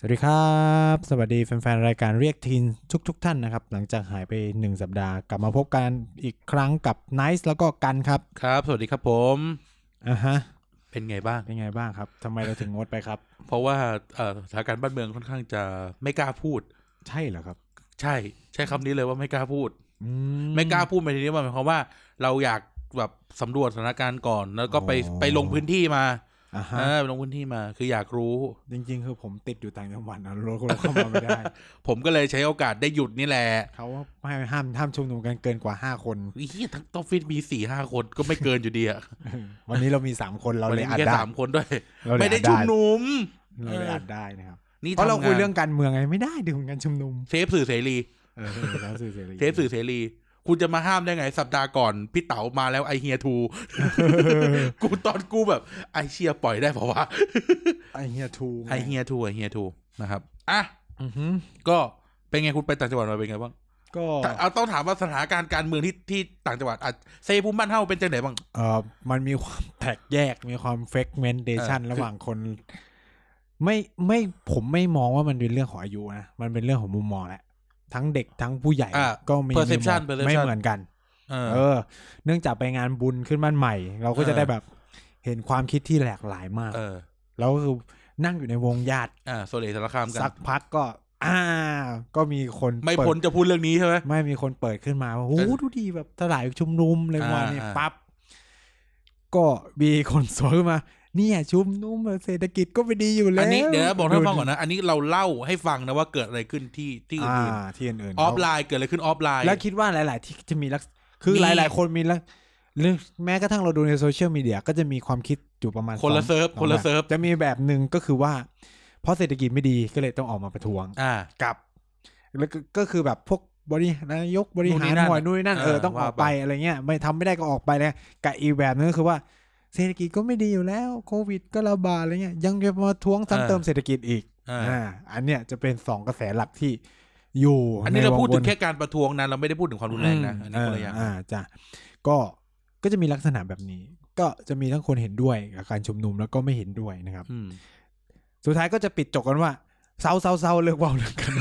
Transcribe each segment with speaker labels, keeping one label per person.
Speaker 1: สวัสดีครับ สวัสดีแฟนๆ รายการเรียกทีนทุกๆทท่านนะครับ หลังจากหายไป 1 สัปดาห์ กลับมาพบกันอีกครั้งกับไนซ์แล้วก็กันครับ
Speaker 2: ครับ สวัสดีครับผม
Speaker 1: อ่าฮะ
Speaker 2: เป็นไงบ้าง
Speaker 1: เป็นไงบ้างครับทำไมเราถึงงดไปครับ
Speaker 2: เพราะว่าเอ่อสถานการณ์บ้านเมืองค่อนข้างจะไม่กล้าพูด
Speaker 1: ใช่เหรอครับ
Speaker 2: ใช่ ใช้คำนี้เลยว่าไม่กล้าพูด
Speaker 1: อื
Speaker 2: ไม่กล้าพูดในที่นี้หมายความว่า เราอยากแบบสำรวจสถานการณ์ก่อน แล้วก็ไปไปลงพื้นที่มา
Speaker 1: อ่าฮะ
Speaker 2: เออไปลงพื้นที่มา คืออยากรู้
Speaker 1: จริงๆ คือผมติดอยู่ต่างจังหวัดนะ รถเราเข้ามาไม่ได้
Speaker 2: ผมก็เลยใช้โอกาสได้หยุดนี่แหละ
Speaker 1: เขาว่าไม่ห้ามห้ามชุมนุมกันเกินกว่า 5 คน
Speaker 2: อีเหี้ยทั้งออฟฟิศมีสี่ห้าคนก็ไม่เกินอยู่ดีอะ
Speaker 1: วันนี้เรามี 3 คนเรา
Speaker 2: วัน
Speaker 1: เลย
Speaker 2: นี้
Speaker 1: อัด
Speaker 2: แค่
Speaker 1: ได้
Speaker 2: สามคนด้วย
Speaker 1: เราเลย
Speaker 2: ไม่ได้
Speaker 1: อั
Speaker 2: ชุมนุม
Speaker 1: เราเลยอัดได้นะครับ
Speaker 2: นี่
Speaker 1: เพราะเรา
Speaker 2: ทำ
Speaker 1: คุยเรื่องการเมืองไงไม่ได้ดิ ของการชุมนุม
Speaker 2: เซฟสื่อเสรี
Speaker 1: เออแล้วสื่อสาร
Speaker 2: เทปสื่อเสรี คุณจะมาห้ามได้ไง สัปดาห์ก่อน พี่เต๋ามาแล้วไอเฮียทู กูตอนกูแบบไอเชียปล่อยได้เพราะว่า
Speaker 1: ไอเฮียทูง
Speaker 2: ไอเฮียทูไอเฮียทูนะครับอ่ะก็เป็นไงคุณไปต่างจังหวัดมาเป็นไงบ้าง
Speaker 1: ก็
Speaker 2: แต่เอาต้องถามว่าสถานการณ์การเมืองที่ที่ต่างจังหวัดอ่ะเซภูมิบ้านเฮาเป็นจังไหนบ้าง
Speaker 1: เออมันมีความแตกแยกมีความเฟกเมนเดชัน
Speaker 2: เออคือ
Speaker 1: ระหว่างคน ไม่ไม่ผมไม่มองว่ามันเป็นเรื่องของอายุนะ มันเป็นเรื่องของมุมมองแหละ ทั้งเด็กทั้งผู้ใหญ่
Speaker 2: อ่ะ
Speaker 1: ก็มี
Speaker 2: perception
Speaker 1: มุมมอง
Speaker 2: perception
Speaker 1: ไม่เหมือนกัน
Speaker 2: เอ
Speaker 1: เอ
Speaker 2: อ
Speaker 1: อ เนื่องจากไปงานบุญขึ้นบ้านใหม่ เราก็จะ
Speaker 2: เออ
Speaker 1: ได้แบบเห็นความคิดที่หลากหลายมาก
Speaker 2: เออ
Speaker 1: แล้วก็คือนั่งอยู่ในวงญาติ
Speaker 2: อ่าโซเลสารคามกัน
Speaker 1: สักพักก็ อ่า ก็มีคน
Speaker 2: ไม่
Speaker 1: เปิด
Speaker 2: พ้นจะพูดเรื่องนี้ใช่ไหม
Speaker 1: ไม่มีคนเปิดขึ้นมาว่าโอ้
Speaker 2: เอ
Speaker 1: โห
Speaker 2: อ
Speaker 1: ดูดีแบบสลายชุมนุมอะไรประมาณนี้
Speaker 2: อ่าอ่า
Speaker 1: ปั๊บก็มีคนสวนขึ้นมา เนี่ยชุมนุมเศรษฐกิจก็ไม่ดีอยู่แล้ว
Speaker 2: อั
Speaker 1: อั
Speaker 2: นนี้เดี๋ยวนะบอกท่านฟังก่อนนะ อันนี้เราเล่าให้ฟังนะว่าเกิดอะไรขึ้นที่ที่
Speaker 1: อ่า
Speaker 2: อื่น
Speaker 1: ที่อื่น
Speaker 2: ๆ
Speaker 1: ๆ
Speaker 2: ออฟไลน์เกิดอะไรขึ้นออฟไลน์
Speaker 1: แล้วคิดว่าหลาย ๆ ที่จะมีลักษคือ
Speaker 2: มี
Speaker 1: หลาย ๆ คนมีลักหรือแม้กระทั่งเราดูในโซเชียลมีเดียก็จะมีความคิดอยู่ประมาณ
Speaker 2: คนละ
Speaker 1: สอง
Speaker 2: เซิร์ฟ
Speaker 1: สอง
Speaker 2: คนละ
Speaker 1: แบบ
Speaker 2: เซิร์ฟ
Speaker 1: จะมีแบบหนึ่งก็คือว่า เพราะเศรษฐกิจไม่ดีก็เลยต้องออกมาประท้วง
Speaker 2: อ่า
Speaker 1: กับแล้วก็ก็คือแบบพวกบริหารนายกบริหาร
Speaker 2: นู่นนี่นั่น
Speaker 1: หน่วยนู่นนี่นั่นเออ
Speaker 2: เออ
Speaker 1: ต้องออก
Speaker 2: ว่าไป
Speaker 1: ไปอะไรเงี้ยไม่ทำไม่ได้ก็ออกไปเลยกับอีกแบบนึงก็คือว่าเศรษฐกิจก็ไม่ดีอยู่แล้วโควิดก็ระบาดอะไรเงี้ยยังจะมาท้วงซ้ำเติมเศรษฐกิจอีก
Speaker 2: อ่า
Speaker 1: อ่าอันเนี้ยจะเป็นสองกระแสหลักที่อยู่
Speaker 2: อันนี้เรา
Speaker 1: ใว
Speaker 2: พูดถึ
Speaker 1: ว
Speaker 2: ง
Speaker 1: น
Speaker 2: แค่การประท้วงนะเราไม่ได้พูดถึงความรุนแรงนะ
Speaker 1: ม
Speaker 2: อันนี้คนละอย่าง
Speaker 1: เอ่าจ้ะก็ก็จะมีลักษณะแบบนี้ ก็จะมีทั้งคนเห็นด้วยกับการชุมนุมแล้วก็ไม่เห็นด้วยนะครับ
Speaker 2: อืม
Speaker 1: สุดท้ายก็จะปิดจบกันว่าเซาเซาเซาเลิกเว่าเรื่องกัน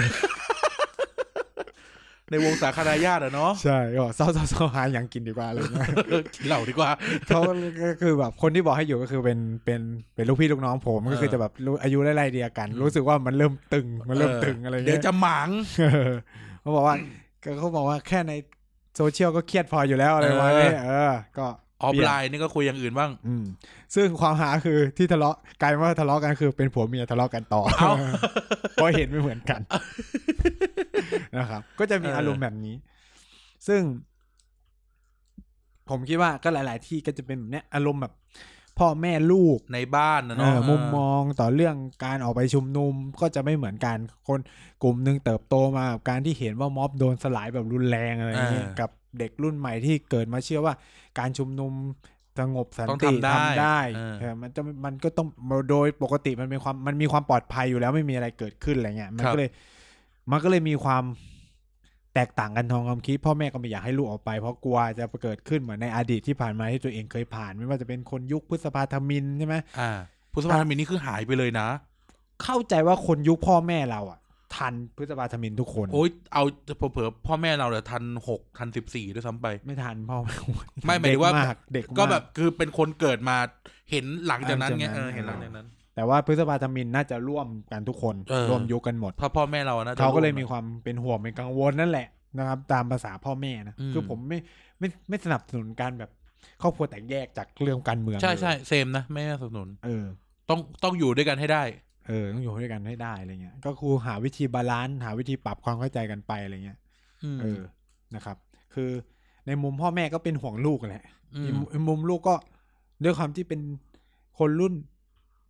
Speaker 2: ในวงสาคารายาตอะเนาะ
Speaker 1: ใช่ก็ เศร้าเศร้าเศร้าหาอย่างกินดีกว่าอะไร เลย
Speaker 2: กินเหล้าดีกว่า
Speaker 1: เขาก็คือแบบคนที่บอกให้อยู่ก็คือเป็นเป็นเป็นลูกพี่ลูกน้องผมก็คือ
Speaker 2: เออ
Speaker 1: จะแบบรู้อายุไล่ๆเดียวกัน รู้สึกว่ามันเริ่มตึงมันเริ่มตึงอะไร
Speaker 2: เดี๋ย
Speaker 1: เงี้
Speaker 2: วย จะหมัง
Speaker 1: เออ เขาบอกว่าก็เขาบอกว่าแค่ในโซเชียลก็เครียดพออยู่แล้วอะไรประมาณนี้
Speaker 2: เออ
Speaker 1: เออ ก็
Speaker 2: ออฟไลน์นี่ก็คุยอย่างอื่นบ้าง
Speaker 1: อืมซึ่งความหาคือที่ทะเลาะกลายเป็นว่าทะเลาะกันคือเป็นผัวเมียทะเลาะกันต่อ
Speaker 2: เอ้า
Speaker 1: เพราะเห็ นไม่เหมือนกันนะครับ ก็จะมีอารมณ์แบบนี้ ซึ่ง ผมคิดว่าก็หลาย ๆ ที่ก็จะเป็นแบบเนี้ยอารมณ์แบบ พ่อแม่ลูก
Speaker 2: ในบ้านนะ
Speaker 1: เอ
Speaker 2: เนาะ
Speaker 1: อมุมมองต่อเรื่องการออกไปชุมนุมก็จะไม่เหมือนกันคนกลุ่มหนึ่งเติบโตมากับการที่เห็นว่าม็อบโดนสลายแบบรุนแรงอะไรอย่างเงี้ย
Speaker 2: เออ
Speaker 1: กับเด็กรุ่นใหม่ที่เกิดมาเชื่อว่า การชุมนุมสงบสัน
Speaker 2: ต้อง
Speaker 1: ติ
Speaker 2: ทำได้
Speaker 1: ทำได้
Speaker 2: เออ
Speaker 1: เออมันจะมันก็ต้องโดยปกติมันเป็นความมันมีความปลอดภัยอยู่แล้วไม่มีอะไรเกิดขึ้นอะไรเงี้ยมันก็เลย มันก็เลยมีความแตกต่างกันทางความคิดพ่อแม่ก็ไม่อยากให้ลูกออกไป เพราะกลัวจะเกิดขึ้นเหมือนในอดีตที่ผ่านมาที่ตัวเองเคยผ่าน ไม่ว่าจะเป็นคนยุคพฤษภาธมินใช่ไหม
Speaker 2: อ่าพุทธภาธมินนี่คือหายไปเลยนะ
Speaker 1: เข้าใจว่าคนยุคพ่อแม่เราอ่ะ ทันพฤษภาธมินทุกคน
Speaker 2: โอ๊ยเอาเผลอๆพ่อแม่เราเนี่ยทันหกทันสิบสี่ด้วยซ้ำไป
Speaker 1: ไม่ทันพ่อแม่
Speaker 2: ไม่หมายถึงว่า
Speaker 1: เด็กกเด็กมาก
Speaker 2: ก็แบบคือเป็นคนเกิดมาเห็นหลังจากนั้นไง
Speaker 1: ห
Speaker 2: เอ
Speaker 1: ลังจากนั้น
Speaker 2: อเห็นหลังจากนั้น
Speaker 1: แต่ว่าพฤษภาธมินน่าจะร่วมกันทุกคน
Speaker 2: เออ
Speaker 1: ร่วมยุคกันหมด
Speaker 2: พ่อพ่อแม่เรานะ
Speaker 1: เขาก็เลยมีความเป็นห่วงเป็นกังวลนั่นแหละนะครับ ตามภาษาพ่อแม่นะ
Speaker 2: อืม
Speaker 1: คือผมไม่ไม่ไม่สนับสนุนการแบบครอบครัวแตกแยกจากเรื่องการเมือง
Speaker 2: ใช่ใช่
Speaker 1: เลย
Speaker 2: เซมนะไม่สนับสนุน
Speaker 1: เออ
Speaker 2: ต้องต้องอยู่ด้วยกันให้ได้
Speaker 1: เออต้องอยู่ด้วยกันให้ได้อะไรเงี้ย ก็คือหาวิธีบาลานซ์หาวิธีปรับความเข้าใจกันไปอะไรเงี้ย
Speaker 2: อืม
Speaker 1: เออนะครับ คือในมุมพ่อแม่ก็เป็นห่วงลูกแหละ
Speaker 2: อื
Speaker 1: อีกมุ
Speaker 2: ม
Speaker 1: มอีกมุมลูกก็ด้วยความที่เป็นคนรุ่น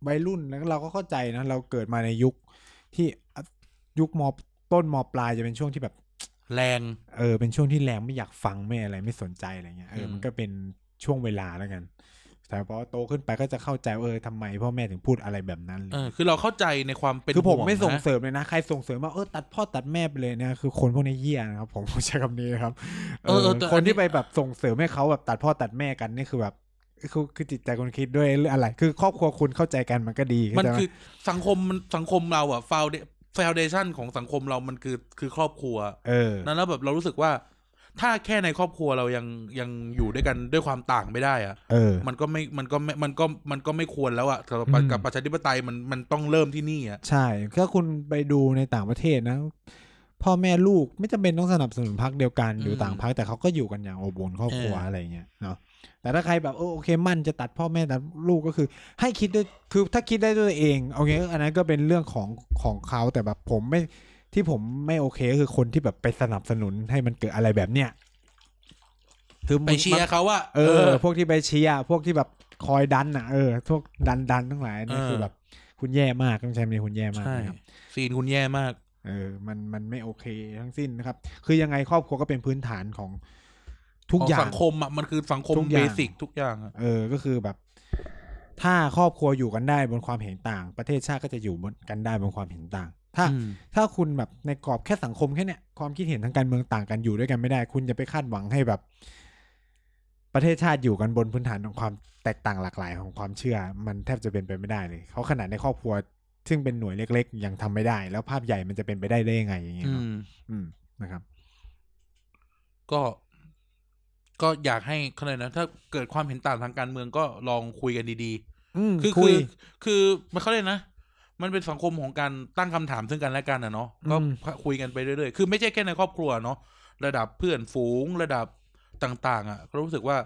Speaker 1: วัยรุ่นแล้วเราก็เข้าใจนะ เราเกิดมาในยุคที่ ยุคมต้นมปลายจะเป็นช่วงที่แบบ
Speaker 2: แรง
Speaker 1: เออเป็นช่วงที่แรงไม่อยากฟังไม่อะไรไม่สนใจอะไรเงี้ยเออ
Speaker 2: อืม
Speaker 1: มันก็เป็นช่วงเวลาแล้วกัน แต่พอโตขึ้นไปก็จะเข้าใจว่าเออทำไมพ่อแม่ถึงพูดอะไรแบบนั้น
Speaker 2: เออ คือเราเข้าใจในความเป็น
Speaker 1: คือผม
Speaker 2: ห่ว
Speaker 1: ไม่ส่ง
Speaker 2: นะ
Speaker 1: เสริมเลยนะ ใครส่งเสริมว่าเออตัดพ่อตัดแม่ไปเลยเนี่ยคือคนพวกนี้เหี้ยนะครับผม ผมใช้คำนี้นะครับ
Speaker 2: เออเออแต่
Speaker 1: คน
Speaker 2: อั
Speaker 1: ที่ไปแบบส่งเสริมให้เขาแบบตัดพ่อตัดแม่กันนี่คือแบบคือคือจิตใจคนคิดด้วยหรืออะไร คือครอบครัวคุณเข้าใจกันมันก็ดี
Speaker 2: มัน
Speaker 1: เข้าใจไห
Speaker 2: คือสังคมมันสังคมเราอะฟาวเดฟาวเดชันของสังคมเรามันคือคือครอบครัว
Speaker 1: เออ
Speaker 2: นั้นแล้วแบบเรารู้สึกว่า ถ้าแค่ในครอบครัวเรายังยังอยู่ด้วยกันด้วยความต่างไม่ได้อะ
Speaker 1: เออ
Speaker 2: มันก็ไม่มันก็ไม่มันก็มันก็ไม่ควรแล้วอะสำหรับ
Speaker 1: อืม
Speaker 2: กับประชาธิปไตยมันมันต้องเริ่มที่นี่อะ
Speaker 1: ใช่ ถ้าคุณไปดูในต่างประเทศนะ พ่อแม่ลูกไม่จำเป็นต้องสนับสนุนพรรคเดียวกันอยู่ต่างพรรคแต่เขาก็อยู่กันอย่างอบอุ่นครอบครัวอะไรเงี้ยเนาะ แต่ถ้าใครแบบเออโอเคมั่นจะตัดพ่อแม่ตัดลูกก็คือ ให้คิดด้วยคือถ้าคิดได้ด้วยตัวเองโอเคอันนั้นก็เป็นเรื่องของของเขาแต่แบบผมไม่ที่ผมไม่โอเคก็คือคนที่แบบไปสนับสนุนให้มันเกิดอะไรแบบเนี้ยคือ
Speaker 2: ไปเชียร์เขาว่า
Speaker 1: เออ พวกที่ไปเชียร์พวกที่แบบคอยดันอ่ะเออพวกดันดันทั้งหลายนี่คือแบบ คุณแย่มากต้องใช้คำนี้คุณแย่มาก
Speaker 2: ใช่
Speaker 1: นะครับ
Speaker 2: ซีนคุณแย่มาก
Speaker 1: เออ มัน มันไม่โอเคทั้งสิ้นนะครับ คือยังไงครอบครัวก็เป็นพื้นฐานของทุก
Speaker 2: ของ
Speaker 1: อย่าง
Speaker 2: สังคมอ่ะมันคือสังคม
Speaker 1: ทุกอ
Speaker 2: เบ
Speaker 1: ย่าง
Speaker 2: สิกทุกอย่างอะ
Speaker 1: เออ ก็คือแบบ ถ้าครอบครัวอยู่กันได้บนความเห็นต่าง ประเทศชาติก็จะอยู่บนกันได้บนความเห็นต่าง ถ้า
Speaker 2: อืม
Speaker 1: ถ้าคุณแบบในกรอบแค่สังคมแค่เนี้ยความคิดเห็นทางการเมืองต่างกันอยู่ด้วยกันไม่ได้ คุณจะไปคาดหวังให้แบบ ประเทศชาติอยู่กันบนพื้นฐานของความแตกต่างหลากหลายของความเชื่อ มันแทบจะเป็นไปไม่ได้เลยเขาขนาดในครอบครัว ซึ่งเป็นหน่วยเล็ก ๆ ยังทำไม่ได้ แล้วภาพใหญ่มันจะเป็นไปได้ได้ยังไงอย่างเงี้ย
Speaker 2: อื
Speaker 1: เนาะ
Speaker 2: ม
Speaker 1: อืมนะครับ
Speaker 2: ก็ ก็อยากให้เขาเลยนะ ถ้าเกิดความเห็นต่างทางการเมืองก็ลองคุยกันดี
Speaker 1: ม
Speaker 2: ๆ คือ
Speaker 1: คุ
Speaker 2: คื
Speaker 1: ย
Speaker 2: อ คือมันเขาเลยกนะ มันเป็นสังคมของการตั้งคำถามซึ่งกันและกันอ่ะเนาะก็
Speaker 1: อืม
Speaker 2: คุยกันไปเรื่อยๆ คือไม่ใช่แค่ในครอบครัวเนาะระดับเพื่อนฝูงระดับต่าง ๆ อ่ะ ก็รู้สึกว่า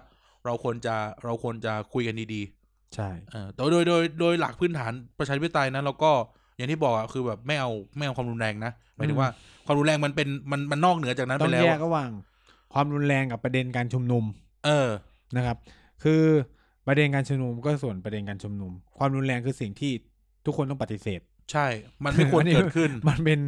Speaker 2: เราควรจะเราควรจะคุยกันดีๆ
Speaker 1: ใช่
Speaker 2: เออโดยโดยโดยโดยหลักพื้นฐานประชาธิปไตยนะแล้วก็อย่างที่บอกอะคือแบบไม่เอาไม่เอาความรุนแรงนะหมายถึงว่าความรุนแรงมันเป็นมันมันนอกเหนือจากนั้น
Speaker 1: ต้
Speaker 2: ไป
Speaker 1: อง
Speaker 2: แล้ว
Speaker 1: แยก
Speaker 2: อะ
Speaker 1: ระหว่างความรุนแรงกับประเด็นการชุมนุม
Speaker 2: เออ
Speaker 1: นะครับ คือประเด็นการชุมนุมก็ส่วนประเด็นการชุมนุม ความรุนแรงคือสิ่งที่ทุกคนต้องปฏิเสธ
Speaker 2: ใช่ มันไม่ควร
Speaker 1: อันนี้
Speaker 2: เกิดขึ้น
Speaker 1: มันเป็น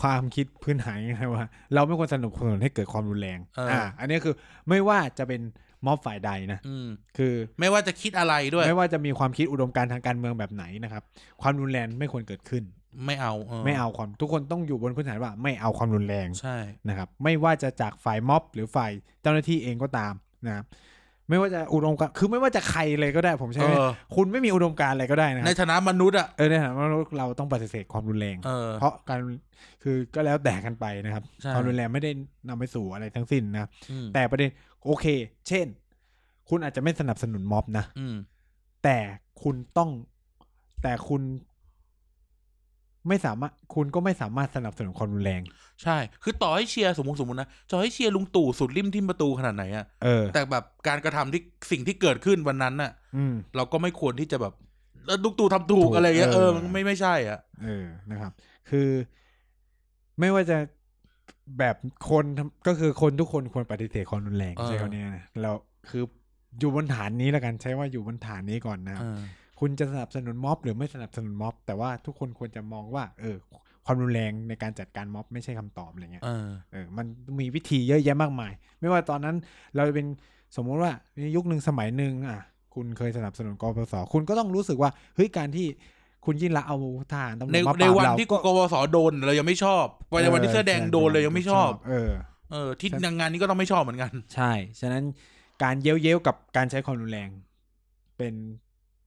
Speaker 1: ความคิดพื้นฐานไงว่า เราไม่ควรสนับสนุนให้เกิดความรุนแรง
Speaker 2: เอออ่
Speaker 1: อันนี้คือไม่ว่าจะเป็นม็อบฝ่ายใดนะ
Speaker 2: อืม
Speaker 1: คือ
Speaker 2: ไม่ว่าจะคิดอะไรด้วย
Speaker 1: ไม่ว่าจะมีความคิดอุดมการณ์ทางการเมืองแบบไหนนะครับ ความรุนแรงไม่ควรเกิดขึ้น
Speaker 2: ไม่เอาเออ
Speaker 1: ไม่เอาความทุกคนต้องอยู่บนพื้นฐานว่า ไม่เอาความรุนแรง
Speaker 2: ใช่
Speaker 1: นะครับไม่ว่าจะจากฝ่ายม็อบ หรือฝ่ายเจ้าหน้าที่เองก็ตามนะครับไม่ว่าจะอุดมการณ์คือไม่ว่าจะใครเลยก็ได้ผมใช่
Speaker 2: เอ
Speaker 1: ไหม
Speaker 2: อ
Speaker 1: คุณไม่มีอุดมการณ์อะไรก็ได้นะค
Speaker 2: ใน
Speaker 1: รับ
Speaker 2: ฐานะมนุษย์อะ
Speaker 1: เออในฐานะมนุษย์เราต้องปฏิเสธความรุนแรง
Speaker 2: เออ
Speaker 1: เพราะการคือก็แล้วแต่กันไปนะครับ
Speaker 2: ใช่
Speaker 1: ความรุนแรงไม่ได้นำไปสู่อะไรทั้งสิ้นนะ
Speaker 2: อืม
Speaker 1: แต่ประเด็นโอเค เช่น คุณอาจจะไม่สนับสนุนม็อบนะ
Speaker 2: อืม
Speaker 1: แต่คุณต้องแต่คุณ ไม่สามารถคุณก็ไม่สามารถสนับสนุนความรุนแรง
Speaker 2: ใช่ คือต่อให้เชียร์สมมติสมมตินะต่อให้เชียร์ลุงตู่สุดริมทิมประตูขนาดไหนอะ
Speaker 1: เออ
Speaker 2: แต่แบบการกระทำที่สิ่งที่เกิดขึ้นวันนั้นน่ะ
Speaker 1: อืม
Speaker 2: เราก็ไม่ควรที่จะแบบเออลุงตู่ทำถู
Speaker 1: ถู
Speaker 2: ก
Speaker 1: ก
Speaker 2: อะไรเงี้ย
Speaker 1: เออ
Speaker 2: เออมันไม่ไม่ใช่อ่ะ
Speaker 1: เออ นะครับ คือไม่ว่าจะแบบคนทำก็คือคนทุกคนควรปฏิเสธความรุนแรง
Speaker 2: เออ
Speaker 1: ใช่คำนี้นะเราคืออยู่บนฐานนี้แล้วกันใช้ว่าอยู่บนฐานนี้ก่อนนะครับ
Speaker 2: เออ
Speaker 1: คุณจะสนับสนุนม็อบ หรือไม่สนับสนุนม็อบ แต่ว่าทุกคนควรจะมองว่า เออ ความรุนแรงในการจัดการม็อบไม่ใช่คำตอบอะไรเงี้ย
Speaker 2: เออ
Speaker 1: เออ มันมีวิธีเยอะแยะมากมาย ไม่ว่าตอนนั้นเราจะเป็นสมมุติว่าในยุคหนึ่งสมัยหนึ่งอ่ะ คุณเคยสนับสนุนกปสคุณก็ต้องรู้สึกว่า เฮ้ย การที่คุณยิ่งละเอาทหารตำรว
Speaker 2: ใน
Speaker 1: จมาป
Speaker 2: ใน
Speaker 1: ราบ
Speaker 2: วัน
Speaker 1: เรา
Speaker 2: ที่กกวสโดนเรายังไม่ชอบในวันที่เสื้อแดงโดนเลยยังไม่ชอบ
Speaker 1: เออ
Speaker 2: เออที่นางงานนี้ก็ต้องไม่ชอบเหมือนกัน
Speaker 1: ใช่ ฉะนั้นการเย้ยวๆกับการใช้ความรุนแรงเป็น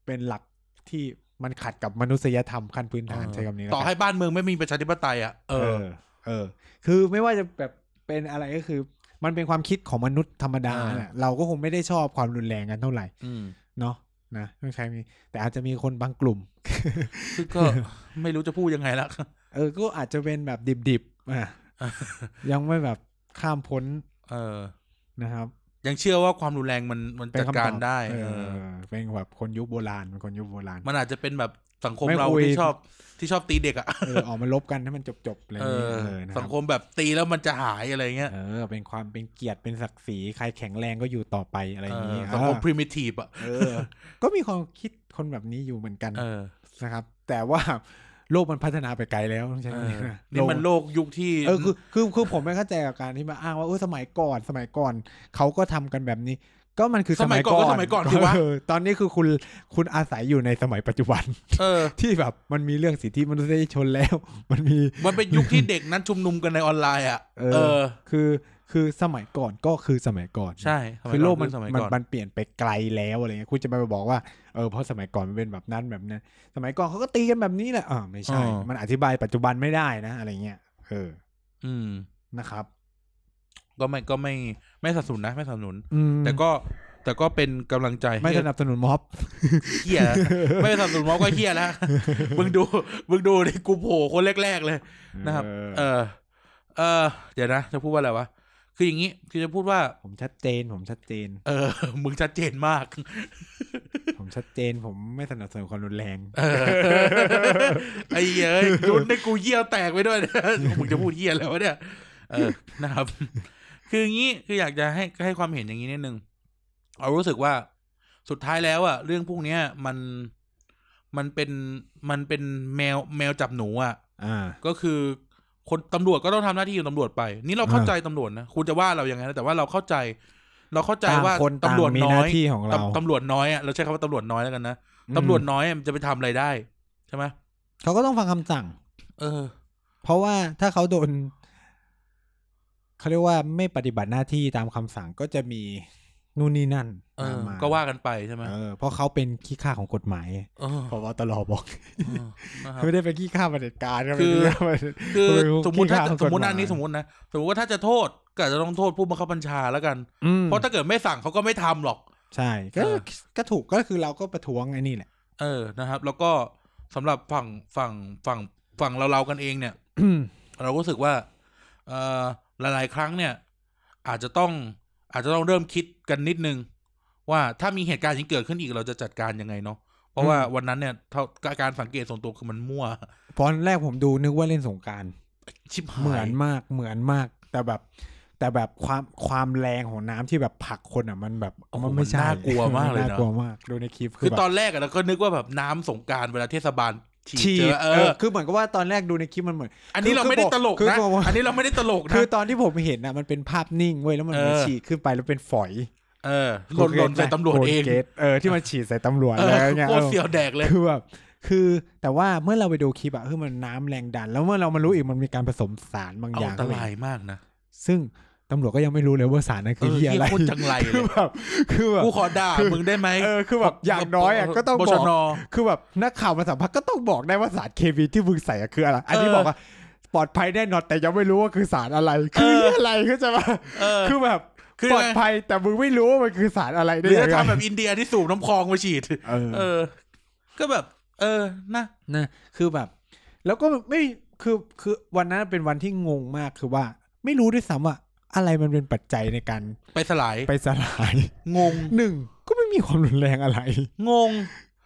Speaker 1: เป็นหลักที่มันขัดกับมนุษยธรรมขั้นพื้นฐานใช้คำนี้แล้ว
Speaker 2: ต่อ
Speaker 1: กัน
Speaker 2: ให้บ้านเมืองไม่มีประชาธิปไตยอ่ะเอ
Speaker 1: เอ
Speaker 2: อ
Speaker 1: อ เออ คือไม่ว่าจะแบบเป็นอะไรก็คือ มันเป็นความคิดของมนุษย์ธรรมดา
Speaker 2: อ่า
Speaker 1: แหละเราก็คงไม่ได้ชอบความรุนแรงกันเท่าไหร่
Speaker 2: อืม
Speaker 1: เนาะนะต้องใช้มีแต่อาจจะมีคนบางกลุ่ม
Speaker 2: ซึ่งก็ ไม่รู้จะพูดยังไงละ
Speaker 1: เออ ก็อาจจะเป็นแบบดิบๆอ่ะ
Speaker 2: อ่า
Speaker 1: ยังไม่แบบข้ามพ้น
Speaker 2: เออ
Speaker 1: นะครับ
Speaker 2: ยังเชื่อว่าความรุนแรงมันมัน
Speaker 1: เป็น
Speaker 2: จัด
Speaker 1: คำตอบ
Speaker 2: การได้
Speaker 1: เอ
Speaker 2: เออ
Speaker 1: อเป็นแบบคนยุคโบราณเป็นคนยุคโบราณ
Speaker 2: มันอาจจะเป็นแบบสังคม
Speaker 1: ไม่
Speaker 2: เรา
Speaker 1: คุย
Speaker 2: ที่ชอบที่ชอบตีเด็กอ่ะ
Speaker 1: เอออ อกมาลบกันให้มันจบๆอะไรอ
Speaker 2: เอย่าง
Speaker 1: เงี้ย
Speaker 2: อ
Speaker 1: เออนะค
Speaker 2: สั
Speaker 1: รั
Speaker 2: ง
Speaker 1: บ
Speaker 2: คมแบบตีแล้วมันจะหายอะไรเงี้ย
Speaker 1: เออ เป็นความเป็นเกียรติเป็นศักดิ์ศรีใครแข็งแรงก็อยู่ต่อไปอะไรอย่าง
Speaker 2: เอ
Speaker 1: เงี้
Speaker 2: อย สังคม
Speaker 1: อ่า
Speaker 2: primitive อ่ะ
Speaker 1: เออ ก็มีความคิดคนแบบนี้อยู่เหมือนกัน
Speaker 2: เออ
Speaker 1: นะครับแต่ว่า โลกมันพัฒนาไปไกลแล้วใช่ไหม
Speaker 2: เออ
Speaker 1: นะ
Speaker 2: นี่มันโลกยุคที่
Speaker 1: เออคือคือคือผมไม่เข้าใจกับการที่มาอ้างว่าเออสมัยก่อนสมัยก่อนเขาก็ทำกันแบบนี้ ก็มันคือ
Speaker 2: ส
Speaker 1: ส
Speaker 2: มั
Speaker 1: มั
Speaker 2: ย
Speaker 1: ย
Speaker 2: ก่อ
Speaker 1: ก่
Speaker 2: น
Speaker 1: อน
Speaker 2: ก็สมัยก่อนถือว่า
Speaker 1: เตอนนี้คือคุณคุณอาศัยอยู่ในสมัยปัจจุบัน
Speaker 2: เออ
Speaker 1: ที่แบบมันมีเรื่องสิทธิมนุษยชนแล้ว มันมี
Speaker 2: มันเป็นยุคที่เด็กนั้นชุมนุมกันในออนไลน์อ่ะ
Speaker 1: เออ
Speaker 2: เออ
Speaker 1: คือคือสมัยก่อนก็คือสมัยก่อน
Speaker 2: ใช่
Speaker 1: คือโลกมัน
Speaker 2: สมัย
Speaker 1: มัน
Speaker 2: ก่อน
Speaker 1: มันเปลี่ยนไปไกลแล้วอะไรเงี้ยคุณจะไปบอกว่าเออเพราะสมัยก่อนมันเป็นแบบนั้นแบบนั้นสมัยก่อนเขาก็ตีกันแบบนี้แหละอ่าไม่ใช่ มันอธิบายปัจจุบันไม่ได้นะ อะไรเงี้ยเออ
Speaker 2: อืม
Speaker 1: นะครับ
Speaker 2: ก็ไม่ก็ไม่ไม่สนับสนุนนะไม่สนับสนุน
Speaker 1: อืม
Speaker 2: แต่ก็แต่ก็เป็นกำลังใจให้
Speaker 1: ไม่สนับสนุนม็อบ
Speaker 2: เฮียแล้ว ไม่สนับสนุนม็อบก็เฮียแล้ว มึงดูมึงดูในกูโผล่คนแรก ๆ เลย นะครับ เออ เออ เดี๋ยวนะ จะพูดว่าอะไรวะ คืออย่างนี้ คือจะพูดว่า
Speaker 1: ผมชัดเจน ผมชัดเจน
Speaker 2: เอ อ มึงชัดเจนมาก
Speaker 1: ผมชัดเจน ผมไม่สนับสนุนความรุนแรง
Speaker 2: เออ ไอ้เหี้ยเอ้ยยุนในกูเยี่ยวแตกไปด้วยเนี่ยมึงจะพู ดเยี่ยแล้วะเนี่ย เออ นะครับ คืออย่างนี้ คืออยากจะให้ให้ความเห็นอย่างนี้นิดนึง เอารู้สึกว่าสุดท้ายแล้วอะเรื่องพวกเนี้ยมัน มันเป็น มันเป็นแมวแมวจับหนูอะ
Speaker 1: อ่า
Speaker 2: ก็คือคนตำรวจก็ต้องทำหน้าที่ของตำรวจไป นี่เราเข้า
Speaker 1: อ่า
Speaker 2: ใจตำรวจนะคุณจะว่าเราอย่างไงนะแต่ว่าเราเข้าใจ เราเข้าใจ
Speaker 1: ต่าง
Speaker 2: ว่า
Speaker 1: คน
Speaker 2: ตำ
Speaker 1: ต่าง
Speaker 2: รวจ
Speaker 1: มี
Speaker 2: น้
Speaker 1: ห
Speaker 2: อ
Speaker 1: น้าย ที่ของเรา
Speaker 2: ตำตำรวจน้อยอะเราใช้คำว่าตำรวจน้อยแล้วกันนะตำรวจ
Speaker 1: อืม
Speaker 2: น้อยอะมันจะไปทำอะไรได้ใช่ไหม
Speaker 1: เขาก็ต้องฟังคำสั่ง
Speaker 2: เออ
Speaker 1: เพราะว่าถ้าเขาโดน เขาเรียกว่าไม่ปฏิบัติหน้าที่ตามคำสั่งก็จะมีนู่นนี่นั่น
Speaker 2: เออ
Speaker 1: ตมม
Speaker 2: ก็ว่ากันไปใช่ไหม
Speaker 1: เออเพราะเขาเป็นขี้ข้าของกฎหมาย
Speaker 2: เออ
Speaker 1: พบตรบอก
Speaker 2: เออนะครับ
Speaker 1: ไม่ได้เป็นขี้ข้าประเผด็จการรับ
Speaker 2: คือ
Speaker 1: เป็นขี้ข้าประเผด็จ
Speaker 2: คือ
Speaker 1: เออ
Speaker 2: สมมติถ้า
Speaker 1: ขี้ข้าของ
Speaker 2: สมมติ
Speaker 1: กฎหมาย
Speaker 2: อันนี้สมมตินะสมมติว่าถ้าจะโทษก็อาจจะต้องโทษผู้บังคับบัญชาแล้วกัน
Speaker 1: อืม
Speaker 2: เพราะถ้าเกิดไม่สั่งเขาก็ไม่ทำหรอก
Speaker 1: ใช่ก็
Speaker 2: เออ
Speaker 1: ก็ถูกก็คือเราก็ประท้วงไอ้นี่แหละ
Speaker 2: เออนะครับ แล้วก็สำหรับฝั่งฝั่งฝั่งฝั่งเราเราๆกันเองเนี่ย
Speaker 1: อืม
Speaker 2: เราก็รู้สึกว่าเอ่อหลาย ๆ ครั้งเนี่ย อาจจะต้องอาจจะต้องเริ่มคิดกันนิดนึง ว่าถ้ามีเหตุการณ์อย่างนี้เกิดขึ้นอีกเราจะจัดการยังไงเนาะเพราะว่าวันนั้นเนี่ยเท่าการสังเกตส่วนตัวคือมันมั่ว
Speaker 1: ตอนแรกผมดูนึกว่าเล่นสงกราร
Speaker 2: ชิบหาย
Speaker 1: เหมือนมากเหมือนมาก แต่แบบ แต่แบบความความแรงของน้ำที่แบบผลักคนอ่ะมันแบบ
Speaker 2: โอ้โห
Speaker 1: มันไม่ใช่
Speaker 2: น่ากลัวมากเลยนะ
Speaker 1: น่ากลัวมากดูในคลิปคื
Speaker 2: คือ อ
Speaker 1: แบบ
Speaker 2: ตอนแรกอะเราก็นึกว่าแบบน้ำสงกรารเวลาเทศบาลฉีด
Speaker 1: ฉี
Speaker 2: เจ
Speaker 1: ด
Speaker 2: อเอ
Speaker 1: เอ
Speaker 2: อ
Speaker 1: อคือเหมือนกับว่าตอนแรกดูในคลิปมันเหมือน
Speaker 2: อันนี้เราไม่ได้ตลก
Speaker 1: คือ
Speaker 2: นะ
Speaker 1: บอกว่า
Speaker 2: อันนี้เราไม่ได้ตลกนะ
Speaker 1: คือตอนที่ผมเห็นนะมันเป็นภาพนิ่งเว้ยแล้วมัน
Speaker 2: เออ
Speaker 1: มันฉีดขึ้นไปแล้วเป็นฝอย
Speaker 2: เออหล่นหล่นใส่ตำรวจเอง
Speaker 1: โกตเออที่มันฉีดใส่ตำรวจ
Speaker 2: เอ
Speaker 1: แล้ว
Speaker 2: อคือ
Speaker 1: เนี่ย
Speaker 2: โคตรเสียวแดกเลย
Speaker 1: คือแบบคือแต่ว่าเมื่อเราไปดูคลิปอะคือมันน้ำแรงดัน แล้วเมื่อเรามารู้อีกมันมีการผสมสารบาง
Speaker 2: เอา
Speaker 1: อย่าง
Speaker 2: อันต
Speaker 1: เข้าไป
Speaker 2: รายมากนะ
Speaker 1: ซึ่งตำรวจก็ยังไม่รู้เลยว่าสารนั้น
Speaker 2: เอ
Speaker 1: คือ
Speaker 2: อ
Speaker 1: เหี้ย
Speaker 2: เหี้
Speaker 1: อะ
Speaker 2: ย
Speaker 1: ไร
Speaker 2: โคตรจังไรเล
Speaker 1: คือย แบบคือแบบ
Speaker 2: กูขอด่า
Speaker 1: คือ
Speaker 2: มึงได้ไหม
Speaker 1: เออคือแบบอย่างน้อยอะก็ต้อง
Speaker 2: บบ ช
Speaker 1: อก
Speaker 2: น
Speaker 1: คือแบบนักข่าวมาสัมภาษณ์ก็ต้องบอกได้ว่าสารเคมีที่มึงใส่อะคืออะไร อันนี้บอกว่าปลอดภัยแน่นอนแต่ยังไม่รู้ว่าคือสารอะไร คือ
Speaker 2: เออ
Speaker 1: อะไรเข้าใจปะ
Speaker 2: เออ
Speaker 1: คือแบบ
Speaker 2: คือ
Speaker 1: ปลอด
Speaker 2: ไง
Speaker 1: ภัยแต่มึงไม่รู้ว่ามันคือสารอะไร
Speaker 2: ห
Speaker 1: ได้
Speaker 2: รือ
Speaker 1: ยัง
Speaker 2: จะ
Speaker 1: ไง
Speaker 2: ทำแบบอินเดียที่สูบน้ำคลองมาฉีด
Speaker 1: เออ
Speaker 2: เออ ก็แบบ เออ นะ
Speaker 1: นะคือแบบ แล้วก็ไม่คือคือวันนั้นเป็นวันที่งงมากคือว่า ไม่รู้ด้วยซ้ำว่าอะไรมันเป็นปัจจัยในการ
Speaker 2: ไปสลาย
Speaker 1: ไปสลาย
Speaker 2: งง
Speaker 1: หนึ่งก็ไม่มีความรุนแรงอะไร
Speaker 2: งง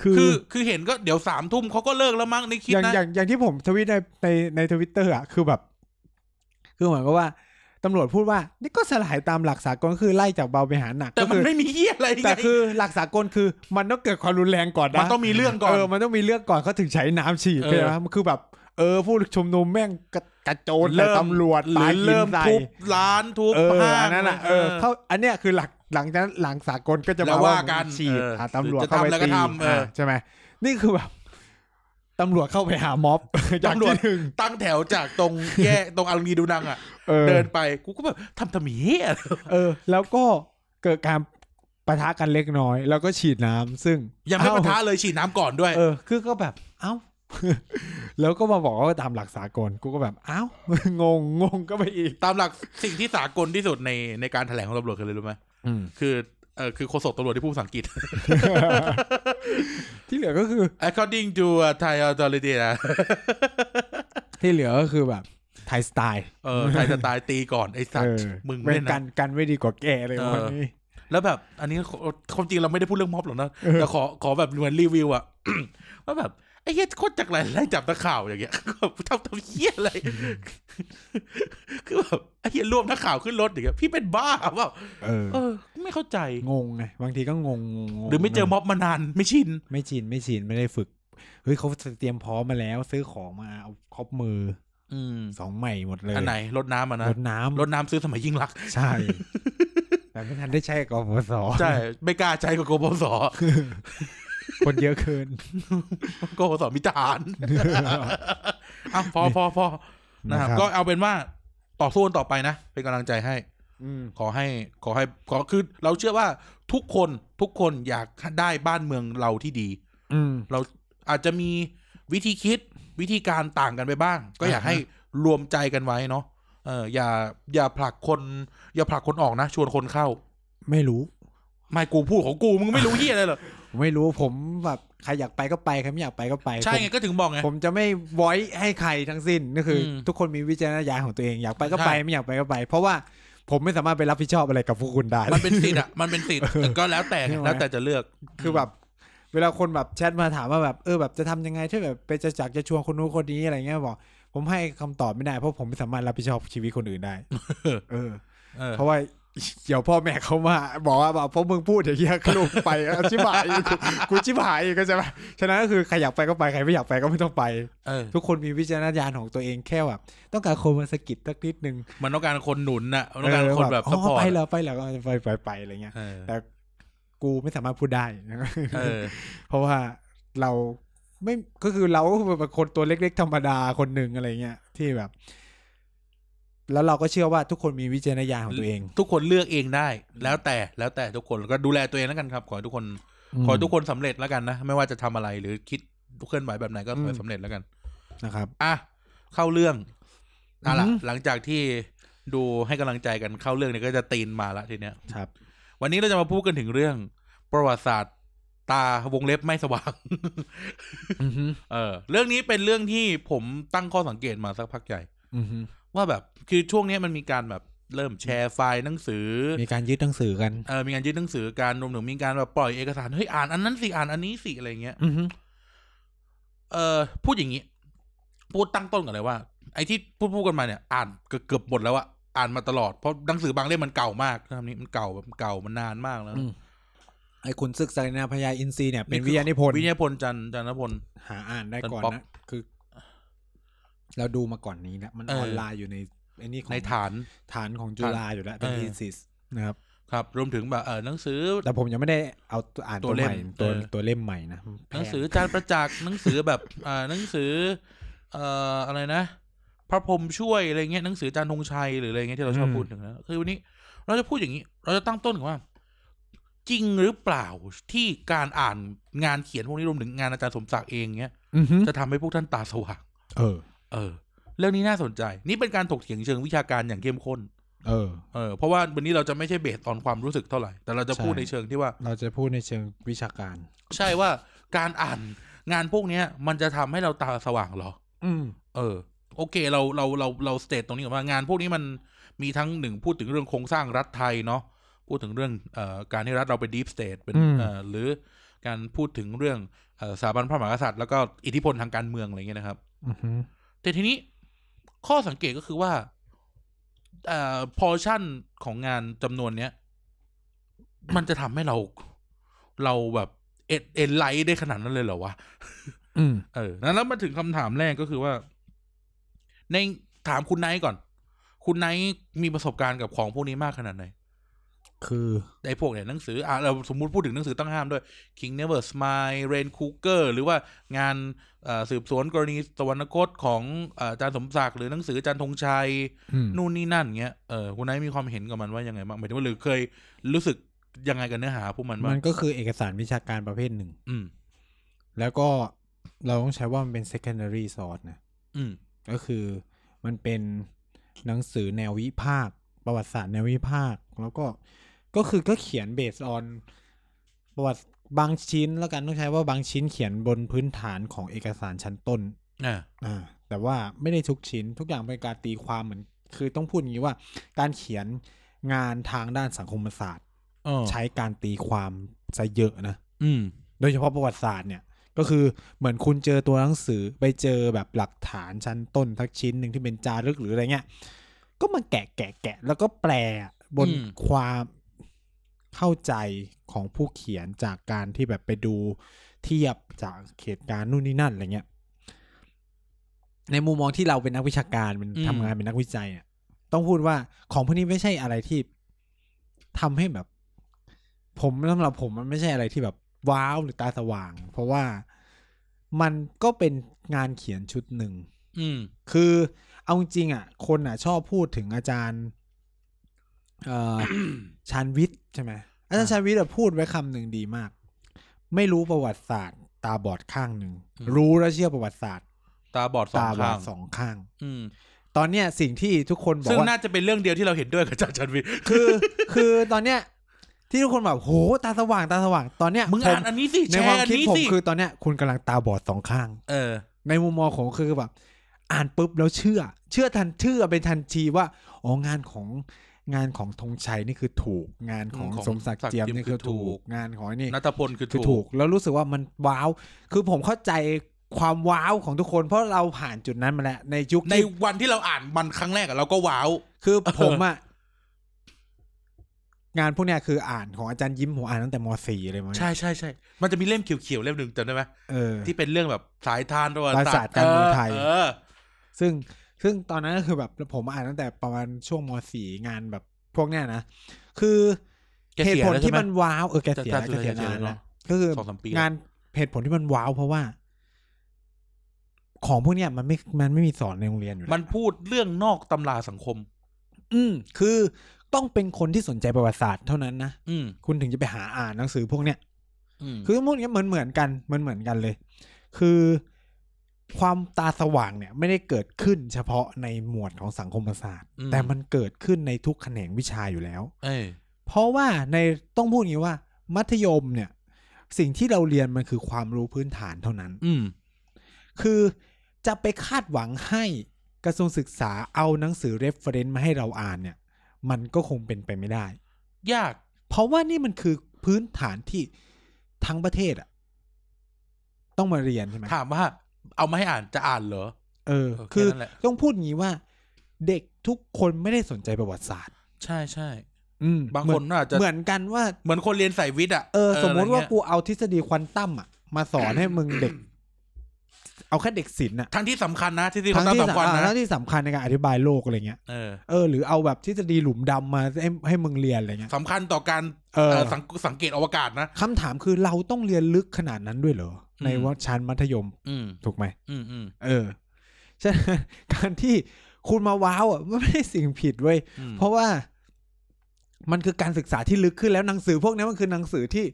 Speaker 1: คือ
Speaker 2: คือ คือเห็นก็เดี๋ยวสามทุ่มเขาก็เลิกแล้วมั้งในคลิป
Speaker 1: อย่าง
Speaker 2: นะ
Speaker 1: อย่างอย่างที่ผมทวิตในในในทวิตเตอร์อ่ะคือแบบ คือเหมือนกับว่าตำรวจพูดว่า นี่ก็สลายตามหลักสากลก็คือไล่จากเบาไปหาหนัก
Speaker 2: แต่
Speaker 1: ก็
Speaker 2: มัน
Speaker 1: คือ
Speaker 2: ไม่มีเหี้ยอะไรไง
Speaker 1: แต่คือหลักสากลคือมันต้องเกิดความรุนแรงก่อน
Speaker 2: มัน
Speaker 1: นะ
Speaker 2: ต้องมีเรื่องก่อน
Speaker 1: เออมันต้องมีเรื่องก่อนเขาถึงใช้น้ำฉีด
Speaker 2: เออ
Speaker 1: ใช่ไหมมันคือแบบ เออผู้ชุมนุมแม่งกระกระโจนใส่ตำรวจ
Speaker 2: หรื
Speaker 1: ปาหิ
Speaker 2: อ
Speaker 1: น
Speaker 2: เริ่ม
Speaker 1: ใส่
Speaker 2: ทุบร้านทุบ
Speaker 1: เออ
Speaker 2: ห้าง
Speaker 1: อันนั้นอ่ะเออเขาอันเนี้ยคือหลักหลังจากนั้นหลังสากลก็จะ
Speaker 2: แล้
Speaker 1: มาว
Speaker 2: ว่ากัน
Speaker 1: ฉีด
Speaker 2: เออ
Speaker 1: หาตำรวจ
Speaker 2: จะ
Speaker 1: เข้าไป
Speaker 2: ทำแล้วก็
Speaker 1: ตี
Speaker 2: ทำเออ
Speaker 1: อ่ะใช่ไหมนี่คือแบบตำรวจเข้าไปหาม็อบ อย่าง
Speaker 2: ตำรวจ
Speaker 1: ที่หนึ่ง
Speaker 2: ตั้งแถวจากตรงแยก ตรงอัลมีดูนังอ่ะ
Speaker 1: เออ
Speaker 2: เดินไป กูก็แบบทำทำไมเหี้ยอะไร
Speaker 1: เออ แล้วก็เกิดการปะทะกันเล็กน้อย แล้วก็ฉีดน้ำซึ่ง
Speaker 2: ยังไม่ปะทะ
Speaker 1: เอ้
Speaker 2: เลยฉีดน้ำก่อนด้วย
Speaker 1: าเออ คือก็แบบ เอ้า แล้วก็มาบอกว่าตามหลักสากล กูก็แบบ เอ้า งง งงก็ไปอีก
Speaker 2: ตามหลักสิ่งที่สากลที่สุดในในการแถลงของตำรวจคืออะไรรู้ไหม
Speaker 1: อืม
Speaker 2: คือเออคือโฆษกตำรวจที่พูดภาษาอังกฤษ
Speaker 1: ที่เหลือก็คือ
Speaker 2: according to uh, Thai authority นะ
Speaker 1: ที่เหลือก็คือแบบไทยสไตล์
Speaker 2: เอ อไทยจะตายตีก่อน ไอ้สัต
Speaker 1: เอ
Speaker 2: ว์
Speaker 1: อ
Speaker 2: มึง
Speaker 1: เป็
Speaker 2: เล่
Speaker 1: น
Speaker 2: น
Speaker 1: กั
Speaker 2: นะ
Speaker 1: นกันไม่ดีกว่าแกเลย
Speaker 2: เออ
Speaker 1: วันนี้
Speaker 2: แล้วแบบ อันนี้ความจริงเราไม่ได้พูดเรื่องม็อบหรอกนะ แต่ขอขอแบบเหมือนรีวิวอะ ว่าแบบ ไอ้เหี้ยโคตรจากไรไล่จับตะข่าวอย่างเงี้ย ทำทำเหี้ยอะไร คือแบบไอ้เหี้ยรวมนักข่าวขึ้นรถอย่างเงี้ยพี่เป็นบ้าเปล่า
Speaker 1: เออ
Speaker 2: เออ ไม่เข้าใจ
Speaker 1: งงไง บางทีก็งงงง
Speaker 2: หรือไม่เจอม็อบมานานไม่ชิน
Speaker 1: ไม่ชิน ไม่ชิน ไม่ได้ฝึก เฮ้ยเขาเตรียมพร้อมมาแล้ว ซื้อของมาเอาครบมือ
Speaker 2: อืม
Speaker 1: สองใหม่หมดเลย
Speaker 2: อันไหนรถน้ำอ่ะนะ
Speaker 1: รถน้ำ
Speaker 2: รถน้ำซื้อสมัยยิ่งรักษณ์
Speaker 1: ใช่ แต่ไม่ทันได้ใช้กับกปส
Speaker 2: ใช่ไม่กล้าใจกับกบส
Speaker 1: คนเยอะเกิ น
Speaker 2: กบสมิจารณ์ อ่ะพอพอพอนะครับ ก็เอาเป็นว่าต่อสู้กันต่อไปนะ เป็นกำลังใจให้
Speaker 1: อืม
Speaker 2: ขอให้ขอให้ขอคือเราเชื่อว่าทุกคนทุกคนอยากได้บ้านเมืองเราที่ดี
Speaker 1: อืม
Speaker 2: เราอาจจะมีวิธีคิดวิธีการต่างกันไปบ้าง ก็อยาก
Speaker 1: อ่าฮะ
Speaker 2: ให้รวมใจกันไว้เนาะเอออย่าอย่าผลักคน อย่าผลักคนออกนะ ชวนคนเข้า
Speaker 1: ไม่รู้
Speaker 2: ไม่กูพูดของกูมึงไม่รู้เฮียอะไรเหรอ
Speaker 1: ไม่รู้ผมแบบใครอยากไปก็ไปใครไม่อยากไปก็ไป
Speaker 2: ใช่
Speaker 1: ผม
Speaker 2: ไงก็ถึงบอกไง
Speaker 1: ผมจะไม่ไว้ให้ใครทั้งสิ้นก็คืออ
Speaker 2: ม
Speaker 1: ทุกคนมีวิจารณญาณของตัวเองอยากไปก็ไป
Speaker 2: ใช่
Speaker 1: ไม่อยากไปก็ไป เพราะว่าผมไม่สามารถไปรับผิดชอบอะไรกับพวก คุณได้
Speaker 2: มันเป็นสิทธิ์อะมันเป็นสิทธิ์แต่ก็แล้วแต่ไง
Speaker 1: ใช่ไหม
Speaker 2: แล้วแต่จะเลือก
Speaker 1: คือแบบ เวลาคนแบบแชทมาถามว่าแบบเออแบบจะทำยังไงถ้าแบบไปจะจากจะชวนคนนู้นคนนี้อะไรเงี้ยบอก ผมให้คำตอบไม่ได้เพราะผมไม่สามารถรับผิดชอบชีวิตคนอื่น ได้ เออ
Speaker 2: เออ
Speaker 1: เพราะว่าเดี๋ยวพ่อแม่เขามาบอกว่าแบบเพราะมึงพูดอย่างเงี้ยลูกไปอ่ะชิบหายอีกกูกูชิบหายอีกก็จะมาฉะนั้นก็คือใครอยากไปก็ไปใครไม่อยากไปก็ไม่ต้องไป
Speaker 2: เออ
Speaker 1: ทุกคนมีวิจารณญาณของตัวเองแค่แบบต้องการคนมาสะกิดสักนิดนึง
Speaker 2: มันต้องการคนหนุนอะมันต้องการคนแบบ
Speaker 1: เอ
Speaker 2: ส
Speaker 1: อ
Speaker 2: ปอร์
Speaker 1: ไป
Speaker 2: ต
Speaker 1: แล้วไปแล้วก็ไปไปไปอะไรเงี้ย
Speaker 2: เออ
Speaker 1: แต่กูไม่สามารถพูดได้ นะ
Speaker 2: เออ
Speaker 1: เพราะว่าเราไม่ก็คือเราก็เป็นคนตัวเล็กๆธรรมดาคนหนึ่งอะไรเงี้ยที่แบบ แล้วเราก็เชื่อว่าทุกคนมีวิจารณญาณของตัวเอง
Speaker 2: ทุกคนเลือกเองได้ แล้วแต่แล้วแต่ทุกคนแล้วก็ดูแลตัวเองแล้วกันครับ ขอให้ทุกคน ขอให้ทุกคนสำเร็จแล้วกันนะ ไม่ว่าจะทำอะไรหรือคิดเคลื่อนไหวแบบไหนก็ขอให้สำเร็จแล้วกัน
Speaker 1: นะครับ
Speaker 2: อ่ะเข้าเรื่องเอ่ะละ
Speaker 1: อือหือ
Speaker 2: หลังจากที่ดูให้กำลังใจกันเข้าเรื่องเนี่ยก็จะตีนมาละทีเนี้ย
Speaker 1: ครับ
Speaker 2: วันนี้เราจะมาพูดกันถึงเรื่อง ประวัติศาสตร์ ตาวงเล็บไม่สว่าง
Speaker 1: อือฮึ
Speaker 2: เออ เรื่องนี้เป็นเรื่องที่ผมตั้งข้อสังเกตมาสักพักใหญ่
Speaker 1: อือฮึ
Speaker 2: ว่าแบบคือช่วงเนี้ยมันมีการแบบเริ่มแชร์ไฟล์หนังสือ
Speaker 1: มีการยึดหนังสือกัน
Speaker 2: เออมีการยึดหนังสือการรวมถึงมีการแบบปล่อยเอกสารเฮ้ยอ่านอันนั้นสิอ่านอันนี้สิอะไรเงี้ย
Speaker 1: อือฮึ
Speaker 2: เออพูดอย่างนี้ พูดตั้งต้นก่อนเลยว่า ไอ้ที่พูดพูดกันมาเนี่ย อ่านเกือบเกือบหมดแล้วอะอ่านมาตลอด เพราะหนังสือบางเล่มมันเก่ามากนะคำนี้มันเก่าแบบเก่ามันนานมากแล้ว
Speaker 1: ไอ้คุณศึกษานาพญาอินทรีย์เนี่ยเป็นวิทยานิพนธ์
Speaker 2: วิทยานิพนธ์จันทร์จันทพล
Speaker 1: หาอ่านได้ก่อน
Speaker 2: เป็นป๊อก
Speaker 1: นะคือ เราดูมาก่อนนี้แล้วมัน
Speaker 2: เอ
Speaker 1: อ
Speaker 2: อ
Speaker 1: อนไลน์อยู่ในไอ้นี่ของ
Speaker 2: ในฐาน
Speaker 1: ฐานของจุฬาอยู่แล้วเป็น
Speaker 2: เออ
Speaker 1: ทีซิสนะครับ
Speaker 2: ครับ รวมถึงแบบเออหนังสือ
Speaker 1: แต่ผมยังไม่ได้เอาอ่าน
Speaker 2: ตั
Speaker 1: ตัว ว
Speaker 2: เล่
Speaker 1: ให
Speaker 2: ม
Speaker 1: ม่ตัว
Speaker 2: เออ
Speaker 1: ตัวเล่มใหม่นะแพ
Speaker 2: หนังสือจานประจักษ์หนังสือแบบ เออหนังสือ เอ่ออะไรนะ พระพรหมช่วยอะไรเงี้ยหนังสือจานธงชัยหรืออะไรเงี้ยที่เราชอบพูดถึงนะคือวันนี้ เราจะพูดอย่างนี้ เราจะตั้งต้นกันว่า จริงหรือเปล่าที่การอ่านงานเขียนพวกนี้รวมถึงงานอาจารย์สมศักดิ์เองเนี้ย
Speaker 1: อือฮึ
Speaker 2: จะทำให้พวกท่านตาสว่าง
Speaker 1: เออ
Speaker 2: เออ เรื่องนี้น่าสนใจ นี่เป็นการถกเถียงเชิงวิชาการอย่างเข้มข้น
Speaker 1: เออ
Speaker 2: เออเพราะว่าวันนี้เราจะไม่ใช่เบสตอนความรู้สึกเท่าไหร่แต่เราจะพูด
Speaker 1: ใช่
Speaker 2: ในเชิงที่ว่า
Speaker 1: เราจะพูดในเชิงวิชาการ
Speaker 2: ใช่ว่าการอ่านงานพวกเนี้ย มันจะทำให้เราตาสว่างเหรอ
Speaker 1: อืม
Speaker 2: เออ โอเคเราเราเราเราสเตทตรงนี้ก่อนว่างานพวกนี้มันมีทั้งหนึ่งพูดถึงเรื่องโครงสร้างรัฐไทยเนาะพูดถึงเรื่องเอ่อการที่รัฐเราเป็นดีฟสเตทเป็น
Speaker 1: อืม
Speaker 2: เอ่อหรือการพูดถึงเรื่องเอ่อสถาบันพระมหากษัตริย์แล้วก็อิทธิพลทางการเมืองอะไรเงี้ยนะครับ
Speaker 1: อือฮึ
Speaker 2: แต่ทีนี้ข้อสังเกตก็คือว่าเอ่อพอชั่นของงานจำนวนเนี้ย มันจะทำให้เรา เราแบบเอ็ดเอ็นไลท์ได้ขนาดนั้นเลยเหรอวะ
Speaker 1: อืม
Speaker 2: เออนั้นแล้วมาถึงคำถามแรกก็คือว่า ในถามคุณไนท์ก่อน คุณไนท์มีประสบการณ์กับของพวกนี้มากขนาดไหน
Speaker 1: คือ
Speaker 2: ไอ้พวกเนี่ยหนังสืออ่ะเราสมมุติพูดถึงหนังสือต้องห้ามด้วย King Never Smile Rain Cooker หรือว่างานเอ่อสืบสวนกรณีสวรรคตของเอ่ออาจารย์สมศักดิ์หรือหนังสืออาจารย์ธงชัย
Speaker 1: อืม
Speaker 2: นู่นนี่นั่นเงี้ยเออคุณไนท์มีความเห็นกับมันว่ายังไงบ้างหมายถึงว่าหรือเคยรู้สึกยังไงกับเนื้อหาพวกมันบ้า
Speaker 1: มั
Speaker 2: ง
Speaker 1: นก็คือเอกสารวิชาการประเภทหนึ่ง
Speaker 2: อืม
Speaker 1: แล้วก็เราต้องใช้ว่ามันเป็น secondary source นะ
Speaker 2: อืม
Speaker 1: ก็คือมันเป็นหนังสือแนววิพากษ์ประวัติศาสตร์แนววิพากษ์แล้วก็ก็คือก็เขียนเบสออนประวัติบางชิ้นแล้วกันต้องใช้ว่าบางชิ้นเขียนบนพื้นฐานของเอกสารชั้นต้น
Speaker 2: อ่า
Speaker 1: อ่าแต่ว่าไม่ได้ทุกชิ้นทุกอย่างเป็นการตีความเหมือนคือต้องพูดอย่างนี้ว่า การเขียนงานทางด้านสังคมศาสตร์
Speaker 2: อ๋อ
Speaker 1: ใช้การตีความซะเยอะนะ
Speaker 2: อืม
Speaker 1: โดยเฉพาะประวัติศาสตร์เนี่ยก็คือเหมือนคุณเจอตัวหนังสือไปเจอแบบหลักฐานชั้นต้นทักชิ้นหนึ่งที่เป็นจารึกหรืออะไรเงี้ยก็มาแกะแกะแกะแล้วก็แปลบน
Speaker 2: อืม
Speaker 1: ความเข้าใจของผู้เขียนจากการที่แบบไปดู เทียบจากเหตุการณ์นู่นนี่นั่นอะไรเงี้ย ในมุมมองที่เราเป็นนักวิชาการเป็น
Speaker 2: อืม
Speaker 1: ทำงานเป็นนักวิจัยเนี่ยต้องพูดว่าของพวกนี้ไม่ใช่อะไรที่ทำให้แบบ ผมสำหรับผมมันไม่ใช่อะไรที่แบบว้าวหรือตาสว่าง เพราะว่ามันก็เป็นงานเขียนชุดหนึ่ง
Speaker 2: อืม
Speaker 1: คือเอาจริงๆอ่ะ คนอ่ะ ชอบพูดถึงอาจารย์ เอ่ อ ชานวิทย์ใช่ไหมอาจารย์
Speaker 2: อ่า
Speaker 1: ชานวิทย์อะพูดไว้คำหนึ่งดีมาก ไม่รู้ประวัติศาสตร์ ตาบอดข้างหนึ่ง
Speaker 2: อืม
Speaker 1: รู้แล้วเชื่อประวัติศาสตร์
Speaker 2: ตาบอดสอง
Speaker 1: ตาบอ
Speaker 2: ข้า
Speaker 1: ด
Speaker 2: ง
Speaker 1: สองข้าง
Speaker 2: อืม
Speaker 1: ตอนเนี้ยสิ่งที่ทุกคนบอก
Speaker 2: ซึ่ง
Speaker 1: ว่า
Speaker 2: น่าจะเป็นเรื่องเดียวที่เราเห็นด้วยกับอาจารย์ชันวิทย์
Speaker 1: คือ คือตอนเนี้ย ที่ทุกคนแบบโหตาสว่างตาสว่างตอนเนี้ย
Speaker 2: มึง
Speaker 1: ผ
Speaker 2: อ่านอันนี้สิ
Speaker 1: ใน
Speaker 2: แช
Speaker 1: ความ
Speaker 2: ร์อัน
Speaker 1: คิด
Speaker 2: นี้
Speaker 1: ผม
Speaker 2: สิ
Speaker 1: คือตอนเนี้ย คุณกำลังตาบอดสองข้าง
Speaker 2: เออ
Speaker 1: ในมุมมองของคือแบบ อ่านปุ๊บแล้วเชื่อ เชื่อทันเชื่อเป็นทันทีว่าอ๋องานของงานของธงชัยนี่คือถูก งานของ
Speaker 2: อืมของ
Speaker 1: สมศักดิ์เจียม
Speaker 2: ศักดิ์เจียม
Speaker 1: นี่คือ
Speaker 2: คือถู
Speaker 1: ถู
Speaker 2: ก
Speaker 1: ก งานของไอ้นี่
Speaker 2: นัทพลคือ
Speaker 1: คือ
Speaker 2: ถู
Speaker 1: ถู
Speaker 2: ก
Speaker 1: ก แล้วรู้สึกว่ามันว้าว คือผมเข้าใจความว้าวของทุกคน เพราะเราผ่านจุดนั้นมาแล้วในยุค
Speaker 2: ใน
Speaker 1: ที่
Speaker 2: วันที่เราอ่านมันครั้งแรกอะเราก็ว้าว
Speaker 1: คือผมอะงานพวกเนี้ยคืออ่านของอาจารย์ยิ้มผมอ่านตั้งแต่ม .4 เลยมั้ง
Speaker 2: ใช่ใช่ใช่ มันจะมีเล่มเขียวๆเล่มหนึ่งจำได้ไหม
Speaker 1: เออ
Speaker 2: ที่เป็นเรื่องแบบสายทานประวัติศาสต
Speaker 1: ประวัติศาสตร์
Speaker 2: ร์
Speaker 1: การเมืองไทย
Speaker 2: เออ
Speaker 1: ซึ่งซึ่งตอนนั้นก็คือแบบผมอ่านตั้งแต่ประมาณช่วงมสี่งานแบบพวกเนี้ยนะ คือ
Speaker 2: แก
Speaker 1: เห
Speaker 2: เสีย
Speaker 1: ตุผล
Speaker 2: แล้วใช่
Speaker 1: ที่
Speaker 2: ไหม
Speaker 1: มันว้าวเออแกเสีย
Speaker 2: แต่
Speaker 1: แกเสีย
Speaker 2: แต่
Speaker 1: นาน
Speaker 2: แต่
Speaker 1: นะก็คือ
Speaker 2: สองสามปี
Speaker 1: งานเหตุผลที่มันว้าวเพราะว่า ของพวกเนี้ยมันไม่มันไม่มีสอนในโรงเรียนอยู่แล้ว
Speaker 2: มันพูดเรื่องนอกตำราสังคม
Speaker 1: อืมคือต้องเป็นคนที่สนใจประวัติศาสตร์เท่านั้นนะ
Speaker 2: อืม
Speaker 1: คุณถึงจะไปหาอ่านหนังสือพวกเนี้ย
Speaker 2: อืม
Speaker 1: คือพวกเนี้ยเหมือนเหมือนกันมันเหมือนกันเลย คือความตาสว่างเนี่ย ไม่ได้เกิดขึ้นเฉพาะในหมวดของสังคมศาสตร์ แต่มันเกิดขึ้นในทุกแขนงวิชาอยู่แล้ว
Speaker 2: เอย
Speaker 1: เพราะว่าในต้องพูดอย่างนี้ว่า มัธยมเนี่ย สิ่งที่เราเรียนมันคือความรู้พื้นฐานเท่านั้น
Speaker 2: อืม
Speaker 1: คือจะไปคาดหวังให้กระทรวงศึกษาเอาหนังสือ reference มาให้เราอ่านเนี่ย มันก็คงเป็นไปไม่ได้
Speaker 2: ยาก
Speaker 1: เพราะว่านี่มันคือพื้นฐานที่ทั้งประเทศอะต้องมาเรียนใช่ไหม
Speaker 2: ถามว่า เอามาให้อ่านจะอ่านเหรอ
Speaker 1: เออ
Speaker 2: เออแค่
Speaker 1: คือ
Speaker 2: นั้นแหละ
Speaker 1: ต้องพูดอย่างนี้ว่า เด็กทุกคนไม่ได้สนใจประวัติศาสตร์
Speaker 2: ใช่ใช่
Speaker 1: อืม
Speaker 2: บาง
Speaker 1: เหมื
Speaker 2: ค
Speaker 1: อน
Speaker 2: น่าจะ
Speaker 1: เหมือนกันว่า
Speaker 2: เหมือนคนเรียนสายวิทย์อะ
Speaker 1: เออสมมติว่า
Speaker 2: อะไรเงี้ย
Speaker 1: กูเอาทฤษฎีควอนตัมอ่ะ มาสอนให้มึงเด็ก เอาแค่เด็กศิลป์อ่ะ
Speaker 2: ทั้งที่สำคัญนะที่ที่เขาตั้ง
Speaker 1: ที่
Speaker 2: สำคัญ
Speaker 1: อ่า
Speaker 2: นะ
Speaker 1: ทั้งที่สำคัญในการอธิบายโลกอะไรเงี้ย
Speaker 2: เออ
Speaker 1: เออหรือเอาแบบทฤษฎีหลุมดำมาให้ให้มึงเรียนอะไรเงี้ย
Speaker 2: สำคัญต่อการ
Speaker 1: เออ
Speaker 2: เอ่อสังสังเกตอวกาศนะ
Speaker 1: คำถามคือเราต้องเรียนลึกขนาดนั้นด้วยเหรอ
Speaker 2: อืม
Speaker 1: ในว่าชั้นมัธยม
Speaker 2: อืม
Speaker 1: ถูกไหม
Speaker 2: อืมอืม
Speaker 1: เออฉะนั้นการที่คุณมาว้าวอ่ะมันไม่ได้สิ่งผิดเว้ย
Speaker 2: อืม
Speaker 1: เพราะว่ามันคือการศึกษาที่ลึกขึ้นแล้วหนังสือพวกนี้มันคือหนังสือที่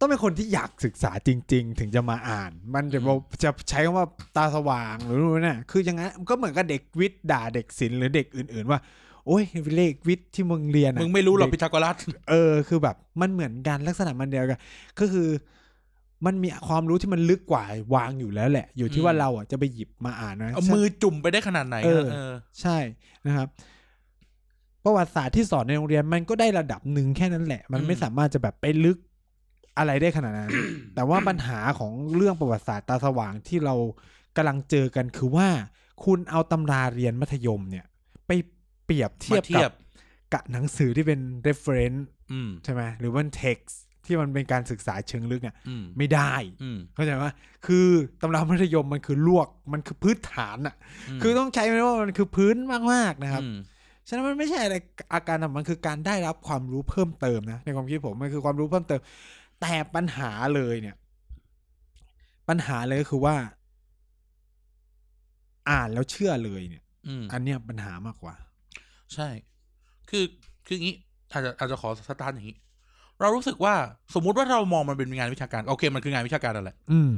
Speaker 1: ต้องเป็นคนที่อยากศึกษาจริง ๆ ถึงจะมาอ่าน มันจะบอกจะใช้คำว่าตาสว่างหรือรู้นะคืออย่างนั้นก็เหมือนกับเด็กวิทย์ด่าเด็กศิลป์หรือเด็กอื่น ๆ ว่า โอ้ยเลขวิทย์ที่มึงเรียนน่ะ
Speaker 2: มึงไม่รู้หรอก
Speaker 1: เด็
Speaker 2: พิทาโกรัส
Speaker 1: เออคือแบบ มันเหมือนกันลักษณะมันเดียวกันก็คือ มันมีความรู้ที่มันลึกกว่าวางอยู่แล้วแหละ อยู่ที่ว่า
Speaker 2: อืม
Speaker 1: เราอ่ะจะไปหยิบมาอ่านนะ
Speaker 2: เอามือจุ่มไปได้ขนาดไหน
Speaker 1: เออ
Speaker 2: เออ
Speaker 1: ใช่นะครับ ประวัติศาสตร์ที่สอนในโรงเรียนมันก็ได้ระดับหนึ่งแค่นั้นแหละ มันไม่
Speaker 2: อืม
Speaker 1: สามารถจะแบบไปลึกอะไรได้ขนาด นั้น แต่ว่าปัญหาของเรื่องประวัติศาสตร์ตาสว่างที่เรากำลังเจอกันคือว่า คุณเอาตำราเรียนมัธยมเนี่ย ไปเปรียบเทียบ
Speaker 2: มาเทีย
Speaker 1: กั
Speaker 2: บบ
Speaker 1: กับหนังสือที่เป็น reference
Speaker 2: อืม
Speaker 1: ใช่ไหมหรือว่า text ที่มันเป็นการศึกษาเชิงลึกเนี่ย
Speaker 2: อืม
Speaker 1: ไม่ได้
Speaker 2: อืม
Speaker 1: เข้าใจไหมคือตำรามัธยมมันคือลวกมันคือพื้นฐานอะ
Speaker 2: ม
Speaker 1: คือต้องใช้ไหมว่ามันคือพื้นมากๆนะครับ
Speaker 2: อืม
Speaker 1: ฉะนั้นมันไม่ใช่อะไรอาการนะมันคือการได้รับความรู้เพิ่มเติมนะในความคิดผมมันคือความรู้เพิ่มเติม แต่ปัญหาเลยเนี่ย ปัญหาเลยก็คือว่า อ่านแล้วเชื่อเลยเนี่ย
Speaker 2: อืม
Speaker 1: อันเนี้ยปัญหามากกว่า
Speaker 2: ใช่ คือ คืออย่างนี้ อาจจะ อาจจะขอสตาร์ทอย่างนี้ เรารู้สึกว่า สมมุติว่าเรามองมันเป็นงานวิชาการ โอเค มันคืองานวิชาการนั่นแหละ
Speaker 1: อืม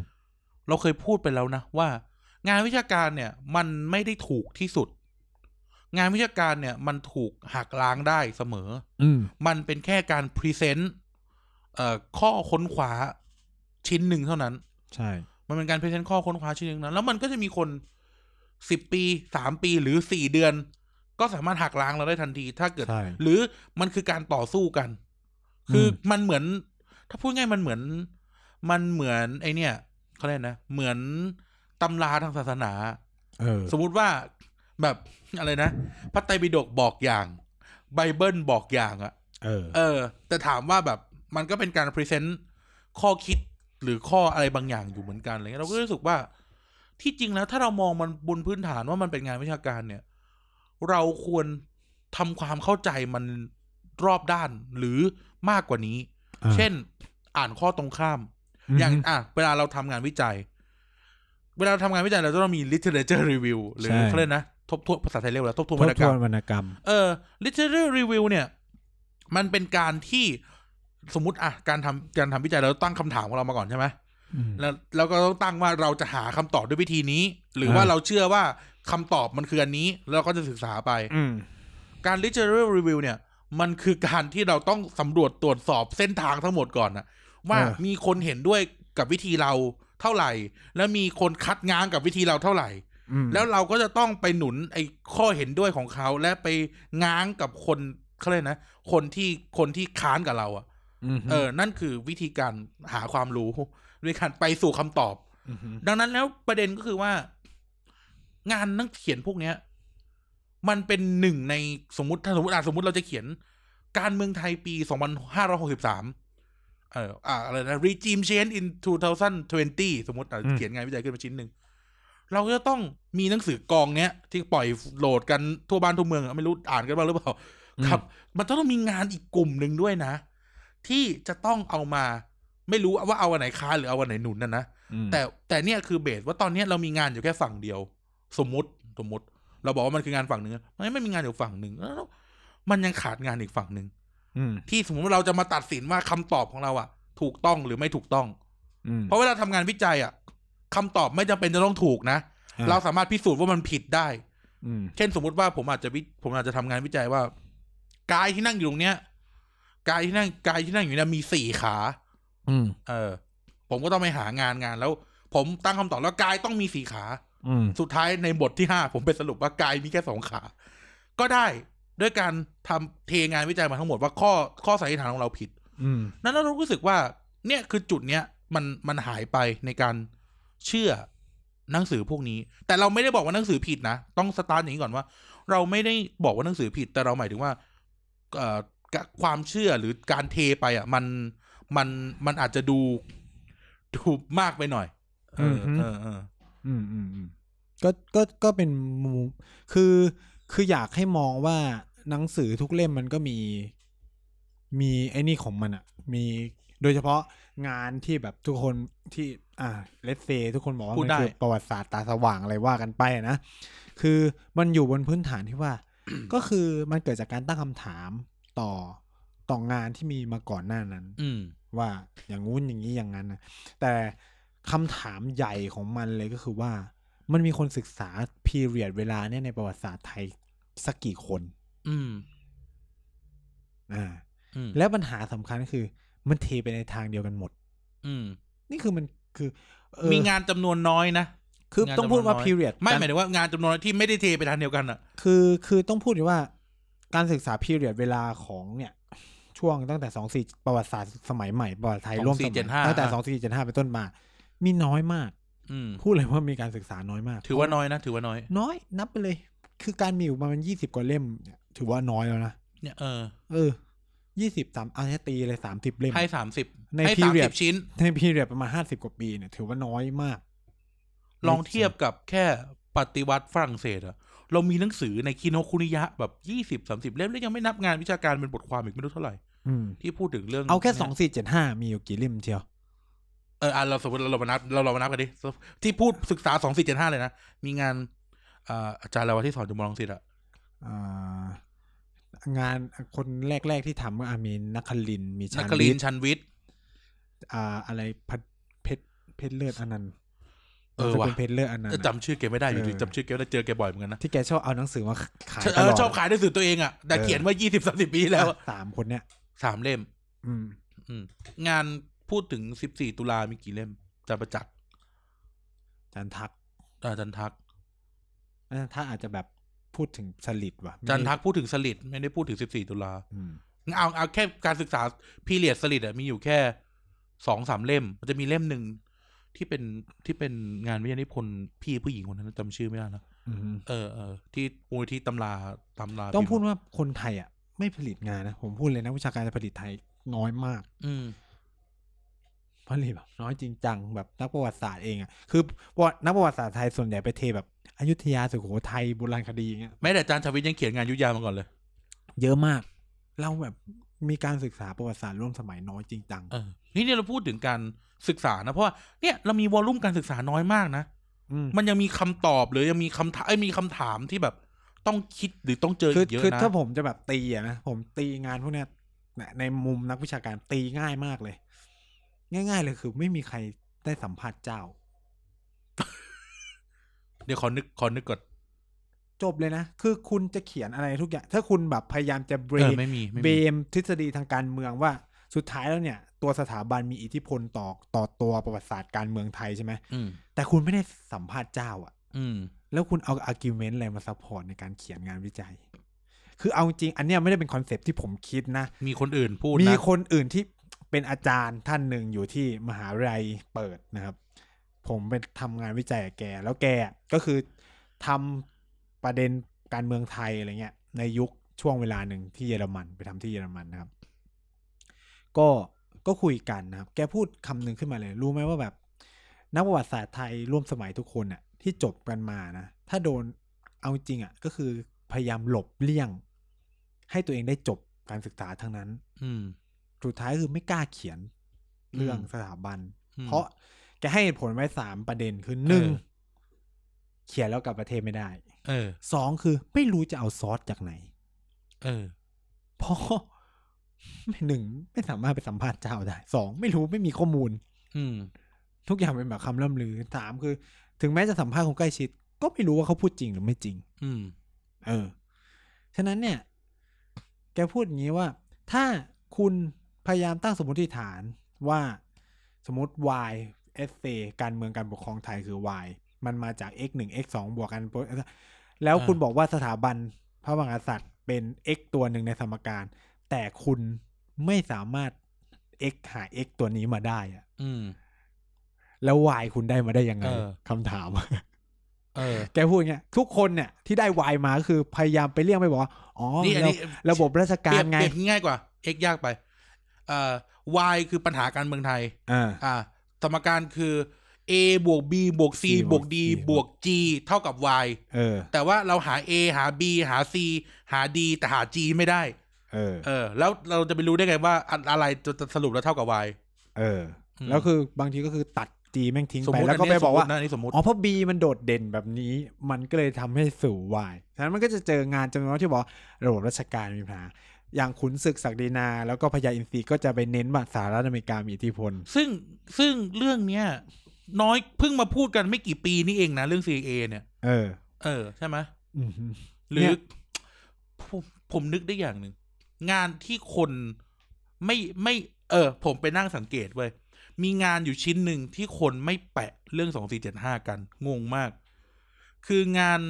Speaker 2: เราเคยพูดไปแล้วนะว่า งานวิชาการเนี่ย มันไม่ได้ถูกที่สุด งานวิชาการเนี่ย มันถูกหักล้างได้เสมอ
Speaker 1: อืม
Speaker 2: มันเป็นแค่การพรีเซนต์เอ่อข้อค้นคว้าชิ้นหนึ่งเท่านั้น
Speaker 1: ใช่
Speaker 2: มันเป็นการพรีเซนต์ข้อค้นคว้าชิ้นหนึ่งนั้น แล้วมันก็จะมีคนสิบปีสามปีหรือสี่เดือน ก็สามารถหักล้างเราได้ทันที ถ้าเกิด
Speaker 1: ใช่
Speaker 2: หรือมันคือการต่อสู้กัน
Speaker 1: อืม
Speaker 2: คือมันเหมือน ถ้าพูดง่ายมันเหมือน มันเหมือนไอเนี่ยเขาเรียกนะ เหมือนตำราทางศาสนา
Speaker 1: เออ
Speaker 2: สมมุติว่าแบบ อะไรนะพระไตรปิฎกบอกอย่าง ไบเบิลบอกอย่างอะ
Speaker 1: เออ
Speaker 2: เออ แต่ถามว่าแบบมันก็เป็นการพรีเซนต์ข้อคิด หรือข้ออะไรบางอย่างอยู่เหมือนกันอะไรเงี้ยเราก็รู้สึกว่า ที่จริงแล้ว ถ้าเรามองมันบนพื้นฐานว่ามันเป็นงานวิชาการเนี่ย เราควรทำความเข้าใจมันรอบด้านหรือมากกว่านี้
Speaker 1: อ่า
Speaker 2: เช่น อ่านข้อตรงข้าม อย่าง
Speaker 1: ม
Speaker 2: อ่ะเวลาเราทำงานวิจัย เวลาเราทำงานวิจัยเราจะต้องมี literature review หรือ
Speaker 1: ใช่
Speaker 2: เขาเรียกนะ ทบทวนภาษาไทยเรียกว่าอะไรทบทวน
Speaker 1: ทบ
Speaker 2: วรรณ
Speaker 1: ท
Speaker 2: กรร
Speaker 1: ว
Speaker 2: ม
Speaker 1: นวรรณกรรม
Speaker 2: เออ literature review เนี่ย มันเป็นการที่สมมติอ่ะการทำการทำวิจัยเราตั้งคำถามของเรามาก่อนใช่ไหม
Speaker 1: อืม
Speaker 2: แล้วเราก็ต้องตั้งว่าเราจะหาคำตอบด้วยวิธีนี้ หรือว่า
Speaker 1: อ่า
Speaker 2: เราเชื่อว่าคำตอบมันคืออันนี้เราก็จะศึกษาไป
Speaker 1: อืม
Speaker 2: การ literature review เนี่ย มันคือการที่เราต้องสำรวจตรวจสอบเส้นทางทั้งหมดก่อนนะว่า
Speaker 1: เออ
Speaker 2: มีคนเห็นด้วยกับวิธีเราเท่าไหร่ และมีคนคัดง้างกับวิธีเราเท่าไหร่
Speaker 1: อืม
Speaker 2: แล้วเราก็จะต้องไปหนุนไอ้ข้อเห็นด้วยของเขาและไปง้างกับคนเขาเรียกนะ คนที่คนที่ค้านกับเราอะ
Speaker 1: ม
Speaker 2: เออ นั่นคือวิธีการหาความรู้ด้วยการไปสู่คำตอบ
Speaker 1: ม
Speaker 2: ดังนั้นแล้วประเด็นก็คือว่า งานนักเขียนพวกเนี้ย มันเป็นหนึ่งในสมมติถ้าสมมติอ่ะสมมติเราจะเขียน การเมืองไทยปี 2563 เอ่ออ่ะอะไรนะ regime change in 2020 สมมติอ่ะเขียนงานวิจัยขึ้นมาชิ้นหนึ่ง เราก็จะต้องมีหนังสือกองเนี้ย ที่ปล่อยโหลดกันทั่วบ้านทั่วเมืองอ่ะไม่รู้อ่านกันบ้างหรือเปล่า ครับ มันต้องมีงานอีกกลุ่มหนึ่งด้วยนะ ที่จะต้องเอามา ไม่รู้ว่าเอาอันไหนค้านหรือเอาอันไหนหนุนนะนะ
Speaker 1: อืม
Speaker 2: แต่แต่เนี่ยคือเบสว่าตอนเนี้ยเรามีงานอยู่แค่ฝั่งเดียว สมมติสมมติ เราบอกว่ามันคืองานฝั่งหนึ่งมันไม่มีงานอยู่ฝั่งหนึ่งแล้วมันยังขาดงานอีกฝั่งหนึ่ง
Speaker 1: อืม
Speaker 2: ที่สมมติว่าเราจะมาตัดสินว่าคำตอบของเราอะถูกต้องหรือไม่ถูกต้อง
Speaker 1: อืม
Speaker 2: เพราะเวลาทำงานวิจัยอะคำตอบไม่จำเป็นจะต้องถูกนะ
Speaker 1: อ่ะ
Speaker 2: เราสามารถพิสูจน์ว่ามันผิดได้
Speaker 1: อืม
Speaker 2: เช่นสมมติว่าผมอาจจะวิผมอาจจะทำงานวิจัยว่ากายที่นั่งอยู่ตรงเนี้ยกายที่นั่งกายที่นั่งอยู่เนี่ยมีสี่ขา
Speaker 1: อืม
Speaker 2: เออ ผมก็ต้องไปหางานงานแล้ว ผมตั้งคำตอบแล้วกายต้องมีสี่ขา
Speaker 1: อืม
Speaker 2: สุดท้ายในบทที่ห้าผมไปสรุปว่ากายมีแค่สองขา ก็ได้ด้วยการทำเทงานวิจัยมาทั้งหมดว่าข้อข้อสันนิษฐานของเราผิด
Speaker 1: อืม
Speaker 2: นั้นเรารู้สึกว่า เนี่ยคือจุดเนี้ยมันมันหายไปในการเชื่อหนังสือพวกนี้ แต่เราไม่ได้บอกว่าหนังสือผิดนะต้องสตาร์ทอย่างนี้ก่อนว่า เราไม่ได้บอกว่าหนังสือผิด แต่เราหมายถึงว่าเอ่อกะความเชื่อหรือการเทไปอ่ะ มันมันมันอาจจะดูดูมากไปหน่อยเออเออเออ
Speaker 1: อืมอืมอืมก็ก็ก็เป็นมุมคือคืออยากให้มองว่าหนังสือทุกเล่มมันก็มี มีไอ้นี่ของมันอะมีโดยเฉพาะงานที่แบบทุกคนที่อ่าเลสเซทุกคนบอกว่ามันคือประวัติศาสตร์ตาสว่างอะไรว่ากันไปอะนะคือมันอยู่บนพื้นฐานที่ว่า ก็คือมันเกิดจากการตั้งคำถามต่อต่องานที่มีมาก่อนหน้านั้น
Speaker 2: อืม
Speaker 1: ว่าอย่างงู้นอย่างนี้อย่างนั้นนะแต่คำถามใหญ่ของมันเลยก็คือว่า มันมีคนศึกษาพีเรียดเวลาเนี่ยในประวัติศาสตร์ไทยสักกี่คน
Speaker 2: อืม
Speaker 1: อ่า
Speaker 2: อืม
Speaker 1: และปัญหาสำคัญก็คือ มันเทไปในทางเดียวกันหมด
Speaker 2: อืม
Speaker 1: นี่คือมันคือเออ
Speaker 2: มีงานจำนวนน้อยนะ
Speaker 1: คือต้องพูดว่าพีเรียด
Speaker 2: ไม่หมายถึงว่างานจำนวนที่ไม่ได้เทไปทางเดียวกันอ่ะ
Speaker 1: คือคือต้องพูดว่า การศึกษาพีเรียดเวลาของเนี่ย ช่วงตั้งแต่สองสี่ประวัติศาสตร์สมัยใหม่ประวัติไทยร่วมสมัย
Speaker 2: 2475
Speaker 1: ตั้งแต่สองสี่เจ็ดห้าเป็นต้นมา มีน้อยมาก
Speaker 2: อืม
Speaker 1: พูดเลยว่ามีการศึกษาน้อยมาก
Speaker 2: ถือว่าน้อยนะ ถือว่าน้อย
Speaker 1: น้อยนับไปเลย คือการมีอยู่ประมาณยี่สิบกว่าเล่มเนี่ยถือว่าน้อยแล้วนะ
Speaker 2: เนี่ยเออ
Speaker 1: เออยี่สิบสามเอาให้ตีเลยสามสิบเล่ม
Speaker 2: ให้สามสิบ
Speaker 1: ใน
Speaker 2: ให้
Speaker 1: period
Speaker 2: สามสิบชิ้น
Speaker 1: ในพีเรียดประมาณห้าสิบกว่าปีเนี่ย ถือว่าน้อยมาก
Speaker 2: ลองเทียบกับแค่ปฏิวัติฝรั่งเศสอะเรามีหนังสือในคิโนคุนิยะแบบยี่สิบสามสิบเล่มแล้วยังไม่นับงานวิชาการเป็นบทความอีกไม่รู้เท่าไหร่
Speaker 1: อืม
Speaker 2: ที่พูดถึงเรื่อง
Speaker 1: เอาแค่
Speaker 2: นี่ย
Speaker 1: สองสี่เจ็ดห้ามีอยู่กี่เล่มเชียว
Speaker 2: เอออ่ะเราสมมติเราเรามานับเราเรามานับกันดิที่พูดศึกษาสองสี่เจ็ดห้าเลยนะ มีงานเอ่ออาจารย์เราวะที่สอนอยู่มอลังสิตอะ
Speaker 1: อ่างานคนแรก ๆ ที่ทำก็อามีนักคลินทร์มี
Speaker 2: นั
Speaker 1: ชาก ญ
Speaker 2: กลิ
Speaker 1: วิ
Speaker 2: น
Speaker 1: ทย์
Speaker 2: ชันวิทย์
Speaker 1: อ่า อะไรพัดเพชรเพชรเลิศอนันต์
Speaker 2: เออ
Speaker 1: จะ
Speaker 2: ว่ะ
Speaker 1: เป็นเพชรเลิศอนันต์อะ
Speaker 2: จำชื่อแกไม่ได้อยู่ดี
Speaker 1: เออ
Speaker 2: จำชื่อแกไม่ได้เจอแกบ่อยเหมือนกันนะ
Speaker 1: ที่แกชอบเอาหนังสือมาขายต
Speaker 2: เอ
Speaker 1: ล
Speaker 2: อ
Speaker 1: อด
Speaker 2: ชอบขายหนังสือตัวเองอะแต่เขียนว่ายี่สิบสามสิบปีที่แล้วอะ
Speaker 1: สามคนเนี่ย
Speaker 2: สามเล่ม
Speaker 1: อืม
Speaker 2: อืมงานพูดถึงสิบสี่ตุลามีกี่เล่มอาจารย์ประจักษ์
Speaker 1: อาจันทัก
Speaker 2: อาจารย์ทักษ์
Speaker 1: อาจารย์ทักอาจจะแบบพูดถึงสลิดว่ะ
Speaker 2: อาจารย์ทักษ์พูดถึงสลิดไม่ได้พูดถึงสิบสี่ตุลา
Speaker 1: อืม
Speaker 2: เอาเอาแค่การศึกษาพีเรียดสลิดอะมีอยู่แค่สองสามเล่ม มันจะมีเล่มหนึ่งที่เป็นที่เป็นงานวิทยานิพนธ์พี่ผู้หญิงคนนั้นจำชื่อไม่ได้นะ
Speaker 1: อืม
Speaker 2: เออเออที่มูลที่ตำราตำรา
Speaker 1: ต้องพูดว่าคนไทยอ่ะ ไม่ผลิตงานนะ ผมพูดเลยนะวิชาการจะผลิตไทยน้อยมาก
Speaker 2: อืม
Speaker 1: ผลิตแบบน้อยจริงจังแบบนักประวัติศาสตร์เองอ่ะคือประวัตินักประวัติศาสตร์ไทยส่วนใหญ่ไปเทแบบอยุธยาสุโขทัยโบราณคดีอย่างเงี้ย
Speaker 2: แม้แต่อาจารย์ชวิตยังเขียนงานอยุธยามาก่อนเลย
Speaker 1: เยอะมาก เราแบบมีการศึกษาประวัติศาสตร์ร่วมสมัยน้อยจริงจัง
Speaker 2: เออ นี่เนี่ยเราพูดถึงการศึกษานะ เพราะว่าเนี่ยเรามีวอลลุ่มการศึกษาน้อยมากนะ
Speaker 1: อืม
Speaker 2: มันยังมีคำตอบหรือยังมีคำถามเอ้ยมีคำถามที่แบบต้องคิดหรือต้องเจอ
Speaker 1: คือ
Speaker 2: อีกเยอะ
Speaker 1: คือ
Speaker 2: นะ
Speaker 1: ถ้าผมจะแบบตีอ่ะนะผมตีงานพวกเนี้ยนะในมุมนักวิชาการตีง่ายมากเลย ง่าย ๆ เลยคือไม่มีใครได้สัมผัสเจ้า
Speaker 2: เดี๋ยวขอนึกขอนึกก่อน
Speaker 1: จบเลยนะ คือคุณจะเขียนอะไรทุกอย่าง ถ้าคุณแบบพยายามจะเบร
Speaker 2: เออก ไม่มีไม่
Speaker 1: เบ
Speaker 2: มี
Speaker 1: มทฤษฎีทางการเมืองว่าสุดท้ายแล้วเนี่ย ตัวสถาบันมีอิทธิพลต่อต่อตัวประวัติศาสตร์การเมืองไทยใช่ไหม
Speaker 2: อืม
Speaker 1: แต่คุณไม่ได้สัมภาษณ์เจ้าอะ
Speaker 2: อืม
Speaker 1: แล้วคุณเอาอาร์กิวเมนต์อะไรมาซัพพอร์ตในการเขียนงานวิจัย คือเอาจริงอันเนี้ยไม่ได้เป็นคอนเซปต์ที่ผมคิดนะ
Speaker 2: มีคนอื่นพูด
Speaker 1: มี
Speaker 2: นะ
Speaker 1: คนอื่นที่เป็นอาจารย์ท่านหนึ่งอยู่ที่มหาวิทยาลัยเปิดนะครับ ผมไปทำงานวิจัยกับแก แล้วแกก็คือทำประเด็นการเมืองไทยอะไรเงี้ย ในยุคช่วงเวลาหนึ่งที่เยอรมันไปทำที่เยอรมันนะครับ ก็ก็คุยกันนะครับ แกพูดคำหนึ่งขึ้นมาเลย รู้ไหมว่าแบบ นักประวัติศาสตร์ไทยร่วมสมัยทุกคนน่ะที่จบกันมานะ ถ้าโดนเอาจริงอ่ะก็คือพยายามหลบเลี่ยง ให้ตัวเองได้จบการศึกษาทั้งนั้น
Speaker 2: อืม
Speaker 1: สุดท้ายคือไม่กล้าเขียนเรื่อง
Speaker 2: อืม
Speaker 1: สถาบัน
Speaker 2: อืม
Speaker 1: เพราะแกให้เหตุผลไว้สามประเด็นคือหนึ่ง
Speaker 2: เออ
Speaker 1: เขียนแล้วกลับประเทศไม่ได้
Speaker 2: เออ
Speaker 1: สองคือไม่รู้จะเอาซอสจากไหน
Speaker 2: เออ
Speaker 1: เพราะ หนึ่งไม่สามารถไปสัมภาษณ์เจ้าได้สองไม่รู้ไม่มีข้อมูล
Speaker 2: อืม
Speaker 1: ทุกอย่างเป็นแบบคำล่ำลือสามคือ ถึงแม้จะสัมภาษณ์คนใกล้ชิด ก็ไม่รู้ว่าเขาพูดจริงหรือไม่จริง
Speaker 2: อืม
Speaker 1: เออ ฉะนั้นเนี่ย แกพูดอย่างนี้ว่า ถ้าคุณพยายามตั้งสมมติฐานว่าสมมติ y เอสการเมืองการปกครองไทยคือ y มันมาจาก x 1 x 2บวกกัน แล้วคุณ
Speaker 2: อ่า
Speaker 1: บอกว่าสถาบันพระมหากษัตริย์เป็น x ตัวหนึ่งในสมการ แต่คุณไม่สามารถ x หา x ตัวนี้มาได้อะ
Speaker 2: อืม
Speaker 1: แล้ว y คุณได้มาได้ยังไง
Speaker 2: เออ
Speaker 1: คำถาม
Speaker 2: เออ
Speaker 1: แกพูดอย่างเงี้ยทุกคนเนี่ยที่ได้วายมาก็คือพยายามไปเลี่ยงไปบอกว่าอ๋อ
Speaker 2: นี่อันนี้
Speaker 1: ระระบบราช
Speaker 2: เป
Speaker 1: การ
Speaker 2: รียบ
Speaker 1: ไง
Speaker 2: เปรียบง่ายกว่า x ยากไป เอ่อ y คือปัญหาการเมืองไทย
Speaker 1: อ่า
Speaker 2: อ่า สมการคือ a บวก b บวก c บวก
Speaker 1: บ
Speaker 2: d
Speaker 1: วก C
Speaker 2: บวก g เท่ากับ y
Speaker 1: เออ
Speaker 2: แต่ว่าเราหา a หา b หา c หา d แต่หา g ไม่ได้
Speaker 1: เออ
Speaker 2: เออ แล้วเราจะไปรู้ได้ไงว่าอันอะไรจะจะสรุปแล้วเท่ากับ y
Speaker 1: เออ
Speaker 2: อืม
Speaker 1: แล้วคือบางทีก็คือตัดจีแม่งทิ้ง
Speaker 2: สม
Speaker 1: ไป
Speaker 2: มติ
Speaker 1: แล้วก็ไป
Speaker 2: นนี้
Speaker 1: บอกว่า
Speaker 2: สมมตินะนนี้สมมติ
Speaker 1: อ๋อเพราะบีมันโดดเด่นแบบนี้ มันก็เลยทำให้สู่วายฉะนั้นมันก็จะเจองานจำนวนมากที่บอกว่าระบบราชการมีปัญหาอย่างขุนศึกศักดินา แล้วก็พญาอินทรีก็จะไปเน้นว่าสหรัฐอเมริกามีอิทธิพล
Speaker 2: ซึ่งซึ่งเรื่องเนี้ยน้อยเพิ่งมาพูดกันไม่กี่ปีนี่เองนะ เรื่อง c a เนี่ย
Speaker 1: เออ
Speaker 2: เออ ใช่ไหม
Speaker 1: อือฮึ
Speaker 2: หรื
Speaker 1: เนี่
Speaker 2: อย ผมผมนึกได้อย่างหนึ่ง งานที่คนไม่ไม่ เออ ผมไปนั่งสังเกตเว้ยมีงานอยู่ชิ้นหนึ่งที่คนไม่แปะเรื่องสองสี่เจ็ดห้ากัน งงมาก คืองาน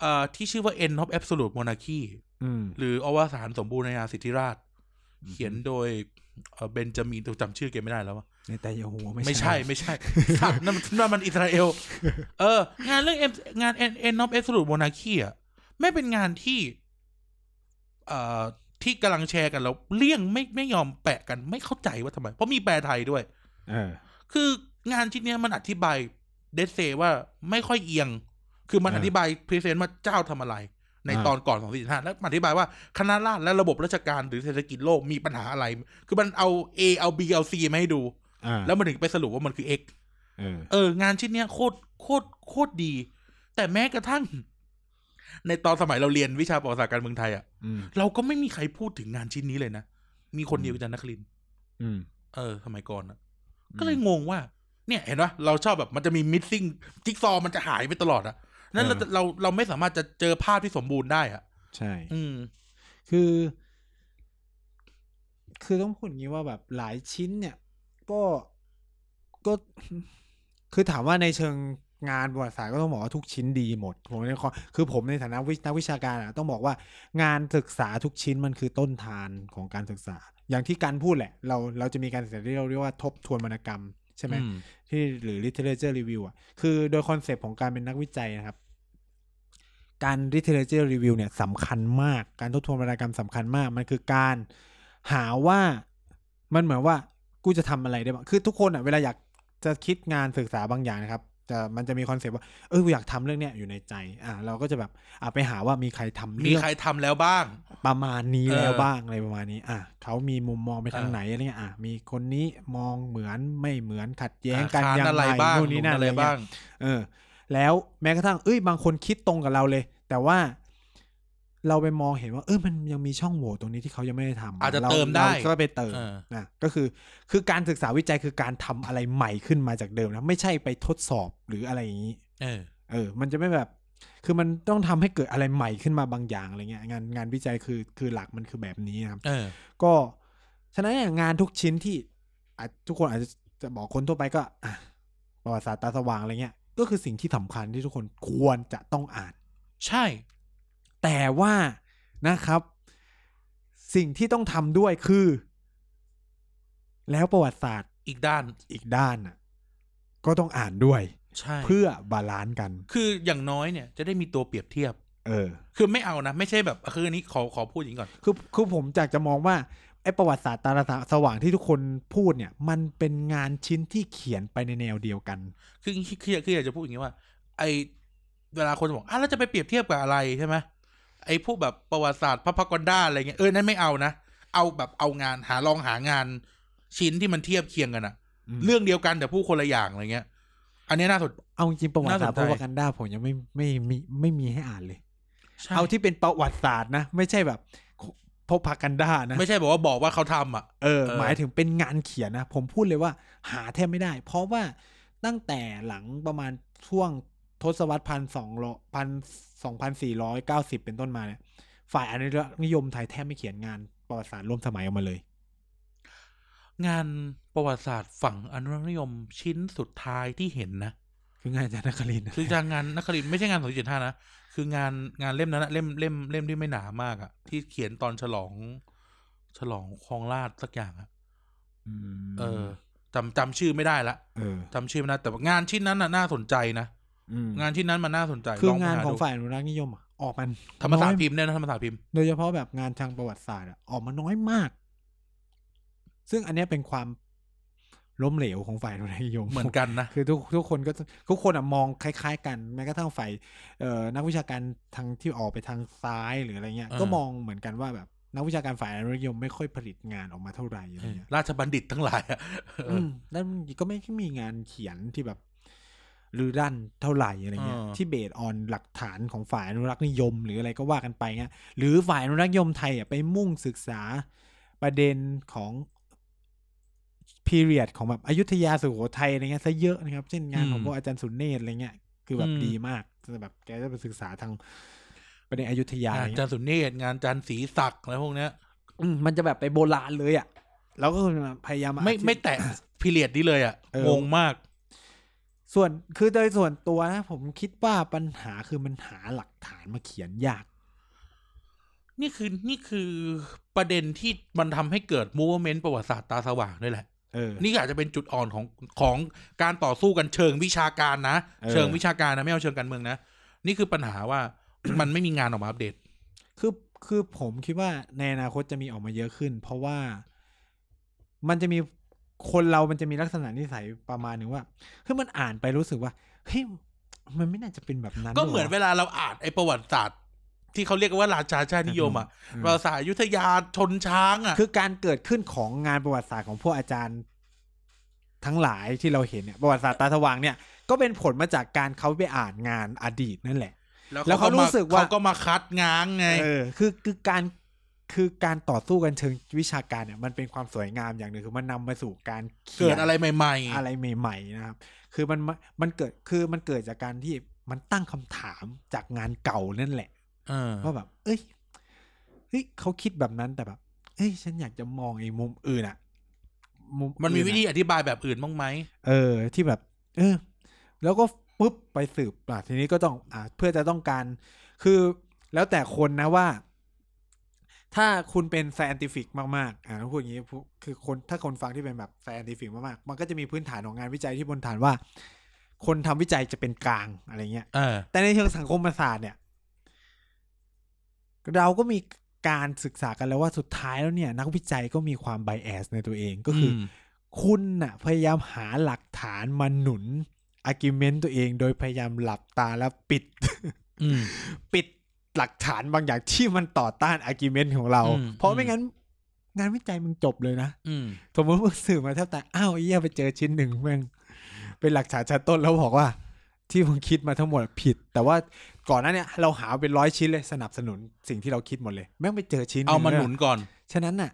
Speaker 2: เอ่อ ที่ชื่อว่า End of Absolute Monarchy
Speaker 1: อืม
Speaker 2: หรืออวสานสมบูรณาญาสิทธิราชย์เขียนโดยเอ่อเบนจามินจำชื่อแกไม่ได้แล้ววะ
Speaker 1: ในแต่ยาหัว
Speaker 2: ไม่
Speaker 1: ไม่
Speaker 2: ใช่ไม่ใช่สัตว์นั่นมันนั่นมันอิสราเอล เออ งานเรื่อง M- งานเอ็นเอ็นนอฟเอสลูดโมนาคีอ่ะไม่เป็นงานที่ เอ่อ ที่กำลังแชร์กันแล้ว เลี่ยงไม่ไม่ยอมแปะกันไม่เข้าใจว่าทำไม เพราะมีแปลไทยด้วย
Speaker 1: เออ
Speaker 2: คืองานชิ้นเนี้ยมันอธิบายเดซเซว่าไม่ค่อยเอียง คือมัน
Speaker 1: เออ
Speaker 2: อ
Speaker 1: อ
Speaker 2: ธิบายพรีเซนต์ว่าเจ้าทำอะไร ใน
Speaker 1: อ่า
Speaker 2: ตอนก่อนของสี่ห้าแล้วมันอธิบายว่าคณะราษฎรและระบบราชการหรือเศรษฐกิจโลกมีปัญหาอะไร คือมันเอา A เอา B เอา C มาให้ดู
Speaker 1: อ่า
Speaker 2: แล้วมันถึงไปสรุปว่ามันคือ X
Speaker 1: เออ
Speaker 2: เออ งานชิ้นเนี้ยโคตรโคตรโคตรดี แต่แม้กระทั่ง ในตอนสมัยเราเรียนวิชาประวัติศาสตร์การเมืองไทยอะ่ะ
Speaker 1: อืม
Speaker 2: เราก็ไม่มีใครพูดถึงงานชิ้นนี้เลยนะ มีคนเดียวคืออาจารย์นักลินทร์
Speaker 1: อืม
Speaker 2: เออสมัยก่อนอะก็เลยงงว่า เนี่ย เห็นปะเราชอบแบบมันจะมีมิ s ซิ่งจิ๊กซอมันจะหายไปตลอดอะนั้นเรา
Speaker 1: เออ
Speaker 2: เราเราไม่สามารถจะเจอภาพที่สมบูรณ์ได้อะ
Speaker 1: ใช่
Speaker 2: อืม
Speaker 1: คือ คือต้องพูดอย่างนี้ว่าแบบหลายชิ้นเนี่ย ก็ก็ คือถามว่าในเชิงงานประวัติศาสตร์ก็ต้องบอกว่าทุกชิ้นดีหมดผมในข้อคือผมในฐานะวินักวิชาการอะต้องบอกว่างานศึกษาทุกชิ้นมันคือต้นทานของการศึกษา อย่างที่การพูดแหละ เราเราจะมีการศึกษาที่เราเรียกว่าทบทวนวรรณกรรม ใช่ไหม
Speaker 2: อืม
Speaker 1: ที่หรือ literature review อ่ะ คือโดยคอนเซปต์ของการเป็นนักวิจัยนะครับ การ literature review เนี่ยสำคัญมาก การทบทวนวรรณกรรมสำคัญมาก มันคือการหาว่ามันเหมือนว่า กูจะทำอะไรได้บ้างคือทุกคนอ่ะเวลาอยากจะคิดงานศึกษาบางอย่างนะครับจะมันจะมีคอนเซปต์ว่าเออกูอยากทำเรื่องเนี้ยอยู่ในใจ อ่ะเราก็จะแบบอ่ะไปหาว่ามีใครทำ
Speaker 2: มี
Speaker 1: เรื่อง
Speaker 2: ใครทำแล้วบ้าง
Speaker 1: ประมาณนี้
Speaker 2: เออ
Speaker 1: แล้วบ้างอะไรประมาณนี้ อ่ะเขามีมุมมองไปทาง
Speaker 2: เออ
Speaker 1: ไหนอะไรเงี้ยอ่ะมีคนนี้มองเหมือนไม่เหมือนขัดแย้ง
Speaker 2: า
Speaker 1: กัน
Speaker 2: ค้
Speaker 1: ยัง
Speaker 2: อะไร
Speaker 1: ไง
Speaker 2: บ้าง
Speaker 1: นู่นนี่นั่น
Speaker 2: ห
Speaker 1: อะ
Speaker 2: นุ
Speaker 1: ไร
Speaker 2: อะไร
Speaker 1: บ้า
Speaker 2: บ้าง ง
Speaker 1: เออ แล้วแม้กระทั่งเอ้ยบางคนคิดตรงกับเราเลย แต่ว่าเราไปมองเห็นว่า เออมันยังมีช่องโหว่ตรงนี้ที่เขายังไม่ได้ทำ
Speaker 2: อาจจะ
Speaker 1: ร
Speaker 2: เติมได้
Speaker 1: ราก็ไปเติม
Speaker 2: เออ
Speaker 1: นะก็คือ คือการศึกษาวิจัยคือการทำอะไรใหม่ขึ้นมาจากเดิมนะไม่ใช่ไปทดสอบหรืออะไรอย่างนี้
Speaker 2: เออ
Speaker 1: เออ มันจะไม่แบบ คือมันต้องทำให้เกิดอะไรใหม่ขึ้นมาบางอย่างอะไรเงี้ยงานงานวิจัยคือคือหลักมันคือแบบนี้นะครับ
Speaker 2: เออ
Speaker 1: ก็ฉะนั้นเนี่ยงานทุกชิ้นที่อ่ะทุกคนอาจจะจะบอกคนทั่วไปก็อ่ะประวัติศาสตร์ตาสว่างอะไรเงี้ย ก็คือสิ่งที่สำคัญที่ทุกคนควรจะต้องอ่าน
Speaker 2: ใช่
Speaker 1: แต่ว่านะครับ สิ่งที่ต้องทำด้วยคือ แล้วประวัติศาสตร์
Speaker 2: อีกด้าน
Speaker 1: อีกด้านน่ะก็ต้องอ่านด้วย
Speaker 2: ใช่
Speaker 1: เพื่อบาลานซ์กัน
Speaker 2: คืออย่างน้อยเนี่ยจะได้มีตัวเปรียบเทียบ
Speaker 1: เออ
Speaker 2: คือไม่เอานะ ไม่ใช่แบบคืออันนี้ขอขอพูดอย่างนี้ก่อน
Speaker 1: คือคือผมอยากจะมองว่าไอ้ประวัติศาสตร์ตาราสว่างที่ทุกคนพูดเนี่ย มันเป็นงานชิ้นที่เขียนไปในแนวเดียวกัน
Speaker 2: คือคือคือคืออยากจะพูดอย่างนี้ว่า ไอเวลาคนบอกอ่ะแล้วจะไปเปรียบเทียบกับอะไรใช่ไหมไอพวกแบบประวัติศาสตร์พระพกอนด้าอะไรเงี้ยเออนั่นไม่เอานะ เอาแบบเอางานหาลองหางานชิ้นที่มันเทียบเคียงกันอะ
Speaker 1: อืม
Speaker 2: เรื่องเดียวกันแต่ผู้คนละอย่างอะไรเงี้ย อันนี้น่าสน
Speaker 1: เอาจริงๆประวัติศาสตร์พ
Speaker 2: น่าสนใจ
Speaker 1: วกกันด้าผมยังไม่ไม่มีไม่มีให้อ่านเลย
Speaker 2: ใช่
Speaker 1: เอาที่เป็นประวัติศาสตร์นะ ไม่ใช่แบบพบพักกันด้านะ
Speaker 2: ไม่ใช่บอกว่าบอกว่าเขาทำอ่ะ
Speaker 1: เออ
Speaker 2: เออ
Speaker 1: หมายถึงเป็นงานเขียนนะ ผมพูดเลยว่าหาแทบไม่ได้ เพราะว่าตั้งแต่หลังประมาณช่วงทศวรรษพันสองร้อยพันสองพันสี่ร้อยเก้าสิบเป็นต้นมาเนี่ยฝ่ายอนุรักษ์นิยมไทยแทบไม่เขียนงานประวัติศาสตร์ร่วมสมัยออกมาเลย
Speaker 2: งานประวัติศาสตร์ฝั่งอนุรักษ์นิยมชิ้นสุดท้ายที่เห็นนะ
Speaker 1: คืองานอาจารย์นครินทร์นะ
Speaker 2: คือจากงานนักครินทร์ไม่ใช่งานสองจุดห้านะ คืองานงานเล่มนั้นนะเล่มเล่มเล่มที่ไม่หนามากอะที่เขียนตอนฉลอง ฉลองคลองราชสักอย่างอะเออจำจำชื่อไม่ได้ละ
Speaker 1: เออ
Speaker 2: จำชื่อไม่ได้แต่ว่างานชิ้นนั้นน่ะน่าสนใจนะ
Speaker 1: อืม
Speaker 2: งานชิ้นนั้นมันน่าสนใจ
Speaker 1: คือ
Speaker 2: ลไป
Speaker 1: งาน
Speaker 2: ห
Speaker 1: ของ
Speaker 2: ดู
Speaker 1: ฝ่ายอนุรักษ์นิยมอะออกมัน
Speaker 2: ธรรมศาสต
Speaker 1: น้อย
Speaker 2: ร์พิมพ์เนี่ยนะธรรมศาสตร์พิมพ์
Speaker 1: โดยเฉพาะแบบงานทางประวัติศาสตร์อะออกมาน้อยมาก ซึ่งอันเนี้ยเป็นความล้มเหลวของฝ่ายอนุรักษ์นิยม
Speaker 2: เหมือนกันนะ
Speaker 1: คือทุกทุกคนก็ทุกคนอะมองคล้าย ๆ กันแม้กระทั่งฝ่ายเอ่อนักวิชาการทางที่ออกไปทางซ้ายหรืออะไรเงี้ย
Speaker 2: เออ
Speaker 1: ก็มองเหมือนกันว่าแบบนักวิชาการฝ่ายอนุรักษ์นิยมไม่ค่อยผลิตงานออกมาเท่าไหร่อะไรเงี้ย
Speaker 2: ราชบัณฑิตทั้งหลายอะเออ
Speaker 1: มแล้วมันก็ไม่มีงานเขียนที่แบบหรือด้านเท่าไหร่อะไรเงี้ย
Speaker 2: เออ
Speaker 1: ที่เบสออนหลักฐานของฝ่ายอนุรักษ์นิยม หรืออะไรก็ว่ากันไปเงี้ยหรือฝ่ายอนุรักษ์นิยมไทยอ่ะไปมุ่งศึกษาประเด็นของ period ของแบบอยุธยาสุโขทัยอะไรเงี้ยซะเยอะนะครับ เช่นงานของ
Speaker 2: อืม
Speaker 1: พวกอาจารย์สุนเนตรอะไรเงี้ยคือแบบ
Speaker 2: อืม
Speaker 1: ดีมากแต่แบบแกจะไปศึกษาทางประเด็นอยุธยาอะไร
Speaker 2: งาน
Speaker 1: เงี้ย
Speaker 2: จันทร์สุเนศงานจันทร์ศรีศักดิ์อะไรพวกเนี้ย
Speaker 1: อืมมันจะแบบไปโบราณเลยอ่ะแล้วก็พยายามมา
Speaker 2: ไม่
Speaker 1: อธิ
Speaker 2: ไม่แตะพิเรียดนี้เลยอะ
Speaker 1: เออ
Speaker 2: งงมาก
Speaker 1: ส่วนคือโดยส่วนตัวนะผมคิดว่าปัญหาคือมันหาหลักฐานมาเขียนยาก
Speaker 2: นี่คือนี่คือประเด็นที่มันทำให้เกิดมู v เมนต์ประวัติศาสตร์ตาสว่างด้วยแหละ
Speaker 1: เออ
Speaker 2: นี่อาจจะเป็นจุดอ่อนของของการต่อสู้กันเชิงวิชาการนะ
Speaker 1: เออ
Speaker 2: เชิงวิชาการนะ ไม่เอาเชิงการเมืองนะ นี่คือปัญหาว่า มันไม่มีงานออกมาอัปเดต
Speaker 1: คือคือผมคิดว่าในอนาคตจะมีออกมาเยอะขึ้น เพราะว่ามันจะมีคนเรามันจะมีลักษณะนิสัยประมาณหนึ่งว่าคือมันอ่านไปรู้สึกว่าเฮ้ยมันไม่น่าจะเป็นแบบนั้น
Speaker 2: ก็เหมือนเว
Speaker 1: วะ
Speaker 2: ลาเราอ่านไอ้ประวัติศาสตร์ที่เขาเรียกกันว่าราชาชาตินิยมอ่ะ
Speaker 1: อืม
Speaker 2: ประวัติศาสตร์อยุทธยาชนช้างอ่ะ
Speaker 1: คือการเกิดขึ้นของงานประวัติศาสตร์ของพวกอาจารย์ทั้งหลายที่เราเห็นเนี่ยประวัติศาสตร์ตาสว่างเนี่ย ก็เป็นผลมาจากการเขาไปอ่านงานอดีตนั่นแหละ แล้วเขารู้สึกว่า
Speaker 2: เขาก็มาคัดง้างไง
Speaker 1: เออคือคือการคือการต่อสู้กันเชิงวิชาการเนี่ยมันเป็นความสวยงามอย่างหนึ่งคือมันนำมาสู่การขี
Speaker 2: เกิ
Speaker 1: ย
Speaker 2: ด
Speaker 1: น
Speaker 2: อะไรใหม่
Speaker 1: อะไรใหม่ ๆ นะครับ คือมันมันมันเกิดคือมันเกิดจากการที่มันตั้งคำถามจากงานเก่านั่นแหละ
Speaker 2: ๆ เออ
Speaker 1: ว่าแบบ เอ้ยเฮ้ยเขาคิดแบบนั้นแต่แบบ เอ้ย ฉันอยากจะมองไอ้มุมอื่นอะอื่อะ
Speaker 2: มันมีวิธีอธิบายแบบอื่นบ้างไหม
Speaker 1: เออ ที่แบบ เออ แล้วก็ปุ๊บไปสืบอ่ะทีนี้ก็ต้องอ่ะเพื่อจะต้องการ คือแล้วแต่คนนะว่า ถ้าคุณเป็น scientific มาก ๆ อ่าต้องพูดอย่างนี้พูคือคนถ้าคนฟังที่เป็นแบบ scientific มาก ๆ มันก็จะมีพื้นฐานของงานวิจัยที่บนฐานว่า คนทำวิจัยจะเป็นกลางอะไรเงี้ย
Speaker 2: เออ
Speaker 1: แต่ในเชิงสังคมศาสตร์เนี่ย เราก็มีการศึกษากันแล้วว่าสุดท้ายแล้วเนี่ย นักวิจัยก็มีความ bias ในตัวเองก็คืออ
Speaker 2: ม
Speaker 1: คุณน่ะ พยายามหาหลักฐานมาหนุนอาร์กิเมนต์ตัวเอง โดยพยายามหลับตาแล้วปิด
Speaker 2: อืม
Speaker 1: ปิดหลักฐานบางอย่างที่มันต่อต้านอาร์กิเมนต์ของเรา
Speaker 2: อืม
Speaker 1: เพราะไม่งั้น งานวิจัยมึงจบเลยนะ
Speaker 2: อืม
Speaker 1: สมมติมึงสื่อมาแทบตายอ้าวไอ้เหี้ยไปเจอชิ้นหนึ่งแม่งเป็นหลักฐานชั้นต้นแล้วบอกว่า ที่มึงคิดมาทั้งหมดผิด แต่ว่าก่อนหน้าเนี่ยเราหาเป็นร้อยชิ้นเลยสนับสนุนสิ่งที่เราคิดหมดเลย แม่งไปเจอชิ้นง
Speaker 2: เอามาหนุน
Speaker 1: เย
Speaker 2: ก่อน
Speaker 1: ฉะนั้นน่ะ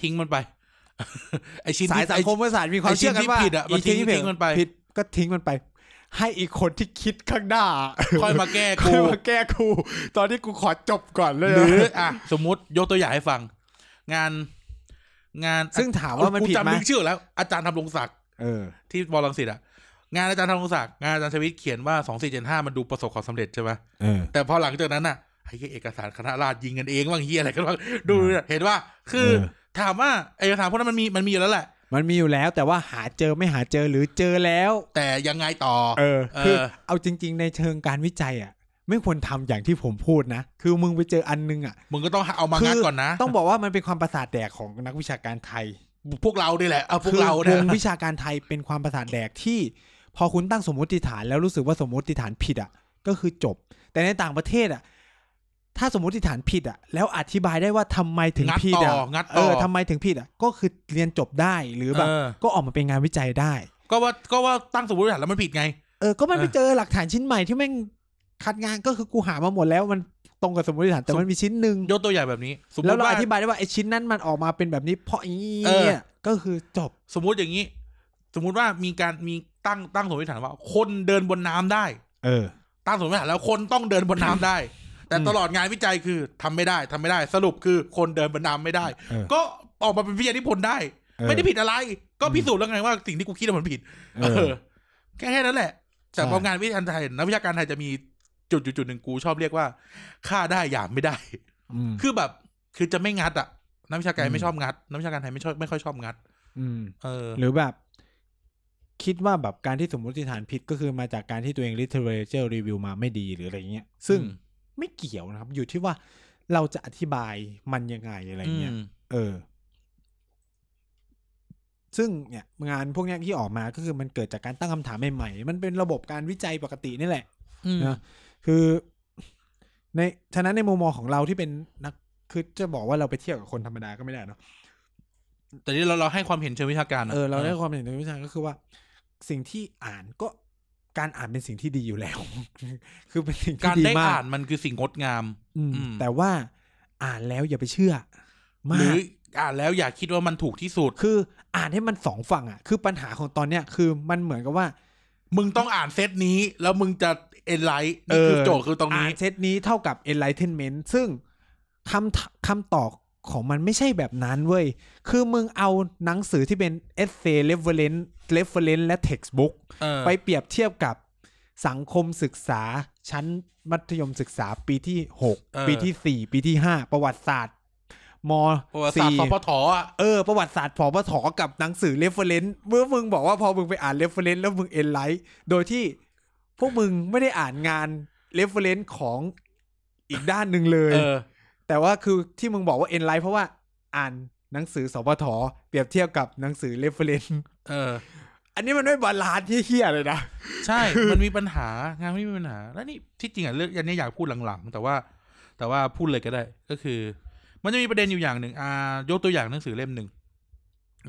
Speaker 2: ทิ้งมันไป ไอชิ้น
Speaker 1: สาย
Speaker 2: ที่
Speaker 1: สัง
Speaker 2: ไอ้
Speaker 1: คมศาสตร์มีความเชื่อกันว่า
Speaker 2: ไอ้ชิ้นที่ผิดอะมัน
Speaker 1: กชิ้
Speaker 2: ทิ้งทิ้งมันไป
Speaker 1: ผิดก็ทิ้งมันไป ให้อีกคนที่คิดข้างหน้า
Speaker 2: ค่อยมาแก้
Speaker 1: ค่
Speaker 2: กู
Speaker 1: อยมาแก้กู ตอนนี้กูขอจบก่อนเลย
Speaker 2: หรืออ่ะสมมติยกตัวอย่างให้ฟัง งาน งาน
Speaker 1: ซึ่งถามว่ามัน
Speaker 2: กู
Speaker 1: ผิดไหม
Speaker 2: จำนึกชื่อแล้ว อาจารย์ทำรงศักดิ์
Speaker 1: เออ
Speaker 2: ที่บอลังสิตอ่ะ งานอาจารย์ทำรงศักดิ์งานอาจารย์ชวิตเขียนว่าสองสี่เจ็ดห้ามันดูประสบความสำเร็จใช่ไหม
Speaker 1: เออ
Speaker 2: แต่พอหลังจากนั้นอ่ะไอ้เหี้ยเอกสารคณะราษฎรยิงกันเองบ้างเฮียอะไรกันบ้างดูดูเนี่ยเห็นว่าคือ
Speaker 1: เออ
Speaker 2: ถามว่าไอ้คำถามพวกนั้นมันมีมันมีอยู่แล้วแหละ
Speaker 1: มันมีอยู่แล้วแต่ว่าหาเจอไม่หาเจอหรือเจอแล้ว
Speaker 2: แต่ยังไงต่อ
Speaker 1: เออ
Speaker 2: เออ
Speaker 1: คือเอาจริง ๆ ในเชิงการวิจัยอ่ะ ไม่ควรทำอย่างที่ผมพูดนะ คือมึงไปเจออันนึงอ่ะ
Speaker 2: มึงก็ต้องเอามา
Speaker 1: คือ
Speaker 2: งัดก่อนนะ
Speaker 1: ต้องบอกว่ามันเป็นความประสาทแดกของนักวิชาการไทย
Speaker 2: พวกเราด้แหละเอาพว
Speaker 1: คือ
Speaker 2: กเรา
Speaker 1: ว
Speaker 2: เนี่ย
Speaker 1: งวิชาการไทยเป็นความประสาทแดกที่ พอคุณตั้งสมมติฐานแล้วรู้สึกว่าสมมติฐานผิดอ่ะ ก็คือจบ แต่ในต่างประเทศอ่ะ ถ้าสมมติฐานผิดอ่ะ แล้วอธิบายได้ว่าทำไมถึง
Speaker 2: งัด
Speaker 1: ผิดอ่ะ
Speaker 2: ต่องัดต่อ
Speaker 1: เออทำไมถึงผิดอ่ะ ก็คือเรียนจบได้หรือแบบ
Speaker 2: เออ
Speaker 1: ก็ออกมาเป็นงานวิจัยได้
Speaker 2: ก็ว่าก็ว่าตั้งสมมติฐานแล้วมันผิดไง
Speaker 1: เออ ก็มัน
Speaker 2: เออ
Speaker 1: ไปเจอหลักฐานชิ้นใหม่ที่แม่งคัดงานก็คือกูหามาหมดแล้วมันตรงกับสมมติฐานแต่
Speaker 2: สม
Speaker 1: มันมีชิ้นหนึ่ง
Speaker 2: ยกตัวอย่างแบบนี้ สมม
Speaker 1: แล้ว
Speaker 2: ติ
Speaker 1: เรา
Speaker 2: ว่า
Speaker 1: อธิบายได้ว่าไอ้ชิ้นนั้นมันออกมาเป็นแบบนี้เพราะอย่างนี้
Speaker 2: เออ
Speaker 1: เนี่ยก็คือจบ
Speaker 2: สมมติอย่างนี้ สมมติว่ามีการมีตั้งตั้งสมมติฐานว่า คนเดินบนน้ำได้
Speaker 1: เออ
Speaker 2: ตั้งสมมติฐานแล้วคนต้องเดินบนน้ำได้ แต่
Speaker 1: อืม
Speaker 2: ตลอดงานวิจัยคือทำไม่ได้ทำไม่ได้ สรุปคือคนเดินบนน้ำไม่ได้
Speaker 1: เออ
Speaker 2: ก็ออกมาเป็นวิทยานิพนธ์ได้ ไม่ได้ผิดอะไร ก็พิสูจน์แล้วไงว่าสิ่งที่กูคิดว่ามันผิด
Speaker 1: เออ
Speaker 2: เออแค่แค่นั้นแหละ แต่
Speaker 1: ใช่
Speaker 2: พองานวิทยาการไทยนักวิชาการไทยจะมีจุดจุดจุดหนึ่งกูชอบเรียกว่าฆ่าได้หยามไม่ได้
Speaker 1: ม
Speaker 2: คือแบบคือจะไม่งัดอะนักวิชาการ
Speaker 1: อืม
Speaker 2: ไม่ชอบงัดนักวิชาการไทยไม่ชอบไม่ค่อยชอบงัด
Speaker 1: อืม
Speaker 2: เออ
Speaker 1: หรือแบบ คิดว่าแบบการที่สมมติฐานผิดก็คือมาจากการที่ตัวเอง literature review มาไม่ดีหรืออะไรเงี้ย ซึ่ง
Speaker 2: อืม
Speaker 1: ไม่เกี่ยวนะครับ อยู่ที่ว่าเราจะอธิบายมันยังไงอะไรเงี้ย
Speaker 2: อืม
Speaker 1: เออ ซึ่งเนี่ยงานพวกเนี้ยที่ออกมาก็คือมันเกิดจากการตั้งคำถามใหม่ๆ มันเป็นระบบการวิจัยปกตินี่แหละ
Speaker 2: อืม
Speaker 1: นะ คือในฉะนั้นในมุมมองของเราที่เป็นนัก คือจะบอกว่าเราไปเทียบกับคนธรรมดาก็ไม่ได้เนาะ
Speaker 2: แต่นี่เราเราให้ความเห็นเชิงวิชาการะ
Speaker 1: เออ เราได้ความเห็นทางวิชาการก็คือว่า สิ่งที่อ่านก็การอ่านเป็นสิ่งที่ดีอยู่แล้ว คือเป็นสิ่งที่
Speaker 2: การ
Speaker 1: ดี
Speaker 2: ได้
Speaker 1: มาก
Speaker 2: อ่านมันคือสิ่งงดงาม
Speaker 1: อืม
Speaker 2: อืม
Speaker 1: แต่ว่าอ่านแล้วอย่าไปเชื่อ มา
Speaker 2: หรื
Speaker 1: ก
Speaker 2: ออ่านแล้วอย่าคิดว่ามันถูกที่สุด
Speaker 1: คืออ่านให้มันสองฝั่งอ่ะ คือปัญหาของตอนเนี้ยคือมันเหมือนกับว่า
Speaker 2: มึงต้องอ่านเซตนี้ แล้วมึงจะเอ็นไลท์นี่คือ
Speaker 1: เออ
Speaker 2: โจทย์คือตรง
Speaker 1: อ่า
Speaker 2: นี้
Speaker 1: นเซตนี้เท่ากับ enlightenment ซึ่งคำถคำตอบของมันไม่ใช่แบบนั้นเว้ย คือมึงเอาหนังสือที่เป็น essay reference reference และ textbook
Speaker 2: เออ
Speaker 1: ไปเปรียบเทียบกับสังคมศึกษาชั้นมัธยมศึกษาปีที่
Speaker 2: เออ
Speaker 1: 6 ปีที่ 4 ปีที่ 5 ประวัติศาสตร์ม
Speaker 2: ประวัติศาสตร์สพ
Speaker 1: 4
Speaker 2: ทอ่ะ
Speaker 1: เออ ประวัติศาสตร์ผอปถกับหนังสือ reference เมื่อมึงบอกว่าพอมึงไปอ่าน reference แล้วมึง enlight โดยที่พวกมึงไม่ได้อ่านงาน reference ของอีกด้านหนึ่งเลย
Speaker 2: เออ
Speaker 1: แต่ว่าคือที่มึงบอกว่า enlight เพราะว่าอ่านหนังสือสปทเปรียบเทียบกับหนังสือ reference
Speaker 2: เออ
Speaker 1: อันนี้มันไม่บาลานซ์ที่เฮี้ยเลยนะ
Speaker 2: ใช่ มันมีปัญหางานไม่มีปัญหา แล้วนี่ที่จริงอ่ะเรื่องอันนี้อยากพูดหลังๆ แต่ว่า แต่ว่าพูดเลยก็ได้ ก็คือ มันจะมีประเด็นอยู่อย่างหนึ่งอ่ายกตัวอย่างหนังสือเล่มหนึ่ง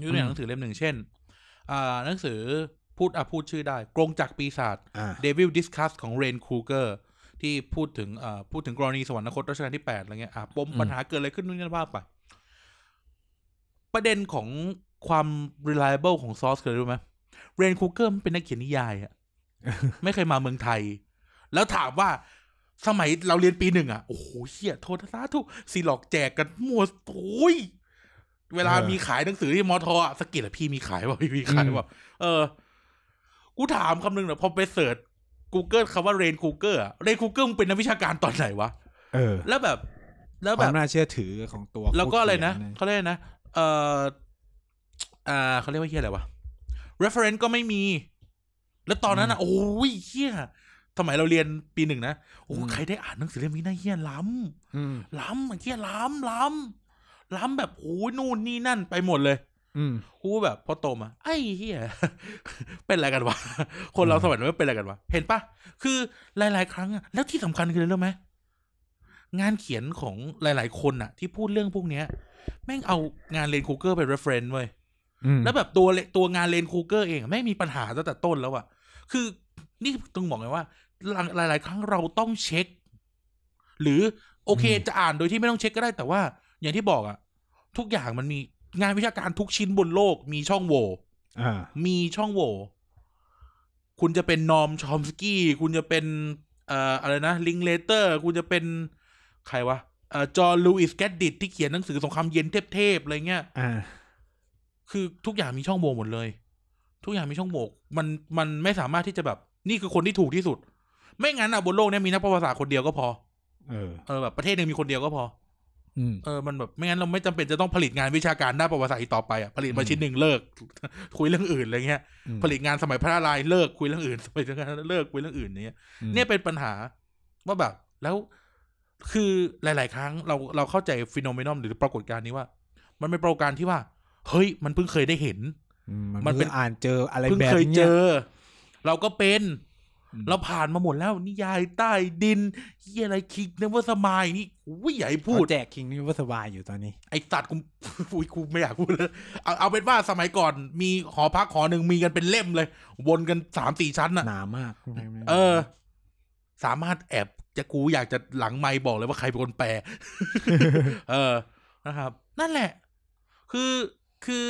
Speaker 2: ยกตัวอย่าง
Speaker 1: อืม
Speaker 2: หนังสือเล่มหนึ่งเช่น อ่าหนังสือพูดอ่ะพูดชื่อได้ กรงจักรปีศาจ
Speaker 1: อ่า
Speaker 2: Devil Discuss ของ Rain Kruger ที่พูดถึงเอ่อพูดถึงกรณีสวรรคตรัชกาลที่ 8 อะไรเงี้ยอ่ะปม
Speaker 1: อืม
Speaker 2: ปัญหาเกิดอะไรขึ้นนู่นนี่นั่นว่าไป ประเด็นของความ reliable ของซอสคืออะไรรู้ไหม Rain Kruger มันเป็นนักเขียนนิยายอะ ไม่เคยมาเมืองไทย แล้วถามว่าสมัยเราเรียนปีหนึ่งอะโอ้โหเฮียโทษนะสาทุกซีหลอกแจกกันมั่วโอ้ย เวลา
Speaker 1: เออ
Speaker 2: มีขายหนังสือที่มอทอะสะกิดอะพี่มีขายเปล่า พี่มีขายเปล่าเออ กูถามคำหนึ่งเนี่อยพอไปเสิร์ช Google คำว่าเรนคูเกอร์เรนคูเกอร์มึงเป็นนักวิชาการตอนไหนวะ
Speaker 1: เออ
Speaker 2: แล้วแบบ แล้ว
Speaker 1: ค
Speaker 2: แบ
Speaker 1: วา
Speaker 2: บ
Speaker 1: มน่าเชื่อถือของตัว
Speaker 2: แล้วก็อะไรนะ
Speaker 1: ผู้เขีย
Speaker 2: เขาเรียกอะไรนะ เอ่ออ่าเขาเรียกว่าเฮียอะไรวะ reference ก็ไม่มี แล้วตอนนั้นอ่ะ โอ้ยเฮียสมัยเราเรียนปีหนึ่งนะโอ้ใครได้อ่านหนังสือเล่มนี้นะเฮียล้ำล้ำไอ้เฮียล้ำล้ำล้ำแบบโอ้ยนู่นนี่นั่นไปหมดเลย
Speaker 1: อืม
Speaker 2: กูแบบพอโตมาไอ้เฮีย เป็นอะไรกันวะ คนเรา
Speaker 1: อืม
Speaker 2: สมัยนั้นเป็นอะไรกันวะ เห็นปะคือหลาย ๆ ครั้งอะแล้วที่สำคัญคืออะไรรู้ไหมงานเขียนของหลาย ๆ คนอะที่พูดเรื่องพวกเนี้ย แม่งเอางานเลนคูเกอร์เป็น reference เว้ย
Speaker 1: อืม
Speaker 2: แล้วแบบตัวเลตัวงานเลนคูเกอร์เองไม่งมีปัญหาตั้งแต่ต้นแล้วอะคือนี่ต้องบอกเลยว่าหลายหลาย ๆ ครั้งเราต้องเช็ค หรือโอเคจะอ่านโดยที่ไม่ต้องเช็คก็ได้แต่ว่า อย่างที่บอกอะทุกอย่างมันมีงานวิชาการทุกชิ้นบนโลก มีช่องโหว่
Speaker 1: อ่า
Speaker 2: มีช่องโหว่ คุณจะเป็นนอมชอมสกี้ คุณจะเป็นเอ่ออะไรนะลิงเลเตอร์ คุณจะเป็นใครวะเอ่อจอห์นลูอิสแกดดิตที่เขียนหนังสือสงครามเย็นเทพๆอะไรเงี้ย
Speaker 1: อ่า
Speaker 2: คือทุกอย่างมีช่องโหว่หมดเลย ทุกอย่างมีช่องโหว่มันมันไม่สามารถที่จะแบบ นี่คือคนที่ถูกที่สุด ไม่งั้นอ่ะบนโลกเนี้ยมีนักประวัติศาสตร์คนเดียวก็พอ
Speaker 1: เออ
Speaker 2: เออแบบประเทศหนึ่งมีคนเดียวก็พอ
Speaker 1: อืม
Speaker 2: เออมันแบบไม่งั้นเราไม่จำเป็นจะต้องผลิตงานวิชาการด้านประวัติศาสตร์อีกต่อไปอ่ะผลิตมา
Speaker 1: อืม
Speaker 2: ชิ้นหนึ่งเลิก คุยเรื่องอื่นอะไรเงี้ย ผลิตงานสมัยพระนารายณ์เลิกคุยเรื่องอื่นส มัยพระนารายณ์เลิกคุยเรื่องอื่นเนี้ย เนี่ยเป็นปัญหาว่าแบบ แล้วคือหลาย ๆ ครั้งเราเราเข้าใจฟิโนเมนอนหรือปรากฏการณ์นี้ว่า มันเป็นปรากฏการณ์ที่ว่า เฮ้ย มันเพิ่งเคยได้เห็น
Speaker 1: อืม
Speaker 2: มั
Speaker 1: มัน น
Speaker 2: เป็
Speaker 1: เป็น นอ่านเจออะไร
Speaker 2: เพิ่ง
Speaker 1: แบบ
Speaker 2: เคยเจ
Speaker 1: เนี้ย
Speaker 2: อ เราก็เป็น
Speaker 1: อืม
Speaker 2: เราผ่านมาหมดแล้ว นิยายใต้ดินเฮียอะไรคิกเนวสมายนี่อุ้ยอย่าใหญ่พูด
Speaker 1: เขาแจกคิงนี่ว่าสบายอยู่ตอนนี้
Speaker 2: ไอ้ตัดกู อุ้ยกูไม่อยากพูดเลยเอาเอาเป็นว่าสมัยก่อนมีหอพักหอหนึ่งมีกันเป็นเล่มเลย วนกันสามสี่ชั้นน่ะ
Speaker 1: หนามาก
Speaker 2: เออ สามารถแอบจะกูอยากจะหลังไมค์บอกเลยว่าใครเป็นคนแปล เออนะครับ นั่นแหละ คือคือ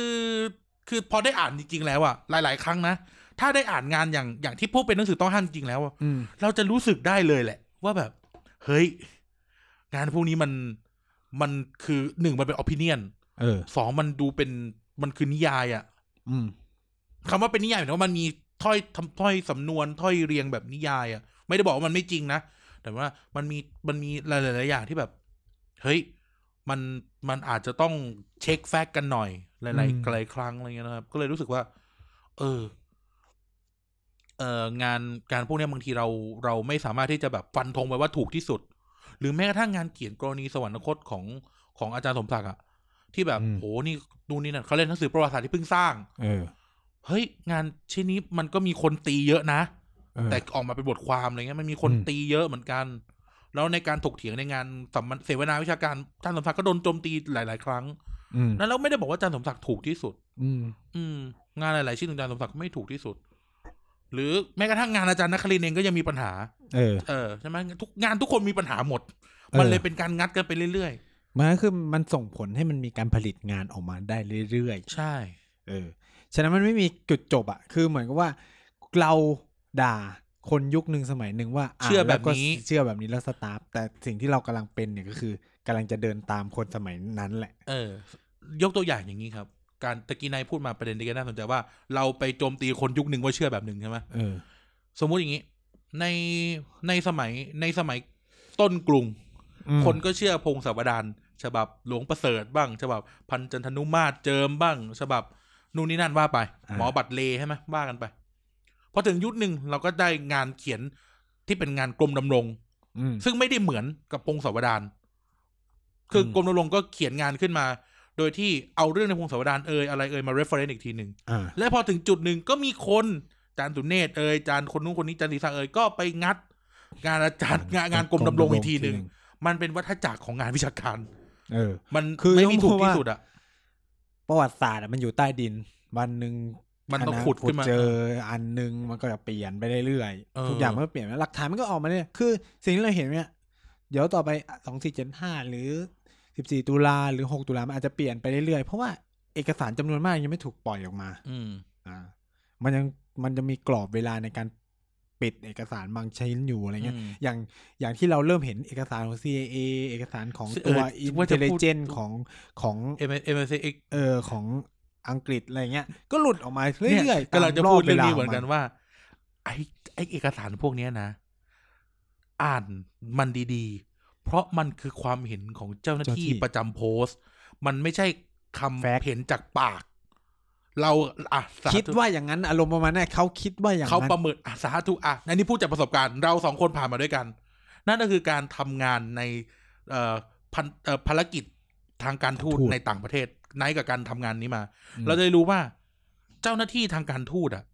Speaker 2: คือพอได้อ่านจริง ๆ แล้วอะหลาย ๆ ครั้งนะ ถ้าได้อ่านงานอย่างอย่างที่พวกเป็นหนังสือต้องห้ามจริงๆแล้วอะ
Speaker 1: อืม
Speaker 2: เราจะรู้สึกได้เลยแหละ ว่าแบบ เฮ้ย งานพวกนี้มันมันคือหนึ่งมันเป็นอภินิยน
Speaker 1: เออ
Speaker 2: สองมันดูเป็นมันคือนิยายอะ
Speaker 1: อืม
Speaker 2: คำว่าเป็นนิยายหมายถึงว่ามันมีถ้อยทำถ้อยสำนวนถ้อยเรียงแบบนิยายอะ่ะ ไม่ได้บอกว่ามันไม่จริงนะ แต่ว่ามันมีมันมีหลายหลายๆอย่างที่แบบ เฮ้ยมันมันอาจจะต้องเช็คแฟกต์กันหน่อย หลาย
Speaker 1: อืม
Speaker 2: ๆหลายครั้งอะไรเงี้ยนะครับ ก็เลยรู้สึกว่า เออ เอองานการพวกเนี้ยบางทีเราเราไม่สามารถที่จะแบบฟันธงไปว่าถูกที่สุด หรือแม้กระทั่งงานเขียนกรณีสวรรคตของของอาจารย์สมศักดิ์อะที่แบบ
Speaker 1: อืม
Speaker 2: โหนี่นู่นนี่นั่นเขาเล่นหนังสือประวัติศาสตร์ที่เพิ่งสร้าง
Speaker 1: เออ
Speaker 2: เฮ้ย งานชิ้นนี้มันก็มีคนตีเยอะนะ
Speaker 1: เออ
Speaker 2: แต่ออกมาเป็นบทความอะไรเงี้ยมันมีคน
Speaker 1: อืม
Speaker 2: ตีเยอะเหมือนกัน แล้วในการถกเถียงในงานสัมมนเสวนาวิชาการอาจารย์สมศักดิ์ก็โดนโจมตีหลาย ๆ ครั้ง
Speaker 1: อืม
Speaker 2: นั้นเราไม่ได้บอกว่าอาจารย์สมศักดิ์ถูกที่สุด
Speaker 1: อืม
Speaker 2: อืม งานหลาย ๆ ชิ้นของอาจารย์สมศักดิ์ไม่ถูกที่สุด หรือแม้กระทั่งงานอาจารย์นครินทร์เองก็ยังมีปัญหา
Speaker 1: เออ
Speaker 2: เออใช่ไหมทุกงานทุกคนมีปัญหาหมด
Speaker 1: ออ
Speaker 2: มันเลยเป็นการงัดกันไปเรื่อย
Speaker 1: มันก็คือมันส่งผลให้มันมีการผลิตงานออกมาได้เรื่อย
Speaker 2: ๆ ใช่
Speaker 1: ๆ เออ ฉะนั้นมันไม่มีจุดจบอะคือเหมือนกับว่า เราด่าคนยุคหนึ่งสมัยหนึ่งว่าะ
Speaker 2: เชื่อแบบนี้
Speaker 1: ล้วก็เชื่อแบบนี้แล้วสตาร์ทแต่สิ่งที่เรากำลังเป็นเนี่ยก็คือกำลังจะเดินตามคนสมัยนั้นแหละ
Speaker 2: เออ ยกตัวอย่างอย่างนี้ครับ การตะกี้นายพูดมาประเด็นที่ก็น่าสนใจว่า เราไปโจมตีคนยุคหนึ่งว่าเชื่อแบบหนึ่งใช่ไหม
Speaker 1: เออ
Speaker 2: สมมุติอย่างนี้ ในในสมัยในสมัยต้นกรุง
Speaker 1: อืม
Speaker 2: คนก็เชื่อพงศาวดารฉบับหลวงประเสริฐบ้าง ฉบับพันจันทนุมาตรเจิมบ้าง ฉบับนู่นนี่นั่นว่าไป
Speaker 1: า
Speaker 2: หมอบัตรเลใช่ไหมว่ากันไปพอถึงยุคหนึ่งเราก็ได้งานเขียนที่เป็นงานกรมดำรง
Speaker 1: อืม
Speaker 2: ซึ่งไม่ได้เหมือนกับพงศาวดาร คืออ
Speaker 1: ม
Speaker 2: กรมนรงค์ก็เขียนงานขึ้นมา โดยที่เอาเรื่องในพงศาวดารเอ่ยอะไรเอ่ยมา reference อีกทีหนึ่ง
Speaker 1: อ่า
Speaker 2: และพอถึงจุดหนึ่งก็มีคนจานสุเนศเอ่ยจานคนนู้นคนนี้จานศรีสาเอ่ยก็ไปงัด งานอาจารย์งานงานกรมดำรงอีกทีหนึ่ง มันเป็นวัฏจักรของงานวิชาการ
Speaker 1: เออ
Speaker 2: มัน
Speaker 1: คือ
Speaker 2: ไม่มีถู
Speaker 1: ต้
Speaker 2: ก
Speaker 1: องพูด
Speaker 2: ที่
Speaker 1: ว่า
Speaker 2: สุดอ่ะ
Speaker 1: ประวัติศาสตร์อะมันอยู่ใต้ดิน วันหนึ่ง
Speaker 2: มันต้อง
Speaker 1: คณะ
Speaker 2: ขุดขึ้นมา
Speaker 1: เจออันหนึ่งมันก็จะเปลี่ยนไปเรื่อย
Speaker 2: เออ
Speaker 1: ๆทุกอย่างมันก็เปลี่ยนแล้วหลักฐานมันก็ออกมาเนี่ยคือ สิ่งที่เราเห็นเนี่ยเดี๋ยวต่อไปสองสี่เจ็ดห้าหรือสิบสี่ตุลาหรือหกตุลามันอาจจะเปลี่ยนไปเรื่อยๆ เพราะว่าเอกสารจำนวนมากยังไม่ถูกปล่อยออกมา
Speaker 2: อืม
Speaker 1: อ่า มันยังมันจะมีกรอบเวลาในการปิดเอกสารบางชิ้นอยู่อะไรเงี้ย
Speaker 2: อืม
Speaker 1: อย่างอย่างที่เราเริ่มเห็นเอกสารของ CIA เอกสารของ
Speaker 2: เอ
Speaker 1: ตั
Speaker 2: อ
Speaker 1: ว
Speaker 2: จะ
Speaker 1: อิน
Speaker 2: ว่า
Speaker 1: เท
Speaker 2: จะ
Speaker 1: ล
Speaker 2: พูด
Speaker 1: เจนของของ
Speaker 2: เอ็มเอ็มเอ็ก
Speaker 1: เออของอังกฤษอะไรเงี้ย ก็หลุดออกมาเรื่อยๆ
Speaker 2: กำลังจะพูดเรื่องนี้
Speaker 1: ตา
Speaker 2: เหมือนกัน
Speaker 1: รบวลา
Speaker 2: ว่า ไอ้ไอ้เอกสารพวกเนี้ยนะ อ่านมันดีๆ เพราะมันคือความเห็นของเจ้าหน้าที่ประจำโพสต์ มันไม่ใช่คำเห็นจากปาก เราอ่ะส
Speaker 1: มัน
Speaker 2: ธุ
Speaker 1: คิดว่าอย่างนั้นอารมณ์ประมาณนั้นเขาคิดว่าอย่าง
Speaker 2: เขา
Speaker 1: นั้น
Speaker 2: ประเมินอ่ะสาธุอ่ะนั่นนี่พูดจากประสบการณ์เราสองคนผ่านมาด้วยกัน นั่นก็คือการทำงานในเอ่อพันเอ่อภารกิจทางการทูตในต่างประเทศ ไนท์กับการทำงานนี้มา
Speaker 1: อืม
Speaker 2: เราจะได้รู้ว่า เจ้าหน้าที่ทางการทูตอ่ะ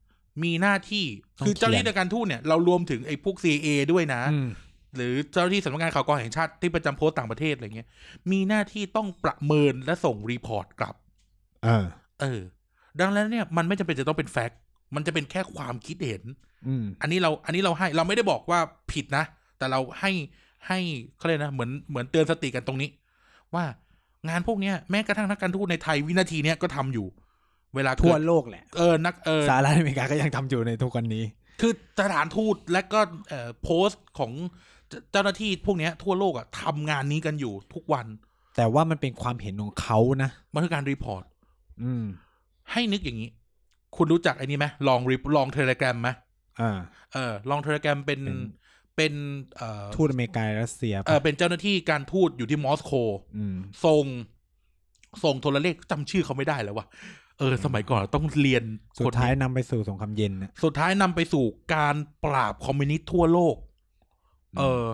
Speaker 2: มีหน้าที่
Speaker 1: ต้อง
Speaker 2: คือเจ้าหน้าที่
Speaker 1: เขียน
Speaker 2: ทางการทูตเนี่ยเรารวมถึงไอ้พวก CIA ด้วยนะ
Speaker 1: อืม
Speaker 2: หรือเจ้าหน้าที่สำนักงานข่าวกรองแห่งชาติที่ประจำโพสต์ต่างประเทศอะไรเงี้ยมีหน้าที่ต้องประเมินและส่งรีพอร์ตกลับ
Speaker 1: เออ
Speaker 2: เออ ดังนั้นเนี่ยมันไม่จำเป็นจะต้องเป็นแฟกต์มันจะเป็นแค่ความคิดเห็น
Speaker 1: อืม
Speaker 2: อันนี้เราอันนี้เราให้เราไม่ได้บอกว่าผิดนะ แต่เราให้ให้เขาเรียกนะเหมือนเหมือนเตือนสติกันตรงนี้ ว่างานพวกเนี้ยแม้กระทั่งนักการทูตในไทยวินาทีเนี้ยก็ทำอยู่ เวลาเกิด
Speaker 1: ทั่วโลกแหละ
Speaker 2: เออนักเออ
Speaker 1: สหรัฐอเมริกาก็ยังทำอยู่ในทุกวันนี้
Speaker 2: คือสถานทูตและก็เอ่อโพสต์ของเจเจ้าหน้าที่พวกเนี้ยทั่วโลกอะทำงานนี้กันอยู่ทุกวัน
Speaker 1: แต่ว่ามันเป็นความเห็นของเขานะ
Speaker 2: มันคือการรีพอร์ต
Speaker 1: อืม
Speaker 2: ให้นึกอย่างนี้ คุณรู้จักไอ้นี่ไหมลองรีลองเทเลกรมไหม
Speaker 1: อ่า
Speaker 2: เออลองเทเลกรมเป็น
Speaker 1: เป็น
Speaker 2: เป็นเอ่อ
Speaker 1: ทูตอเมริกาและรัสเซีย
Speaker 2: เออเป็นเจ้าหน้าที่การทูตอยู่ที่มอสโก
Speaker 1: อืม
Speaker 2: ส่งส่งโทรเลขจำชื่อเขาไม่ได้แล้วว่ะเออ สมัยก่อนต้องเรียน
Speaker 1: สุ
Speaker 2: คน
Speaker 1: ดท้าย
Speaker 2: นี้
Speaker 1: นำไปสู่สงครามเย็นนะ
Speaker 2: สุดท้ายนำไปสู่การปราบคอมมิวนิสต์ทั่วโลก เออ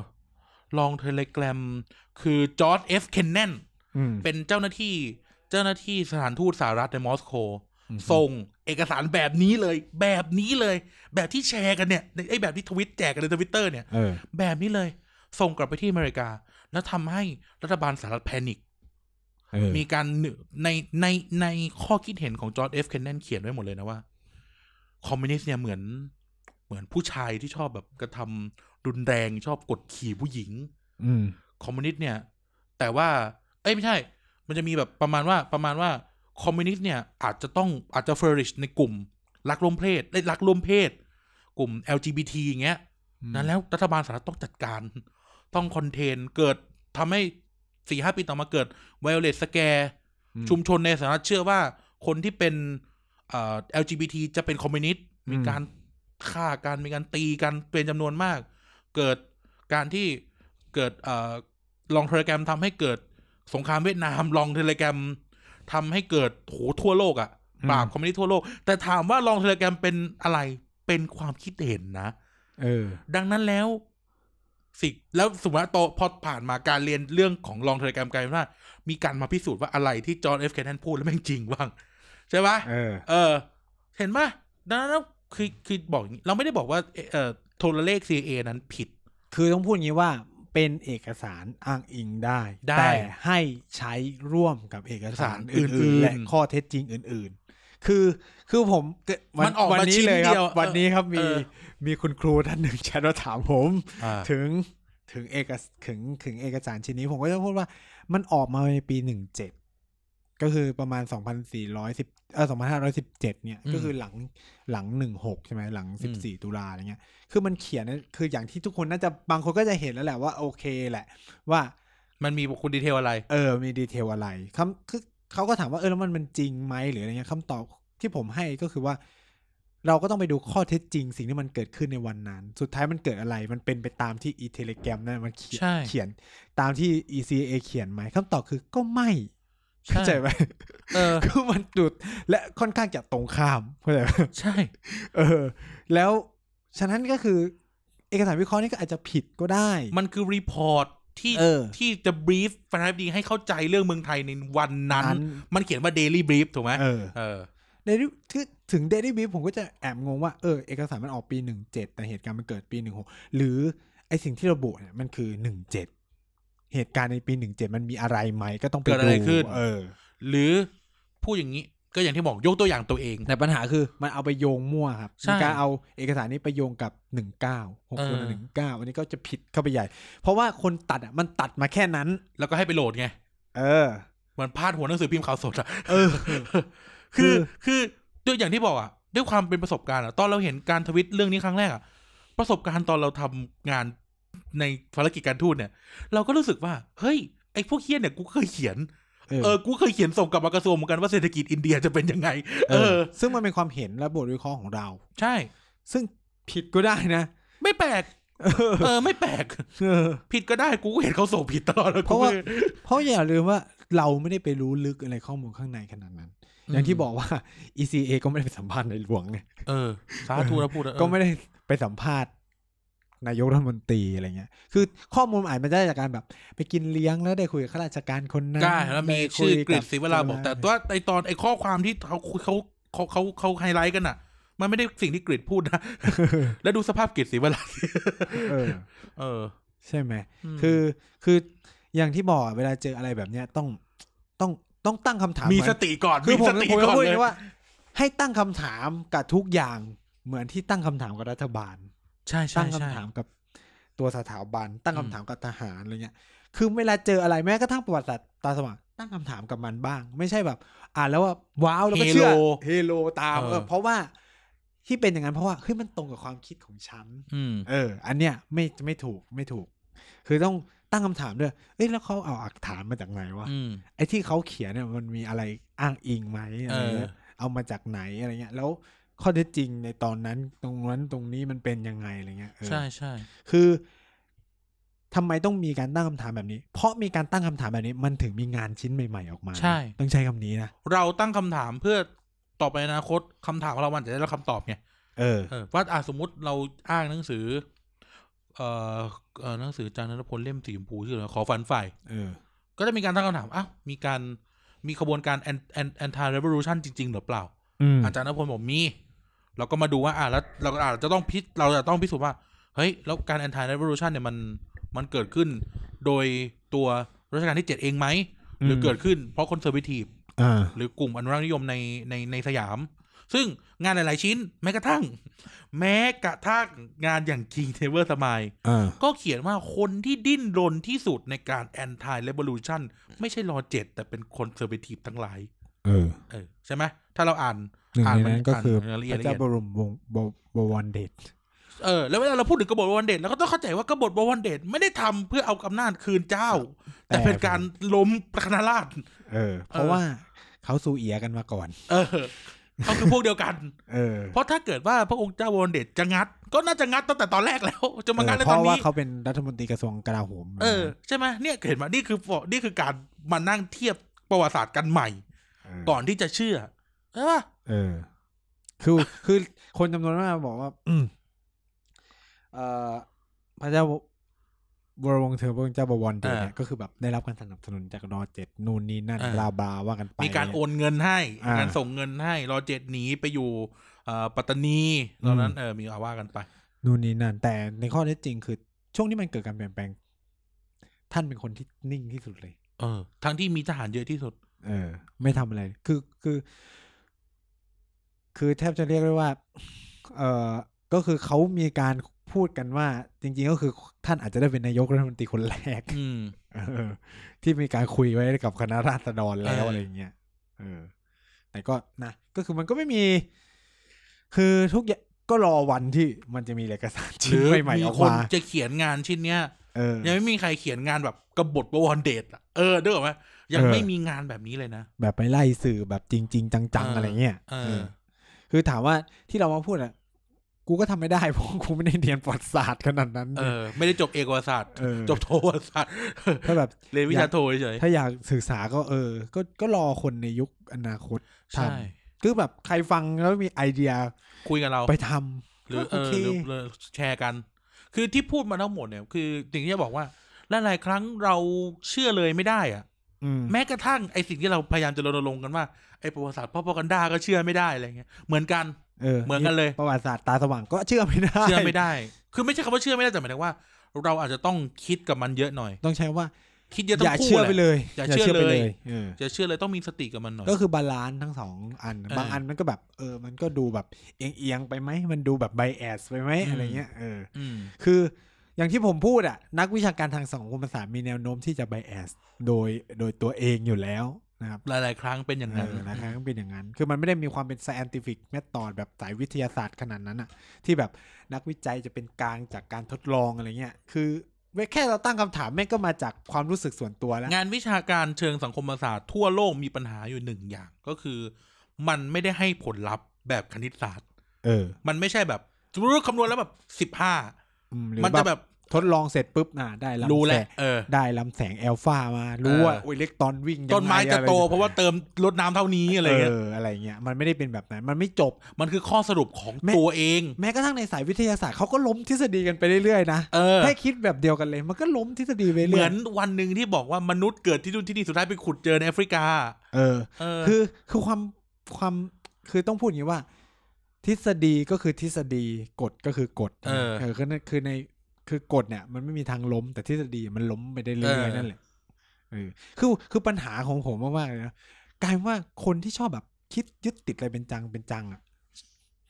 Speaker 2: ลองเทเลกรมคือจอร์ดเอฟเคนแนน
Speaker 1: อืม
Speaker 2: เป็นเจ้าหน้าที่เจ้าหน้าที่สถานทูตสหรัฐในมอสโก
Speaker 1: อือฮึ
Speaker 2: ส่งเอกสารแบบนี้เลย แบบนี้เลย แบบที่แชร์กันเนี่ยในไอ้แบบที่ทวิตแจกกันในทวิตเตอร์เนี่ย
Speaker 1: เออ
Speaker 2: แบบนี้เลย ส่งกลับไปที่อเมริกา แล้วทำให้รัฐบาลสหรัฐแพนิค
Speaker 1: เออ
Speaker 2: มีการหนึ่งในในในข้อคิดเห็นของจอร์ดเอฟเคนแนนเขียนไว้หมดเลยนะว่า คอมมิวนิสต์เนี่ยเหมือน เหมือนผู้ชายที่ชอบแบบกระทำรุนแรงชอบกดขี่ผู้หญิง
Speaker 1: อืม
Speaker 2: คอมมิวนิสต์เนี่ย แต่ว่า เอ้ยไม่ใช่ มันจะมีแบบประมาณว่าประมาณว่าคอมมิวนิสต์เนี่ย อาจจะต้องอาจจะเฟอร์ริชในกลุ่มรักร่วมเพศและรักร่วมเพศ กลุ่ม LGBT อย่างเงี้ย นั้นแล้วรัฐบาลสหรัฐต้องจัดการ ต้องคอนเทนเกิดทำให้สี่ห้าปีต่อมาเกิด ไวโอเลตสแกร์
Speaker 1: อืม
Speaker 2: ชุมชนในสหรัฐเชื่อว่าคนที่เป็นเอ่อ LGBT จะเป็นคอมมิวนิสต์
Speaker 1: อืม
Speaker 2: มีการฆ่ากันมีการตีกันเป็นจำนวนมาก เกิดการที่เกิดเอ่อลองเทเลแกรมทำให้เกิดสงครามเวียดนาม ลองเทเลแกรมทำให้เกิดโหทั่วโลกอะ่ะปราบคอมมิวนิสต์ทั่วโลก แต่ถามว่าลองเทเลแกรมเป็นอะไรเป็นความคิดเห็นนะ
Speaker 1: เออ
Speaker 2: ดังนั้นแล้วสิแล้วสมมติว่าโตพอผ่านมาการเรียนเรื่องของลองเทเลกรมกลายเป็นว่า มีการมาพิสูจน์ว่าอะไรที่จอร์นเอฟเคนแนนพูดแล้วแม่งจริงบ้าง ใช่ปะ
Speaker 1: เออ
Speaker 2: เออ เห็นปะดังนั้นแล้วคือคือบอกอย่างงี้เราไม่ได้บอกว่าเอ่อเอ่อโทรเลข CA นั้นผิด
Speaker 1: คือต้องพูดอย่างนี้ว่าเป็นเอกสารอ้างอิงได้
Speaker 2: ได้
Speaker 1: แต่ให้ใช้ร่วมกับเอกสาร
Speaker 2: เอกสารอื่
Speaker 1: อ
Speaker 2: ๆ
Speaker 1: นื่นๆ และข้อเท็จจริงอื่นๆ คือคือผม
Speaker 2: มันออกมา
Speaker 1: วันี้
Speaker 2: ชิ้น
Speaker 1: เลยครั
Speaker 2: เดียว
Speaker 1: วันนี้ครับมี
Speaker 2: เออ
Speaker 1: มีคุณครูท่านหนึ่งแชทมาถามผม
Speaker 2: ถึง
Speaker 1: ถึงถึงเอกสถึงถึงเอกสารชิ้นนี้ผมก็จะพูดว่ามันออกมาในปีหนึ่งเจ็ดก็คือประมาณสองพันสี่ร้อยสิบเออสองพันห้าร้อยสิบเจ็ดเนี่ย ก็คือหลังหลังหนึ่งหกใช่ไหมหลังสิบสี่ตุลาอะไรเงี้ย คือมันเขียนคืออย่างที่ทุกคนน่าจะบางคนก็จะเห็นแล้วแหละว่าโอเคแหละ ว่า
Speaker 2: มันมีคุณดีเทลอะไร
Speaker 1: เออ มีดีเทลอะไรคำคือเขาก็ถามว่า เออ แล้วมันมันจริงไหมหรืออะไรเงี้ยคำตอบที่ผมให้ก็คือว่า เราก็ต้องไปดูข้อเท็จจริง สิ่งที่มันเกิดขึ้นในวันนั้น สุดท้ายมันเกิดอะไร มันเป็นไปตามที่อีเทเลแกรมนั่นมันเขียน
Speaker 2: ใช่
Speaker 1: เขียน ตามที่ ECA เขียนไหมคำตอบคือก็ไม่
Speaker 2: ใช่
Speaker 1: เข้าใจไหม
Speaker 2: เออ
Speaker 1: คือมันจุดและค่อนข้างจะตรงข้ามเข้าใจไหม
Speaker 2: ใช่
Speaker 1: เออ แล้วฉะนั้นก็คือ เอกสารวิเคราะห์นี่ก็อาจจะผิดก็ได้
Speaker 2: มันคือรีพอร์ตที่
Speaker 1: เออ
Speaker 2: ที่จะบรีฟแฟนดีให้เข้าใจเรื่องเมืองไทยในวันนั้น
Speaker 1: นั้น
Speaker 2: มันเขียนว่าเดลี่บรีฟถูกไหม
Speaker 1: เออ
Speaker 2: เออ
Speaker 1: เดลิคือถึงเดลิบีผมก็จะแอบงงว่า เออ เอกสารมันออกปีหนึ่งเจ็ดแต่เหตุการณ์มันเกิดปีหนึ่งหกหรือไอสิ่งที่ระบุเนี่ยมันคือหนึ่งเจ็ดเหตุการณ์ในปีหนึ่งเจ็ดมันมีอะไรไหมก็ต้องป
Speaker 2: เกิดอะไรขึ้น
Speaker 1: เออ
Speaker 2: หรือพูดอย่างนี้ก็อย่างที่บอกยกตัวอย่างตัวเอง
Speaker 1: แต่ปัญหาคือมันเอาไปโยงมั่วครับ
Speaker 2: ใช่
Speaker 1: มีการเอาเอกสารนี้ไปโยงกับหนึ่งเก้าหก
Speaker 2: เออ
Speaker 1: หนึ่งเก้าอันนี้ก็จะผิดเข้าไปใหญ่ เพราะว่าคนตัดอ่ะมันตัดมาแค่นั้น
Speaker 2: แล้วก็ให้ไปโหลดไง
Speaker 1: เออ
Speaker 2: มันพาดหัวหนังสือพิมพ์ข่าวสดอะ
Speaker 1: เออคื
Speaker 2: คือ
Speaker 1: อ
Speaker 2: คือด้วยอย่างที่บอกอะด้วยความเป็นประสบการณ์อะตอนเราเห็นการทวิตเรื่องนี้ครั้งแรกอะประสบการณ์ตอนเราทำงานในภารกิจการทูตเนี่ย เราก็รู้สึกว่า เฮ้ยไอ้พวกเฮี้ยเนี่ยกูเคยเขียน
Speaker 1: เออ
Speaker 2: เออกูเคยเขียนส่งกลับมากระทรวงเหมือนกันว่าเศรษฐกิจอินเดียจะเป็นยังไง เออ
Speaker 1: ซึ่งมันเป็นความเห็นและบทวิเคราะห์ของเรา
Speaker 2: ใช่
Speaker 1: ซึ่งผิดก็ได้นะ
Speaker 2: ไม่แปลก
Speaker 1: เออ
Speaker 2: เออ ไม่แปลก
Speaker 1: เออ
Speaker 2: ผิดก็ได้กูก็เห็นเขาส่งผิดตลอดเลย
Speaker 1: เพราะว่า เพราะอย่าลืมว่าเราไม่ได้ไปรู้ลึกอะไรข้อมูลข้างในขนาดนั้น อย่างที่บอกว่า ECA ก็ไม่ได้ไปสัมภาษณ์ในหลวงไง
Speaker 2: เออสาธุนะพูดนะเออ
Speaker 1: ก็ไม่ได้ไปสัมภาษณ์ นายกรัฐมนตรีอะไรเงี้ย คือข้อมูลอาจมาได้จากการแบบ ไปกินเลี้ยงแล้วได้คุยกับข้าราชการคนนั้น
Speaker 2: กล้าแล้วมี
Speaker 1: ได้คุ
Speaker 2: ชื่อย กริดศิวราบอกแต่
Speaker 1: ใช่
Speaker 2: ว่าไอตอนไอข้อความที่เขาเขาเขาเขาเขาไฮไลท์กันอ่ะ มันไม่ได้สิ่งที่กริดพูดนะ แล้วดูสภาพกริดศิวราสิ
Speaker 1: เออ
Speaker 2: เออ
Speaker 1: ใช่ไหม
Speaker 2: ม
Speaker 1: คือ คืออย่างที่บอกอะเวลาเจออะไรแบบเนี้ยต้อง ต้อง ต้องตั้งคำถาม
Speaker 2: มี
Speaker 1: เหอน
Speaker 2: สติก่อน
Speaker 1: คือผม
Speaker 2: สติ
Speaker 1: ผม
Speaker 2: ก่
Speaker 1: จะ
Speaker 2: อน
Speaker 1: พูด
Speaker 2: เลย
Speaker 1: ว่า ให้ตั้งคำถามกับทุกอย่างเหมือนที่ตั้งคำถามกับรัฐบาล
Speaker 2: ใช่ใช่
Speaker 1: ตั้งคำ
Speaker 2: ใช่
Speaker 1: ถามกับตัวสถาบัน ตั้ง
Speaker 2: อื
Speaker 1: คำ
Speaker 2: ม
Speaker 1: ถามกับทหารอะไรเงี้ย คือเวลาเจออะไรแม้กระทั่งประวัติศาสตร์ตาสว่างตั้งคำถามกับมันบ้าง ไม่ใช่แบบ อ่านแล้วว่าว้าวแล้วก็
Speaker 2: เฮ
Speaker 1: เชื่
Speaker 2: โล
Speaker 1: อเฮโลตาม
Speaker 2: เออ
Speaker 1: เออเพราะว่าที่เป็นอย่างนั้นเพราะว่าเฮ้ยมันตรงกับความคิดของฉัน
Speaker 2: อืม
Speaker 1: เออ อันเนี้ยไม่ไม่ถูกไม่ถูก คือต้องตั้งคำถามด้วย เอ้ยแล้วเขาเอาอักฐานมาจากไหนวะ
Speaker 2: อืม
Speaker 1: ไอ้ที่เขาเขียนเนี่ยมันมีอะไรอ้างอิงไหมอะไรเงี้ย
Speaker 2: เอ
Speaker 1: เอามาจากไหนอะไรเงี้ย แล้วข้อเท็จจริงในตอนนั้นตรงนั้นตรงนี้มันเป็นยังไงอะไรเงี้ยเออ
Speaker 2: ใช่ใช่
Speaker 1: คือทำไมต้องมีการตั้งคำถามแบบนี้ เพราะมีการตั้งคำถามแบบนี้ มันถึงมีงานชิ้นใหม่ ๆออกมา
Speaker 2: ใช่
Speaker 1: ต้องใช้คำนี้นะ
Speaker 2: เราตั้งคำถามเพื่อต่อไปอนาคตคำถามของเรามันจะได้รับคำตอบไง
Speaker 1: เออ
Speaker 2: เออว่าอ่ะสมมติเราอ้างหนังสือ เอ่อเอ่อหนังสือจารย์นรพลเล่มสีชมพูชื่ออะไรขอฝันฝ่าย
Speaker 1: เออ
Speaker 2: ก็จะมีการตั้งคำถามอ้าวมีการมีขบวนการแอนแอนแอนทาเรเวลูชันจริง ๆ หรือเปล่า
Speaker 1: อืม
Speaker 2: อาจารย์นพพลบอกมี เราก็มาดูว่าอ่าแล้วเราก็อาจจะต้องพิจเราจะต้องพิสูจน์ว่า เฮ้ย แล้วการแอนทาเรเวลูชันเนี่ยมันมันเกิดขึ้น โดยตัวรัชกาลที่เจ็ดเองไหม หรือเกิดขึ้นเพราะคนเซอร์วิทีฟ
Speaker 1: อ่า
Speaker 2: หรือกลุ่มอนุรักษ์นิยมในในในสยาม ซึ่งงานหลาย ๆ ชิ้น แม้กระทั่ง แม้กระทั่งงานอย่าง King t a b l e r s m i l e
Speaker 1: อ่า
Speaker 2: ก็เขียนว่าคนที่ดิ้นรนที่สุดในการ anti revolution ไม่ใช่รอเจ็ดแต่เป็นคนเซอร์เ t ทีฟทั้งหลาย
Speaker 1: เออ
Speaker 2: เออ ใช่ไหม ถ้าเราอ่าน
Speaker 1: หนึ่ง
Speaker 2: อ่าน
Speaker 1: ใน
Speaker 2: มั
Speaker 1: นั้นก็คือ
Speaker 2: านรายละเอี
Speaker 1: พ
Speaker 2: ยด
Speaker 1: ระเจ้า
Speaker 2: ละเอียด
Speaker 1: บรมวงศ์บวบวรเดช
Speaker 2: เออแล้วเวลาเราพูดถึงกบฏบวันเดชเราก็ต้องเข้าใจว่ากบฏบวันเดชไม่ได้ทำเพื่อเอาอำนาจคืนเจ้า แต่เป็นการล้มประนาราช
Speaker 1: เออ เพ
Speaker 2: เอ
Speaker 1: ราะ
Speaker 2: อ
Speaker 1: ว่าเขาสูเอียกันมาก่อน
Speaker 2: เออเขาคือพวกเดียวกัน
Speaker 1: เออ
Speaker 2: เพราะถ้าเกิดว่าพระองค์เจ้าวรเดชจะงัด ก็น่าจะงัดตั้งแต่ตอนแรกแล้ว จะมางัดใน
Speaker 1: เพ
Speaker 2: ตอน
Speaker 1: ราะว่า
Speaker 2: นี้
Speaker 1: เขาเป็นรัฐมนตรีกระทรวงกลาโหม
Speaker 2: เออใช่ไหมเนี่ยเห็นไหมนี่คือฟอนี่คือการมานั่งเทียบประวัติศาสตร์กันใหม่
Speaker 1: เออ
Speaker 2: ก่อนที่จะเชื่อเออ
Speaker 1: เออ คือคือคนจำนวนมากบอกว่า อืมเออพระเจ้าวรวงศ์เธอพระเจ้าบวรเดชเนี่ยก็คือแบบได้รับการสนับสนุนจากนอเจ็ดนู่นนี่นั่นบลาบลาว่ากันไป
Speaker 2: มีการโอนเงินให้
Speaker 1: อ่ามี
Speaker 2: การส่งเงินให้รอเจ็ดหนีไปอยู่เอ่อปัตตานีตอนนั้นเออมีอาว่ากันไป
Speaker 1: นู่นนี่นั่นแต่ในข้อเท็จจริง คือช่วงที่มันเกิดการเปลี่ยนแปลง ท่านเป็นคนที่นิ่งที่สุดเลย
Speaker 2: เออ ทั้งที่มีทหารเยอะที่สุด
Speaker 1: เออ ไม่ทำอะไร คือคือ คือแทบจะเรียกได้ว่า เออก็คือเขามีการพูดกันว่า จริง ๆ ก็คือท่านอาจจะได้เป็นนายกรัฐมนตรีคนแรก
Speaker 2: อืม
Speaker 1: เออ ที่มีการคุยไว้กับคณะราษฎรแล้ว
Speaker 2: เอออ
Speaker 1: อะไรอย่างเงี้ยเออ แต่ก็นะก็คือมันก็ไม่มี คือทุกอย่างก็รอวันที่มันจะมีเอกสาร
Speaker 2: ห
Speaker 1: ชิ้น
Speaker 2: รือ
Speaker 1: ใหม่
Speaker 2: มี
Speaker 1: ๆออก
Speaker 2: คน
Speaker 1: มา
Speaker 2: จะเขียนงานชิ้นเนี้ย
Speaker 1: เออ
Speaker 2: ยังไม่มีใครเขียนงานแบบกบฏประวันเดชอะเออเด้อไหมยัง
Speaker 1: เออ
Speaker 2: ไม่มีงานแบบนี้เลยนะ
Speaker 1: แบบไปไล่สื่อแบบจริง ๆ จัง
Speaker 2: เอ
Speaker 1: ๆ
Speaker 2: ออ
Speaker 1: อะไรเงี้ย
Speaker 2: เอ
Speaker 1: เอ
Speaker 2: อ
Speaker 1: อ คือถามว่าที่เรามาพูดอ่ะ กูก็ทำไม่ได้ เพราะกูไม่ได้เรียนประวัติศาสตร์ขนาดนั้น
Speaker 2: เออ ไม่ได้จบเอกวศาสตร์
Speaker 1: เออ
Speaker 2: จบโทวศาสตร์
Speaker 1: ถ้าแบบ
Speaker 2: เรียนวิชาโทเฉย
Speaker 1: ถ้าอยากศึกษาก็เออ ก็ก็รอคนในยุคอนาคต
Speaker 2: ๆใช่
Speaker 1: ท คือแบบใครฟังแล้วมีไอเดีย
Speaker 2: คุยกับเรา
Speaker 1: ไปทำ
Speaker 2: หรือ
Speaker 1: ก็
Speaker 2: เอ
Speaker 1: โอ
Speaker 2: อ
Speaker 1: เค
Speaker 2: หรือหรือแชร์กัน คือที่พูดมาทั้งหมดเนี่ย คือสิ่งที่จะบอกว่าหลายๆครั้งเราเชื่อเลยไม่ได้อะ
Speaker 1: ม
Speaker 2: แม้กระทั่งไอสิ่งที่เราพยายามจะรณรงค์กันว่าไอประวัติศาสตร์พ่อพกันด้าก็เชื่อไม่ได้อะไรเงี้ยเหมือนกัน
Speaker 1: เออ
Speaker 2: เหมือนกันเลย
Speaker 1: ประวัติศาสตร์ตาสว่างก็เชื่อไม่ได้
Speaker 2: เชื่อไม่ได้ คือไม่ใช่คำว่าเชื่อไม่ได้แต่หมายถึงว่า เราอาจจะต้องคิดกับมันเยอะหน่อย
Speaker 1: ต้องใช้ว่า
Speaker 2: คิดเยอะ
Speaker 1: อ
Speaker 2: ทั้
Speaker 1: ย่าง
Speaker 2: คู่
Speaker 1: เชื่อ
Speaker 2: แห
Speaker 1: ไป
Speaker 2: ละ
Speaker 1: เลย
Speaker 2: อย่าเชื่อ
Speaker 1: ไป
Speaker 2: เลย
Speaker 1: เออ
Speaker 2: จะเชื่อเลยต้องมีสติกับมันหน่อย
Speaker 1: ก็คือบาลานซ์ทั้งสองอัน
Speaker 2: เออบ
Speaker 1: างอันมันก็แบบ เออ มันก็ดูแบบเอียงเอียงๆไปไหม มันดูแบบไบแอสไปไหม
Speaker 2: อืม
Speaker 1: อะไรเงี้ย เออ
Speaker 2: อืม
Speaker 1: คืออย่างที่ผมพูดอะนักวิชาการทางสังคมศาสตร์มีแนวโน้มที่จะไบแอสโดยโดยตัวเองอยู่แล้วนะครับ
Speaker 2: หลาย ๆ ครั้งเป็นอย่าง
Speaker 1: เอ
Speaker 2: นั้น
Speaker 1: อนะครับก็เป็นอย่างนั้น คือมันไม่ได้มีความเป็น scientific method แบบสายวิทยาศาสตร์ขนาดนั้นอะที่แบบนักวิจัยจะเป็นกลางจากการทดลองอะไรเงี้ย คือแค่เราตั้งคำถามแม่งก็มาจากความรู้สึกส่วนตัวแล้ว
Speaker 2: งานวิชาการเชิงสังคมศาสตร์ทั่วโลกมีปัญหาอยู่หนึ่งอย่าง ก็คือ มันไม่ได้ให้ผลลัพธ์แบบคณิตศาสตร์
Speaker 1: เออ
Speaker 2: มันไม่ใช่แบบสมมติว่าคำนวณแล้วแบบสิบห้า
Speaker 1: อืมหรือ
Speaker 2: มัน
Speaker 1: แบ
Speaker 2: จะ
Speaker 1: บ
Speaker 2: แบบ
Speaker 1: ทดลองเสร็จปุ๊บน่ะได้ลำ
Speaker 2: รู้
Speaker 1: ส
Speaker 2: แห
Speaker 1: ง
Speaker 2: ละเออ
Speaker 1: ได้ลำแสงแอลฟามา รู้ว่า
Speaker 2: เออ
Speaker 1: โอ้ยเล็กตอนวิ่งยังง
Speaker 2: ต้นไม้จะโต
Speaker 1: อ
Speaker 2: เพราะว่าเติมลดน้ำเท่านี้
Speaker 1: ะ
Speaker 2: อะไร
Speaker 1: ไร
Speaker 2: เงี้
Speaker 1: เงี้ยเอ
Speaker 2: ย
Speaker 1: ออะไรเงี้ยมันไม่ได้เป็นแบบนั้นมันไม่จบ
Speaker 2: มันคือข้อสรุปของ
Speaker 1: แม่
Speaker 2: ตัวเอง
Speaker 1: แม้กระทั่งในสายวิทยาศาสตร์เขาก็ล้มทฤษฎีกันไปเรื่อยๆนะ
Speaker 2: เออ
Speaker 1: แค่คิดแบบเดียวกันเลย มันก็ล้มทฤษฎีไป
Speaker 2: เห
Speaker 1: เรื่
Speaker 2: มื
Speaker 1: อ
Speaker 2: อย นวันหนึ่งที่บอกว่ามนุษย์เกิดที่นู่นที่นี่สุดท้ายไปขุดเจอในแอฟริกา
Speaker 1: เออ
Speaker 2: เออ
Speaker 1: คือคือความความคือต้องพูดอย่างนี้ว่า ทฤษฎีก็คือทฤษฎีกฎก็คือกฎ
Speaker 2: เออ
Speaker 1: คือนั่นคือในคือกฎเนี่ย มันไม่มีทางล้ม แต่ทฤษฎีมันล้มไปได้เรื่
Speaker 2: เอ
Speaker 1: อย
Speaker 2: อ
Speaker 1: ๆนั่นแหละเออคือคือปัญหาของผมมากๆเลยนะกลายเป็นว่าคนที่ชอบแบบคิดยึดติดอะไรเป็นจังเป็นจังอ่ะ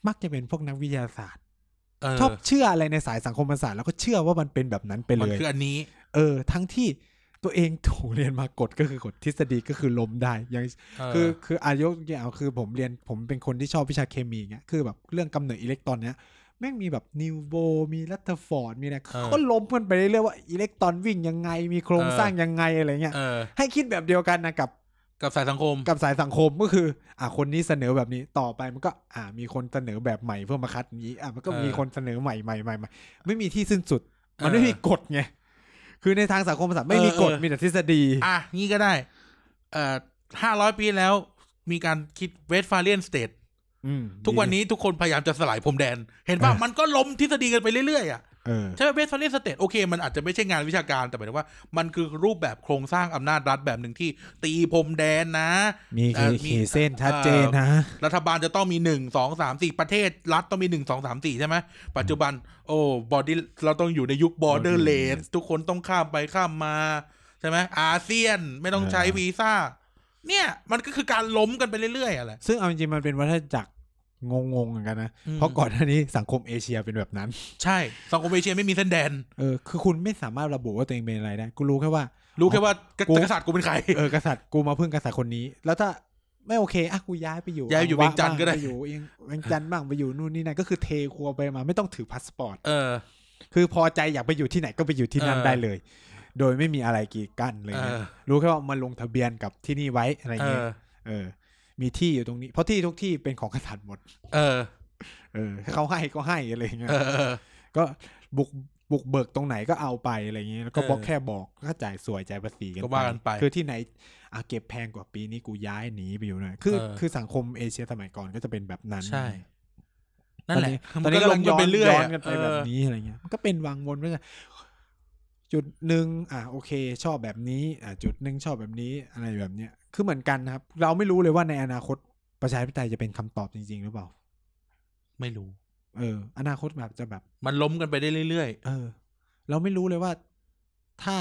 Speaker 1: มักจะเป็นพวกนักวิทยาศาสตร์
Speaker 2: เออ
Speaker 1: ชอบเชื่ออะไรในสายสังคมศาสตร์แล้วก็เชื่อว่ามันเป็นแบบนั้นไป
Speaker 2: มั
Speaker 1: เล
Speaker 2: น
Speaker 1: ย
Speaker 2: คืออันนี้
Speaker 1: เออ ทั้งที่ตัวเองถูกเรียนมากฎก็คือกฎทฤษฎีก็คือล้มได้อย่าง
Speaker 2: เออ
Speaker 1: คือคืออายกตัวอย่างคือผมเรียนผมเป็นคนที่ชอบวิชาเคมีเงี้ยคือแบบเรื่องกำเนิดอิเล็กตรอนเนี้ยแม่งมีแบบนิวโบมีลัตเตอร์ฟอร์ดมีอะไร
Speaker 2: เออ
Speaker 1: ก็ล้มกันไปเรื่อยๆว่าอิเล็กตรอนวิ่งยังไง มีโครง
Speaker 2: เออ
Speaker 1: สร้างยังไงอะไรเงี้ย
Speaker 2: เออ
Speaker 1: ให้คิดแบบเดียวกันนะกับ
Speaker 2: กับสายสังคม
Speaker 1: กับสายสังคมก็คือ อ่าคนนี้เสนอแบบนี้ต่อไปมันก็ อ่ามีคนเสนอแบบใหม่เพื่อมาคัดอย่างนี้อ่ามันก็
Speaker 2: เออ
Speaker 1: มีคนเสนอใหม่ใหม่ใหม่ใหม่ไม่มีที่สิ้นสุด มัน
Speaker 2: เออ
Speaker 1: ไม่มีกฎไงคือในทางสังคมศาสตร์ไม่มีกฎ
Speaker 2: เออเออ
Speaker 1: มีแต่ทฤษฎี
Speaker 2: อ่ะงี้ก็ได้ เอ่อห้าร้อยปีแล้ว มีการคิดเวสฟาเลียนสเตท
Speaker 1: อืม
Speaker 2: ทุกวันนี้ทุกคนพยายามจะสลายพรมแดน เห็นป่ะมันก็ล้มทฤษฎีกันไปเรื่อยๆอ่ะ
Speaker 1: เออ
Speaker 2: ใช่ไหมเบสฟอร์เรสเตทโอเคมันอาจจะไม่ใช่งานวิชาการแต่หมายถึงว่ามันคือรูปแบบโครงสร้างอำนาจรัฐแบบหนึ่งที่ตีพรมแดนนะ
Speaker 1: มี
Speaker 2: เอ่อมี
Speaker 1: ขีดเส้นชัดเจนนะ
Speaker 2: รัฐบาลจะต้องมีหนึ่งสองสามสี่ประเทศรัฐต้องมีหนึ่งสองสามสี่ใช่ไหมปัจจุบัน โอ้บอดี้เราต้องอยู่ในยุคบอร์เดอร์เลสทุกคนต้องข้ามไปข้ามมา ใช่ไหมอาเซียนไม่ต้องใช้วีซ่า เนี่ยมันก็คือการล้มกันไปเรื่อยๆอะไร
Speaker 1: ซึ่งเอาจริงๆมันเป็นวัฏจักรงงๆเหมือนกันนะ
Speaker 2: อืม
Speaker 1: เพราะก่อนหน้านี้สังคมเอเชียเป็นแบบนั้น
Speaker 2: ใช่สังคมเอเชียไม่มีเส้นแดน
Speaker 1: เออ คือคุณไม่สามารถระบุว่าตัวเองเป็นอะไรได้ กูรู้แค่ว่า
Speaker 2: รู้แค่ว่าก
Speaker 1: กู
Speaker 2: กษัตริย์กูเป็นใคร
Speaker 1: เออกษัตริย์กูมาพึ่งกษัตริย์คนนี้ แล้วถ้าไม่โอเคอ่ะกูย้ายไปอยู่
Speaker 2: ย้ายไปอยู่
Speaker 1: อั
Speaker 2: เวียงจันทร์
Speaker 1: บ้า
Speaker 2: ก็ได้
Speaker 1: ไปอยู่เองเวียงจันทร์บ้างไปอยู่นู่นนี่นั่นก็คือเทครัวไปมาไม่ต้องถือพาสปอร์ต
Speaker 2: เออ
Speaker 1: คือพอใจอยากไปอยู่ที่ไหนก็ไปอยู่ที่นั่น
Speaker 2: เออ
Speaker 1: ได้เลย โดยไม่มีอะไรกีดกั้นเลย
Speaker 2: เอ
Speaker 1: นะ
Speaker 2: อ
Speaker 1: รู้แค่ว่ามาลงทะเบียนกับที่นี่ไว้อะไร
Speaker 2: เอ
Speaker 1: เงี้ย
Speaker 2: อ
Speaker 1: เออ มีที่อยู่ตรงนี้ เพราะที่ทุกที่เป็นของกษัตริย์หมด
Speaker 2: เออ
Speaker 1: เออถ้าเขาให้ก็ให้อะไรอย่างเงี้ย
Speaker 2: เออ
Speaker 1: ก็บุกบุกเบิกตรงไหนก็เอาไปอะไรอย่างเงี้ยแล้วก็
Speaker 2: เออ
Speaker 1: บอกแค่บอกก็จ่ายสวยจ่ายภาษีกัน
Speaker 2: ก็ว่ากันไป
Speaker 1: คือที่ไหนอ่ะเก็บแพงกว่าปีนี้กูย้ายหนีไปอยู่หน่อยคือ
Speaker 2: เออ
Speaker 1: คือสังคมเอเชียสมัยก่อนก็จะเป็นแบบนั้น
Speaker 2: ใช่ นั่นแหละ
Speaker 1: ตอนนี้ตอนนี้ก็ลงย้อน
Speaker 2: ไปเรื่อย
Speaker 1: ย้อนกันไปแบบนี้อะไรเงี้ยมันก็เป็นวังวนไปเลยจุดหนึ่งอ่ะโอเค ชอบแบบนี้อ่ะจุดหนึ่งชอบแบบนี้อะไรแบบเนี้ยคือเหมือนกันนะครับ เราไม่รู้เลยว่าในอนาคตประชาธิปไตยจะเป็นคำตอบจริง ๆ หรือเปล่า
Speaker 2: ไม่รู้
Speaker 1: เออ อนาคตแบบจะแบบ
Speaker 2: มันล้มกันไปได้เรื่อย
Speaker 1: เออ เราไม่รู้เลยว่าถ้า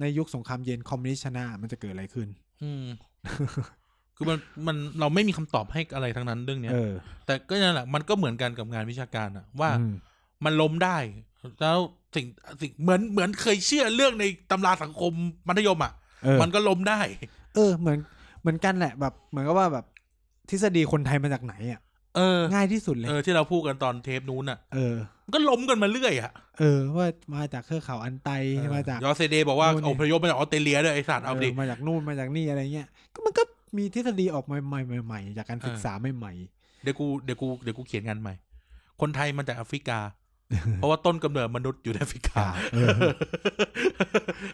Speaker 1: ในยุคสงครามเย็นคอมมิวนิสต์ชนะมันจะเกิดอะไรขึ้น
Speaker 2: ๆ อืม คือมันมันเราไม่มีคำตอบให้อะไรทั้งนั้นเรื่องเนี้ย
Speaker 1: เออ
Speaker 2: แต่ก็นั่นแหละมันก็เหมือนกันกับงานวิชาการอะว่า
Speaker 1: อืม
Speaker 2: มันล้มได้ แล้วสิ่งสิ่งเหมือนเหมือนเคยเชื่อเรื่องในตำราสังคมมัธยมอะ
Speaker 1: เออ
Speaker 2: มันก็ล้มได้
Speaker 1: เออ เหมือนเหมือนกันแหละแบบ เหมือนกับว่าแบบทฤษฎีคนไทยมาจากไหนอ่ะ
Speaker 2: เออ
Speaker 1: ง่ายที่สุดเลย
Speaker 2: เออที่เราพูดกันตอนเทปนู้นอะ
Speaker 1: เออ
Speaker 2: มันก็ล้มกันมาเรื่อยอะ
Speaker 1: เออ ว่ามาจากเครือเขาอันไตมาจาก
Speaker 2: ยอเซเดย์บอกว่า
Speaker 1: นู่นนี่
Speaker 2: อพยพมาจากออสเตรเลียด้วยไอสัตว์เอาดิ
Speaker 1: เออมาจากนู่นมาจากนี่อะไรเงี้ยก็มันก็มีทฤษฎีออกใหม่ใหม่ใหม่ๆจากการศึกษาใหม่
Speaker 2: เดี๋ยวกูเดี๋ยวกูเดี๋ยวกูเขียนงานใหม่ คนไทยมาจากแอฟริกา เพราะว่าต้นกำเนิดมนุษย์อยู่ในแอฟริ
Speaker 1: ๆ
Speaker 2: กา
Speaker 1: อ่ะเออ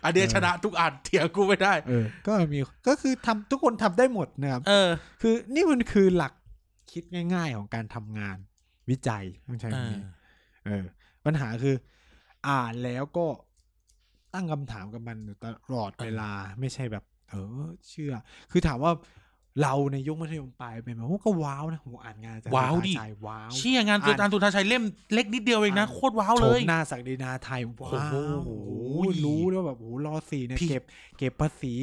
Speaker 2: อันเนี้ย
Speaker 1: เออ
Speaker 2: ชนะทุกอันเถียงกูไม่ได้
Speaker 1: เออ ก็มีก็คือทำทุกคนทำได้หมดนะครับ
Speaker 2: เออ
Speaker 1: คือนี่มันคือหลักคิดง่าย ๆ ของการทำงานวิจัยต้องใช้คำนี้เออ ปัญหาคือ อ่านแล้วก็ตั้งคำถามกับมันอยู่ตลอดเวลาไม่ใช่แบบ เออ เชื่อ คือถามว่าเราในยุคมัธยมปลายเป็นไหมผมก็ว้าวนะผมอ่านงานอจรย์
Speaker 2: ว้าวดิ
Speaker 1: สุธชัยว้าว
Speaker 2: เชี่ยงานตัว
Speaker 1: อ่าน
Speaker 2: จานสุธาชัยเล่มเล็กนิดเดียวเองนะโคตรว้าว
Speaker 1: ช
Speaker 2: เล
Speaker 1: ม
Speaker 2: ย
Speaker 1: หน้าศักดินาไทยว้าว
Speaker 2: โอ้โห
Speaker 1: โอ้โหรู้แล้วแบบโอ้โหรอสี่เนี่ย
Speaker 2: พี่
Speaker 1: เก็บ เก็บภาษี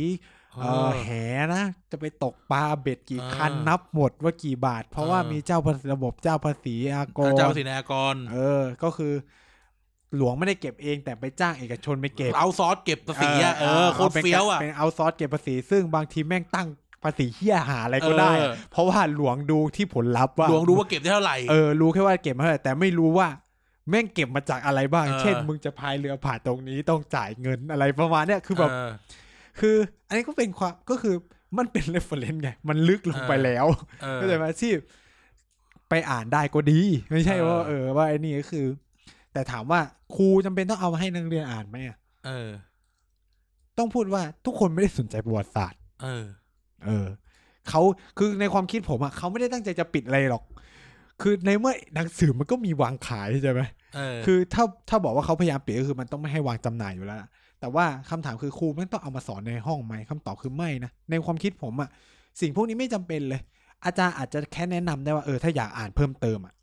Speaker 2: เอ
Speaker 1: เอ
Speaker 2: อ
Speaker 1: อแหนะจะไปตกปลาเบ็ดกี่
Speaker 2: เออ
Speaker 1: คันนับหมดว่ากี่บาท เพราะว่า
Speaker 2: เออ
Speaker 1: มีเจ้าภาษีระบบเจ้าภาษีอากร
Speaker 2: เจ้าสินายกร
Speaker 1: เออ ก็คือ หลวงไม่ได้เก็บเองแต่ไปจ้างเอกชนไปเก็บ
Speaker 2: เอาซอสเก็บภาษีอะเออโคตร
Speaker 1: ป็น
Speaker 2: เฟี้ยวอ่ะ
Speaker 1: เป็นเอาซอสเก็บภาษีซึ่งบางทีแม่งตั้งภาษีเหี้ยหาอะไรก็ได้อะ
Speaker 2: เออ
Speaker 1: เพราะว่าหลวงดูที่ผลลัพธ์ว่า
Speaker 2: หลวงรู้ว่าเก็บได้เท่าไหร่
Speaker 1: เออรู้แค่ว่าเก็บมาเท่าไหร่แต่ไม่รู้ว่า แม่งเก็บมาจากอะไรบ้าง
Speaker 2: เออ
Speaker 1: เช่น มึงจะพายเรือผ่านตรงนี้ต้องจ่ายเงินอะไรประมาณเนี้ยคือแบบ
Speaker 2: เอ
Speaker 1: คืออันนี้ก็เป็นความก็คือมันเป็นเรฟเฟรนซ์ไง มันลึกลงไป
Speaker 2: เออ
Speaker 1: แล้ว
Speaker 2: เออ
Speaker 1: เข้าใจไหมที่ไปอ่านได้ก็ดี ไม่ใช่ว่า
Speaker 2: เอ
Speaker 1: เอ
Speaker 2: อ
Speaker 1: อว่าไอ้นี่ก็คือ แต่ถามว่าครูจำเป็นต้องเอามาให้นักเรียนอ่านไหมอะ
Speaker 2: เออ
Speaker 1: ต้องพูดว่าทุกคนไม่ได้สนใจประวัติศาสตร์
Speaker 2: เออ
Speaker 1: เออเขาคือในความคิดผมอะเขาไม่ได้ตั้งใจจะปิดอะไรหรอก คือในเมื่อหนังสือมันก็มีวางขายใช่ไหม
Speaker 2: เออ
Speaker 1: คือถ้าถ้าบอกว่าเขาพยายามปิดก็คือมันต้องไม่ให้วางจำหน่ายอยู่แล้วล่ะแต่ว่าคำถามคือครูไม่งต้องเอามาสอนในห้องไหมคำตอบคือไม่นะ ในความคิดผมอะสิ่งพวกนี้ไม่จำเป็นเลย อาจารย์อาจจะแค่แนะนำได้ว่าเออถ้าอยากอ่านเพิ่มเติมอะ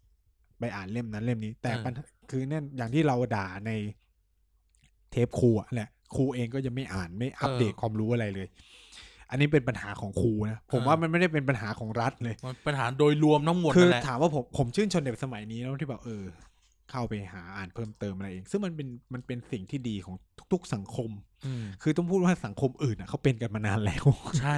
Speaker 1: ไปอ่านเล่มนั้นเล่มนี้ แต่
Speaker 2: เออ
Speaker 1: ปัญหาคือเนี่ยอย่างที่เราด่าในเทปครูอะแหละครูเองก็จะไม่อ่านไม่อัปเดตความรู้อะไรเลย อันนี้เป็นปัญหาของครูนะผมว่ามันไม่ได้เป็นปัญหาของรัฐเลย
Speaker 2: มันปัญหาโดยรวมทั้งหมด
Speaker 1: คื
Speaker 2: นั่
Speaker 1: อน
Speaker 2: แหละ
Speaker 1: ถามว่าผมผมชื่นชมเด็กสมัยนี้แล้วที่แบบเออ เข้าไปหาอ่านเพิ่มเติมอะไรเอง ซึ่งมันเป็นมันเป็นสิ่งที่ดีของทุก ๆ สังคม
Speaker 2: ม
Speaker 1: คือต้องพูดว่าสังคมอื่นอ่ะเขาเป็นกันมานานแล้ว
Speaker 2: ใช่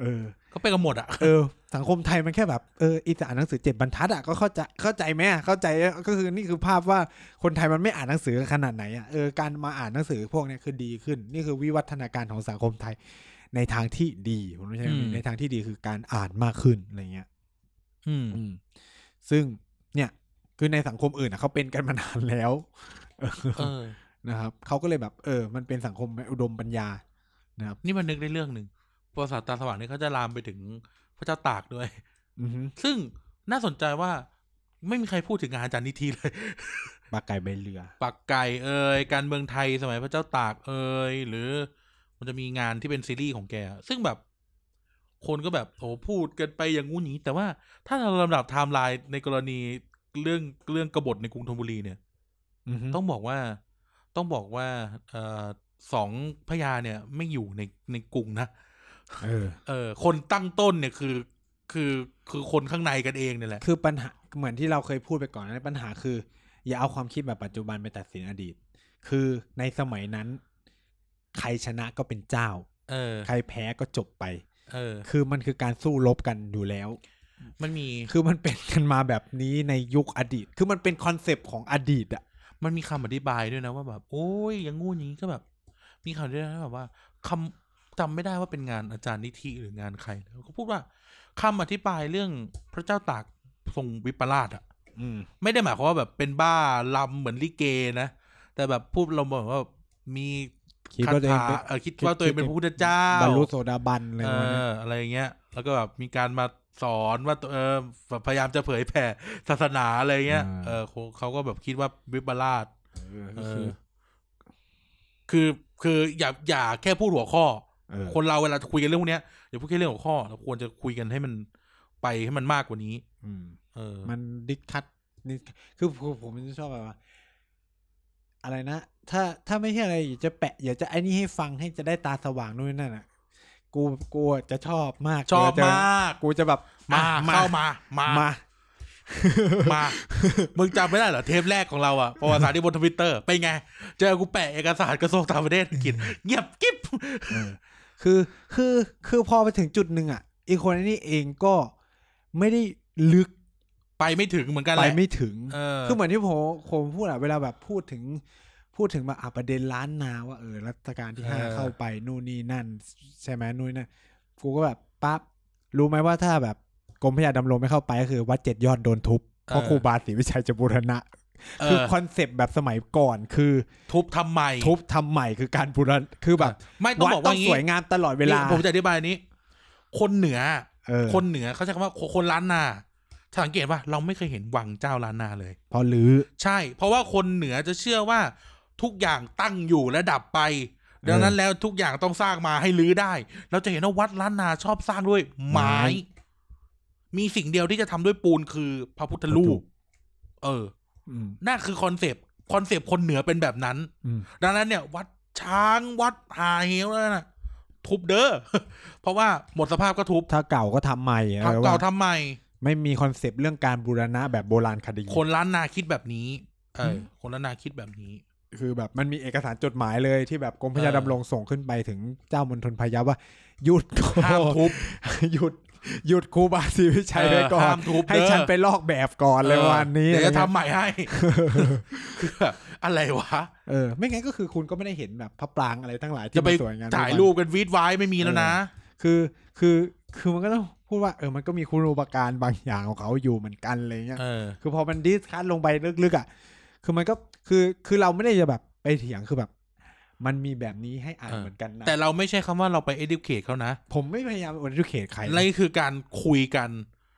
Speaker 1: เออ
Speaker 2: ก็ไปกันหมดอ่ะ
Speaker 1: เออ สังคมไทยมันแค่แบบเอออีแต่อ่านหนังสือเจ็ดบรรทัดอ่ะก็เข้าใจเข้าใจไหมอะเข้าใจก็คือนี่คือภาพว่าคนไทยมันไม่อ่านหนังสือขนาดไหนอ่ะเออการมาอ่านหนังสือพวกเนี้ยคือดีขึ้น นี่คือวิวัฒนาการของสังคมไทย ในทางที่ดีผมไม่ใช่
Speaker 2: อืม
Speaker 1: ในทางที่ดีคือการอ่านมากขึ้นอะไรเงี้ย
Speaker 2: อืม
Speaker 1: อืมซึ่งเนี่ยคือในสังคมอื่นนะเขาเป็นกันมานานแล้วเออ
Speaker 2: เออ
Speaker 1: นะครับเขาก็เลยแบบ เออ มันเป็นสังคมอุดมปัญญานะครับ
Speaker 2: นี่มันนึกได้เรื่องหนึ่งประวัติศาสตร์ตาสว่างนี่เขาจะลามไปถึงพระเจ้าตากด้วย
Speaker 1: อือฮึ
Speaker 2: ซึ่งน่าสนใจว่าไม่มีใครพูดถึงงานอาจารย์นิธีเลย
Speaker 1: ปลาไก่ใบเรือ
Speaker 2: ปักไก่เอ่ยการเมืองไทยสมัยพระเจ้าตากเอ่ยหรือมันจะมีงานที่เป็นซีรีส์ของแก ซึ่งแบบ คนก็แบบโอ้พูดกันไปอย่างงู้นอย่างนี้แต่ว่าถ้าเราลำดับไทม์ไลน์ในกรณีเรื่องเรื่องกบฏในกรุงธนบุรีเนี่ย
Speaker 1: อือฮึ
Speaker 2: ต้องบอกว่าต้องบอกว่าเออสองพญาเนี่ย ไม่อยู่ในในกรุงนะ
Speaker 1: เออ
Speaker 2: เออคนตั้งต้นเนี่ยคือคือคือคนข้างในกันเองเนี่ยแหละ
Speaker 1: คือปัญหาเหมือนที่เราเคยพูดไปก่อนนะปัญหาคือ อย่าเอาความคิดแบบปัจจุบันไปตัดสินอดีต คือในสมัยนั้น ใครชนะก็เป็นเจ้า
Speaker 2: เออ
Speaker 1: ใครแพ้ก็จบไป
Speaker 2: เออ
Speaker 1: คือมันคือการสู้รบกันอยู่แล้ว
Speaker 2: มันมี
Speaker 1: คือมันเป็นกันมาแบบนี้ในยุคอดีต คือมันเป็นคอนเซปต์ของอดีตอะ
Speaker 2: มันมีคำอธิบายด้วยนะว่าแบบ โอ้ยอย่างงู้นอย่างนี้ก็แบบ มีคำอธิบายแบบว่าคำจำไม่ได้ว่าเป็นงานอาจารย์นิธิหรืองานใครแล้วก็พูดว่าคำอธิบายเรื่องพระเจ้าตากทรงวิปลาสอะ
Speaker 1: อืม
Speaker 2: ไม่ได้หมายความว่าแบบเป็นบ้าลำเหมือนลิเกนะ แต่แบบพูดเราบอกว่ามี
Speaker 1: คิดว่าตัวเองเป็น
Speaker 2: คถเออคิดว่าตัวเองเป็นพระพุทธเจ้า
Speaker 1: บรรลุโสดาบันอะไร
Speaker 2: เอ
Speaker 1: ประมาณเนี้ย
Speaker 2: ออะไรอย่างเงี้ย แล้วก็แบบมีการมาสอนว่าตัวเออแบบพยายามจะเผยแผ่ศาสนาอะไรเงี้ย เออเขาเขาก็แบบคิดว่าวิปลาสเอ
Speaker 1: เอ
Speaker 2: อ
Speaker 1: อ
Speaker 2: คือคืออย่าอย่าแค่พูดหัวข้อ
Speaker 1: เออ
Speaker 2: คนเราเวลาคุยกันเรื่องพวกเนี้ยอย่าพูดแค่เรื่องหัวข้อเราควรจะคุยกันให้มันไปให้มันมากกว่านี้
Speaker 1: อืม
Speaker 2: เออ
Speaker 1: มันดิกคัตนี่คือผมผมจะชอบแบบว่า อะไรนะ ถ้าถ้าไม่ใช่อะไรอยากจะแปะ อยากจะไอ้นี่ให้ฟังให้จะได้ตาสว่างนู่นนนั่นอ่ะ กูกูจะชอบมาก
Speaker 2: ชอบ
Speaker 1: จะ
Speaker 2: มาก
Speaker 1: กูจะแบบ
Speaker 2: มา
Speaker 1: มา
Speaker 2: เข้ามามา
Speaker 1: มา
Speaker 2: มามึงจำไม่ได้เหรอเทปแรกของเราอะประวัติศาสตร์ที่บนทวิตเตอร์ไปนไง เจอกูแปะเอกสารกระทรวงต่างประเทศอังกฤษเงียบกิ๊บ
Speaker 1: เออคือคือคือพอไปถึงจุดหนึ่งอ่ะอีโคนนี่เองก็ไม่ได้ลึก
Speaker 2: ไปไม่ถึงเหมือนกันแห
Speaker 1: ไป
Speaker 2: ละ
Speaker 1: ไม่ถึง
Speaker 2: เออ
Speaker 1: คือเหมือนที่ผมผมพูดอะเวลาแบบพูดถึง พูดถึงแบบอ่ะประเด็นล้านนาว่าเออรัชกาลที่ห้า
Speaker 2: เออ
Speaker 1: เข้าไปนู่นนี่นั่น ใช่ไหมนู่นนนั่นกูก็แบบปั๊บรู้ไหมว่าถ้าแบบกรมพระยาดำรงไม่เข้าไปก็คือวัดเจ็ดยอดโดนทุบเพราะครูบาศรีวิชัยจะบูรณะ
Speaker 2: เอ
Speaker 1: คือ
Speaker 2: อ
Speaker 1: คอนเซปต์แบบสมัยก่อนคือ
Speaker 2: ทุบทำไม
Speaker 1: ทุบทำใหม่คือการบูรณะคือแบบ
Speaker 2: ไม่ต้อง
Speaker 1: วัด
Speaker 2: บอก
Speaker 1: ต้
Speaker 2: ว่า
Speaker 1: อง
Speaker 2: งี้
Speaker 1: สวยงามตลอดเวลา
Speaker 2: ผมจะอธิบายนี้ คนเหนือ
Speaker 1: เออ
Speaker 2: คนเหนือเขาใช้คำว่าคนล้านนาสังเกตว่าเราไม่เคยเห็นวังเจ้าล้านนาเลย
Speaker 1: พอรื้อ
Speaker 2: ใช่ เพราะว่าคนเหนือจะเชื่อว่าทุกอย่างตั้งอยู่และดับไป ดังนั้นแล้วทุกอย่างต้องสร้างมาให้รื้อได้ เราจะเห็นว่าวัดล้านนาชอบสร้างด้วยไม้
Speaker 1: ไม้
Speaker 2: มีสิ่งเดียวที่จะทำด้วยปูนคือพระพุทธรูป เออ
Speaker 1: อืม
Speaker 2: นั่นคือคอนเซปต์คอนเซปต์คนเหนือเป็นแบบนั้น
Speaker 1: อืม
Speaker 2: ดังนั้นเนี่ย วัดช้างวัดหาเหวแล้วนะทุบเด้อ เพราะว่าหมดสภาพก็ทุบ
Speaker 1: ถ้าเก่าก็ทำใหม่
Speaker 2: ทำ
Speaker 1: อะไร
Speaker 2: เก่า
Speaker 1: ว่า
Speaker 2: ทำใหม่
Speaker 1: ไม่มีคอนเซปต์เรื่องการบูรณะแบบโบราณคดี
Speaker 2: คนล้านนาคิดแบบนี้ เอออ
Speaker 1: ม
Speaker 2: คนล้านนาคิดแบบนี้
Speaker 1: คือแบบมันมีเอกสารจดหมายเลยที่แบบกรมพระยา
Speaker 2: เออ
Speaker 1: ดำรงส่งขึ้นไปถึงเจ้ามณฑลพะเยาว่า หยุดก่
Speaker 2: ห้าม
Speaker 1: อน
Speaker 2: ทุบ
Speaker 1: หยุดหยุดครูบาศรีวิชัย
Speaker 2: เออ
Speaker 1: ไว้ก่อ
Speaker 2: ห้าน มทุบ
Speaker 1: ให้
Speaker 2: เด้อ
Speaker 1: ฉันไปลอกแบบก่อนเลยวันนี้
Speaker 2: เดี๋ยว
Speaker 1: อะไร
Speaker 2: จะ
Speaker 1: เงี้ย
Speaker 2: ทำใหม่ ให้ คือแบบอะไรวะ
Speaker 1: เออไม่งั้นก็คือคุณก็ไม่ได้เห็นแบบพระปรางอะไรทั้งหลาย
Speaker 2: จะ
Speaker 1: ที่
Speaker 2: ไป
Speaker 1: มันสวยงาม
Speaker 2: ถ่าย
Speaker 1: ทุกวัน
Speaker 2: รูปกันวีดไว้ไม่มีแล้วนะ
Speaker 1: คือคือคือมันก็ต้องพูดว่าเออมันก็มีคุณูปการบางอย่างของเขาอยู่เหมือนกันอะไรเงี้ย
Speaker 2: เออ
Speaker 1: คือพอมันดิสคัทลงไปลึกๆอ่ะ คือมันก็คือคือเราไม่ได้จะแบบไปเถียงคือแบบ มันมีแบบนี้ให้อ่าน
Speaker 2: เออ
Speaker 1: เหมือนกันนะ
Speaker 2: แต่เราไม่ใช่คำว่าเราไป educate เขานะ
Speaker 1: ผมไม่พยายามอด u เ a t e ใครนะ
Speaker 2: นั่นคือการคุยกัน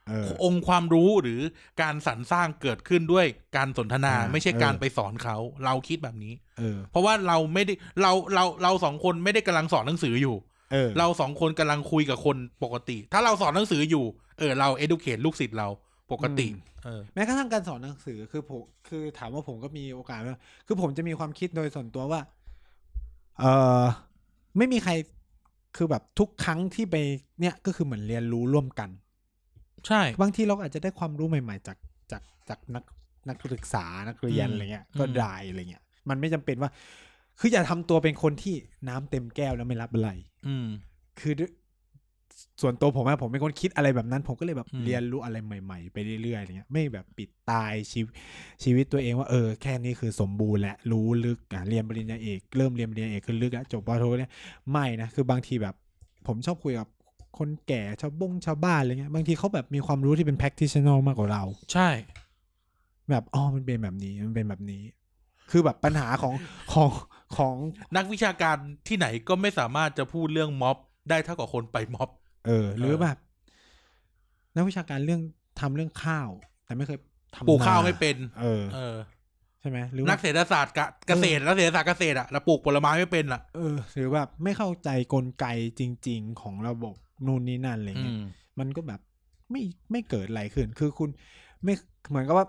Speaker 1: เออ
Speaker 2: องค์ความรู้หรือการสรรสร้างเกิดขึ้นด้วยการสนทนา
Speaker 1: อ่า
Speaker 2: ไม่ใช่การ
Speaker 1: เออ
Speaker 2: ไปสอนเขาเราคิดแบบนี้
Speaker 1: เออ
Speaker 2: เพราะว่าเราไม่ได้เราเราเราสองคนไม่ได้กำลังสอนหนังสืออยู่
Speaker 1: เออ
Speaker 2: เราสองคนกำลังคุยกับคนปกติ ถ้าเราสอนหนังสืออยู่ เออ เรา educate ลูกศิษย์เราปกติ เออ
Speaker 1: แม้กระทั่งการสอนหนังสือคือผมคือถามว่าผมก็มีโอกาสไหมคือผมจะมีความคิดโดยส่วนตัวว่า เออไม่มีใครคือแบบทุกครั้งที่ไปเนี่ยก็คือเหมือนเรียนรู้ร่วมกัน
Speaker 2: ใช่
Speaker 1: บางทีเราอาจจะได้ความรู้ใหม่ ๆ จากจากจากนักนักศึกษานักเรียน
Speaker 2: อืม
Speaker 1: อะไรเงี้ย ก็
Speaker 2: อืม
Speaker 1: ได้อะไรเงี้ย มันไม่จำเป็นว่า คืออย่าทำตัวเป็นคนที่น้ำเต็มแก้วแล้วไม่รับอะไร
Speaker 2: อืม
Speaker 1: คือด้วยส่วนตัวผมอะผมเป็นคนคิดอะไรแบบนั้น ผมก็เลยแบบ
Speaker 2: อืม
Speaker 1: เรียนรู้อะไรใหม่ ๆ ไปเรื่อยๆอะไรเงี้ย ไม่แบบปิดตายชีวิตชีวิตตัวเองว่าเออแค่นี้คือสมบูรณ์และรู้ลึกอ่ะเรียนปริญญาเอกเริ่มเรียนปริญญาเอกคือลึกแล้วจบปอโทเนี่ยไม่นะคือบางทีแบบ ผมชอบคุยกับคนแก่ชาวบงชาวบ้านอะไรเงี้ยบางทีเขาแบบมีความรู้ที่เป็น practitioner มากกว่าเรา
Speaker 2: ใช่
Speaker 1: แบบอ๋อมันเป็นแบบนี้มันเป็นแบบนี้ คือแบบปัญหาของของของ
Speaker 2: นักวิชาการที่ไหนก็ไม่สามารถจะพูดเรื่องม็อบ ได้เท่ากับคนไปม็อบ
Speaker 1: เออ หรือ
Speaker 2: เออ
Speaker 1: แบบนักวิชาการเรื่องทำเรื่องข้าว แต่ไม่เคยทำ
Speaker 2: ปลูกข้าว
Speaker 1: น
Speaker 2: ไม่เป็น
Speaker 1: เออ
Speaker 2: เออ
Speaker 1: ใช่ไหมหรือ
Speaker 2: นั
Speaker 1: ว่าก
Speaker 2: เศรษฐศาสตร์กะเกษตรนักเศรษฐศาสตร์เกษตรอะแล้วปลูกผลไม้ไม่เป็นล่ะ
Speaker 1: เออ หรือแบบไม่เข้าใจกลไกจริง ๆ ของระบบนู่นนี่นั่นอะไร
Speaker 2: อื
Speaker 1: เงี้ย
Speaker 2: ม
Speaker 1: มันก็แบบไม่ไม่เกิดอะไรขึ้น คือคุณไม่เหมือนกับว่า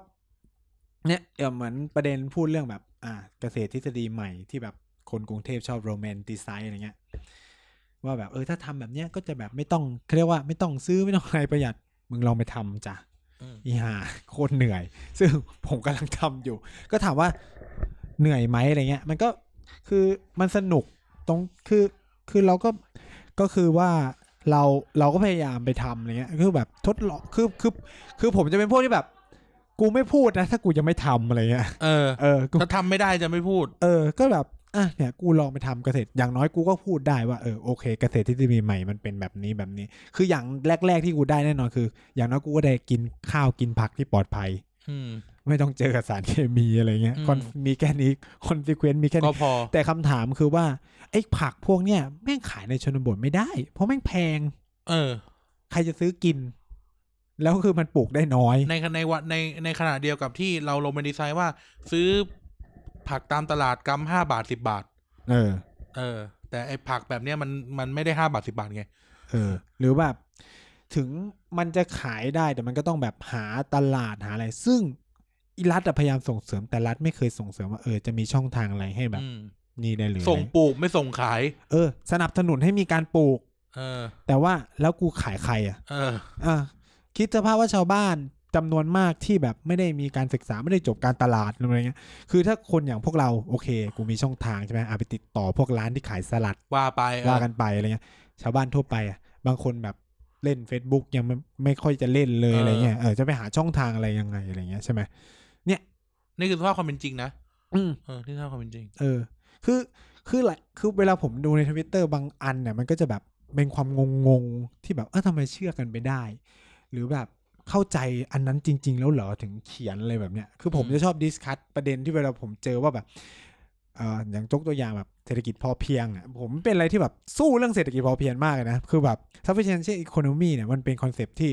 Speaker 1: เนี่ยเออเหมือนประเด็นพูดเรื่องแบบ อ่า เกษตรทฤษฎีใหม่ที่แบบคนกรุงเทพชอบโรแมนติไซน์อะไรเงี้ยว่าแบบเออถ้าทำแบบเนี้ยก็จะแบบไม่ต้องเขาเรียกว่าไม่ต้องซื้อไม่ต้องอะไรประหยัดมึงลองไปทำจ้ะ
Speaker 2: อืม
Speaker 1: อีหาโคตรเหนื่อย ซึ่งผมกำลังทำอยู่ ก็ถามว่าเหนื่อยไหมอะไรเงี้ย มันก็คือมันสนุกตรงคือคือเราก็ก็คือว่าเราเราก็พยายามไปทำอะไรเงี้ยคือแบบทดลองคือคือคือผมจะเป็นพวกที่แบบ กูไม่พูดนะ ถ้ากูยังไม่ทำอะไร เงี้ย
Speaker 2: เออ
Speaker 1: เออกู
Speaker 2: ถ้าทำไม่ได้จะไม่พูด
Speaker 1: เออ ก็แบบอ่ะเนี่ยกูลองไปทำเกษตรอย่างน้อยกูก็พูดได้ว่าเออโอเค เกษตรที่จะมีใหม่มันเป็นแบบนี้แบบนี้ คืออย่างแรก ๆ ที่กูได้แน่นอนคือ อย่างน้อยกูก็ได้กินข้าวกินผักที่ปลอดภัย
Speaker 2: อืม
Speaker 1: ไม่ต้องเจอกับสารเคมีอะไรเงี้ย
Speaker 2: อืม
Speaker 1: คอนมีแค่นี้คอนซิเควนต์มีแค่
Speaker 2: ก็
Speaker 1: นี้
Speaker 2: พอ
Speaker 1: แต่คำถามคือว่าไอ้ผักพวกเนี้ยแม่งขายในชนบทไม่ได้ เพราะแม่งแพง
Speaker 2: เออ
Speaker 1: ใครจะซื้อกิน แล้วคือมันปลูกได้น้อย
Speaker 2: ในในวันในในขณะเดียวกับที่เราลงมาดีไซน์ว่า ซื้อผักตามตลาดกรัมห้าบาทสิบบาท
Speaker 1: เออ
Speaker 2: เออ แต่ไอผักแบบเนี้ยมันมันไม่ได้ห้าบาทสิบบาทไง
Speaker 1: เออ หรือแบบถึงมันจะขายได้แต่มันก็ต้องแบบหาตลาดหาอะไร ซึ่งอีรัฐอะพยายามส่งเสริมแต่รัฐไม่เคยส่งเสริมว่าเออจะมีช่องทางอะไรให้แบบ
Speaker 2: อืม
Speaker 1: นี่ได้หรือ
Speaker 2: ส่ง
Speaker 1: อะไร
Speaker 2: ปลูกไม่ส่งขาย
Speaker 1: เออ สนับสนุนให้มีการปลูก
Speaker 2: เออ
Speaker 1: แต่ว่าแล้วกูขายใครอ่ะ
Speaker 2: เออ
Speaker 1: อ่ะคิดสภาพว่าชาวบ้านจำนวนมากที่แบบไม่ได้มีการศึกษาไม่ได้จบการตลาดอะไรเงี้ย คือถ้าคนอย่างพวกเราโอเค กูมีช่องทางใช่ไหมอาไปติดต่อพวกร้านที่ขายสลัด
Speaker 2: ว่าไปเออ
Speaker 1: ว่ากันไปอะไรเงี้ย ชาวบ้านทั่วไปอ่ะบางคนแบบเล่น Facebook ยังไม่ไม่ค่อยจะเล่นเลยอะไรเงี้ยเออจะไปหาช่องทางอะไรยังไงอะไรเงี้ยใช่ไหม
Speaker 2: นี่คือสภาพความเป็นจริงนะ
Speaker 1: อืม
Speaker 2: เออนี่สภาพความเป็นจริง
Speaker 1: เออ คือ คือหลายคือเวลาผมดูในทวิตเตอร์บางอันเนี่ย มันก็จะแบบเป็นความงงงๆที่แบบ เออทำไมเชื่อกันไปได้ หรือแบบเข้าใจอันนั้นจริง ๆ แล้วเหรอถึงเขียนอะไรแบบเนี้ย คือผม
Speaker 2: อืม
Speaker 1: จะชอบดิสคัตประเด็นที่เวลาผมเจอว่าแบบ เอ่อ อย่างยกตัวอย่างแบบเศรษฐกิจพอเพียงอ่ะ ผมเป็นอะไรที่แบบสู้เรื่องเศรษฐกิจพอเพียงมากเลยนะ คือแบบ sufficient economy เนี่ย มันเป็นคอนเซปต์ที่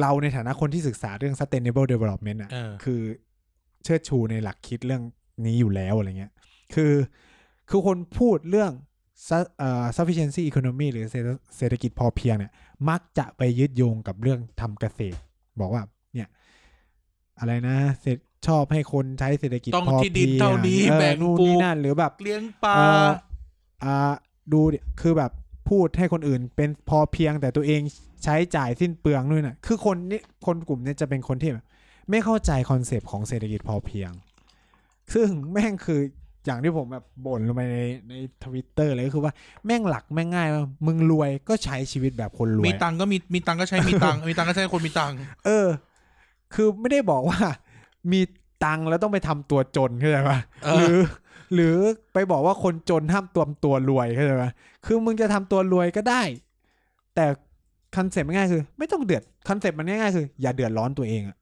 Speaker 1: เราในฐานะคนที่ศึกษาเรื่อง sustainable development อ่ะ
Speaker 2: เออ
Speaker 1: คือเชิดชูในหลักคิดเรื่องนี้อยู่แล้วอะไรเงี้ย คือคือคนพูดเรื่อง su- เอ่อ sufficiency economy หรือเศรษฐเศรษฐกิจพอเพียงเนี่ย มักจะไปยึดโยงกับเรื่องทำเกษตร บอกว่า เนี่ย อะไรนะเศรษฐชอบให้คนใช้เศรษฐกิจ
Speaker 2: ต้อง
Speaker 1: พอ
Speaker 2: ที่ดิ
Speaker 1: เพีย
Speaker 2: น
Speaker 1: ง
Speaker 2: เท่านี้
Speaker 1: ออ
Speaker 2: แบ่ง
Speaker 1: นู่น
Speaker 2: ปลู
Speaker 1: นี่
Speaker 2: ก
Speaker 1: นั่นหรือแบบ
Speaker 2: เลี้ยงปลา
Speaker 1: เอ่ออ่าดูดิคือแบบพูดให้คนอื่นเป็นพอเพียงแต่ตัวเองใช้จ่ายสิ้นเปลืองนู่นน่ะ คือคนนี้คนกลุ่มเนี้จะเป็นคนที่แบบไม่เข้าใจคอนเซปต์ของเศรษฐกิจพอเพียง ซึ่งแม่งคืออย่างที่ผมแบบบ่นลงไปในในทวิตเตอร์เลยก็คือว่าแม่งหลักแม่งง่ายว่ากมึงรวยก็ใช้ชีวิตแบบคนรวย
Speaker 2: มี
Speaker 1: อะ
Speaker 2: ตังค์ก็มีมีตังค์ก็ใช้มีตังค์มี ตังค์ก็ใช้คนมีตังค์
Speaker 1: เออ คือไม่ได้บอกว่า มีตังค์แล้วต้องไปทำตัวจนเข้าใจปะ
Speaker 2: เอ
Speaker 1: หรือ อ หรือไปบอกว่าคนจนห้ามตัวตัวรวยเข้าใจปะคือมึงจะทำตัวรวยก็ได้ แต่คอนเซ็ปต์มันง่ายคือ ไม่ต้องเดือดคอนเซ็ปต์มันง่ายๆคือ อย่าเดือดร้อนตัวเองอะ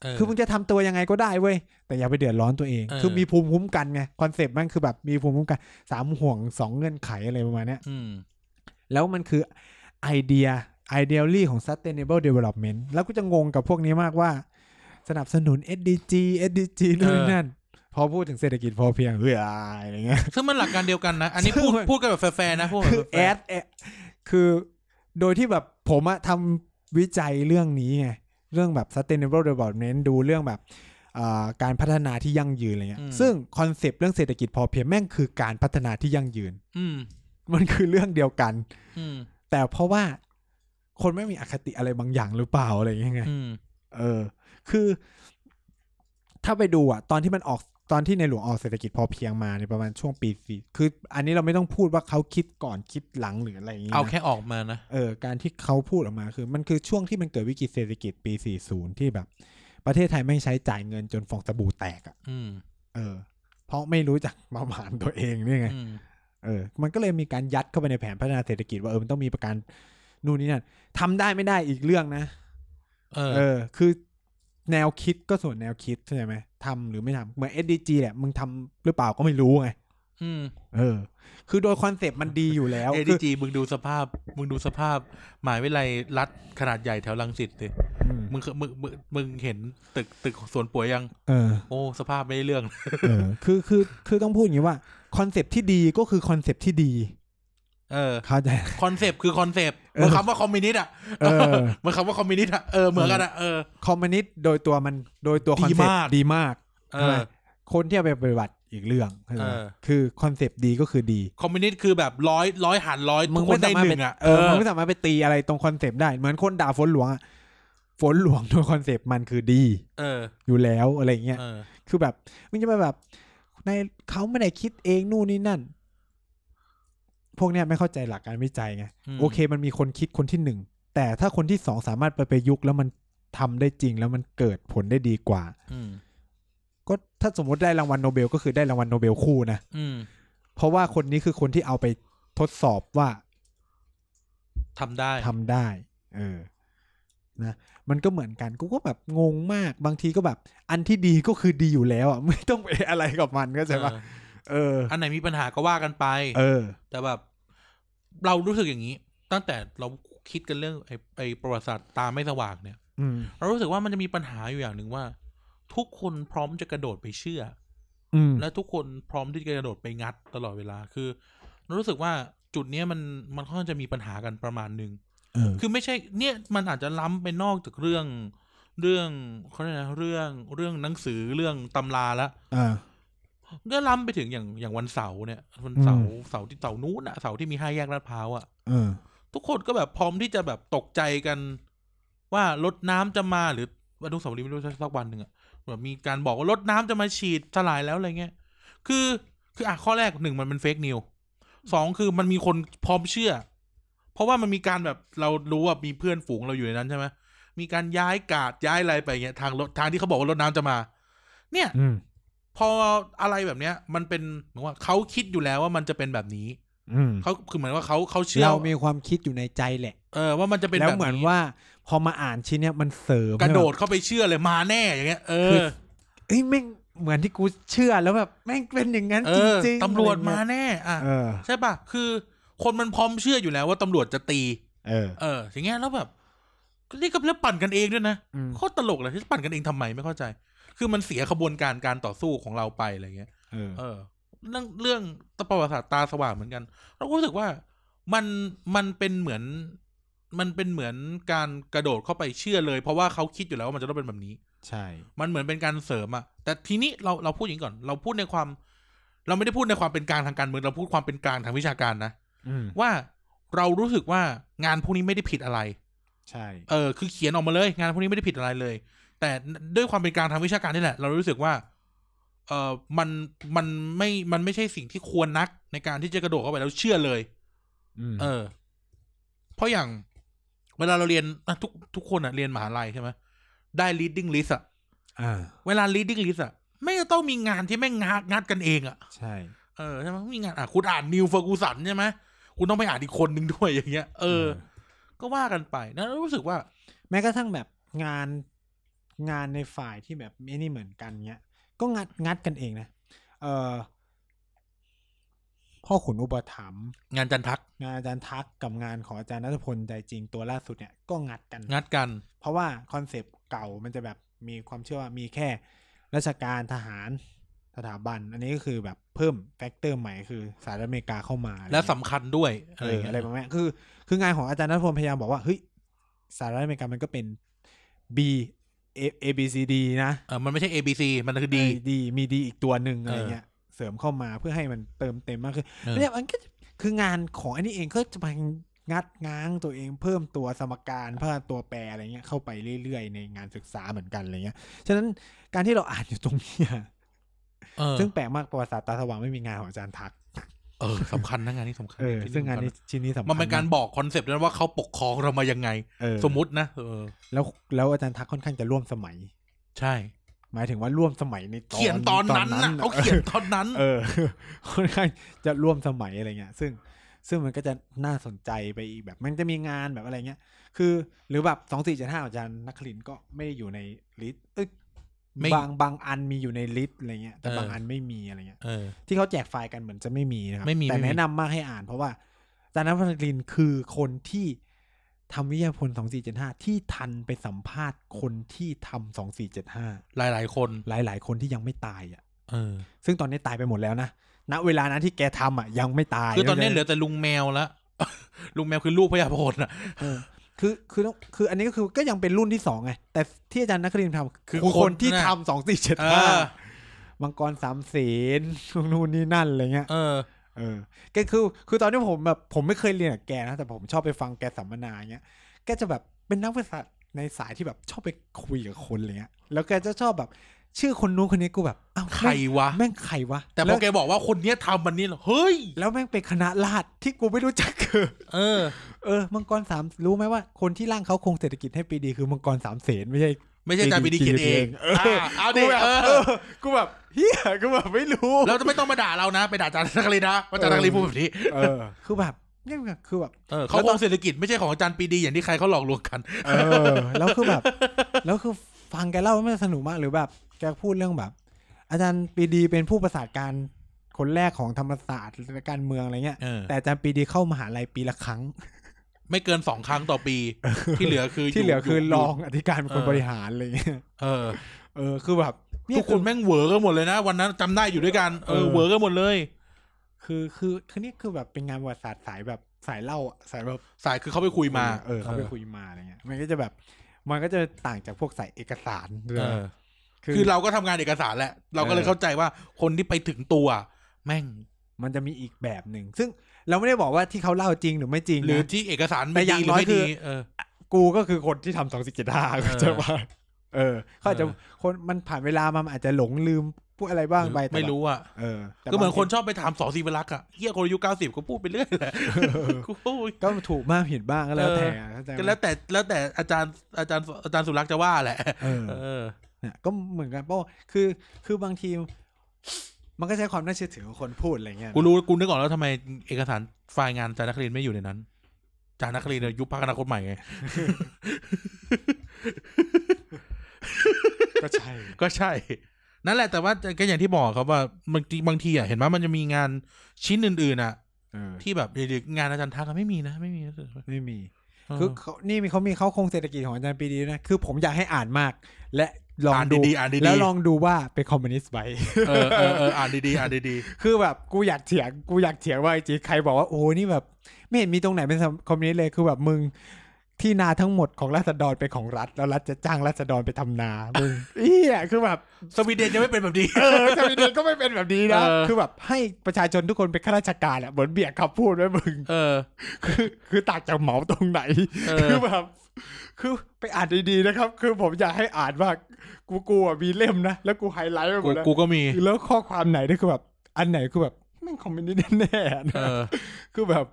Speaker 2: เ
Speaker 1: คือมึงจะทำตัวยังไงก็ได้เว้ยแต่อย่าไปเดือดร้อนตัวเอง
Speaker 2: เออ
Speaker 1: คือมีภูมิคุ้มกันไงคอนเซปต์มันคือแบบมีภูมิคุ้มกันสามห่วงสองเงื่อนไขอะไรประมาณเนี้ย
Speaker 2: อืม
Speaker 1: แล้วมันคือไอเดียไอเดียลี่ของ sustainable development แล้วก็จะงงกับพวกนี้มากว่า สนับสนุน SDG SDG นู่นน
Speaker 2: เออ
Speaker 1: นั่น พอพูดถึงเศรษฐกิจพอเพียงเฮ้ยอะไรเงี้ย
Speaker 2: ซึ่งมันหลักการเดียวกันนะ อันนี้
Speaker 1: ซึ่ง
Speaker 2: พูด
Speaker 1: มัน
Speaker 2: พูดกันแบบแฟร์ๆนะพูดแบบ
Speaker 1: คือ
Speaker 2: ฟ
Speaker 1: แอ
Speaker 2: ร์
Speaker 1: ดแอดคือโดยที่แบบผมอะทำวิจัยเรื่องนี้ไง เรื่องแบบ sustainable development ดูเรื่องแบบอ่าการพัฒนาที่ยั่งยืนอะไรเงี้ยซึ่งคอนเซปต์เรื่องเศรษฐกิจพอเพียงแม่งคือการพัฒนาที่ยั่งยืน
Speaker 2: ๆอืม
Speaker 1: มันคือเรื่องเดียวกัน
Speaker 2: อืม
Speaker 1: แต่เพราะว่าคนไม่มีอคติอะไรบางอย่างหรือเปล่าอะไรเงี้ยไง
Speaker 2: อืม
Speaker 1: เออ คือถ้าไปดูอ่ะ ตอนที่มันออกตอนที่ในหลวงออกเศรษฐกิจพอเพียงมาในยประมาณช่วงปีสี่คือ อันนี้เราไม่ต้องพูดว่าเขาคิดก่อนคิดหลังหรืออะไรอย่างเงี้ย
Speaker 2: เอาแค่ออกมานะ
Speaker 1: เออการที่เขาพูดออกมาคือ มันคือช่วงที่มันเกิดวิกฤตเศรษฐกิจปี 40 ที่แบบ ประเทศไทยไม่ใช้จ่ายเงินจนฟองสบู่แตกอ่ะ
Speaker 2: อืม
Speaker 1: เออ เพราะไม่รู้จักประมาณตัวเองนี่ไง
Speaker 2: อืม
Speaker 1: เออ มันก็เลยมีการยัดเข้าไปในแผนพัฒนาเศรษฐกิจว่าเออมันต้องมีประกันนู่นนี่นั่นทำได้ไม่ได้อีกเรื่องนะ
Speaker 2: เอ
Speaker 1: เอ
Speaker 2: อ
Speaker 1: อ คือแนวคิดก็ส่วนแนวคิดใช่ไหมทำหรือไม่ทำเหมือน SDG แหละมึงทำหรือเปล่าก็ไม่รู้ไง
Speaker 2: อืม
Speaker 1: เออ คือโดยคอนเซปต์มันดีอยู่แล้ว
Speaker 2: เอ
Speaker 1: คื
Speaker 2: ดีจีมึงดูสภาพ มึงดูสภาพหมหายวิไลยรัฐขนาดใหญ่แถวลังสิตดิ
Speaker 1: อืม
Speaker 2: มึงเคยมึงมึงมึงเห็นตึกตึกสวนป่วยยัง
Speaker 1: เออ
Speaker 2: โอ้ สภาพไม่ได้เรื่อง
Speaker 1: เออ คือ คือ คือต้องพูดอย่างนี้ว่าคอนเซปต์ที่ดีก็คือคอนเซปต์ที่ดี
Speaker 2: เออ
Speaker 1: เข้าใจ
Speaker 2: คอนเซปต์คือคอนเซปต์
Speaker 1: เออ
Speaker 2: มันคำว่าคอมมิวนิสต์อ่ะ
Speaker 1: เออ
Speaker 2: มันคำว่าคอมมิวนิสต์อ่ะ เออ เหมือนกันอ่ะ เออ
Speaker 1: คอมมิวนิสต์โดยตัวมัน โดยตัวคอนเซป
Speaker 2: ดีมา
Speaker 1: ต์
Speaker 2: ก
Speaker 1: ดีมาก
Speaker 2: เอ
Speaker 1: ใช่ไหม
Speaker 2: อ
Speaker 1: คนที่เอาไปปฏิบัติอีกเรื่องใช่ไหม
Speaker 2: เออ
Speaker 1: คือคอนเซปต์ดีก็คือดี
Speaker 2: คอมมิวนิสต์คือแบบร้อยร้อยหารร้อย
Speaker 1: มึง
Speaker 2: ทุกค
Speaker 1: ไม่
Speaker 2: น
Speaker 1: สา
Speaker 2: ได้
Speaker 1: มารถ
Speaker 2: ห
Speaker 1: ไป
Speaker 2: นึ่งอ่ะ
Speaker 1: เอ
Speaker 2: เอ
Speaker 1: อ
Speaker 2: อ
Speaker 1: มึงไม่สามารถไปตีอะไรตรงคอนเซปต์ได้ เหมือนคนด่าฝนหลวงอะฝนหลวงโดยคอนเซปต์มันคือดี
Speaker 2: เออ
Speaker 1: อยู่แล้วอะไรเงี้ย
Speaker 2: เออ
Speaker 1: คือแบบมึงจะไปแบบในเขาไม่ได้คิดเองนู่นนี่นั่น พวกเนี้ยไม่เข้าใจหลักการวิจัยไง
Speaker 2: อืม
Speaker 1: โอเค มันมีคนคิดคนที่หนึ่ง แต่ถ้าคนที่สองสามารถไปประยุกต์แล้วมันทำได้จริงแล้วมันเกิดผลได้ดีกว่า
Speaker 2: อืม
Speaker 1: ก็ถ้าสมมติได้รางวัลโนเบลก็คือได้รางวัลโนเบลคู่นะ
Speaker 2: อืม
Speaker 1: เพราะว่าคนนี้คือคนที่เอาไปทดสอบว่า
Speaker 2: ทำได้
Speaker 1: ทำได้ เออ นะ มันก็เหมือนกัน กูก็แบบงงมาก บางทีก็แบบ อันที่ดีก็คือดีอยู่แล้วอ่ะ ไม่ต้องไปอะไรกับมันก็ใช่ปะ
Speaker 2: เออ
Speaker 1: เออ
Speaker 2: อันไหนมีปัญหาก็ว่ากันไป
Speaker 1: เออ
Speaker 2: แต่แบบ เรารู้สึกอย่างนี้ ตั้งแต่เราคิดกันเรื่องไอ้ไอ้ประวัติศาสตร์ตาไม่สว่างเนี่ย
Speaker 1: อืม
Speaker 2: เรารู้สึกว่ามันจะมีปัญหาอยู่อย่างหนึ่งว่า ทุกคนพร้อมจะกระโดดไปเชื่อ
Speaker 1: อืม
Speaker 2: และทุกคนพร้อมที่จะกระโดดไปงัดตลอดเวลาคือเรารู้สึกว่าจุดเนี้ยมันมันค่อนข้างจะมีปัญหากันประมาณหนึ่ง
Speaker 1: เออ
Speaker 2: คือไม่ใช่เนี่ยมันอาจจะล้ำไปนอกจากเรื่องเรื่องเขาเรียกนะเรื่องเรื่องหนังสือเรื่องตำราละ
Speaker 1: อ่า
Speaker 2: ก็ล้ำไปถึงอย่างอย่างวันเสาร์เนี่ยวันเสาร์เสาร์ที่เสาร์นู้นอะเสาร์ที่มีห้าแยกลาดพร้าวอะ
Speaker 1: เออ
Speaker 2: ทุกคนก็แบบพร้อมที่จะแบบตกใจกัน ว่ารถน้ำจะมาหรือวันทุกสาวรีไม่รู้สักวันหนึ่งอะแบบมีการบอกว่ารถน้ำจะมาฉีดสลายแล้วอะไรเงี้ยคือคืออ่ะข้อแรกหนึ่งมันเป็นเฟกนิวสองคือมันมีคนพร้อมเชื่อ เพราะว่ามันมีการแบบเรารู้ว่ามีเพื่อนฝูงเราอยู่ในนั้นใช่ไหมมีการย้ายกาดย้ายอะไรไปเงี้ยทางรถทางที่เขาบอกว่ารถน้ำจะมา เนี่ย
Speaker 1: อืม
Speaker 2: พออะไรแบบเนี้ย มันเป็นเหมือนว่าเขาคิดอยู่แล้วว่ามันจะเป็นแบบนี้
Speaker 1: อืม
Speaker 2: เขาคือเหมือนว่าเขาเขาเชื่อ
Speaker 1: เรามีความคิดอยู่ในใจแหละ
Speaker 2: เออว่ามันจะเป็น
Speaker 1: แล้ว
Speaker 2: แบบ
Speaker 1: เหมือนว่า พอมาอ่านชิ้นเนี้ยมันเสริม
Speaker 2: กระโดด
Speaker 1: ให้แบบ
Speaker 2: เข้าไปเชื่อเลยมาแน่อย่างเงี้ยเอ
Speaker 1: คือ
Speaker 2: อ
Speaker 1: เอ้ยแม่งเหมือนที่กูเชื่อแล้วแบบแม่งเป็นอย่างนั้น
Speaker 2: เอ
Speaker 1: จ
Speaker 2: อ
Speaker 1: ริงๆ
Speaker 2: ตำรวจ
Speaker 1: อะไร
Speaker 2: มา
Speaker 1: เงี้ย
Speaker 2: แน่อ่ะ
Speaker 1: เออ
Speaker 2: ใช่ป่ะคือ คนมันพร้อมเชื่ออยู่แล้วว่าตำรวจจะตี
Speaker 1: เออ
Speaker 2: เอออย่างเงี้ยแล้วแบบนี่ก็เรื่องปั่นกันเองด้วยนะ
Speaker 1: อืม
Speaker 2: โคตรตลกเลยที่ปั่นกันเองทำไมไม่เข้าใจ คือมันเสียขบวนการการต่อสู้ของเราไปอะไรเงี้ย
Speaker 1: เออ
Speaker 2: เออ เรื่องเรื่องประวัติศาสตร์ตาสว่างเหมือนกัน เราก็รู้สึกว่ามันมันเป็นเหมือน มันเป็นเหมือนการกระโดดเข้าไปเชื่อเลย เพราะว่าเขาคิดอยู่แล้วว่ามันจะต้องเป็นแบบนี้
Speaker 1: ใช่
Speaker 2: มันเหมือนเป็นการเสริมอะแต่ทีนี้เราเราพูดอย่างนี้ก่อน เราพูดในความ เราไม่ได้พูดในความเป็นกลางทางการเมืองเราพูดความเป็นกลางทางวิชาการนะ
Speaker 1: อืม
Speaker 2: ว่าเรารู้สึกว่างานพวกนี้ไม่ได้ผิดอะไร
Speaker 1: ใช่
Speaker 2: เออคือเขียนออกมาเลยงานพวกนี้ไม่ได้ผิดอะไรเลย แต่ด้วยความเป็นกลางทางวิชาการนี่แหละ เรารู้สึกว่า เออมันมันไม่มันไม่ใช่สิ่งที่ควรนักในการที่จะกระโดดเข้าไปแล้วเชื่อเลย
Speaker 1: อืม
Speaker 2: เออ เพราะอย่าง เวลาเราเรียนอ่ะทุกทุกคนอ่ะเรียนมหาลัยใช่ไหมได้ reading list อ่ะ
Speaker 1: อ่า
Speaker 2: เวลา reading list อ่ะไม่งจะต้องมีงานที่แม่งงัดงัดกันเองอ่ะ
Speaker 1: ใช่
Speaker 2: เออใช่ไหมมีงานอ่ะคุณอ่านนิวเฟอร์กูสันใช่ไหมคุณต้องไปอ่านอีกคนนึงด้วยอย่างเงี้ยเออ ก็ว่ากันไปนะรู้สึกว่า
Speaker 1: แม้กระทั่งแบบงาน งานในฝ่ายที่แบบไม่นี่เหมือนกันเนี้ย ก็งัดงัดกันเองนะเออพ่อขุนอุปถัมภ์
Speaker 2: งานจันทัก
Speaker 1: งานอาจารย์ทักกับงานของอาจารย์นัทพลใจจริงตัวล่าสุดเนี่ยก็งัดกัน
Speaker 2: งัดกัน
Speaker 1: เพราะว่าคอนเซปต์เก่ามันจะแบบมีความเชื่อว่ามีแค่ราชการทหารสถาบัน อันนี้ก็คือแบบเพิ่มแฟกเตอร์ใหม่คือสหรัฐอเมริกาเข้ามา
Speaker 2: และสำคัญด้วยอะ
Speaker 1: อะไร
Speaker 2: ไรอย่
Speaker 1: อา
Speaker 2: ย่าง ง
Speaker 1: เงี้ยเอออะไรประมาณ
Speaker 2: เงี้ย
Speaker 1: เนี้ยคือ คืองานของอาจารย์นัทพลพยายามบอกว่าเฮ้ยสหรัฐอเมริกามันก็เป็น B A A B C D นะ
Speaker 2: เออมันไม่ใช่ A B C มันคือ D
Speaker 1: เออดีมีดีอีกตัวหนึ่งอะไรเงี้ยเสริมเข้ามาเพื่อให้มันเติมเต็มมากขึ้น
Speaker 2: เออ
Speaker 1: เนี่ยมันก็คืองานของอันนี้เองก็จะพยายามงัดง้างตัวเองเพิ่มตัวสมการเพิ่มตัวแปรอะไรเงี้ยเข้าไปเรื่อยๆ ในงานศึกษาเหมือนกันอะไรเงี้ยฉะนั้นการที่เราอ่านอยู่ตรงเนี้ย
Speaker 2: เออ
Speaker 1: ซึ่งแปลกมากประวัติศาสตร์ตาสว่างไม่มีงานของอาจารย์ทัก
Speaker 2: เออสำคัญนะงานนี้สำคัญ
Speaker 1: เออซึ่งงานนี้ชิ้นนี้สำคัญ
Speaker 2: มันเป็นการบอกคอนเซปต์ด้วยว่าเขาปกครองเรามายังไง
Speaker 1: เออ
Speaker 2: สมมตินะเออ
Speaker 1: แล้วแล้วอาจารย์ทักค่อนข้างจะร่วมสมัย
Speaker 2: ใช่
Speaker 1: หมายถึงว่าร่วมสมัยใน
Speaker 2: เขียนตอนนั้นนะเขาเขียนตอนนั้น
Speaker 1: เออ ค่อนข้างจะร่วมสมัยอะไรเงี้ย ซึ่งซึ่งมันก็จะน่าสนใจไปอีกแบบ มันจะมีงานแบบอะไรเงี้ย คือ หรือแบบสองสี่เจ็ดห้าอาจารย์นักลินทร์ก็ไม่ได้อยู่ในลิสต์เอ้ย
Speaker 2: ไม่
Speaker 1: บางบางอันมีอยู่ในลิสต์อะไรเงี้ยแต่บาง
Speaker 2: เอออั
Speaker 1: อันไม่มีอะไรเงี้ย
Speaker 2: เออ
Speaker 1: ที่เขาแจกไฟล์กันเหมือนจะไม่มีนะครับ
Speaker 2: ไม่มี
Speaker 1: แต่
Speaker 2: ไม่มี
Speaker 1: แนะนำมากให้อ่าน เพราะว่าอาจารย์นภัสรินทร์คือคนที่ทำวิทยาพลสองสี่เจ็ดห้าที่ทันไปสัมภาษณ์คนที่ทำสองสี่เจ็ดห้า
Speaker 2: หลาย ๆ คน
Speaker 1: หลาย ๆ คนที่ยังไม่ตายอ่ะ
Speaker 2: เออ
Speaker 1: ซึ่งตอนนี้ตายไปหมดแล้วนะ ณ เวลานั้นที่แกทำอ่ะยังไม่ตาย
Speaker 2: คือตอนนี้เหลือแต่ลุงแมว ละลุงแมวคือลูกพญาโพนอ่ะ
Speaker 1: เออคือคือต้องคืออันนี้ก็คือก็ยังเป็นรุ่นที่สองไง แต่ที่อาจารย์นักเรียนทำ
Speaker 2: คือ
Speaker 1: ค
Speaker 2: คน น
Speaker 1: ที่
Speaker 2: น่ะ
Speaker 1: ทำสองสี่เจ็ด
Speaker 2: เอ
Speaker 1: ห้า
Speaker 2: อ
Speaker 1: มังกรสามเสนนู่นนี่นั่นอะไรเงี้ย
Speaker 2: เออ
Speaker 1: เออแกคือคือตอนที่ผมแบบผมไม่เคยเรียนกับแกนะแต่ผมชอบไปฟังแกสัมมนาเงี้ยแกจะแบบเป็นนักวิชาในสายที่แบบชอบไปคุยกับคนอะไรเงี้ยแล้วแกจะชอบแบบ ชื่อคนนู้นคนนี้กูแบบอ้าว
Speaker 2: ใครวะ
Speaker 1: แม่งใครวะ
Speaker 2: แต่พ
Speaker 1: ล้
Speaker 2: อ
Speaker 1: ว
Speaker 2: แกบอกว่าคนเนี้ยทำมันนี่เหรอเฮ้ย
Speaker 1: แล้วแม่งเป็นคณะราษฎรที่กูไม่รู้จัก เออ
Speaker 2: เออ
Speaker 1: เออมังกรสามรู้ไหมว่าคนที่ร่างเขาโครงเศรษฐกิจให้ปีดีคือมังกรสามเสนไม่ใช่
Speaker 2: ไม่ใช่อาจารย์ปีดีเขียนเอง
Speaker 1: เออ
Speaker 2: อ่าเอาดิ
Speaker 1: กูแบบ
Speaker 2: เอ
Speaker 1: เอ
Speaker 2: อ
Speaker 1: อกูแบบเฮียกูแบบไม่รู้
Speaker 2: เราจะไม่ต้องมาด่าเรานะ ไปด่าอาจารย์นักเรียนนะว่าอาจารย์นักเรียนพูดแบบนี้
Speaker 1: เออ คือแบบเนี่ยคือแบบ
Speaker 2: เออเขาคงเศรษฐกิจไม่ใช่ของอาจารย์ปีดีอย่างที่ใครเขาหลอกลวงกัน
Speaker 1: เออแล้วคือแบบ แล้วคือฟังแกเล่ามันสนุกมากหรือแบบ แกพูดเรื่องแบบ อาจารย์ปรีดีเป็นผู้ประสานการคนแรกของธรรมศาสตร์และการเมืองอะไรเงี้ย
Speaker 2: เออ
Speaker 1: แต่อาจารย์ปรีดีเข้ามหาลัยปีละครั้ง
Speaker 2: ไม่เกินสองครั้งต่อปี ที่เหลือคือ
Speaker 1: ที่เหลือคือร
Speaker 2: ยู่
Speaker 1: องอธิการเป็นคนบริหารอะไรเงี้ย
Speaker 2: เออ
Speaker 1: เออคือแบบเนี่
Speaker 2: ทุ
Speaker 1: ย
Speaker 2: ก
Speaker 1: ค
Speaker 2: คน
Speaker 1: อ
Speaker 2: แม่งเหวอกันหมดเลยนะ วันนั้นจำได้อยู่ด้วยกันเอ
Speaker 1: เอ
Speaker 2: อ
Speaker 1: อ
Speaker 2: เหวอกันหมดเลย
Speaker 1: คือคือคือเนี่ยคือแบบเป็นงานประวัติศาสตร์สายแบบสายเล่าอะสายแบบ
Speaker 2: สายคือเขาไปคุยมา
Speaker 1: เออเขาไปคุยมาอะไรเงี้ยมันก็จะแบบ มันก็จะต่างจากพวกสายเอกสาร
Speaker 2: เออ
Speaker 1: คือ
Speaker 2: คือเราก็ทำงานเอกสารแหละ เราก็เลย
Speaker 1: เออ
Speaker 2: เข้าใจว่าคนที่ไปถึงตัว แม่ง
Speaker 1: มันจะมีอีกแบบหนึ่งซึ่งเราไม่ได้บอกว่าที่เขาเล่าจริงหรือไม่จริงนะ
Speaker 2: หรือที่เอกสาร
Speaker 1: แต่
Speaker 2: ไม่
Speaker 1: อ
Speaker 2: ดี
Speaker 1: ย่าง
Speaker 2: หรื
Speaker 1: น้
Speaker 2: อ
Speaker 1: อย
Speaker 2: ไม่
Speaker 1: คื
Speaker 2: ดี
Speaker 1: อ
Speaker 2: เออ
Speaker 1: กูก็คือคนที่ทำสองสิบเจ็ดห้าเข้าใจว่าเออเขาอาจจะ
Speaker 2: เออ
Speaker 1: คนมันผ่านเวลามามันอาจจะหลงลืมพูดอะไรบ้างไปแต่
Speaker 2: ไม่รู้อ่ะ
Speaker 1: เออแต่
Speaker 2: ก็เหมือน
Speaker 1: บาง
Speaker 2: คนชอบไปถามสอสีวรักษ์อ่ะเฮียคนอายุเก้าสิบก็พูดไปเรื่อย แหละกูโอ้ย
Speaker 1: ก็ถูกมากผิดบ้างก็แล้วแต่
Speaker 2: เออ
Speaker 1: เข้าใจไหม
Speaker 2: ก็แล้วแต่แล้วแต่อาจารย์อาจารย์อาจารย์สุรักษ์จะว่าแหละ
Speaker 1: เออ
Speaker 2: เออ
Speaker 1: เนี่ยก็เหมือนกันเพราะว่าคือคือบางที มันก็ใช้ความน่าเชื่อถือของคนพูดอะไรเงี้ย
Speaker 2: กูรู้กูนึกออกแล้วทำไมเอกสารไฟล์งานจานักเรียนไม่อยู่ในนั้น จานักเรียนเนี่ยยุบพักอนาคตใหม่ไง
Speaker 1: ก็ใช่
Speaker 2: ก็ใช่ นั่นแหละแต่ว่าก็อย่างที่บอกครับว่าบางทีบางทีอ่ะเห็นว่ามันจะมีงานชิ้นอื่นๆอ่ะ
Speaker 1: เออ
Speaker 2: ที่แบบเดี๋ยวๆงานอาจารย์ทักอะไม่มีนะ ไม่มีนะ
Speaker 1: ไม่มี
Speaker 2: เออ
Speaker 1: คือเขานี่มีเขามีเขาโครงเศรษฐกิจของอาจารย์ปรีดีด้วยนะคือผมอยากให้อ่านมาก และลอง
Speaker 2: อ่าน
Speaker 1: ดู
Speaker 2: ดีๆอ่านดีๆ
Speaker 1: แล้วลองดูว่าเป็นคอมมิวนิสต์ไหม
Speaker 2: เออเออเอออ่านดีๆอ่านดี
Speaker 1: คือแบบกูอยากเถียงกูอยากเถียงว่าไอ้จีใครบอกว่าโอ้นี่แบบ ไม่เห็นมีตรงไหนเป็นคอมมิวนิสต์เลยคือแบบมึงที่นาทั้งหมดของราษฎรเป็นของรัฐ แล้วรัฐจะจ้างราษฎรไปทำนามึง เอี้ยคือแบบ
Speaker 2: ๆสวีเดนยังไม่เป็นแบบนี้
Speaker 1: เออสวีเดนก็ไม่เป็นแบบนี้นะ
Speaker 2: เออ
Speaker 1: คือแบบให้ประชาชนทุกคนเป็นข้าราชการอะเหมือนเบียดคำพูดไว้มึง
Speaker 2: เออ
Speaker 1: คือคือต่างจากเหมาตรงไหน
Speaker 2: เออ
Speaker 1: คือแบบคือไปอ่านดีๆนะครับ คือผมอยากให้อ่านว่ากกูกลัวมีเล่มนะแล้วกูไฮไลท์ไปหม
Speaker 2: กู
Speaker 1: ดแล้ว
Speaker 2: กูก็มี
Speaker 1: แล้วข้อความไหนที่คือแบบอันไหนคือแบบแม่งคอมมิวนิสต์แน่ๆนะ
Speaker 2: เออ
Speaker 1: คือแบบ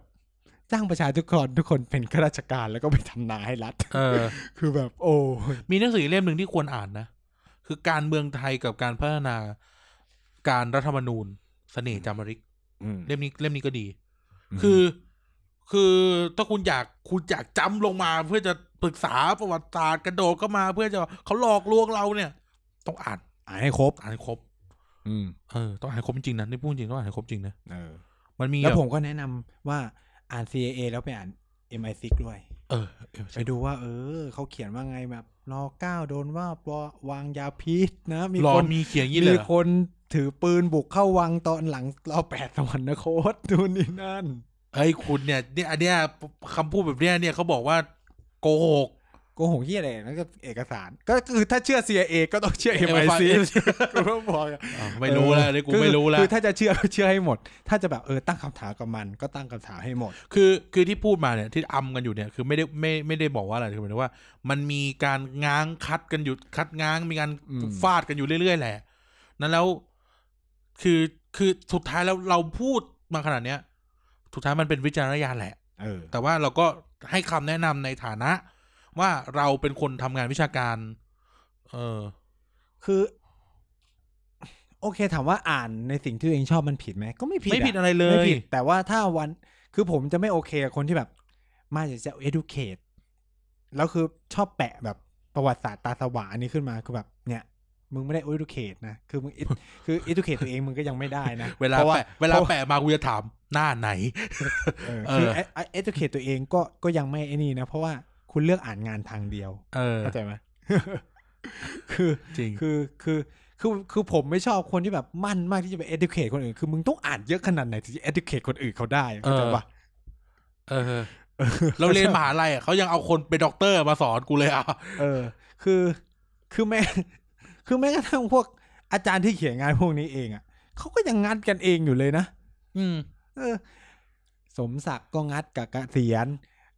Speaker 1: จ้างประชาทุกคนทุกคนเป็นข้าราชการแล้วก็ไปทำนาให้รัฐ
Speaker 2: เออ
Speaker 1: คือแบบ โอ้ย
Speaker 2: มีหนังสือเล่มหนึ่งที่ควรอ่านนะ คือการเมืองไทยกับการพัฒนาการรัฐธรรมนูญเสน่ห์จามริก เล่มนี้เล่มนี้ก็ดี คือ คือถ้าคุณอยากคุณอยากจำลงมาเพื่อจะ ปรึกษาประวัติศาสตร์กระโดดเข้ามาเพื่อจะเขาหลอกลวงเราเนี่ย ต้องอ่าน
Speaker 1: อ่านให้ครบ
Speaker 2: อ่านให้ครบ
Speaker 1: อืม
Speaker 2: เออต้องอ่านให้ครบจริงๆนะนี่พูดจริงต้องอ่านให้ครบจริงนะ
Speaker 1: เออ
Speaker 2: มันมี
Speaker 1: แล้ว
Speaker 2: บบ
Speaker 1: ผมก็แนะนำว่าอ่าน CIA แล้วไปอ่าน MI6 ด้วย
Speaker 2: เออเออใช่
Speaker 1: ไปดูว่า เออเขาเขียนว่าไงแบบรอเก้าโดนว่าวางยาพิษนะ มี
Speaker 2: รอ
Speaker 1: คน
Speaker 2: มีเขียนยี่เลย
Speaker 1: มี
Speaker 2: เหรอ
Speaker 1: คนถือปืนบุกเข้าวังตอนหลังรอแปดสวรรคตดูนนี่นั่น
Speaker 2: เอ้ยคุณเนี่ยเนี่ยอันเนี้ยคำพูดแบบเนี้ยเนี่ยเขาบอกว่าโกหก
Speaker 1: โกหกที่อะไรนั่นก็เอกสาร ก็คือถ้าเชื่อ CIA ก็ต้องเชื่อ MI6 กูก็บอกอะ
Speaker 2: อ่ะไม่รู้แล้วเนี่ยกู
Speaker 1: คือ
Speaker 2: ไม่รู้แล้ว
Speaker 1: คือถ้าจะเชื่อ ก็เชื่อให้หมด ถ้าจะแบบเออตั้งคำถามกับมัน ก็ตั้งคำถามให้หมด
Speaker 2: คือคือที่พูดมาเนี่ยที่อำกันอยู่เนี่ยคือไม่ได้ไม่ไม่ได้บอกว่าอะไรคือหมายถึงว่า มันมีการง้างคัดกันอยู่คัดง้างมีการ
Speaker 1: อืม
Speaker 2: ฟาดกันอยู่เรื่อยๆแหละนั้นแล้ว คือคือสุดท้ายแล้วเราพูดมาขนาดเนี้ยสุดท้ายมันเป็นวิจารณญาณแหละ
Speaker 1: เออ
Speaker 2: แต่ว่าเราก็ให้คำแนะนำในฐานะ ว่าเราเป็นคนทำงานวิชาการ เออ
Speaker 1: คือ โอเคถามว่าอ่านในสิ่งที่ตัวเองชอบมันผิดไหมก็ไม่ผิด
Speaker 2: ไม่ผิด
Speaker 1: อะ
Speaker 2: อะไรเล
Speaker 1: ไม่
Speaker 2: ย
Speaker 1: ผิด แต่ว่าถ้าวัน คือผมจะไม่โอเคกับคนที่แบบ มาจะจะ educate แล้วคือชอบแปะแบบประวัติศาสตร์ตาสว่างอันนี้ขึ้นมาคือแบบ เนี่ย มึงไม่ได้ educate นะคือมึง ed- คือ educate ตัวเองมึงก็ยังไม่ได้นะ
Speaker 2: เวลา
Speaker 1: พระ
Speaker 2: แปะเวลาแปะมากูจะถามหน้าไหน
Speaker 1: เออ
Speaker 2: เออ
Speaker 1: คือ ed- educate ตัวเองก็ก็ยังไม่ไอ้นี่นะ เพราะว่าคุณเลือกอ่านงานทางเดียว
Speaker 2: เออ
Speaker 1: เข้าใจไหม คือ
Speaker 2: จริง
Speaker 1: คือคือคือคือผมไม่ชอบคนที่แบบมั่นมากที่จะไป educate คนอื่น คือมึงต้องอ่านเยอะขนาดไหนถึงจะ educate คนอื่นเขาได้เข้าใจปะ
Speaker 2: เออ เราเรียนมหาลัยอ่ะเขายังเอาคนเป็นด็อกเตอร์มาสอนกูเลยอ่ะ
Speaker 1: เออ คือคือแม่ คือแม้กระทั่งพวกอาจารย์ที่เขียนงานพวกนี้เองอ่ะเขาก็ยังงัดกันเองอยู่เลยนะ
Speaker 2: อืม
Speaker 1: เออ สมศักดิ์ก็งัดกับเกษียณ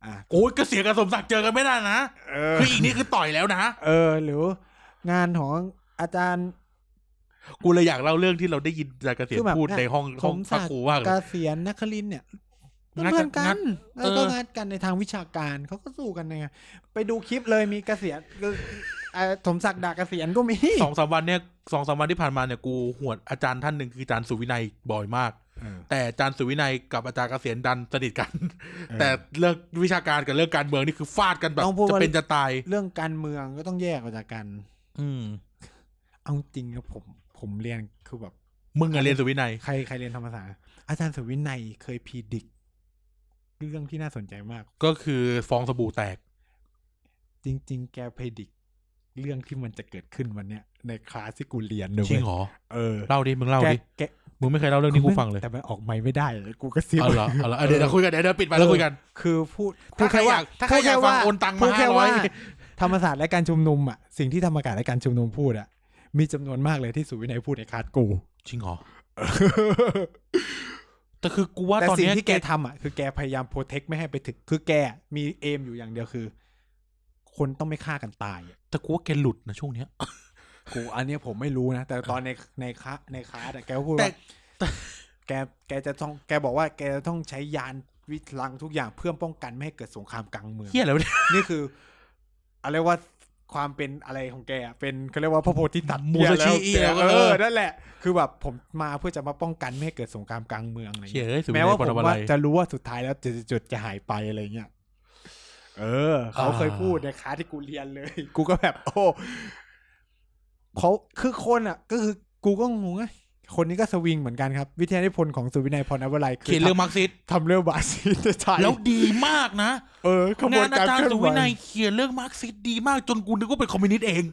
Speaker 1: อ่ะ
Speaker 2: โอ้ยก็เสียกับสมศักดิ์เจอกันไม่ได้นะ
Speaker 1: เออ
Speaker 2: คืออีกนี่คือต่อยแล้วนะ
Speaker 1: เออ หรืองานของอาจารย์
Speaker 2: กูเลยอยากเล่าเรื่องที่เราได้ยินจากเกษียณ
Speaker 1: คือแบบ
Speaker 2: พูดในห้อง
Speaker 1: ส
Speaker 2: ห้อง
Speaker 1: ม
Speaker 2: พ
Speaker 1: ศั
Speaker 2: ระ
Speaker 1: กดิ์
Speaker 2: ครูว่าก
Speaker 1: เก
Speaker 2: เลย
Speaker 1: ษียณนักคลินทร์เนี่ย
Speaker 2: งั
Speaker 1: ก็เพื่
Speaker 2: ดกัน
Speaker 1: อนกั
Speaker 2: งั
Speaker 1: น
Speaker 2: ด
Speaker 1: แล้วก็
Speaker 2: เออ
Speaker 1: งัดกันในทางวิชาการเขาก็สู้กันไงไปดูคลิปเลยมีเกษียณคือเอ่อสมศักดิ์ด่าเกษียณก็มี
Speaker 2: สองสามวันเนี่ยสองสามวันที่ผ่านมาเนี่ยกูหวดอาจารย์ท่านหนึ่งคืออาจารย์สุวินัยบ่อยมาก
Speaker 1: เออ
Speaker 2: แต่อาจารย์สุวินัยกับอาจารย์เกษียณดันสนิทกัน
Speaker 1: เออ
Speaker 2: แต่เรื่องวิชาการกับเรื่องการเมืองนี่คือฟาดกันแบบ
Speaker 1: ต้องพูด
Speaker 2: จะ
Speaker 1: ว่า
Speaker 2: เป็นจะตาย
Speaker 1: เรื่องการเมืองก็ต้องแยกออกจากกัน
Speaker 2: อืม
Speaker 1: เอาจริงนะผมผมเรียนคือแบบ
Speaker 2: มึงอะเรียนสุวินัย
Speaker 1: ใครใครเรียนธรรมศาสตร์อาจารย์สุวินัยเคยพีดิกเรื่องที่น่าสนใจมาก
Speaker 2: ก็คือฟองสบู่แตก
Speaker 1: จริง ๆ แกพีดิกเรื่องที่มันจะเกิดขึ้นวันเนี้ยในคลาสที่กูเรียนนะ
Speaker 2: จริ
Speaker 1: เว้ย
Speaker 2: งเหรอ
Speaker 1: เออ
Speaker 2: เล่าดิ มึงเล่า
Speaker 1: แก
Speaker 2: ดิ
Speaker 1: แก
Speaker 2: มึงไม่เคยเล่าเรื่องนี้กูฟังเลย
Speaker 1: แต่มันออกไม่ไม่ได้เลยกูก็ซิบ
Speaker 2: เอาเหรอเอาเหรอเอาเดี๋ยวเดี๋ยวคุยกันเดี๋ยวเดี๋ยวปิดไปแล้วคุยกัน
Speaker 1: คือพูด
Speaker 2: ถ้าใครอยากถ้าใครอยากฟังโอนตังมา
Speaker 1: พูดแค่ว่า
Speaker 2: 500
Speaker 1: ธรรมศาสตร์และการชุมนุมอ่ะสิ่งที่ธรรมศาสตร์และการชุมนุมพูดอ่ะมีจำนวนมากเลยที่สุวินัยพูดในคลาสกู
Speaker 2: จริงเหรอ แต่คือกูว่า
Speaker 1: แต่
Speaker 2: ตอน
Speaker 1: สิ่ง
Speaker 2: เนี้ย
Speaker 1: ที่แกทำอ่ะคือแกพยายามโปรเทคไม่ให้ไปถึงคือแกมีเอมอยู่อย่างเดียวคือ คนต้องไม่ฆ่ากันตายอะ
Speaker 2: แต่กูว่าแกหลุดนะช่วงเนี้ย
Speaker 1: กูอันเนี้ยผมไม่รู้นะ แต่ตอนในในคลาสในคลาสอะแกก็พูด
Speaker 2: แต่
Speaker 1: ว่าแกแกจะต้องแกบอกว่าแกจะต้องใช้ยานวิทลังทุกอย่างเพื่อป้องกันไม่ให้เกิดสงครามกลางเมือง
Speaker 2: เฮียอะไรวะเนี่ย
Speaker 1: นี่คืออะไรว่าความเป็นอะไรของแกอะเป็นเขาเรียกว่าพระโพธิสัตว์
Speaker 2: มูซาชิ
Speaker 1: เหี้
Speaker 2: เอย
Speaker 1: แล้ว
Speaker 2: ว
Speaker 1: แกเออนั่นแหละ คือแบบผมมาเพื่อจะมาป้องกันไม่ให้เกิดสงครามกลางเมืองอะไร
Speaker 2: เฮีย
Speaker 1: เงี้ย
Speaker 2: เอ้ยสุวิ
Speaker 1: แม้
Speaker 2: นั
Speaker 1: ว่าย
Speaker 2: ป
Speaker 1: ผ
Speaker 2: ฐ
Speaker 1: ม
Speaker 2: ม
Speaker 1: ว่า
Speaker 2: ลัย
Speaker 1: จะรู้ว่าสุดท้ายแล้วจุดๆจะหายไปอะไรเงี้ยเออ เขาเคยพูดในคลาสที่กูเรียนเลย กูก็แบบ โอ้เขาคือคนอ่ะ ก็คือกูก็งงไงคนนี้ก็สวิงเหมือนกันครับ วิทยานิพนธ์ของสุวินัยพรนวลัยคื
Speaker 2: เขียนเรื่องมาร์กซิสต์
Speaker 1: ทำเรื่องบาซี ใช่
Speaker 2: แล้วดีมากนะ
Speaker 1: เออขบว
Speaker 2: งาน นอาก
Speaker 1: า
Speaker 2: จาร
Speaker 1: เคลื่อน
Speaker 2: ย์สุ
Speaker 1: ไหว
Speaker 2: วินัยเขียนเรื่องมาร์กซิสต์ดีมากจนกูนึกว่าเป็นคอมมิวนิสต์เอง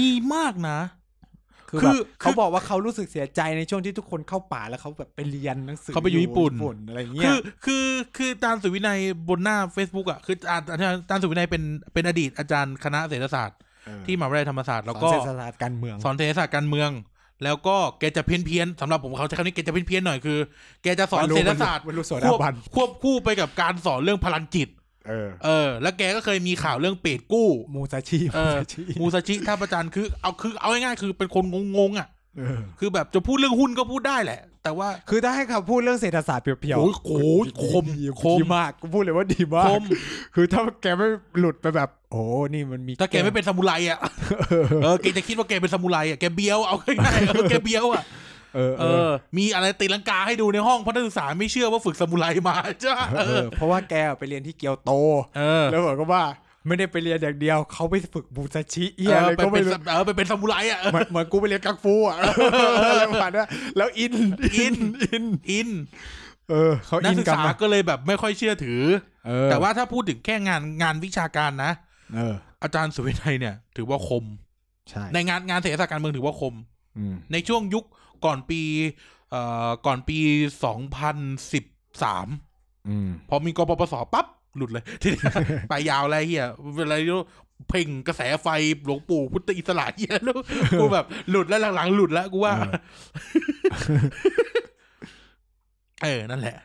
Speaker 2: ดีมากนะ
Speaker 1: คือ
Speaker 2: คือ
Speaker 1: แบบเขาบอกว่าเขารู้สึกเสียใจในช่วงที่ทุกคนเข้าป่าแล้วเขาแบบไปเรียนหนังสือ
Speaker 2: เขาไปอยู่ญี่ปุ่น
Speaker 1: อะไรเงี้
Speaker 2: คื
Speaker 1: ย
Speaker 2: อคือคืออาจารย์สุวินัยบนหน้า Facebook อ่ะคืออาจารย์อาจารย์สุวินัยเป็นเป็นอดีตอาจารย์คณะเศรษฐศาสตร์ ที่มหาวิทยาลัยธรรมศาสตร์
Speaker 1: แล้
Speaker 2: แล้ว ว
Speaker 1: ก็
Speaker 2: ก็
Speaker 1: เศรษฐศาสตร์การเมือง
Speaker 2: สอนเศรษฐศาสตร์การเมือง แล้วก็แกจะเพี้ยนเพี้ยนๆสำหรับผมเขาใช้คำนี้แกจะเพี้ยนเพี้ยนๆหน่อยคือ แกจะสอนเศรษฐศาสตร์
Speaker 1: วันรู้โส
Speaker 2: ค
Speaker 1: ดาว
Speaker 2: บ
Speaker 1: บัน
Speaker 2: ควบคู่ไปกับการสอนเรื่องพลังจิต
Speaker 1: เออ
Speaker 2: เออ แล้วแกก็เคยมีข่าวเรื่องเปรตกู้
Speaker 1: มูซาชิ
Speaker 2: เอ
Speaker 1: มู
Speaker 2: อ
Speaker 1: ซาชิ
Speaker 2: มูซาชิท่าประจันทร์คือเอาคือเอาง่ายๆคือเป็นคนงงๆอ่ะ
Speaker 1: เออ
Speaker 2: คือแบบจะพูดเรื่องหุ้นก็พูดได้แหละ แต่ว่า
Speaker 1: คือถ้าให้คำพูดเรื่องเศรษฐศาสตร์เพียว
Speaker 2: โอ้ยโอ้ยคม
Speaker 1: ดี
Speaker 2: คม
Speaker 1: ดีมากกูพูดเลยว่าดีมา
Speaker 2: ค
Speaker 1: ก
Speaker 2: ม
Speaker 1: คือถ้าแกไม่หลุดไปแบบ โอ้นี่มันมี
Speaker 2: ถ้าแกไม่เป็นซามูไร อ่ะเออแกจะคิดว่าแกเป็นซามูไรอ่ะแกเบี้ยวเอาง่ายๆเออแกเบี้ยวอ่ะ
Speaker 1: เออเอ
Speaker 2: เอ
Speaker 1: อ
Speaker 2: อ มีอะไรตีลังกาให้ดูในห้องเพราะนักศึกษาไม่เชื่อว่าฝึกซามูไรมาจ้า
Speaker 1: เออ เพราะว่าแกไปเรียนที่เกียวโต
Speaker 2: เออ
Speaker 1: แล้วบอกก็ว่า ไม่ได้ไปเรียนอย่างเดียว เขาไปฝึกบูซาชิเอียอะไร
Speaker 2: ไป
Speaker 1: ก็
Speaker 2: เป็
Speaker 1: ไม่
Speaker 2: น
Speaker 1: รู้
Speaker 2: ซาเออไปเป็นซามูไรอ่ะเออ
Speaker 1: เหมือนเหมือนกูไปเรียนกักฟูอ่ะ อะไรประมาณนั้นแล้วอิน
Speaker 2: อิน
Speaker 1: อิน
Speaker 2: อิน
Speaker 1: เออเขา
Speaker 2: นัก
Speaker 1: อิน
Speaker 2: ศึก
Speaker 1: กับ
Speaker 2: ษา
Speaker 1: มัน
Speaker 2: ก็เลยแบบไม่ค่อยเชื่อถือ
Speaker 1: เออ
Speaker 2: แต่ว่าถ้าพูดถึงแค่งานงานวิชาการนะ
Speaker 1: เออ
Speaker 2: อาจารย์สุวินัยเนี่ย ถือว่าคม
Speaker 1: ใช่
Speaker 2: ในงานงานเสศาสตร์การเมืองถือว่าคม
Speaker 1: อืม
Speaker 2: ในช่วงยุคก่อนปีเอ่อก่อนปีสองพันสิบสาม
Speaker 1: อืม
Speaker 2: พอมีกปปสปั๊บหลุดเลย ทีนี้ ไปยาวอะไรเฮียอะไรไม่รู้เพ่งกระแสไฟหลวงปู่พุทธอิสระเฮียแล้วกูแบบหลุดแล้วหลังๆหลุดแล้วกูว่า
Speaker 1: เออ
Speaker 2: เออ นั่นแหละ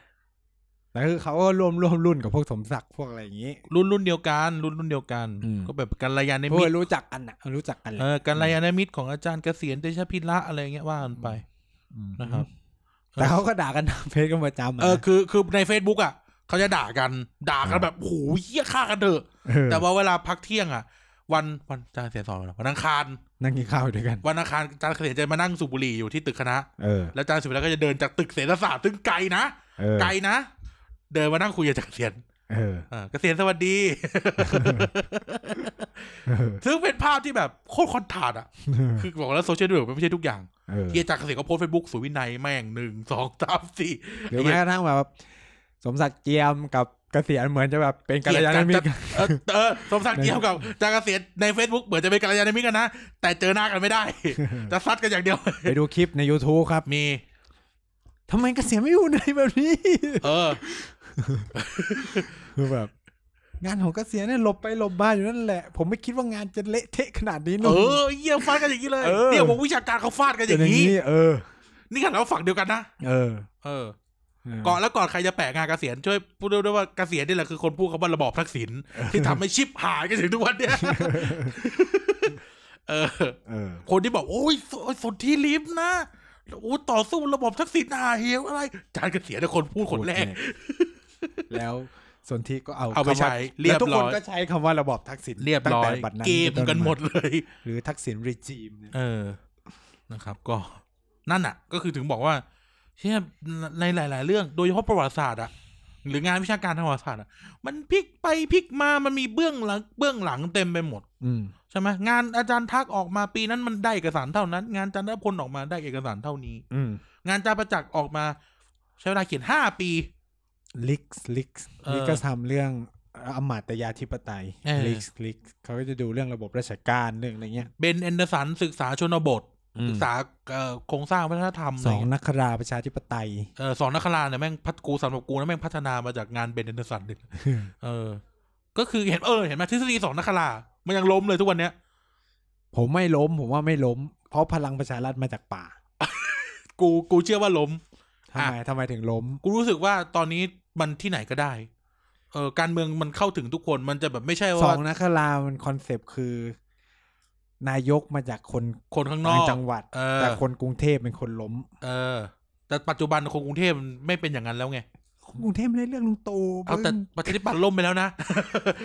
Speaker 1: แต่คือเขาก็ร่วมร่วมรุ่นกับพวกสมศักดิ์พวกอะไรอย่างนี้
Speaker 2: รุ่นรุ่นเดียวกันรุ่นรุ่นเดียวกัน
Speaker 1: อืม
Speaker 2: ก็แบบกัลยาณ
Speaker 1: เพื่
Speaker 2: มิ
Speaker 1: อ
Speaker 2: ตร
Speaker 1: รู้จักกันนะรู้จักกันแห
Speaker 2: เอ
Speaker 1: ละ
Speaker 2: อกัลยาณมิตรของอาจารย์เกษียณเตชะพิระอะไรเงี้ยว่ากันไป
Speaker 1: ม
Speaker 2: นะครับ
Speaker 1: แต่เขาก็ด่ากันทางเพจกันประจำะ
Speaker 2: เออคือคือใน Facebook อ่ะเขาจะด่ากันด่ากันแบบโอ้โหเหี้ยฆ่ากันเถอะ
Speaker 1: เออ
Speaker 2: แต่ว่าเวลาพักเที่ยงอ่ะ วันวันอาจารย์เสียสอนวันวันอังคาร
Speaker 1: นั่งกินข้าวอยู่ด้วยกัน
Speaker 2: วันอังคารอาจารย์เกษียณจะมานั่งสูบบุหรี่อยู่ที่ตึกคณะ
Speaker 1: เออ
Speaker 2: แล้วอาจารย์สุวิทย์ก็จะเดินจากตึกเศรษฐศาสตร์ซึ่งไกลนะ
Speaker 1: เออ
Speaker 2: ไกลนะ เดินมานั่งคุยกับอาจารย์เกษียณ
Speaker 1: เออ
Speaker 2: เออเกษียณสวัสดี
Speaker 1: เออ
Speaker 2: ซึ่งเป็นภาพที่แบบโคตรคอนทราดอ่ะ คือบอกแล้วโซเชียลเน็ตเวิร์กมันไม่ใช่ทุกอย่าง
Speaker 1: เออ
Speaker 2: เฮียจากเกษตรก็โพสเฟซบุ๊กสุวินัยแม่งหนึ่งสองสามสี่
Speaker 1: หรือแม้กระทั่งแบบสมศักดิ์เจียมกับเกษียณเหมือนจะแบบเป็นกัลยาณมิตรกัน
Speaker 2: เออเออสมศักดิ์เกี่ยวกับจากเกษตรใน Facebook เหมือนจะเป็นกัลยาณมิตรกันนะ แต่เจอหน้ากันไม่ ได้ จะซัดกันอย่างเดียว
Speaker 1: ไปดูคลิปใน YouTube ครับ
Speaker 2: มี
Speaker 1: ทำไมเกษียณไม่อยู่ในแบบนี้
Speaker 2: เออ
Speaker 1: คือแบบ งานของเกษียณเนี่ยหลบไปหลบมาอยู่นั่นแหละ ผมไม่คิดว่างานจะเละเทะขนาดนี้ห
Speaker 2: เอ
Speaker 1: นุ่ม
Speaker 2: อเยี่ยฟาดกันอย่างนี้เลย
Speaker 1: เออ
Speaker 2: เนี่ยวงวิชาการเขาฟาดกันอ
Speaker 1: เป็น
Speaker 2: ย่างนี้
Speaker 1: เออ
Speaker 2: นี่ขนาดเราฝั่งเดียวกันนะ
Speaker 1: เออ
Speaker 2: เออ
Speaker 1: เออ
Speaker 2: ก่อนแล้วก่อนใครจะแปะงานเกษียณช่วยพูดด้วยว่าเกษียณนี่แหละคือคนพูดคำว่าระบอบทักษิณที่ทำให้ชิบหายกัน ถึงทุกวันเนี้ยเออ
Speaker 1: เออ
Speaker 2: คนที่บอกโอ้ยสโอ้ยสนที่ลิฟต์นะโอ้ต่อสู้ระบบทักษิณอาเหวอะไรอาจารย์เกษียณเป็นคนพูดคนแรก
Speaker 1: แล้วสนธิก็เอา
Speaker 2: เอาไปใช้
Speaker 1: คำว่า
Speaker 2: เรียบร้อย
Speaker 1: แล้วทุกคนก็ใช้คำว่าระบอบทักษิณ
Speaker 2: เรียบ
Speaker 1: ตั้ง
Speaker 2: ร้อ
Speaker 1: แต่
Speaker 2: ย
Speaker 1: บัดนั้น
Speaker 2: เกมกันหมดเลย
Speaker 1: หรือทักษิณรีจีมเนี่ย
Speaker 2: เออนะครับ ก็นั่นอ่ะ ก็คือถึงบอกว่าเช่นในหลาย ๆ เรื่อง โดยเฉพาะประวัติศาสตร์อะหรืองานวิชาการทางประวัติศาสตร์อะมันพลิกไปพลิกมามันมีเบื้องหลังเบื้องหลังเต็มไปหมด
Speaker 1: อืม
Speaker 2: ใช่ไหมงานอาจารย์ทักออกมาปีนั้นมันได้เอกสารเท่านั้น งานอาจารย์พลออกมาได้เอกสารเท่านี้
Speaker 1: อืม
Speaker 2: งานอาจารย์ประจักษ์ออกมา ใช้เวลาเขียนห้าปี
Speaker 1: ลิกส์ลิกส์
Speaker 2: เออ
Speaker 1: ลิกก็ทำเรื่องอำมาตยาธิปไตย
Speaker 2: เออ
Speaker 1: ลิกส์ลิกส์เขาก็จะดูเรื่องระบบราชการเรื่องอะไรเงี้ย
Speaker 2: เบนแอนเดอร์สันศึกษาชนบท
Speaker 1: อืม
Speaker 2: ศึกษาเอ่อโครงสร้างวัฒนธรรม
Speaker 1: สอง
Speaker 2: ะไรเย
Speaker 1: นักราประชาธิปไตย
Speaker 2: เออสองนักขลาเนี่ยแม่งพัฒกูสำหรับกูนะแม่งพัฒนามาจากงานเบนแอนเดอร์สัน ดิเออ ก็คือเห็นเออเห็นไหมทฤษฎีสองนักขลามันยังล้มเลยทุกวันเนี้ย
Speaker 1: ผมไม่ล้ม ผมว่าไม่ล้ม เพราะพลังประชารัฐมาจากป่า
Speaker 2: กูกูเชื่อว่าล้ม
Speaker 1: ทำไมทำไมถึงล้ม
Speaker 2: กูรู้สึกว่าตอนนี้มันที่ไหนก็ได้ เออการเมืองมันเข้าถึงทุกคนมันจะแบบไม่ใช่
Speaker 1: สอ
Speaker 2: ว่า
Speaker 1: งนักรา มันคอนเซปต์คือ นายกมาจากคน
Speaker 2: คนข้างนอ
Speaker 1: ต่าง
Speaker 2: ก
Speaker 1: จังหวัด
Speaker 2: เออ
Speaker 1: แต่คนกรุงเทพเป็นคนล้ม
Speaker 2: เออ แต่ปัจจุบันคนกรุงเทพมันไม่เป็นอย่างนั้นแล้วไง
Speaker 1: กรุงเทพไม่ได้เลือกลุงตู่
Speaker 2: เอาแต่ประชาธิปัตย์ล่มไปแล้วนะ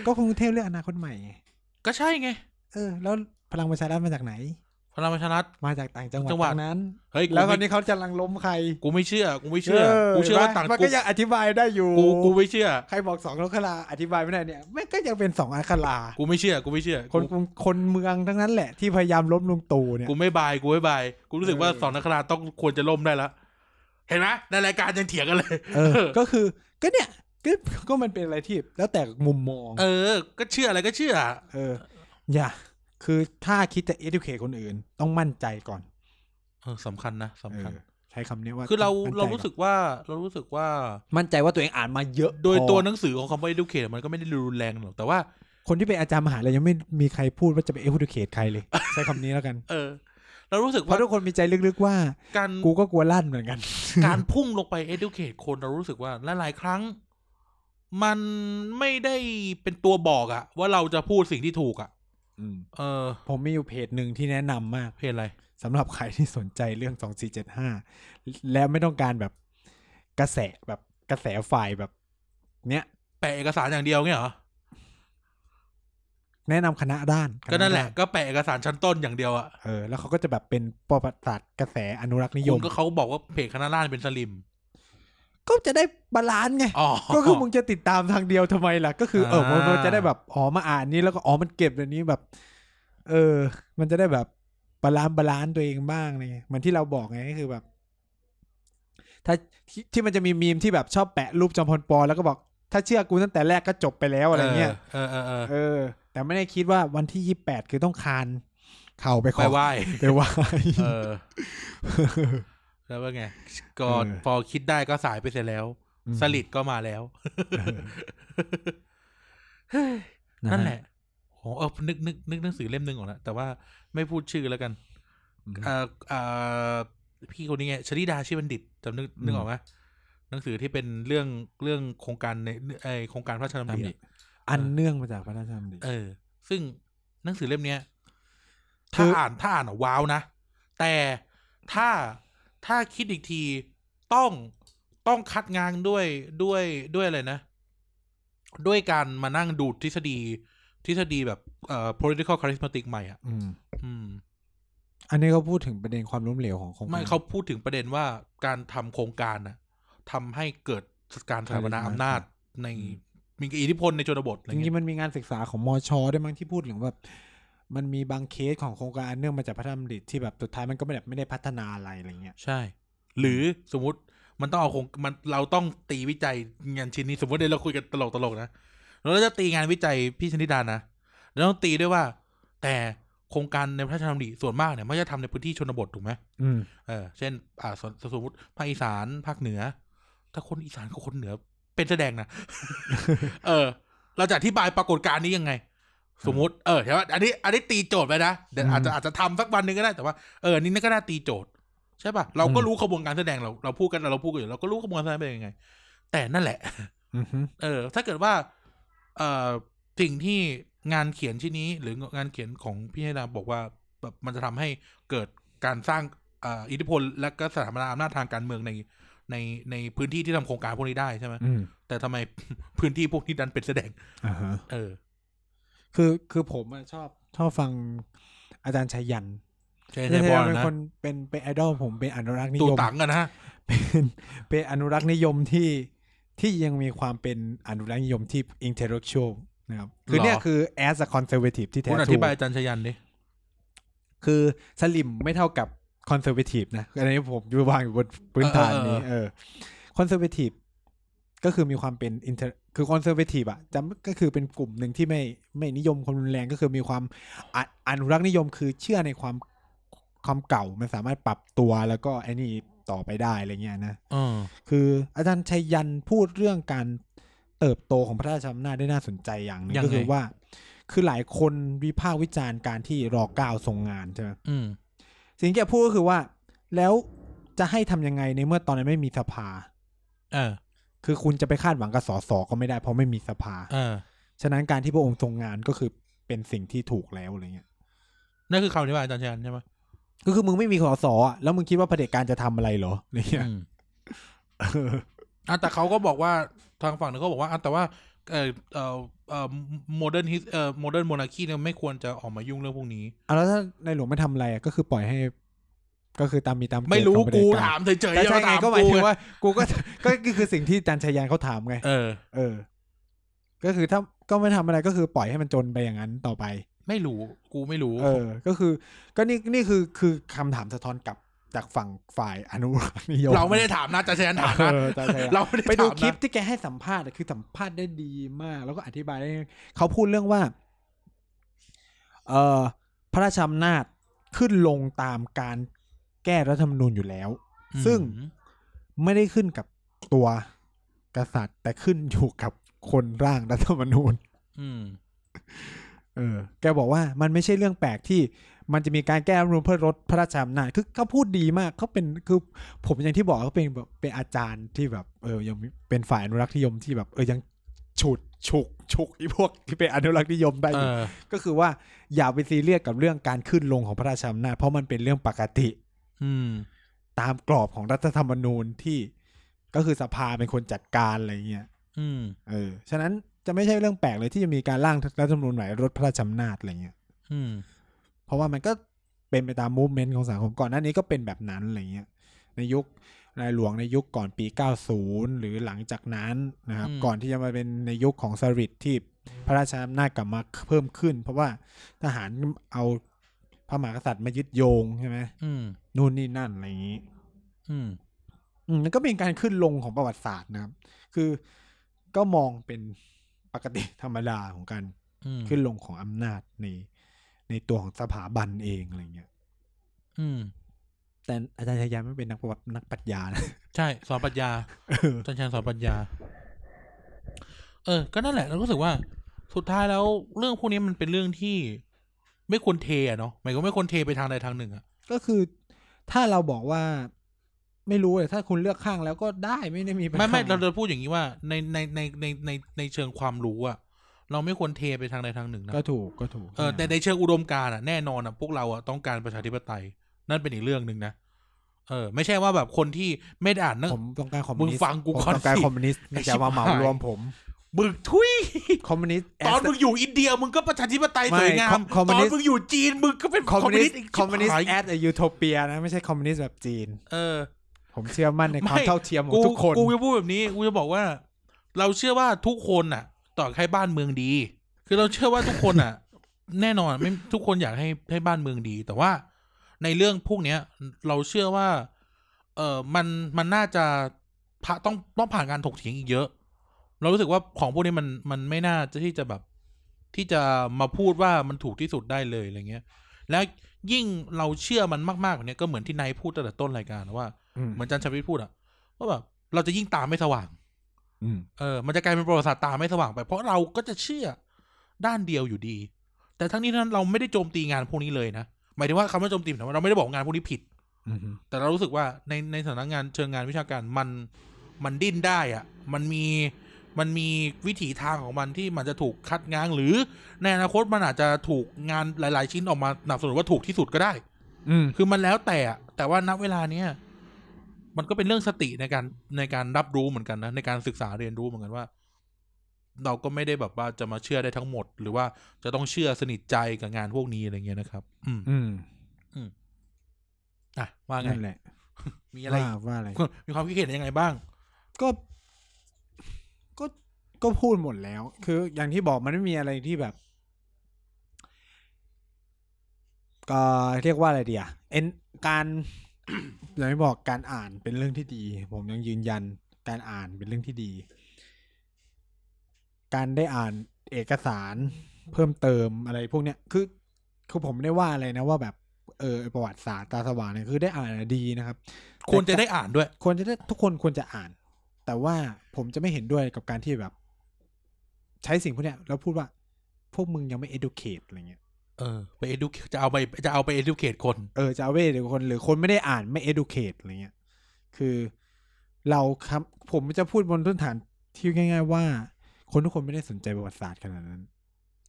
Speaker 1: ก็กรุงเทพเลือกอนาคตใหม่ไง
Speaker 2: ก็ใช่ไง
Speaker 1: เออ แล้วพลังประชารัฐมาจากไหน
Speaker 2: พลังประชารัฐ
Speaker 1: มาจากต่างจังหวัด
Speaker 2: จังหวัด
Speaker 1: ทั้งนั้น
Speaker 2: เฮ้ยกู
Speaker 1: แล้วต
Speaker 2: ไม่
Speaker 1: อนนี้เขาจะลังล้มใคร
Speaker 2: กูไม่เชื่อ กูไม่เชื่อ กูเชื่อว่าต่าง
Speaker 1: มัน
Speaker 2: กู
Speaker 1: ก็ยังอธิบายได้อยู่
Speaker 2: กูกูไม่เชื่อ
Speaker 1: ใครบอกสองนักราอธิบายไม่ได้เนี่ยแม่งก็ยังเป็นสองอัครา
Speaker 2: กูไม่เชื่อ กูไม่เชื่อ
Speaker 1: คนกรุงคนเมืองทั้งนั้นแหละที่พยายามล้มลุงตู่เนี่ย
Speaker 2: กูไม่บาย กูไม่บาย กูรู้สึกว่า
Speaker 1: เออ
Speaker 2: สองนักราชต้องควรจะล่มได้แล้ว เห็นไหมในรายการยังเถียงกันเลย
Speaker 1: เออ ก็คือ ก็เนี่ยก็ก็มันเป็นอะไรที่แล้วแต่มุมมอง
Speaker 2: เออ ก็เชื่ออะไรก็เชื่อ
Speaker 1: เออ อย่า คือถ้าคิดจะ educate คนอื่น ต้องมั่นใจก่อน
Speaker 2: เออสำคัญนะสำคัญ
Speaker 1: เออใช้คำนี้ว่า
Speaker 2: คือเรา
Speaker 1: มั่นใจ
Speaker 2: เรารู้สึกว่า เรารู้สึกว่า
Speaker 1: มั่นใจว่าตัวเองอ่านมาเยอะ
Speaker 2: โดย
Speaker 1: พอ
Speaker 2: ตัวหนังสือของคำว่า educate มันก็ไม่ได้รุนแรงหรอก แต่ว่า
Speaker 1: คนที่เป็นอาจารย์มหาลัยยังไม่มีใครพูดว่าจะไป educate ใครเลย ใช้คำนี้แล้วกัน
Speaker 2: เออ เรารู้สึก
Speaker 1: เพ
Speaker 2: ว่า
Speaker 1: ราะทุกคนมีใจลึกๆว่า
Speaker 2: การ
Speaker 1: กูก็กลัวลั่นเหมือนกัน
Speaker 2: การพุ่งลงไป educate คนเรารู้สึกว่าหลายๆครั้ง มันไม่ได้เป็นตัวบอกอะว่าเราจะพูดสิ่งที่ถูกอะเออ
Speaker 1: ผมมีอยู่เพจหนึ่งที่แนะนำมาก
Speaker 2: เพจอะไร
Speaker 1: สำหรับใครที่สนใจเรื่อง 2475 และไม่ต้องการแบบกระแสแบบกระแสฝ่ายแบบ เนี้ย
Speaker 2: แปะเอกสารอย่างเดียวเงี้ยเหรอ
Speaker 1: แนะนำคณะด้าน
Speaker 2: ก็นั่นแหละ
Speaker 1: คณด้า
Speaker 2: ก็แปะเอกสารชั้นต้นอย่างเดียวอะ
Speaker 1: เออ แล้วเขาก็จะแบบเป็นประวัติศาสตร์กระแสอนุรักษ์นิย
Speaker 2: คุ
Speaker 1: ม
Speaker 2: ณก็เขาบอกว่าเพจคณะราษฎรเป็นสลิม
Speaker 1: ก็จะได้บาลานซ์ไง
Speaker 2: อ๋อ
Speaker 1: ก็คือมึงจะติดตามทางเดียวทำไมล่ะ ก็คือเออ
Speaker 2: อ่า
Speaker 1: มันจะได้แบบอ๋อมาอ่านนี้แล้วก็อ๋อมันเก็บแบบนี้แบบ เออ มันจะได้แบบบาลานซ์บาลานซ์ตัวเองบ้างอะไรเงี้ยเหมือนที่เราบอกไงก็คือแบบ ถ้าที่ที่มันจะมีมีมที่แบบชอบแปะรูปจอมพลปอแล้วก็บอก ถ้าเชื่อกูตั้งแต่แรกก็จบไปแล้วอะไรเงี้ย
Speaker 2: เออเออเออเออ
Speaker 1: เออ แต่ไม่ได้คิดว่าวันที่ยี่แปดคือต้องคานเข่าไปข
Speaker 2: ไป
Speaker 1: อ
Speaker 2: ไหว้
Speaker 1: ไปไหว้
Speaker 2: เออ แล้วว่าไงก็
Speaker 1: เออ
Speaker 2: พอคิดได้ก็สายไปเสียแล้ว สลิดก็มาแล้ว นั่นแหละโอ้เออนึกนึกนึกหนังสือเล่มหนึ่งออกแล้วแต่ว่าไม่พูดชื่อแล้วกัน
Speaker 1: อืม
Speaker 2: เอ่อเอ่อพี่คนนี้ไงชลิดาชีบัณฑิตจำนึก
Speaker 1: อืม
Speaker 2: นึกออกไหมหนังสือที่เป็นเรื่องเรื่องโครงการในไอโครงการพระราชดำริอะ
Speaker 1: อันเนื่องมาจากพระราชดำริ
Speaker 2: เออ ซึ่งหนังสือเล่มเนี้ย
Speaker 1: คื
Speaker 2: ถ้า
Speaker 1: อ
Speaker 2: อ่านถ้าอ่านอะว้าวนะ แต่ถ้าถ้าคิดอีกทีต้องต้องคัดงางด้วยด้วยด้วยอะไรนะ ด้วยการมานั่งดูทฤษฎีทฤษฎีแบบเอ่อ political charismatic ใหม่อ่ะ
Speaker 1: อืม
Speaker 2: อืม
Speaker 1: อันนี้เขาพูดถึงประเด็นความล้มเหลวของโครงกร
Speaker 2: ไม่เขาพูดถึงประเด็นว่าการทำโครงการนะทำให้เกิดการสถาปนา
Speaker 1: ใช่ใช่
Speaker 2: อำนาจใน
Speaker 1: อืม
Speaker 2: มีอิทธิพลในชนบทอะไร
Speaker 1: จริง
Speaker 2: เงี้ย
Speaker 1: ๆมันมีงานศึกษาของมอชอด้วยมั้งที่พูดถึงแบบมันมีบางเคสของโครงการอันเนื่องมาจากพระธรรมดิษที่แบบสุดท้ายมันก็ไม่ได้ไม่ได้พัฒนาอะไรอะไรเงี้ย
Speaker 2: ใช่ หรือสมมติมันต้องเอาโครงมันเราต้องตีวิจัยงานชิ้นนี้สมมติเดี๋ยวเราคุยกันตลกๆนะแล้วเราจะตีงานวิจัยพี่ชนิดานะเราต้องตีด้วยว่า แต่โครงการในพระราชดำริส่วนมากเนี่ยไม่จะทำในพื้นที่ชนบทถูกไหม
Speaker 1: อืม
Speaker 2: เออเช่น อ่าสมสมมติภาคอีสานภาคเหนือ ถ้าคนอีสานกับคนเหนือ เป็นแสดงนะ เออ เราจะอธิบายปรากฏการณ์นี้ยังไง สมมติเออใช่ว่าอันนี้อันนี้ตีโจทย์ไปนะเดี๋ยว
Speaker 1: อืม
Speaker 2: อาจจะอาจจะทำสักวันหนึ่งก็ได้แต่ว่าเอออันนี้ก็น่าตีโจทย์ ใช่ป่ะเราก็
Speaker 1: อืม
Speaker 2: รู้ขบวนการแสดงเราเราพูดกันเราพูดกันอยู่เราก็รู้ขบวนการแสดงเป็นยังไง แต่นั่นแหละ
Speaker 1: อือฮึ
Speaker 2: เออ ถ้าเกิดว่า เอ่อสิ่งที่งานเขียนชิ้นนี้ หรืองานเขียนของพี่ให้ดาบอกว่าแบบมันจะทำให้เกิดการสร้างเอ่ออิทธิพล และก็สถาปนาอำนาจทางการเมืองในในในพื้นที่ที่ทำโครงการพวกนี้ได้ใช่ไหม
Speaker 1: อืม
Speaker 2: แต่ทำไม พื้นที่พวกนี้ดันเป็นแสดง
Speaker 1: อ่าฮะ
Speaker 2: เออ
Speaker 1: คือคือผมอะชอบชอบฟังอาจารย์ชัยยัน
Speaker 2: ใช่
Speaker 1: อา
Speaker 2: ใช่
Speaker 1: จารย์
Speaker 2: บ
Speaker 1: ชัย
Speaker 2: อ
Speaker 1: ยั
Speaker 2: ล
Speaker 1: นเป็น
Speaker 2: นะ
Speaker 1: คนเป็นเป็นไอดอลผมเป็นอนุรักษ์นิ
Speaker 2: ตู
Speaker 1: ยม
Speaker 2: ตังกันนะ
Speaker 1: เป็นเป็นอนุรักษ์นิยมที่ที่ยังมีความเป็นอนุรักษ์นิยมที่อินเทอร์เรชวลนะครับคือเนี่ยคือ as a conservative ที่แท้
Speaker 2: คุณอ
Speaker 1: ทรู
Speaker 2: ธิบายอาจารย์ชยันดิ
Speaker 1: คือสลิมไม่เท่ากับคอนเซอร์เวทีฟนะอันนี้ผมอยู่วางอยู่บนพื้นฐานนี้เออคอนเซอร์เวทีฟก็คือมีความเป็นอินเทอร์คือคอนเซอร์เวทีฟอะจำก็คือเป็นกลุ่มหนึ่งที่ไม่ไม่นิยมความรุนแรงก็คือมีความอะอนุรักษ์นิยมคือเชื่อในความความเก่ามันสามารถปรับตัวแล้วก็ไอ้นี่ต่อไปได้อะไรเงี้ยนะ
Speaker 2: เออ
Speaker 1: คืออาจารย์ชัยยันพูดเรื่องการเติบโตของพระราชอำนาจได้น่าสนใจอย่างหนึง
Speaker 2: ยังไง
Speaker 1: ก็คือว่า คือหลายคนวิพากษ์วิจารณ์การที่รอเก้าทรงงานใช่ไหม
Speaker 2: อืม
Speaker 1: สิ่งที่แกพูดก็คือว่า แล้วจะให้ทำยังไงในเมื่อตอนนั้นไม่มีสภา
Speaker 2: เออ
Speaker 1: คือคุณจะไปคาดหวังกับสสก็ไม่ได้เพราะไม่มีสภา
Speaker 2: เออ
Speaker 1: ฉะนั้นการที่พระองค์ทรงงานก็คือเป็นสิ่งที่ถูกแล้วอะไรเงี้ย
Speaker 2: นั่นคือคำอธิบายอาจารย์ชยันใช่ไหม
Speaker 1: ก็คือมึงไม่มีสสอ่ะแล้วมึงคิดว่าเผด็จการจะทำอะไรเหรออะไรเงี้ย
Speaker 2: อืม
Speaker 1: เออ
Speaker 2: อ่ะแต่เขาก็บอกว่าทางฝั่งนึงเขาบอกว่าอ่ะแต่ว่าเออเออเออโมเดิร์นฮิเออโมเดิร์นโมนาคีเนี่ยไม่ควรจะออกมายุ่งเรื่องพวกนี้
Speaker 1: เอาแล้วถ้าในหลวงไม่ทำอะไรอ่ะก็คือปล่อยให้ ก็คือตามมีตามเกิด
Speaker 2: ไม่รู้
Speaker 1: ของเผด็
Speaker 2: กู
Speaker 1: จร
Speaker 2: ถามเฉยๆ
Speaker 1: แต่
Speaker 2: อย่า
Speaker 1: ใช่
Speaker 2: มา
Speaker 1: ไง
Speaker 2: ถาม
Speaker 1: ก็หมายถึ
Speaker 2: กู
Speaker 1: งว่า กูก็ก็ก็คือสิ่งที่อาจารย์ชัยยันเขาถามไง
Speaker 2: เออ
Speaker 1: เออ ก็คือถ้าก็ไม่ทำอะไรก็คือปล่อยให้มันจนไปอย่างนั้นต่อไป
Speaker 2: ไม่รู้กูไม่รู้
Speaker 1: เออ ก็คือ ก็นี่ นี่คือ คือคำถามสะท้อนกลับจากฝั่งฝ่ายอนุรักษ์นิยม
Speaker 2: เราไม่ได้ถามนะจะแชนถาม
Speaker 1: เอ
Speaker 2: นะ
Speaker 1: อแต่ใช่อะ
Speaker 2: เราไม่ได้
Speaker 1: ไปดู
Speaker 2: ถาม
Speaker 1: คลิป
Speaker 2: นะ
Speaker 1: ที่แกให้สัมภาษณ์อะคือสัมภาษณ์ได้ดีมาก แล้วก็อธิบายได้ เขาพูดเรื่องว่า เออพระราชอำนาจขึ้นลงตามการแก้รัฐธรรมนูญอยู่แล้ว ซึ่ง
Speaker 2: อืม
Speaker 1: ไม่ได้ขึ้นกับตัวกษัตริย์ แต่ขึ้นอยู่กับคนร่างรัฐธรรมนูญ
Speaker 2: อืม
Speaker 1: เออแกบอกว่ามันไม่ใช่เรื่องแปลกที่มันจะมีการแก้รัฐธรรมนูญเพื่อลดพระราชอำนาจคือเขาพูดดีมากเขาเป็นคือผมอย่างที่บอกเขาเป็นแบบเป็นอาจารย์ที่แบบเออยังมีเป็นฝ่ายอนุรักษ์นิยมที่แบบเออยังฉุดฉุกฉุกไอ้พวกที่เป็นอนุรักษ์นิยมได้
Speaker 2: เอ
Speaker 1: อยู่
Speaker 2: อ
Speaker 1: ก็คือว่าอย่าไปซีเรียสกับเรื่องการขึ้นลงของพระราชอำนาจเพราะมันเป็นเรื่องปกติ
Speaker 2: อืม
Speaker 1: ตามกรอบของรัฐธรรมนูญที่ก็คือสภาเป็นคนจัดการอะไรเงี้ย
Speaker 2: อืม
Speaker 1: เออฉะนั้นจะไม่ใช่เรื่องแปลกเลยที่จะมีการร่างรัฐธรรมนูญใหม่ลดพระราชอำนาจอะไรเงี้ย
Speaker 2: อืม
Speaker 1: เพราะว่ามันก็เป็นไปตามมูฟเมนต์ของสังคมก่อนหน้านี้ก็เป็นแบบนั้นอะไรเงี้ยในยุค นายหลวงในยุคก่อนปี 90 หรือหลังจากนั้นนะครับ
Speaker 2: อืม
Speaker 1: ก่อนที่จะมาเป็นในยุคของสฤษดิ์ที่พระราชอำนาจกลับมาเพิ่มขึ้น เพราะว่าทหารเอาพระมหากษัตริย์มายึดโยงใช่ไหม
Speaker 2: อืม
Speaker 1: นู่นนี่นั่นอะไรอย่างนี้
Speaker 2: อืม
Speaker 1: อืมมันก็เป็นการขึ้นลงของประวัติศาสตร์นะครับ คือก็มองเป็นปกติธรรมดาของการ
Speaker 2: อืม
Speaker 1: ขึ้นลงของอำนาจในในตัวของสถาบันเองอะไรเงี้ย
Speaker 2: อืม
Speaker 1: แต่อาจารย์ชายาไม่เป็นนักประวัตินักปรัชญานะ
Speaker 2: ใช่สอนปรัชญาอาจารย์ชานสอนปรัชญา เออ ก็นั่นแหละเราก็รู้สึกว่า สุดท้ายแล้วเรื่องพวกนี้มันเป็นเรื่องที่ ไม่ควรเทอะเนาะหมายก็ไม่ควรเทไปทางใดทางหนึ่งอะ
Speaker 1: ก็คือถ้าเราบอกว่าไม่รู้เลยถ้าคุณเลือกข้างแล้วก็ได้ไม่ได้มีปัญหา
Speaker 2: ไม่ไม่เราจะพูดอย่างนี้ว่า ในในในในในในเชิงความรู้อะเราไม่ควรเทไปทางใดทางหนึ่งนะ
Speaker 1: ก็ถูกก็ถูก
Speaker 2: เออแต่ในเชิงอุดมการณ์อะแน่นอนอะพวกเราอะต้องการประชาธิปไตย นั่นเป็นอีกเรื่องหนึ่งนะเออ ไม่ใช่ว่าแบบคนที่ไม่ได้อ่านหนัง
Speaker 1: ผมต้องการคอมมิวนิส
Speaker 2: มึ
Speaker 1: ต์
Speaker 2: งฟังกู
Speaker 1: ผม
Speaker 2: ก่อน
Speaker 1: ต้องการ
Speaker 2: สิ
Speaker 1: คอมมิวนิสต์
Speaker 2: ไอ้
Speaker 1: ไม่จะมา
Speaker 2: ชิบ
Speaker 1: เหมา
Speaker 2: หาย
Speaker 1: รวมผม
Speaker 2: บึกทุย
Speaker 1: คอมมิวนิสต์
Speaker 2: ตอนมึงอยู่อินเดียมึงก็ประชาธิปไตย
Speaker 1: ไม่
Speaker 2: สวยงาม
Speaker 1: คอมมิ
Speaker 2: ต
Speaker 1: ว
Speaker 2: อ
Speaker 1: นิส
Speaker 2: น
Speaker 1: ต์
Speaker 2: มึงอยู่จีนมึงก็เป็น
Speaker 1: คอมมิวนิสต์
Speaker 2: อีก
Speaker 1: คอมมิวนิส
Speaker 2: ชิบหา
Speaker 1: ต์
Speaker 2: ย
Speaker 1: แอดยูโทเปียนะไม่ใช่คอมมิวนิสต์แบบจีน
Speaker 2: เออ
Speaker 1: ผมเชื่อมั่นในความ
Speaker 2: ไม่
Speaker 1: เท่าเทียมขอ
Speaker 2: กู
Speaker 1: งทุกคน
Speaker 2: กูจะพูดแบบนี้กูจะบอกว่า เราเชื่อว่าทุกคนน่ะ ต่อให้บ้านเมืองดี คือเราเชื่อว่าทุกคน น่ะ แน่นอนไม่ทุกคนอยากให้ให้บ้านเมืองดี แต่ว่าในเรื่องพวกเนี้ย เราเชื่อว่า เออมันมันน่าจะพะต้องต้องผ่านการถกเถียงอีกเยอะ เรารู้สึกว่าของพวกนี้มันมันไม่น่าจะที่จะแบบ ที่จะมาพูดว่ามันถูกที่สุดได้เลยอะไรเงี้ย แล้วยิ่งเราเชื่อมันมากๆแบบเนี้ยก็เหมือนที่นายพูดตั้งแต่ต้นรายการว่า
Speaker 1: อืม
Speaker 2: เหมือนอาจันชาวิทพูดอะว่าแบบเราจะยิ่งตามไม่สว่าง
Speaker 1: อืม
Speaker 2: เออ มันจะกลายเป็นประวัติศาสตร์ตามไม่สว่างไป เพราะเราก็จะเชื่อด้านเดียวอยู่ดี แต่ทั้งนี้ทั้งนั้นเราไม่ได้โจมตีงานพวกนี้เลยนะ หมายถึงว่าคำว่าโจมตีหมายถึงว่าเราไม่ได้บอกว่างานพวกนี้ผิด
Speaker 1: อืม
Speaker 2: แต่เรารู้สึกว่าในในสถานงานเชิงงานวิชาการมันมันดิ้นได้อะมันมีมันมีวิถีทางของมันที่มันจะถูกคัดง้าง หรือในอนาคตมันอาจจะถูกงานหลาย ๆ ชิ้นออกมาหนับสนุนว่าถูกที่สุดก็ได้
Speaker 1: อืม
Speaker 2: คือมันแล้วแต่อะแต่ว่าณเวลาเนี้ยมันก็เป็นเรื่องสติในการในการรับรู้เหมือนกันนะ ในการศึกษาเรียนรู้เหมือนกันว่า เราก็ไม่ได้แบบว่าจะมาเชื่อได้ทั้งหมด หรือว่าจะต้องเชื่อสนิทใจกับงานพวกนี้อะไรเงี้ยนะครับ อืม
Speaker 1: อืม
Speaker 2: อ่ะว่าไง
Speaker 1: นั่นแหละ
Speaker 2: มีอะไร
Speaker 1: ว่า
Speaker 2: อีก
Speaker 1: ว่าอะไร
Speaker 2: คุณมีความคิดเห็นยังไงบ้าง
Speaker 1: ก็ ก็ ก็พูดหมดแล้ว คืออย่างที่บอกมันไม่มีอะไรที่แบบ ก็เรียกว่าอะไรเดียเอ็นการ อย่างที่บอกการอ่านเป็นเรื่องที่ดี ผมยังยืนยันการอ่านเป็นเรื่องที่ดี การได้อ่านเอกสารเพิ่มเติมอะไรพวกเนี้ย คือคือผมไม่ได้ว่าอะไรนะว่าแบบเออประวัติศาสตร์ตาสว่างเนี่ยคือได้อ่านอะดีนะครับ
Speaker 2: ควรจะได้อ่านด้วย
Speaker 1: ควรจะได้ทุกคนควรจะอ่าน แต่ว่าผมจะไม่เห็นด้วยกับการที่แบบ ใช้สิ่งพวกเนี้ยแล้วพูดว่า พวกมึงยังไม่ educate อะไรเงี้ย
Speaker 2: เออ ไป educate จะเอาไปจะเอาไป educate คน
Speaker 1: เออจะเอาไปเดี๋ยวคนหรือคนไม่ได้อ่านไม่ educate อะไรเงี้ยคือเราครับ ผมจะพูดบนพื้นฐานที่ง่าย ๆ ว่า คนทุกคนไม่ได้สนใจประวัติศาสตร์ขนาดนั้น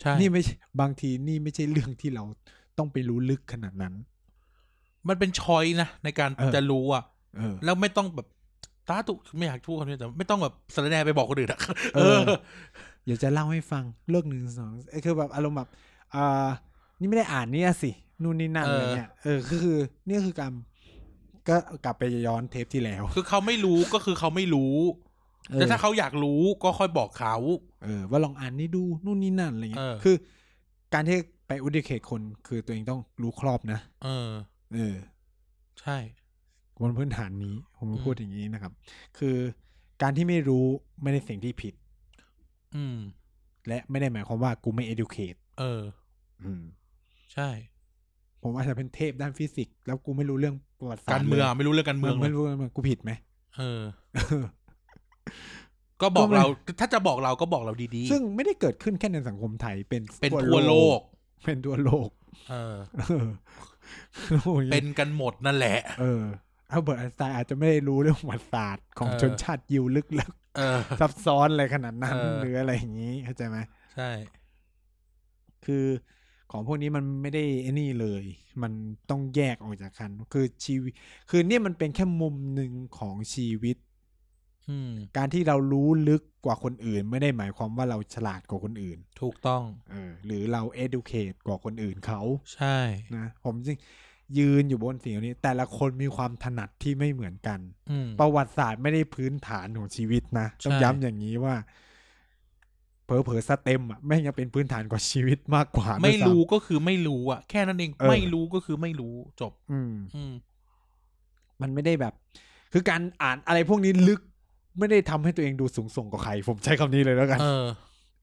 Speaker 2: ใช่
Speaker 1: นี่ไม่ใช่บางทีนี่ไม่ใช่เรื่องที่เราต้องไปรู้ลึกขนาดนั้น
Speaker 2: มันเป็นช้อยนะในการ
Speaker 1: เออ
Speaker 2: จะรู้อ่ะ
Speaker 1: เออ
Speaker 2: แล้วไม่ต้องแบบตาตุไม่อยากพูดคำนี้แต่ไม่ต้องแบบสารแหนไปบอกคนอื่นอะ
Speaker 1: เอ
Speaker 2: เอ
Speaker 1: อ
Speaker 2: อ
Speaker 1: เดี๋ยวจะเล่าให้ฟังเลิกหนึ่งสองเอ้ยคือแบบอารมณ์แบบอ่านี่ไม่ได้อ่านเนี่ยสินู่นนี่นั่น
Speaker 2: เอ
Speaker 1: อะไร
Speaker 2: ออ
Speaker 1: เงี้ยเออคือคือนี่คือการก็กลับไปย้อนเทปที่แล้ว
Speaker 2: คือเขาไม่รู้ก็คือเขาไม่รู้
Speaker 1: เอ
Speaker 2: แต่
Speaker 1: อ
Speaker 2: ถ้าเขาอยากรู้ก็ค่อยบอกเขา
Speaker 1: เออว่าลองอ่านนี่ดูนู่นนี่นั่นอะไรเงี้ย
Speaker 2: เออ
Speaker 1: คือ การที่ไปอุดิเคตคนคือตัวเองต้องรู้ครอบนะ
Speaker 2: เออ
Speaker 1: เออ
Speaker 2: ใช่
Speaker 1: บนพื้นฐานนี้ผม
Speaker 2: อืม
Speaker 1: พูดอย่างนี้นะครับ คือการที่ไม่รู้ไม่ได้สิ่งที่ผิด
Speaker 2: อืม
Speaker 1: และไม่ได้หมายความว่ากูไม่ educate
Speaker 2: เออ
Speaker 1: อืม
Speaker 2: ใช่
Speaker 1: ผมอาจจะเป็นเทพด้านฟิสิกส์แล้วกูไม่รู้เรื่องประวัติศาสตร์
Speaker 2: การเมืองไม่รู้เรื่องการ
Speaker 1: เมื
Speaker 2: เมื
Speaker 1: อ
Speaker 2: อง ง
Speaker 1: ไม่
Speaker 2: เลย
Speaker 1: รู้การเมืองกูผิดไหม
Speaker 2: เอ อ ก็บอก
Speaker 1: ก็มัน
Speaker 2: เราถ้าจะบอกเราก็บอกเราดี
Speaker 1: ซึ่งไม่ได้เกิดขึ้นแค่ในสังคมไทยเป็น
Speaker 2: ๆ เป็นทั่วโลก
Speaker 1: เป็นทั่วโลก
Speaker 2: เออ
Speaker 1: เออโอ้ย
Speaker 2: เป็นกันหมดนั่นแหละ
Speaker 1: เออ อัลเบิร์ตไอน์สไตน์อาจจะไม่ได้รู้เรื่องประวัติศาสตร์ของ
Speaker 2: เออ
Speaker 1: ชนชาติยิวลึก
Speaker 2: เออ
Speaker 1: ๆซั บซ้อนอะไรขนาดนั้น
Speaker 2: เออ
Speaker 1: หรืออะไรอย่างนี้เข้าใจไหม
Speaker 2: ใช่
Speaker 1: คือของพวกนี้มันไม่ได้ไอ้นี่เลย มันต้องแยกออกจากกัน คือชีวิต คือเนี่ยมันเป็นแค่มุมหนึ่งของชีวิต
Speaker 2: อืม
Speaker 1: การที่เรารู้ลึกกว่าคนอื่น ไม่ได้หมายความว่าเราฉลาดกว่าคนอื่น
Speaker 2: ถูกต้อง
Speaker 1: เออหรือเรา educate กว่าคนอื่นเขา
Speaker 2: ใช่
Speaker 1: นะผมจริง ยืนอยู่บนสิ่งเหล่านี้ แต่ละคนมีความถนัดที่ไม่เหมือนกัน
Speaker 2: อืม
Speaker 1: ประวัติศาสตร์ไม่ได้พื้นฐานของชีวิตนะ ต้อง
Speaker 2: ใช่
Speaker 1: ย้ำอย่างนี้ว่า เผลอๆสเต็มอ่ะแม่งยังเป็นพื้นฐานกว่าชีวิตมากกว่าด้วยซ้ำ
Speaker 2: ไม่รู้ก็คือไม่รู้อะแค่นั้นเอง
Speaker 1: เออ
Speaker 2: ไม่รู้ก็คือไม่รู้จบ
Speaker 1: อืม
Speaker 2: อืม
Speaker 1: มันไม่ได้แบบ คือการอ่านอะไรพวกนี้ลึก ไม่ได้ทำให้ตัวเองดูสูงส่งกว่าใคร ผมใช้คำนี้เลยแล้วกัน
Speaker 2: เออ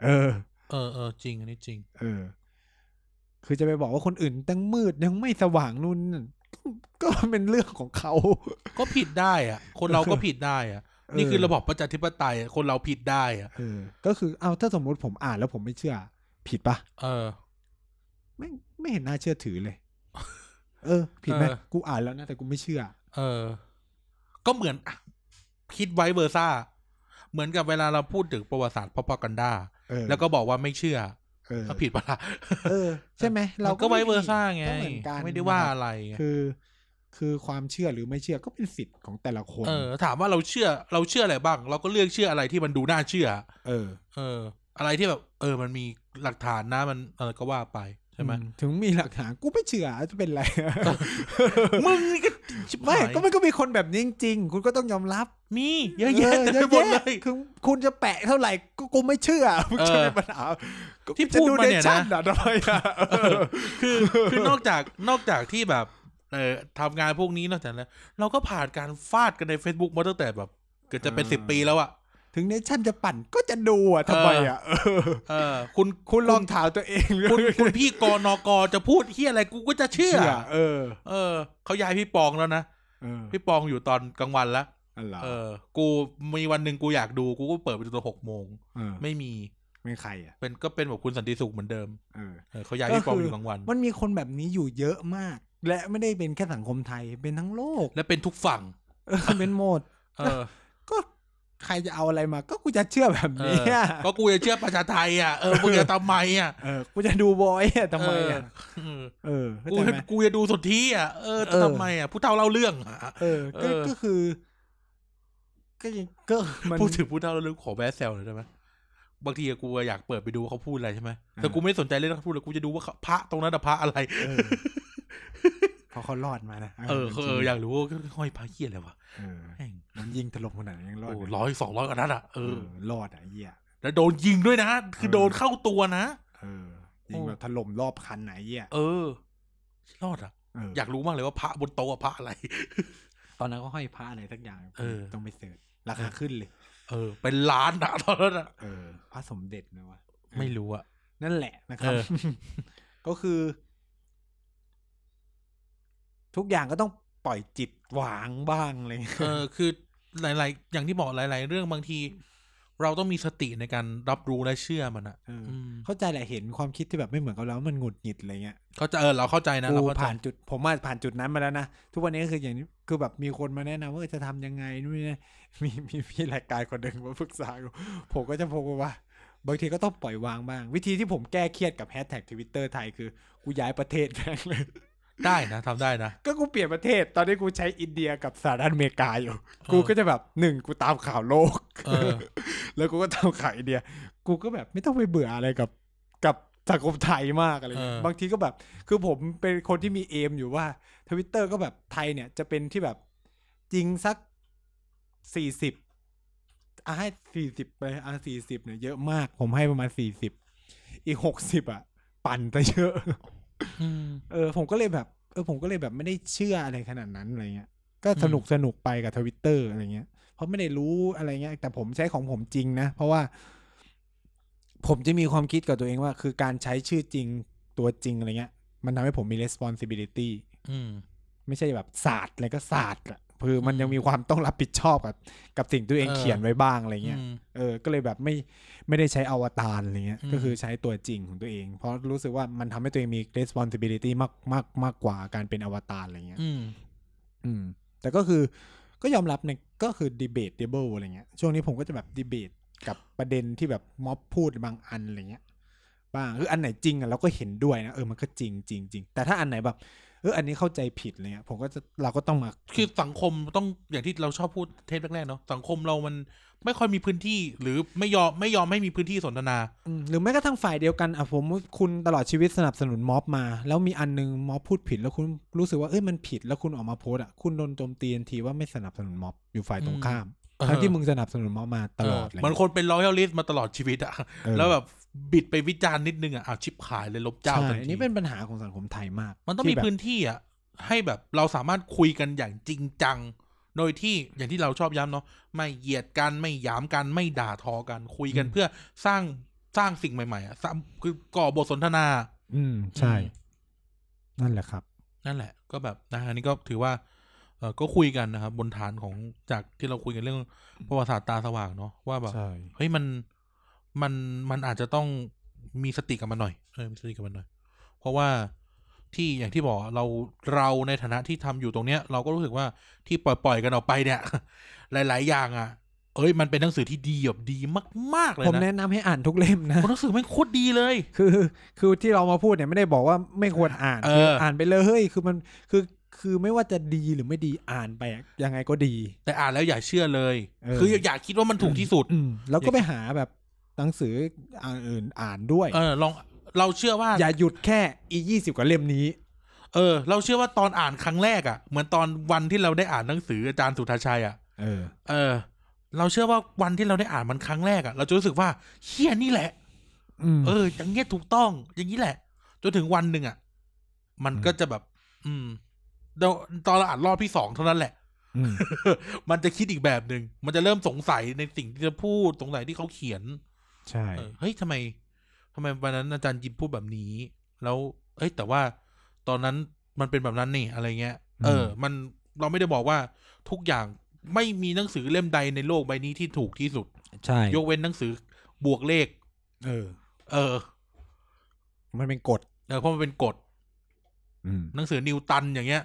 Speaker 1: เออ
Speaker 2: เออเออจริงอันนี้จริง
Speaker 1: เออ คือจะไปบอกว่าคนอื่นตั้งมืดยังไม่สว่างนู่น นั่นก็ก็เป็นเรื่องของเขา
Speaker 2: ก็ผิดได้อะคนเราก็ผิดได้อะ
Speaker 1: เออ
Speaker 2: นี่คือระบอบประชาธิปไตยอะคนเราผิดได้อะ
Speaker 1: เออ ก็คือเอาถ้าสมมุติผมอ่านแล้วผมไม่เชื่อ ผิดปะ
Speaker 2: เออ
Speaker 1: ไม่งไม่เห็นน่าเชื่อถือเลย เออ ผิดไหม
Speaker 2: เออ
Speaker 1: กูอ่านแล้วนะแต่กูไม่เชื่อ
Speaker 2: เออ ก็เหมือนอะคิดไว้เวอร์ซ่า เหมือนกับเวลาเราพูดถึงประวัติศาสตร์พอพกันดา
Speaker 1: เออ
Speaker 2: แล้วก็บอกว่าไม่เชื่อ
Speaker 1: เออ
Speaker 2: ก็ผิดปะล่ะ
Speaker 1: เออ ใช่ไหม เรา
Speaker 2: นก็ไว้เวอร์ซ่าไง
Speaker 1: ก็เหมือนกัน
Speaker 2: ไม่ได้ว่า
Speaker 1: นะครับ
Speaker 2: อะไรไง
Speaker 1: คือคือความเชื่อหรือไม่เชื่อก็เป็นสิทธิ์ของแต่ละคน
Speaker 2: เออ ถามว่าเราเชื่อ เราเชื่ออะไรบ้าง เราก็เลือกเชื่ออะไรที่มันดูน่าเชื่อ
Speaker 1: เออ
Speaker 2: เออ อะไรที่แบบ เออ มันมีหลักฐานนะมันเออก็ว่าไปใช่ไหม
Speaker 1: อืถึงมีหลักฐานกูไม่เชื่อจะเป็นไร
Speaker 2: มึงนี่ก็ชิบ
Speaker 1: ไม่
Speaker 2: หาย
Speaker 1: ก็มันก็มีคนแบบนี้จริงๆคุณก็ต้องยอมรับ
Speaker 2: มีเยอะแยะ
Speaker 1: เย
Speaker 2: เต็ม
Speaker 1: อะ
Speaker 2: ไปหมดเล
Speaker 1: แยะ
Speaker 2: ย
Speaker 1: คือคุณจะแปะเท่าไหร่ก็กูไม่เชื่อ มึงจะ
Speaker 2: เออ
Speaker 1: เป็นปัญหาก็
Speaker 2: ที่พูดมาเนี่ยนะ
Speaker 1: จะดูใชั่อะทำ ไมอะเออ
Speaker 2: คือคือนอกจากนอกจากที่แบบ เอ่อทำงานพวกนี้นอกจากแล้วเราก็ผ่านการฟาดกันใน Facebook มาตั้งแต่แบบ เกือบจะเป็นสิบปีแล้วอะ
Speaker 1: ถึงเนชั่นจะปั่นก็จะดูอ่ะทำไมอ่ะเออ
Speaker 2: เออ คุณ
Speaker 1: คุณลองถามตัวเอง
Speaker 2: คุณคุณพี่กนกจะพูดเฮียอะไรกูก็จะเชื่อ
Speaker 1: เออ
Speaker 2: เออเขาย้ายพี่ปองแล้วนะ
Speaker 1: เออ
Speaker 2: พี่ปองอยู่ตอนกลางวันละ
Speaker 1: อันเหรอ
Speaker 2: เออ กูมีวันหนึ่งกูอยากดูกูก็เปิดไปดูตอนหกโมง
Speaker 1: เออ
Speaker 2: ไม่มี
Speaker 1: ไม่ใครอ่ะ
Speaker 2: เป็นก็เป็นแบบคุณสันติสุขเหมือนเดิม
Speaker 1: เออ
Speaker 2: เออเขาย้ายพี่ปองไปอยู่กลางวัน
Speaker 1: มันมีคนแบบนี้อยู่เยอะมาก และไม่ได้เป็นแค่สังคมไทยเป็นทั้งโล ก
Speaker 2: และเป็นทุกฝั่ง
Speaker 1: เออเป็นโหมด
Speaker 2: เออ
Speaker 1: ก็ใครจะเอาอะไรมา ก็กูจะเชื่อแบบ
Speaker 2: เอ
Speaker 1: นี้
Speaker 2: อก็กูจะเชื่อประชาไทยอ่ะเออมึงจะทำไมอ่ะ
Speaker 1: เออกูจะดูบอยอะทำไมอะ
Speaker 2: เออ
Speaker 1: เออเข้า
Speaker 2: กู
Speaker 1: ใจไหม
Speaker 2: กูจะดูสุดที่อ่ะ เออ
Speaker 1: เออ
Speaker 2: ทำไมอ่ะ ผู้เฒ่าเล่าเรื่องอ่ะ
Speaker 1: เออก็
Speaker 2: เออ
Speaker 1: ก็คือ ก็ยังก็มัน
Speaker 2: พูดถึงผู้เฒ่าเล่าเรื่องขอแวะแซวหน่อยได้ไหมบางทีอะกูอยากเปิดไปดูว่าเขาพูดอะไรใช่ไหมแต่กูไม่สนใจเรื่องเขาพูดเลยกูจะดูว่าเขาพระตรงนั้นอะพระอะไร
Speaker 1: เออเพอเขารอดมานะ
Speaker 2: เออเขาเอออยากรู้ว่าห้อยพระเหี้ยอะไรวะ
Speaker 1: เออ
Speaker 2: แม่ง
Speaker 1: มันยิงถล่มขนาดนั้นยังรอด
Speaker 2: โอ้
Speaker 1: เลย
Speaker 2: ร้อยสองร้อยกว่านัดอ่ะเอ
Speaker 1: เอ
Speaker 2: อ
Speaker 1: อรอดอ่ะไอ้เหี้ย
Speaker 2: แล้วโดนยิงด้วยนะ คือ
Speaker 1: เออ
Speaker 2: โดนเข้าตัวนะ
Speaker 1: เออยิงแบบถล่มรอบคันไหนเหี้ย
Speaker 2: เออรอดอ่ะ
Speaker 1: เออ
Speaker 2: อยากรู้มากเลยว่าพระบนโต๊ะอะพระอะไร
Speaker 1: ตอนนั้นก็ห้อยพระอะไรสักอย่าง
Speaker 2: เออ
Speaker 1: ต้องไปเสิร์ชราคาขึ้นเลย
Speaker 2: เออ เป็นล้านอะตอนนั้นอะ
Speaker 1: เออพระสมเด็จนะวะ
Speaker 2: ไม่รู้อ่ะ
Speaker 1: นั่นแหละนะครับ
Speaker 2: เออ
Speaker 1: ก็คือ ทุกอย่างก็ต้องปล่อยจิตวางบ้างเลย
Speaker 2: เออคือหลาย ๆ อย่างที่บอกหลาย ๆ เรื่องบางที เราต้องมีสติในการรับรู้และเชื่อมันอะ
Speaker 1: เอออื
Speaker 2: ม
Speaker 1: เข้าใจแหละเห็นความคิดที่แบบไม่เหมือนกับเรามันหงุดหงิดอะไรเงี้ย
Speaker 2: เขาใจะเออเราเข้าใจนะ
Speaker 1: กู
Speaker 2: เราเข้าใจ
Speaker 1: ผ่านจุดผมมาผ่านจุดนั้นมาแล้วนะ ทุกวันนี้ก็คืออย่างนี้คือแบบมีคนมาแนะนำว่าเออจะทำยังไงนู่นนี่ นะมีมีพี่รายการคนหนึ่งมาปรึกษากูผมก็จะพบว่า บางทีก็ต้องปล่อยวางบ้าง วิธีที่ผมแก้เครียดกับแฮชแท็กทวิตเตอร์ไทยคือกูย้ายประเทศแม่งเลย
Speaker 2: ได้นะทำได้นะ
Speaker 1: ก็กูเปลี่ยนประเทศ ตอนนี้กูใช้อินเดียกับสหรัฐอเมริกาอยู่
Speaker 2: เออ
Speaker 1: กูก็จะแบบหนึ่งกูตามข่าวโลก
Speaker 2: เออ
Speaker 1: แล้วกูก็ตามข่าวอินเดีย กูก็แบบไม่ต้องไปเบื่ออะไรกับกับสังคมไทยมากอะไรเงี้ย
Speaker 2: เออ
Speaker 1: บางทีก็แบบ คือผมเป็นคนที่มีเอมอยู่ว่าทวิตเตอร์ก็แบบไทยเนี่ยจะเป็นที่แบบจริงสักสี่สิบอ่ะให้สี่สิบไปอ่ะสี่สิบเนี่ยเยอะมาก ผมให้ประมาณสี่สิบอีกหกสิบอ่ะ ปั่นไปเยอะ
Speaker 2: อืม
Speaker 1: เออผมก็เลยแบบเออผมก็เลยแบบไม่ได้เชื่ออะไรขนาดนั้นอะไรเงี้ยก็สนุกสนุกไปกับทวิตเตอร์อะไรเงี้ยเพราะไม่ได้รู้อะไรเงี้ย แต่ผมใช้ของผมจริงนะ เพราะว่า ผมจะมีความคิดกับตัวเองว่า คือการใช้ชื่อจริงตัวจริงอะไรเงี้ย มันทำให้ผมมี responsibility
Speaker 2: อืม
Speaker 1: ไม่ใช่แบบศาสตร์อะไรก็ศาสตร์อะคือมันยังมีความต้องรับผิดชอบกับกับสิ่งที่ตัวเอง
Speaker 2: เออ
Speaker 1: เขียนไว้บ้างอะไรเงี้ย
Speaker 2: อืม
Speaker 1: เออ ก็เลยแบบไม่ไม่ได้ใช้อวตารอะไรเงี้ย
Speaker 2: อืม
Speaker 1: ก็คือใช้ตัวจริงของตัวเอง เพราะรู้สึกว่ามันทำให้ตัวเองมี responsibility มากมากมากกว่าการเป็นอวตารอะไรเงี้ย
Speaker 2: อืม
Speaker 1: อืม แต่ก็คือก็ยอมรับในก็คือ debatable อะไรเงี้ย ช่วงนี้ผมก็จะแบบ debate กับประเด็นที่แบบม็อบพูดบางอันอะไรเงี้ย บ้างคืออันไหนจริงอ่ะเราก็เห็นด้วยนะ เออ มันก็จริงจริงจริงแต่ถ้าอันไหนแบบ เอออันนี้เข้าใจผิดเลยอะผมก็จะเราก็ต้องมา
Speaker 2: คือสังคมต้องอย่างที่เราชอบพูดเทปแรกๆเนาะสังคมเรามันไม่ค่อยมีพื้นที่ หรือไม่ยอมไม่ยอมให้มีพื้นที่สนทนา
Speaker 1: อืมหรือแม้กระทั่งฝ่ายเดียวกันอ่ะผมว่าคุณตลอดชีวิตสนับสนุนม็อบมา แล้วมีอันนึงม็อบพูดผิดแล้วคุณรู้สึกว่าเอ้ยมันผิดแล้วคุณออกมาโพสต์อ่ะคุณโดนโจมตีทันทีว่าไม่สนับสนุนม็อบอยู่ฝ่ายตรงข้ามทั้งที่มึงสนับสนุนม็อบมาตลอด
Speaker 2: เมันคนเป็นรอยัลลิสมาตลอดชีวิตอะ
Speaker 1: เออ
Speaker 2: แล้วแบบบิดไปวิจารณ์นิดนึงอะอ้าวชิบขายเลยลบเจ้า
Speaker 1: ใช่
Speaker 2: ทัน
Speaker 1: อัน
Speaker 2: ที
Speaker 1: นี้เป็นปัญหาของสังคมไทยมาก
Speaker 2: มันต้อง
Speaker 1: ที่
Speaker 2: มี
Speaker 1: แบบ
Speaker 2: พื้นที่อะให้แบบเราสามารถคุยกันอย่างจริงจัง โดยที่อย่างที่เราชอบย้ำเนาะไม่เหยียดกันไม่หยามกันไม่ด่าทอกันคุยกันเพื่อสร้างสร้างสิ่งใหม่ๆอะสร้างคือก่อบทสนทนา
Speaker 1: อืมใช่ นั่นแหละครับ
Speaker 2: นั่นแหละก็แบบนะอันนี้ก็ถือว่าเออก็คุยกันนะครับ บนฐานของจากที่เราคุยกันเรื่องประวัติศาสตร์ตาสว่างเนาะว่าแบบ
Speaker 1: ใช่
Speaker 2: เฮ้ยมันมันมันอาจจะต้องมีสติกับมันหน่อยเออมีสติกับมันหน่อย เพราะว่าที่อย่างที่บอกเราเราในฐานะที่ทำอยู่ตรงเนี้ย เราก็รู้สึกว่าที่ปล่อยปล่อยกันออกไปเนี่ย หลาย ๆ อย่างอ่ะ เอ้ยมันเป็นหนังสือที่ดีแบบดีมาก ๆ เลย
Speaker 1: ผม
Speaker 2: นะ
Speaker 1: แนะนำให้อ่านทุกเล่มนะ
Speaker 2: เพราะหนังสือไม่งโคตรดีเลย
Speaker 1: คือคือที่เรามาพูดเนี่ยไม่ได้บอกว่าไม่ควรอ่าน
Speaker 2: เอ
Speaker 1: คือ
Speaker 2: อ
Speaker 1: อ่านไปเลยเฮ้ยคือมันคือคือไม่ว่าจะดีหรือไม่ดีอ่านไปอะยังไงก็ดี
Speaker 2: แต่อ่านแล้วอย่าเชื่อเลย
Speaker 1: เออ
Speaker 2: คืออย่าคิดว่ามันถูกที่สุด
Speaker 1: อืมแล้วก็ไปหาแบบหนังสืออ่านอื่นอ่านด้วย
Speaker 2: เออลองเราเชื่อว่า
Speaker 1: อย่าหยุดแค่อียี่สิบกว่าเล่มนี้
Speaker 2: เออ เราเชื่อว่าตอนอ่านครั้งแรกอะ่ะ เหมือนตอนวันที่เราได้อ่านหนังสืออาจารย์สุทธาชัยอะ่ะ
Speaker 1: เออ
Speaker 2: เออ เราเชื่อว่าวันที่เราได้อ่านมันครั้งแรกอะ่ะ เราจะรู้สึกว่าเฮี้ยนี่แหละ
Speaker 1: อืม
Speaker 2: เออ อย่างเงี้ยถูกต้อง อย่างนี้แหละ จนถึงวันหนึ่งอะ่ะ มันก็จะแบบ อืมเดี๋ยวตอนเราอ่านรอบที่สองเท่านั้นแหละ
Speaker 1: ม
Speaker 2: มันจะคิดอีกแบบหนึ่ง มันจะเริ่มสงสัยในสิ่งที่จะพูด สงสัยที่เขาเขียน
Speaker 1: ใช่
Speaker 2: เออเฮ้ยทำไมทำไมวันนั้นอาจารย์ยิมพูดแบบนี้ แล้วเอ้ยแต่ว่าตอนนั้นมันเป็นแบบนั้นนี่อะไรเงี้ย เออ มันเราไม่ได้บอกว่าทุกอย่างไม่มีหนังสือเล่มใดในโลกใบนี้ที่ถูกที่สุด
Speaker 1: ใช่
Speaker 2: ยกเว้นหนังสือบวกเลข
Speaker 1: เออ
Speaker 2: เออ
Speaker 1: มันเป็นกฎ
Speaker 2: เออเพราะมันเป็นกฎ
Speaker 1: อืม
Speaker 2: หนังสือนิวตันอย่างเงี้ย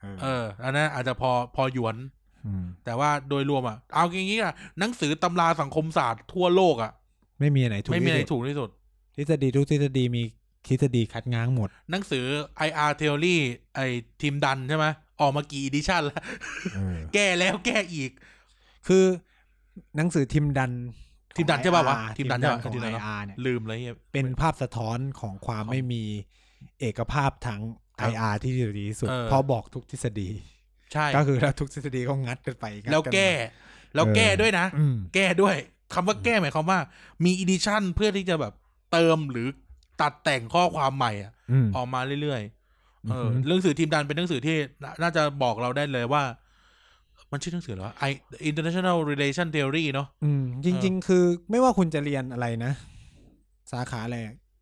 Speaker 1: เออ
Speaker 2: เอออันนั้นอาจจะพอพอหยวน
Speaker 1: อืม
Speaker 2: แต่ว่าโดยรวมอ่ะเอาอย่างงี้อ่ะหนังสือตำราสังคมศาสตร์ทั่วโลกอ่ะ
Speaker 1: ไม่มีอันไหนถูก
Speaker 2: ไม่มีอะไร
Speaker 1: ที่สุด
Speaker 2: ถูกที่สุด
Speaker 1: ทฤษฎีทุกทฤษฎีมีทฤษฎีคัดง้างหมด
Speaker 2: หนังสือ IR Theory ไอ้ทีมดันใช่ไหมออกมากี่อีดิชั่นแล้ว
Speaker 1: เออ
Speaker 2: แก้แล้วแก้อีก
Speaker 1: คือหนังสือทิมดัน
Speaker 2: ทีมดันใช่ป่าวะทีมดันใช่
Speaker 1: ใช่
Speaker 2: ป่ะ
Speaker 1: ของ
Speaker 2: ทีมดั
Speaker 1: ไอน
Speaker 2: เนอะ
Speaker 1: อาร์เนี่ย
Speaker 2: ลืมเลยไอ้เหี้ย
Speaker 1: เป็นภาพสะท้อนของความ
Speaker 2: ของ
Speaker 1: ไม่มีเอกภาพทาง
Speaker 2: ครับ
Speaker 1: IR ที่ดีที่สุด
Speaker 2: เออ
Speaker 1: เพอบอกทุกทฤษฎี
Speaker 2: ใช่
Speaker 1: ก็คือแล้วทุกทฤษฎีก็งัดกันไปงัดนมา
Speaker 2: แล้วแก้ แล้วแก้ด้วยนะ
Speaker 1: อืม
Speaker 2: แก้ด้วยคำว่าแก้หมายความว่า มีอีดิชั่นเพื่อที่จะแบบเติมหรือตัดแต่งข้อความใหม่อะ
Speaker 1: อืม
Speaker 2: ออกมาเรื่อยๆเออ
Speaker 1: อหือ
Speaker 2: หนังสือทีมดันเป็นหนังสือที่น่าน่าจะบอกเราได้เลยว่า มันชื่อหนังสือเหรอไอ International Relation Theory เนาะ
Speaker 1: อืมจริง ๆ คือไม่ว่าคุณจะเรียนอะไรนะ สาขาอะไร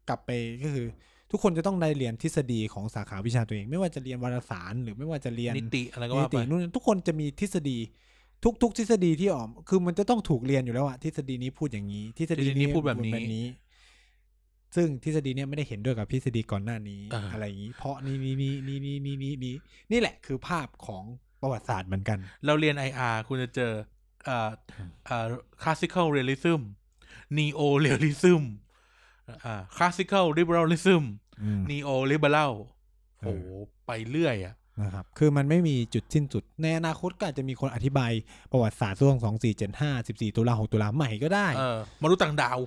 Speaker 1: กลับไปก็คือ ทุกคนจะต้องได้เรียนทฤษฎีของสาขาวิชาตัวเอง ไม่ว่าจะเรียนวารสารหรือไม่ว่าจะเรียน
Speaker 2: นิติอะไรก็
Speaker 1: นิ
Speaker 2: ว่าไป
Speaker 1: ตินู่นนนทุกคนจะมีทฤษฎี ทุก ๆ ทฤษฎีที่ออกคือมันจะต้องถูกเรียนอยู่แล้วอะทฤษฎีนี้พูดอย่างนี้ ทฤษฎี
Speaker 2: ทฤษฎีนี้
Speaker 1: นี้
Speaker 2: พูดแบบนี้
Speaker 1: ซึ่งทฤษฎีเนี้ยไม่ได้เห็นด้วยกับทฤษฎีก่อนหน้านี้
Speaker 2: เอออ
Speaker 1: อะไรอย่างนี้ เพราะนี่นี่นี่นี่นี่นี่นี่นี่นี่แหละคือภาพของประวัติศาสตร์เหมือนกัน
Speaker 2: เราเรียน IR คุณจะเจอเอ่อเอ่อ classical realism neo realism อ่า classical liberalism
Speaker 1: อืม
Speaker 2: neo liberal
Speaker 1: เออ
Speaker 2: โอ้โหไปเรื่อยอ่ะ
Speaker 1: นะครับ คือมันไม่มีจุดสิ้นสุด ในอนาคตก็อาจจะมีคนอธิบายประวัติศาสตร์ช่วงสองสี่เจ็ดห้าสิบสี่ตุลาหกตุลาใหม่ก็ได้
Speaker 2: เออมนุษย์ต่างดาว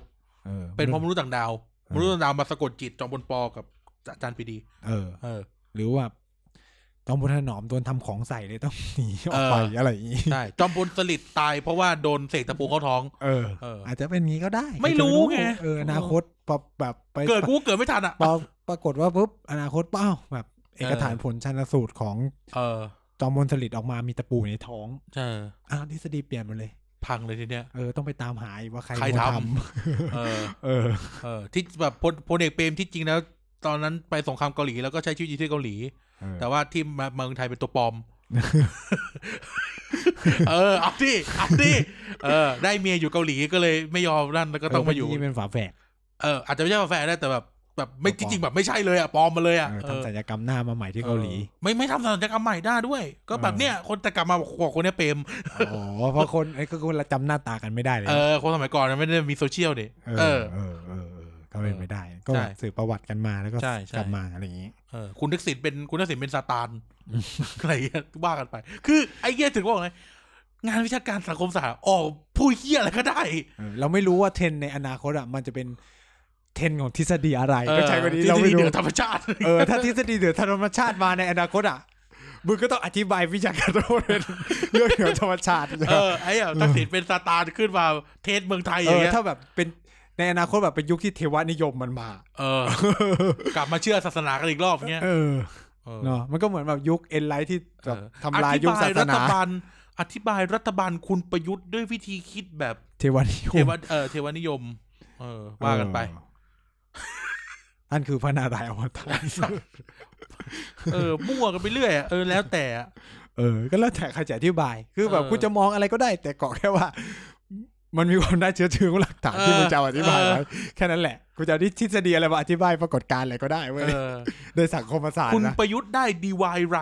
Speaker 1: เออ
Speaker 2: เป็น
Speaker 1: อ
Speaker 2: เพราะมนุษย์ต่างดาว มนุษย์ต่างดาวมาสะกดจิตจอมพลปอกับอาจารย์ปรีดี
Speaker 1: เออ
Speaker 2: เออ
Speaker 1: หรือว่าต้องพลถนอมโดนทำของใส่เลยต้องหนีออกไป
Speaker 2: เอออ
Speaker 1: อะไรอย่างนี้
Speaker 2: ใช่ จอมพลสลิดตายเพราะว่าโดนเสกตะปูเข้าท้อง
Speaker 1: เออ
Speaker 2: เออ
Speaker 1: อาจจะเป็นงี้ก็ได้
Speaker 2: ไม่รู้ไง
Speaker 1: เอออนาคตพอแบบไป
Speaker 2: เกิดกูก็เกิดไม่ทันอ่ะ
Speaker 1: พอปรากฏว่าปุ๊บอนาคตเป้าแบบ เอกฐานผลชันสูตรของ
Speaker 2: เออ
Speaker 1: จอมพลสฤษดิ์ออกมามีตะปูในท้อง
Speaker 2: ใช่
Speaker 1: อ้าวทฤษฎีเปลี่ยนหมดเลย
Speaker 2: พังเลยทีเนี้ย
Speaker 1: เออต้องไปตามหาอีกว่าใคร
Speaker 2: ใคร
Speaker 1: น
Speaker 2: ทำ
Speaker 1: ทำ
Speaker 2: เออ
Speaker 1: เออ
Speaker 2: เออที่แบบพลพลเอกเปรมที่จริงแล้ว ตอนนั้นไปสงครามเกาหลีแล้วก็ใช้ชีวิตอยู่ที่เกาหลี
Speaker 1: เออ
Speaker 2: แต่ว่าที่มาเมืองไทยเป็นตัวปลอม เออเอาที่เอาที่เออ ได้เมียอยู่เกาหลีก็เลยไม่ยอมนั่นแล้วก็ต้องมาอยู่
Speaker 1: เจริงๆเป็นฝาแฝด
Speaker 2: เอออาจจะไม่ใช่แฟนได้แต่แบบ แบบไม่
Speaker 1: ป
Speaker 2: จ
Speaker 1: ลอม
Speaker 2: ริงๆแบบไม่ใช่เลยอ่ะปลอมมาเลยอ่ะ
Speaker 1: เออ
Speaker 2: เออ
Speaker 1: ทำศัลยกรรมหน้ามาใหม่ที่เกาหลี
Speaker 2: ออไม่ไม่ทำสัญญกรรมใหม่ได้ด้วย ก็แบบ
Speaker 1: เออ
Speaker 2: เนี้ยคนแต่กลับมาบอกคนเนี้ยเปรม
Speaker 1: อ๋อ เพราะคนไอ้ก็คนละจำหน้าตากันไม่ได้เลย
Speaker 2: เออคนสมัยก่อนมันไม่ได้มีโซเชียลดิ
Speaker 1: เอ
Speaker 2: เอ
Speaker 1: อ
Speaker 2: อ
Speaker 1: เออเออเออเข้า ก็เป็นไปได้ ก็
Speaker 2: ใช่
Speaker 1: สืบประวัติกันมาแล้วก็
Speaker 2: ใช่ใช่
Speaker 1: กลับมาอะไรอย่างนี้
Speaker 2: เออคุณทักษิณเป็นคุณทักษิณเป็นซาตาน อะไรเงี้ยว่ากันไป คือไอ้เงี้ยถึงว่าไงงานวิชาการสังคมศาสตร์ออกผู้เหี้ยอะไรก็ได้
Speaker 1: เออเราไม่รู้ว่าเทรนด์ในอนาคตอ่ะมันจะเป็นเทรนด์ของทฤษฎีอะไรก็ใช่กว่านี้เรา
Speaker 2: ที่
Speaker 1: ไม่
Speaker 2: เห
Speaker 1: รู้
Speaker 2: นือธรรมชาติ
Speaker 1: เออถ้าทฤษฎีเหนือธรรมชาติมาในอนาคตอ่ะมึงก็ต้องอธิบายวิชาการ ทั้งหมดเป็นเรื่องเหนือธรรมชาติ
Speaker 2: เอ อไอ้เหี้ยทักษิณเป็นซาตานขึ้นมาเทศเมืองไทยอ
Speaker 1: เอย่าง อ
Speaker 2: เงี้ย
Speaker 1: ถ้าแบบเป็นในอนาคตแบบเป็นยุคที่เทวนิยมมันมา
Speaker 2: เออกลับมาเชื่อศาสนากันอีกรอบเงี้ย
Speaker 1: เออ
Speaker 2: เออ
Speaker 1: เนาะมันก็เหมือนแบบยุคเอ็นไลท์ที่แบบ
Speaker 2: เออ
Speaker 1: ทำลายยุคศาส
Speaker 2: อธิบรัฐ
Speaker 1: นา
Speaker 2: บาลอธิบายรัฐบาลคุณประยุทธ์ด้วยวิธีคิดแบบ
Speaker 1: เทวนิย
Speaker 2: เท
Speaker 1: ม
Speaker 2: วะเออเทวนิยม เออ ว่ากันไป
Speaker 1: เอ อนั่นคือพระนารายณ์อวตาร
Speaker 2: เออมั่วกันไปเรื่อยอะเออแล้วแต่อะ
Speaker 1: เออ ก็แล้วแต่ใครจะอธิบาย คือแบบคุณจะมองอะไรก็ได้ แต่กอกแค่ว่า มันมีความน่าเชื่อถือของหลักฐานที่มึงจะอธิบายไว้แค่นั้นแหละกูจะเอาทฤษฎีอะไรมาอธิบายปรากฏการณ์อะไรก็ได้เว้ย
Speaker 2: เออ
Speaker 1: โดยสังคมศาสต
Speaker 2: คุณ
Speaker 1: ร์นะ
Speaker 2: ประยุทธ์ได้ดีวายไร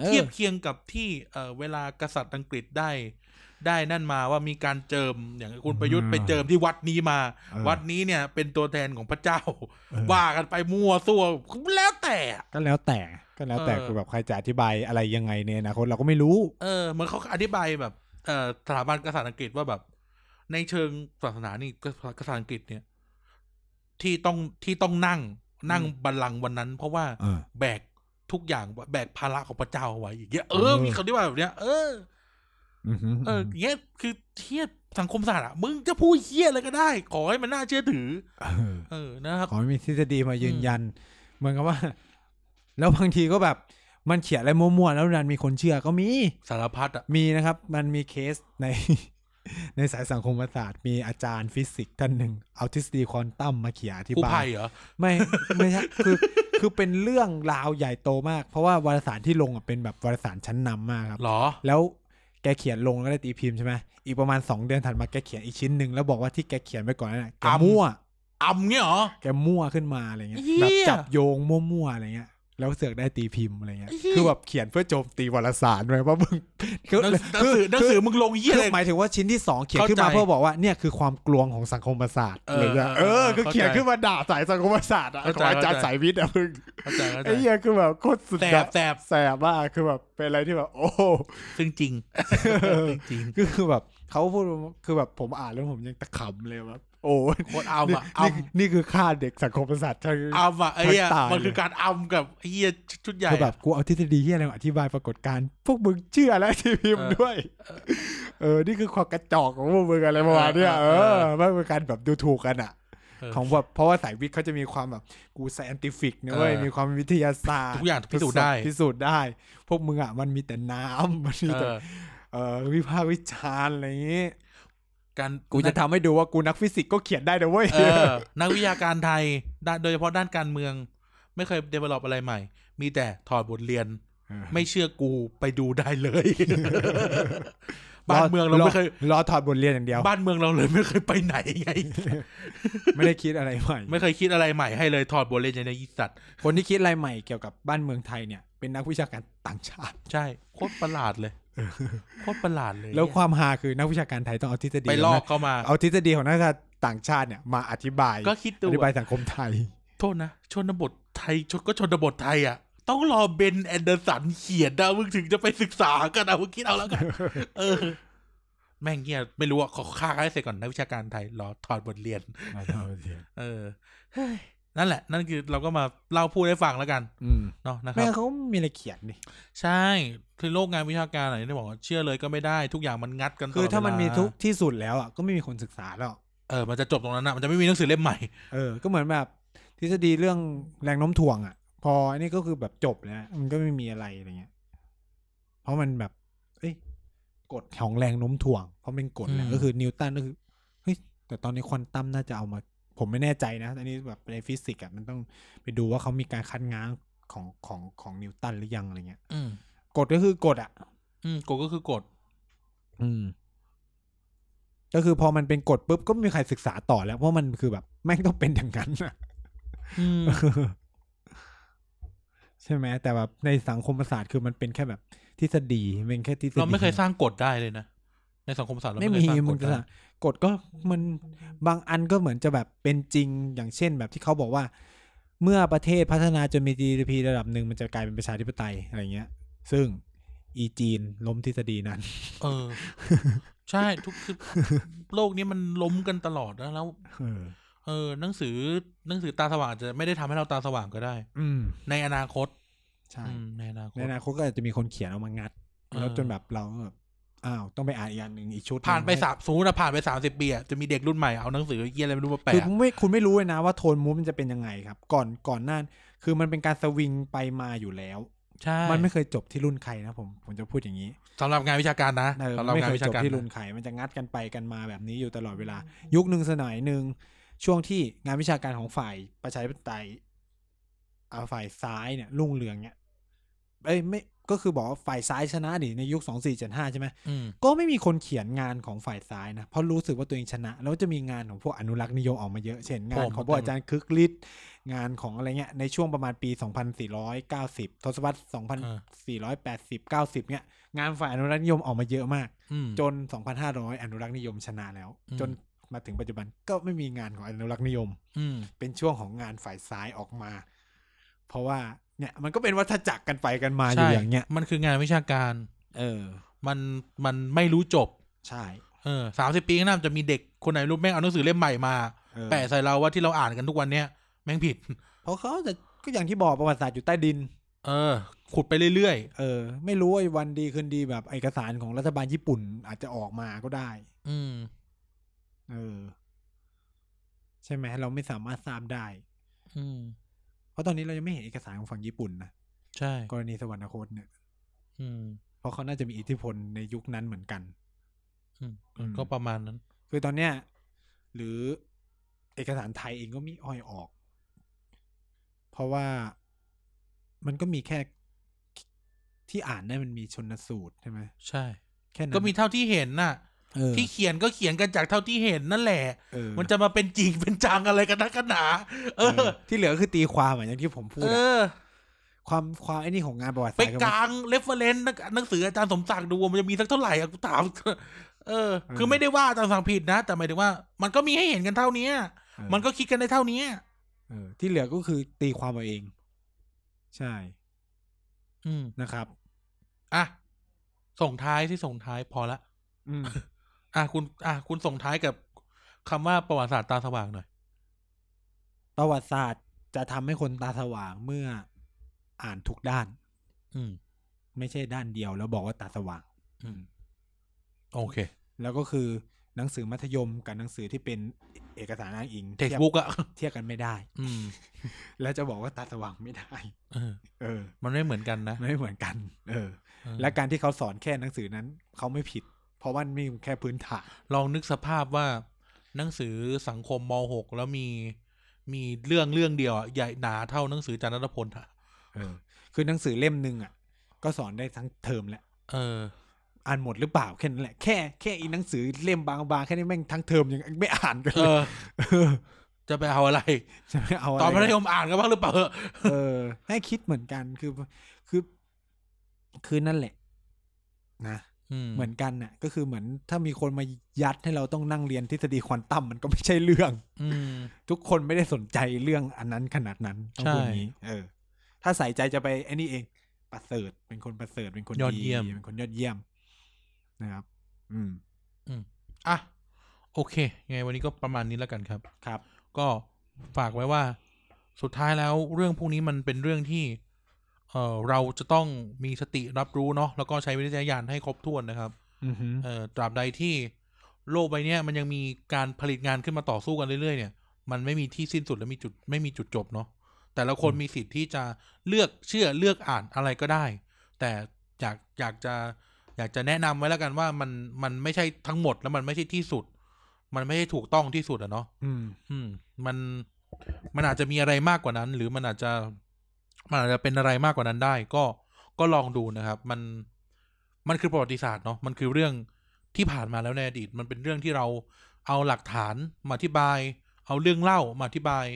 Speaker 1: ออ
Speaker 2: เทียบเคียงกับที่เออเวลากษัตริย์อังกฤษได้ ได้นั่นมาว่ามีการเจิมอย่างคุณประยุทธ์ไปเจิมที่วัดนี้มา
Speaker 1: เออ
Speaker 2: วัดนี้เนี่ย เป็นตัวแทนของพระเจ้า
Speaker 1: เออ
Speaker 2: ว่ากันไปมั่วซั่วแล้วแต่อะ
Speaker 1: ก็แล้วแต่ก็แล้วแต่
Speaker 2: เออ
Speaker 1: คือแบบใครจะอธิบายอะไรยังไงในอนาคตเราก็ไม่รู้
Speaker 2: เออเหมือนเขาอธิบายแบบเอ่อสถาบันกษัตริย์อังกฤษว่าแบบ ในเชิงศาสนานี่กษัตริย์กษัตริย์อังกฤษเนี่ย ที่ต้องที่ต้องนั่งนั่งบัลลังก์วันนั้น เพราะว่า
Speaker 1: เออ
Speaker 2: แบกทุกอย่างแบกภาระของพระเจ้าเอาไว้อย่างเงี้ยเออ
Speaker 1: เออ
Speaker 2: มีคำที่ว่าแบบเนี้ยเออ
Speaker 1: อือหื
Speaker 2: เอออย่างเงี้ยคือเทียบสังคมศาสตร์อะมึงจะพูดเฮี้ยอะไรก็ได้ ขอให้มันน่าเชื่อถือ
Speaker 1: เออ
Speaker 2: เออนะครับ
Speaker 1: ขอให้มีทฤษฎีมายืนยัน เหมือนกับว่า แล้วบางทีก็แบบมันเขียนอะไรมั่วๆแล้วนันมีคนเชื่อก็มี
Speaker 2: สารพัดอะ
Speaker 1: มีนะครับ มันมีเคสใน ในสายสังคมศาสตร์ มีอาจารย์ฟิสิกส์ท่านหนึ่งเอาทฤษฎีควอนตัมมาเขียนอธิ
Speaker 2: ผู้
Speaker 1: บา
Speaker 2: ภั
Speaker 1: ย
Speaker 2: ยเหรอ
Speaker 1: ไม่ไม่ใช่คือ คือเป็นเรื่องราวใหญ่โตมาก เพราะว่าวารสารที่ลงอ่ะเป็นแบบวารสารชั้นนำมากครับ
Speaker 2: เหรอ
Speaker 1: แล้วแกเขียนลงแล้วได้ตีพิมพ์ใช่ไหมอีกประมาณสองเดือนถัดมาแกเขียนอีกชิ้นหนึ่งแล้วบอกว่าที่แกเขียนไปก่อนนั่นน่ะแก
Speaker 2: อำ
Speaker 1: มั่ว
Speaker 2: อำเงี้ยเหรอ
Speaker 1: แกมั่วขึ้นมาอะไรเงี้ย
Speaker 2: เหี้ย
Speaker 1: แบบจับโยงมั่วๆอะไรเงี้ยแล้วเสือกได้ตีพิมพ์อะไรเงี้ย
Speaker 2: เหี้ย
Speaker 1: คือแบบเขียนเพื่อโจมตีวารสารไว้ว่ามึงคือ
Speaker 2: หนังหนัง
Speaker 1: คือ
Speaker 2: สือหนังสือมึงลงเฮี้ย
Speaker 1: คือ
Speaker 2: อะไร
Speaker 1: หมายถึงว่าชิ้นที่สองเขียนขึ้นมา
Speaker 2: เข้าใจ
Speaker 1: เพื่อบอกว่าเนี่ยคือความกลวงของสังคมศาสตร์
Speaker 2: เออ
Speaker 1: อะไรเลย
Speaker 2: เอ
Speaker 1: เอ
Speaker 2: อ
Speaker 1: อคือ
Speaker 2: เข้าใจ
Speaker 1: เขียนขึ้นมาด่าสายสังคมศาสตร์อะ
Speaker 2: เข้า
Speaker 1: ข
Speaker 2: ใจ
Speaker 1: องอาจารย์สายวิทย์อะมึง
Speaker 2: เข้าใจเข้าใจ
Speaker 1: ไอ้เหี้ยคือแบบโคตรสุด
Speaker 2: แส
Speaker 1: ยอบ ด
Speaker 2: แสบ
Speaker 1: แสบมากคือแบบเป็นอะไรที่แบบ โอ้
Speaker 2: ซึ่งจริงซึ่งจริง
Speaker 1: คือคือแบบเขาพูดว่าคือแบบผมอ่านแล้วผมยังตะขำเลยแบบโอ้
Speaker 2: โคตรอัม
Speaker 1: นี่
Speaker 2: อ่ะอัม
Speaker 1: นี่นี่คือฆ่าเด็กสังคมศาสตร์ใช่
Speaker 2: อัมอ่ะไอ้เหี้ย
Speaker 1: ตายเลย
Speaker 2: มันคือการอัมกับไอ้เหี้ยชุดใหญ่
Speaker 1: คือแบ
Speaker 2: อะ
Speaker 1: บกูเอาทฤษฎีที่อะไรมาอธิบายปรากฏการณ์พวกมึงเชื่อแล้วที่พิมพ์
Speaker 2: เออ
Speaker 1: ด้วย เออ นี่คือความกระจอกของพวกมึงอะไรประมาณเนี้ย
Speaker 2: เอ
Speaker 1: เอ
Speaker 2: อ
Speaker 1: อ
Speaker 2: เออ
Speaker 1: มันเป็นการแบบดูถูกกันอ่ะ
Speaker 2: เออ
Speaker 1: ของแบบเพราะว่าสายวิทย์เขาจะมีความแบบกู s c ย e n t i ฟิกนะเว้ย
Speaker 2: เออ
Speaker 1: มีความวิทยาศาสตร์
Speaker 2: ทุกอย่างพิสูจน์ได้
Speaker 1: พิสูจน์ได้ พวกมึงอ่ะมันมีแต่น้ำมันมี
Speaker 2: เอ
Speaker 1: แต่
Speaker 2: อ
Speaker 1: เออวิพากษ์วิจารณ์อะไรอย่างงี้
Speaker 2: การ
Speaker 1: กูจะทำให้ดูว่ากูนักฟิสิกส์ก็เขียนได้นะเว้ย
Speaker 2: เออ นักวิทยาการไทยด้านโดยเฉพาะด้านการเมือง ไม่เคยเดเวล็อปอะไรใหม่ มีแต่ถอดบทเรียน ไม่เชื่อกูไปดูได้เลย บ้านเมืองเราไม่เคย
Speaker 1: รอถอดบทเรียนอย่างเดียว
Speaker 2: บ้านเมืองเราเลยไม่เคยไปไหนไง
Speaker 1: ไม่ได้คิดอะไรใหม่
Speaker 2: ไม่เคยคิดอะไรใหม่ให้เลยถอดบทเรียนในยิสัตว์
Speaker 1: คนที่คิดอะไรใหม่เกี่ยวกับบ้านเมืองไทยเนี่ยเป็นนักวิชาการต่างชาติ
Speaker 2: ใช่ โคตรประหลาดเลย โคตรประหลาดเลย
Speaker 1: แล้วความฮาคือนักวิชาการไทยต้องเอาทฤษฎี
Speaker 2: ไปลอก
Speaker 1: ขง
Speaker 2: เข้ามา
Speaker 1: นักเอาทฤษฎีของนักวิชาการต่างชาติเนี่ยมาอธิบาย
Speaker 2: ก็คิดดู
Speaker 1: อธิ
Speaker 2: อะ
Speaker 1: บายสังคมไทย
Speaker 2: โทษนะชนบทไทยชนก็ชนบทไทยอ่ะ ต้องรอเบนแอนเดอร์สันเขียนนะมึงถึงจะไปศึกษากันนะมึงคิดเอาแล้วกัน เออ แม่งเงี้ยไม่รู้อ่ะขอฆ่าให้เสร็จก่อนนักวิชาการไทย รอถอดบทเรียน เออเฮ้ยนั่นแหละ นั่นคือเราก็มาเล่าพูดให้ฟังแล้วกัน
Speaker 1: อืม
Speaker 2: เนาะนะครั
Speaker 1: แม่
Speaker 2: บ
Speaker 1: งเขามีอะไรเขียนดิ
Speaker 2: ใช่คือโลกงานวิชาการอะไรที่บอกว่าเชื่อเลยก็ไม่ได้ทุกอย่างมันงัดกันตลด
Speaker 1: คือถ้ามัน
Speaker 2: เวล
Speaker 1: มีทุกที่สุดแล้วอ่ะก็ไม่มีคนศึกษาแล้ว
Speaker 2: เออมันจะจบตรงนั้นนะมันจะไม่มีหนังสือเล่มใหม่
Speaker 1: เออ ก็เหมือนแบบทฤษฎีเรื่องแรงโน้มถ่วงอ่ะ พออันนี้ก็คือแบบจบแล้วมันก็ไม่มีอะไรอะไรเงี้ยเพราะมันแบบ เอ้ยกฎของแรงโน้มถ่วง เพราะเป็นกฎแหละ
Speaker 2: อืม
Speaker 1: ก็คือนิวตันก็คือเฮ้ยแต่ตอนนี้ควอนตัมน่าจะเอามา ผมไม่แน่ใจนะ อันนี้แบบในฟิสิกส์อ่ะมันต้องไปดูว่าเขามีการคัดง้างของของของนิวตันหรือยังอะไรเงี้ย
Speaker 2: อืม
Speaker 1: กฎก็คือกฎอ่ะ
Speaker 2: อืมกฎก็คือกฎ
Speaker 1: อืม ก็คือพอมันเป็นกฎปุ๊บก็ไม่มีใครศึกษาต่อแล้วเพราะมันคือแบบแม่งต้องเป็นอย่างนั้นน่ะ
Speaker 2: อื ม
Speaker 1: ใช่ไหมแต่แบบในสังคมศาสตร์คือมันเป็นแค่แบบทฤษฎีเป็นแค่ทฤษฎี
Speaker 2: เราไม่เคยสร้างกฎได้เลยนะ ในสังคมศาสตร์เรา
Speaker 1: ไม่
Speaker 2: ด้
Speaker 1: มี
Speaker 2: สร้าง
Speaker 1: มึ
Speaker 2: ก
Speaker 1: ง
Speaker 2: ฎ
Speaker 1: จะ
Speaker 2: นะ
Speaker 1: ละกฎก็มันบางอันก็เหมือนจะแบบเป็นจริงอย่างเช่น แบบที่เขาบอกว่า เมื่อประเทศพัฒนาจนมี GDP ระดับหนึ่งมันจะกลายเป็นประชาธิปไตยอะไรเงี้ย ซึ่งอีจีนล้มทฤษฎีนั้น
Speaker 2: เออ ใช่ ทุกคือโลกนี้มันล้มกันตลอดนะแล้ว
Speaker 1: เออ
Speaker 2: เออ หนังสือหนังสือตาสว่างอาจจะไม่ได้ทำให้เราตาสว่างก็ได้
Speaker 1: อืม
Speaker 2: ในอนาคต
Speaker 1: ใช่
Speaker 2: อืมในอนาค
Speaker 1: ใน
Speaker 2: ต
Speaker 1: อนาคตก็อาจจะมีคนเขียนเอามางัด
Speaker 2: เออ
Speaker 1: แล้วจนแบบเราก็แบบอ้าวต้องไปอ่านอีกอันหนึ่งอีกชุดหง
Speaker 2: ผ่านไปสามสูนย์นะผ่านไปสามสิบปีอะจะมีเด็กรุ่นใหม่เอาหนังสือเยี่ยอะไรไม่รู้มาแปะ
Speaker 1: คือไม่คุณไม่รู้เลยนะว่าโทนมูฟมันจะเป็นยังไงครับ ก่อนก่อนหน้าคือมันเป็นการสวิงไปมาอยู่แล้ว
Speaker 2: ใช่
Speaker 1: มันไม่เคยจบที่รุ่นใครนะผมผมจะพูดอย่าง นี้
Speaker 2: สำหรับงานวิชาการนะ
Speaker 1: เออ
Speaker 2: สำห
Speaker 1: มั
Speaker 2: รั
Speaker 1: น
Speaker 2: บ
Speaker 1: ไม่
Speaker 2: งาน
Speaker 1: เคย
Speaker 2: วิชา
Speaker 1: จบ
Speaker 2: การ
Speaker 1: ที่
Speaker 2: นะ
Speaker 1: รุนไขมันจะงัดกันไปกันมาแบบนี้อยู่ตลอดเวลา ยุคหนึ่งสมัยหนึ่งช่วงที่งานวิชาการของฝ่ายประชาธิปไตยเอาฝ่ายซ้ายเนี่ยรุ่งเรืองเนี่ยเอ้ยไม่ก็คือบอกว่าฝ่ายซ้ายชนะดิในยุคสองสี่เจ็ดห้าใช่ไหม
Speaker 2: อืม
Speaker 1: ก็ไม่มีคนเขียนงานของฝ่ายซ้ายนะเพราะรู้สึกว่าตัวเองชนะ แล้วจะมีงานของพวกอนุรักษ์นิยมออกมาเยอะเช่นงานของพวกอาจารย์คึกฤทธิ์งานของอะไรเงี้ยในช่วงประมาณปี 2490 ทศวรรษ 2480 90เนี่ยงานฝ่ายอนุรักษ์นิยมออกมาเยอะมาก
Speaker 2: อืม
Speaker 1: จน 2,500 อนุรักษ์นิยมชนะแล้ว
Speaker 2: อืม
Speaker 1: จนมาถึงปัจจุบันก็ไม่มีงานของอนุรักษ์นิยม
Speaker 2: อืม
Speaker 1: เป็นช่วงของงานฝ่ายซ้ายออกมา เพราะว่าเนี่ยมันก็เป็นวัฏจักรกันไปกันมาอยู่อย่างเงี้ย
Speaker 2: มันคืองานวิชาการ
Speaker 1: เออ
Speaker 2: มันมันไม่รู้จบ
Speaker 1: ใช่
Speaker 2: เออสามสิบปีข้างหน้าจะมีเด็กคนไหนรู้แม่งเอาหนังสือเล่มใหม่มา
Speaker 1: เออ
Speaker 2: แปะใส่เราว่าที่เราอ่านกันทุกวันเนี้ยแม่งผิด
Speaker 1: เพราะเขาจะก็อย่างที่บอกประวัติศาสตร์อยู่ใต้ดิน
Speaker 2: เออ ขุดไปเรื่อย
Speaker 1: เออ ไม่รู้ว่าวันดีคืนดีแบบเอกสารของรัฐบาลญี่ปุ่นอาจจะออกมาก็ได้
Speaker 2: ๆ อืม
Speaker 1: เออ ใช่ไหมเราไม่สามารถทราบได้
Speaker 2: อืม
Speaker 1: เพราะตอนนี้เรายังไม่เห็นเอกสารของฝั่งญี่ปุ่นนะ
Speaker 2: ใช่
Speaker 1: กรณีสวรรคตเนี่ย
Speaker 2: อืม
Speaker 1: เพราะเขาน่าจะมีอิทธิพลในยุคนั้นเหมือนกัน
Speaker 2: อืม
Speaker 1: อืม
Speaker 2: ก็ประมาณนั้น
Speaker 1: คือตอนเนี้ยหรือเอกสารไทยเองก็มีอ้อยออก เพราะว่ามันก็มีแค่ที่อ่านได้มันมีชนสูตรใช่ไหม
Speaker 2: ใช่
Speaker 1: แค่นั้น
Speaker 2: ก็มีเท่าที่เห็นน่ะ
Speaker 1: เออ
Speaker 2: ที่เขียนก็เขียนกันจากเท่าที่เห็นนั่นแหละ
Speaker 1: เออ
Speaker 2: มันจะมาเป็นจริงเป็นจังอะไรกันนักกันหนา เอ
Speaker 1: เอ
Speaker 2: อ
Speaker 1: อ ที่เหลือคือตีความอะอย่างที่ผมพูด
Speaker 2: เอ
Speaker 1: อะ
Speaker 2: อ
Speaker 1: ความความไอ้นี่ของงานประวัติ
Speaker 2: ไป
Speaker 1: ศาสตร์คือก มัน
Speaker 2: ลางเรฟเฟรนซ์หนังสืออาจารย์สมศักดิ์ดูว่ามันจะมีสักเท่าไหร่อะกูถามเออ คือไม่ได้ว่าอาจารย์สั่งผิดนะ แต่หมายถึงว่า มันก็มีให้เห็นกันเท่านี้
Speaker 1: เออ
Speaker 2: มันก็คิดกันได้เท่านี้
Speaker 1: เออที่เหลือก็คือตีความเอาเอง ใช่
Speaker 2: อืม
Speaker 1: นะครับ
Speaker 2: อ่ะส่งท้ายที่ส่งท้ายพอละ
Speaker 1: อืม
Speaker 2: อ่ะคุณอ่ะคุณส่งท้ายกับคำว่าประวัติศาสตร์ตาสว่างหน่อย
Speaker 1: ประวัติศาสตร์จะทำให้คนตาสว่างเมื่ออ่านทุกด้าน
Speaker 2: อืม
Speaker 1: ไม่ใช่ด้านเดียวแล้วบอกว่าตาสว่าง
Speaker 2: อืม โอเค
Speaker 1: แล้วก็คือหนังสือมัธยมกับหนังสือที่เป็นเอกสารอ้างอิง
Speaker 2: เท็กซ์บุ๊กอะ
Speaker 1: เทียบกันไม่ได้
Speaker 2: อืม
Speaker 1: แล้วจะบอกว่าตาสว่างไม่ได้
Speaker 2: เออ
Speaker 1: เออ
Speaker 2: มันไม่เหมือนกันนะ
Speaker 1: ไม่เหมือนกัน เออ
Speaker 2: เออ
Speaker 1: และการที่เขาสอนแค่หนังสือนั้นเขาไม่ผิด เพราะว่ามันมีแค่พื้นฐาน
Speaker 2: ลองนึกสภาพว่า หนังสือสังคมมหกแล้วมี มีเรื่องเรื่องเดียวอะใหญ่หนาเท่าหนังสืออาจารย์รัตนพลอะ
Speaker 1: เออ คือหนังสือเล่มหนึ่งอ่ะ ก็สอนได้ทั้งเทอมแหละ
Speaker 2: เออ
Speaker 1: อ่านหมดหรือเปล่าแค่นั้นแหละแค่แค่อีหนังสือเล่มบางๆแค่นี้แม่งทั้งเทอมยังไม่อ่านกัน
Speaker 2: เอ
Speaker 1: เลย
Speaker 2: อ
Speaker 1: เออ
Speaker 2: จะไปเอาอะไร
Speaker 1: จะไม่เอาะไร
Speaker 2: ตอนมัธยมอ่านกันบ้างหรือเปล่าเออ
Speaker 1: เออให้คิดเหมือนกันคือคือคือนั่นแหละนะ เหมือนกันน่ะ ก็คือเหมือนถ้ามีคนมายัดให้เราต้องนั่งเรียนทฤษฎีควอนตัมมันก็ไม่ใช่เรื่อง
Speaker 2: อืม
Speaker 1: ทุกคนไม่ได้สนใจเรื่องอันนั้นขนาดนั้นต้องพูดอย่างนี้เออ ถ้าใส่ใจจะไปไอ้นี่เอง ประเสริฐเป็นคนประเสริฐเป็นคน
Speaker 2: ยอดเยี่ยม
Speaker 1: เป็นคนยอดเยี่ยมนะครับ อืม
Speaker 2: อ่ะ โอเค ยังไงวันนี้ก็ประมาณนี้แล้วกันครับ
Speaker 1: ครับ
Speaker 2: ก็ฝากไว้ว่า สุดท้ายแล้วเรื่องพวกนี้มันเป็นเรื่องที่ เออเราจะต้องมีสติรับรู้เนาะ แล้วก็ใช้วิจารณญาณให้ครบถ้วนนะครับ
Speaker 1: อือหือ
Speaker 2: เออตราบใดที่โลกใบเนี้ยมันยังมีการผลิตงานขึ้นมาต่อสู้กันเรื่อยๆเนี่ย มันไม่มีที่สิ้นสุดและมีจุดไม่มีจุดจบเนาะแต่ละคนมีสิทธิ์ที่จะเลือกเชื่อเลือกอ่านอะไรก็ได้ แต่อยากอยากจะอยากจะแนะนำไว้แล้วกันว่ามันมันไม่ใช่ทั้งหมดแล้วมันไม่ใช่ที่สุด มันไม่ใช่ถูกต้องที่สุดอะเนาะ
Speaker 1: อืม
Speaker 2: อืมมันมันอาจจะมีอะไรมากกว่านั้น หรือมันอาจจะมันอาจจะเป็นอะไรมากกว่านั้นได้ ก็ก็ลองดูนะครับ มันมันคือประวัติศาสตร์เนาะมันคือเรื่องที่ผ่านมาแล้วในอดีต มันเป็นเรื่องที่เราเอาหลักฐานมาอธิบาย เอาเรื่องเล่ามาอธิบาย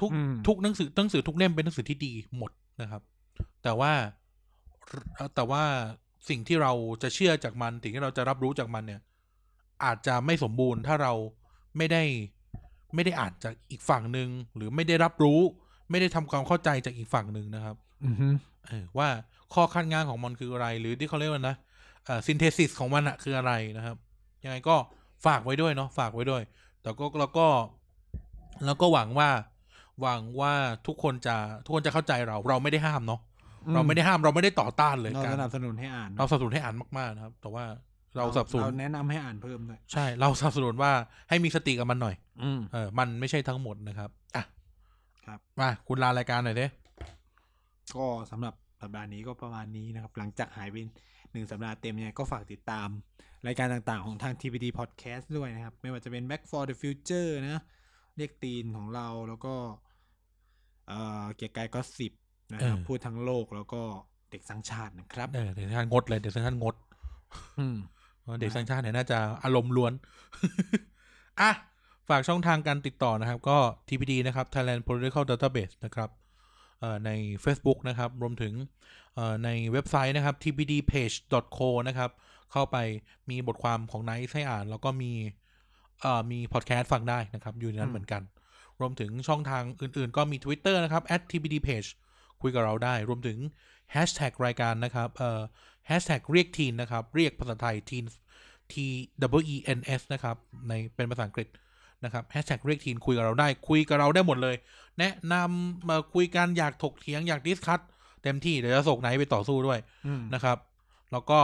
Speaker 2: ทุก
Speaker 1: อืม
Speaker 2: ทุกหนังสือหนังสือทุกเล่มเป็นหนังสือที่ดีหมดนะครับ แต่ว่าแต่ว่า สิ่งที่เราจะเชื่อจากมันสิ่งที่เราจะรับรู้จากมันเนี่ย อาจจะไม่สมบูรณ์ถ้าเราไม่ได้ไม่ได้อ่านจากอีกฝั่งหนึ่งหรือไม่ได้รับรู้ ไม่ได้ทำความเข้าใจจากอีกฝั่งหนึ่งนะครับ
Speaker 1: อือฮึ
Speaker 2: เออว่าข้อขั้นงานของมันคืออะไร หรือที่เขาเรียกว่านะเอ่อซินเทซิสของมันอะคืออะไรนะครับ ยังไงก็ฝากไว้ด้วยเนาะฝากไว้ด้วย แต่ก็แล้วก็ แล้วก็หวังว่า หวังว่าทุกคนจะทุกคนจะเข้าใจเรา เราไม่ได้ห้ามเนาะเราไม่ได้ห้ามเราไม่ได้ต่อต้านเลย
Speaker 1: เรา
Speaker 2: การ
Speaker 1: สนับสนุนให้อ่าน
Speaker 2: เราสนับสนุนให้อ่านมากๆนะครับ แต่ว่าเราสนับสนุน
Speaker 1: เราแนะนำให้อ่านเพิ่มด้วย
Speaker 2: ใช่ เราสนับสนุนว่าให้มีสติกับมันหน่อย
Speaker 1: อืม
Speaker 2: เออมันไม่ใช่ทั้งหมดนะครับอ่ะ
Speaker 1: ครับ
Speaker 2: มาคุณลารายการหน่อยเด้
Speaker 1: ก็สำหรับสัปดาห์นี้ก็ประมาณนี้นะครับ หลังจากหายไปหนึ่งสัปดาห์เต็มเนี่ยก็ฝากติดตาม รายการต่างๆของทาง TPD Podcast ด้วยนะครับ ไม่ว่าจะเป็น Back for the Future นะเรียกตีนของเราแล้วก็ เอ่อเกียร์กายก็สิบนะครับพูดทั้งโลกแล้วก็เด็กสังชาตินะครับ
Speaker 2: เออเดี๋ยวท่านงดเลยเดี๋ยวท่านงด
Speaker 1: อืม
Speaker 2: เออเด็กสังชาติเนี่ยน่าจะอารมณ์ล้วน อ่ะ ฝากช่องทางการติดต่อนะครับ ก็ TPD นะครับ Thailand Political Database นะครับเอ่อใน Facebook นะครับ รวมถึงเอ่อในเว็บไซต์นะครับ tpdpage.co นะครับ เข้าไปมีบทความของไนท์ให้อ่าน แล้วก็มีเอ่อมีพอดแคสต์ฟังได้นะครับ อยู่ในนั้
Speaker 1: อื
Speaker 2: น
Speaker 1: ม
Speaker 2: เหมือนกัน รวมถึงช่องทางอื่นๆ ก็มี Twitter นะครับ @tpdpage คุยกับเราได้ รวมถึง hashtag รายการนะครับเอ่อ hashtag เรียกทีนนะครับ เรียกภาษาไทยทีน T W E N S นะครับ ในเป็นภาษาอังกฤษนะครับแฮชแท็กเรียกทีนคุยกับเราได้คุยกับเราได้หมดเลย แนะนำมาคุยกันอยากถกเถียงอยากดิสคัตเต็มที่เดี๋ยวจะส่งไหนไปต่อสู้ด้วย
Speaker 1: อืม
Speaker 2: นะครับ แล้วก็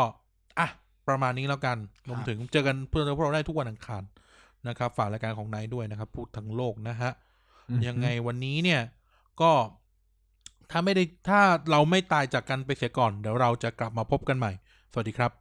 Speaker 2: อ่ะ ประมาณนี้แล้วกันรวมถึงเจอกันเพื่อนพวกเราได้ทุกวันอังคารนะครับ ฝากรายการของไนายด้วยนะครับ พูดทั้งโลกนะฮะ ยังไงวันนี้เนี่ยก็ถ้าไม่ได้ถ้าเราไม่ตายจากกันไปเสียก่อน เดี๋ยวเราจะกลับมาพบกันใหม่ สวัสดีครับ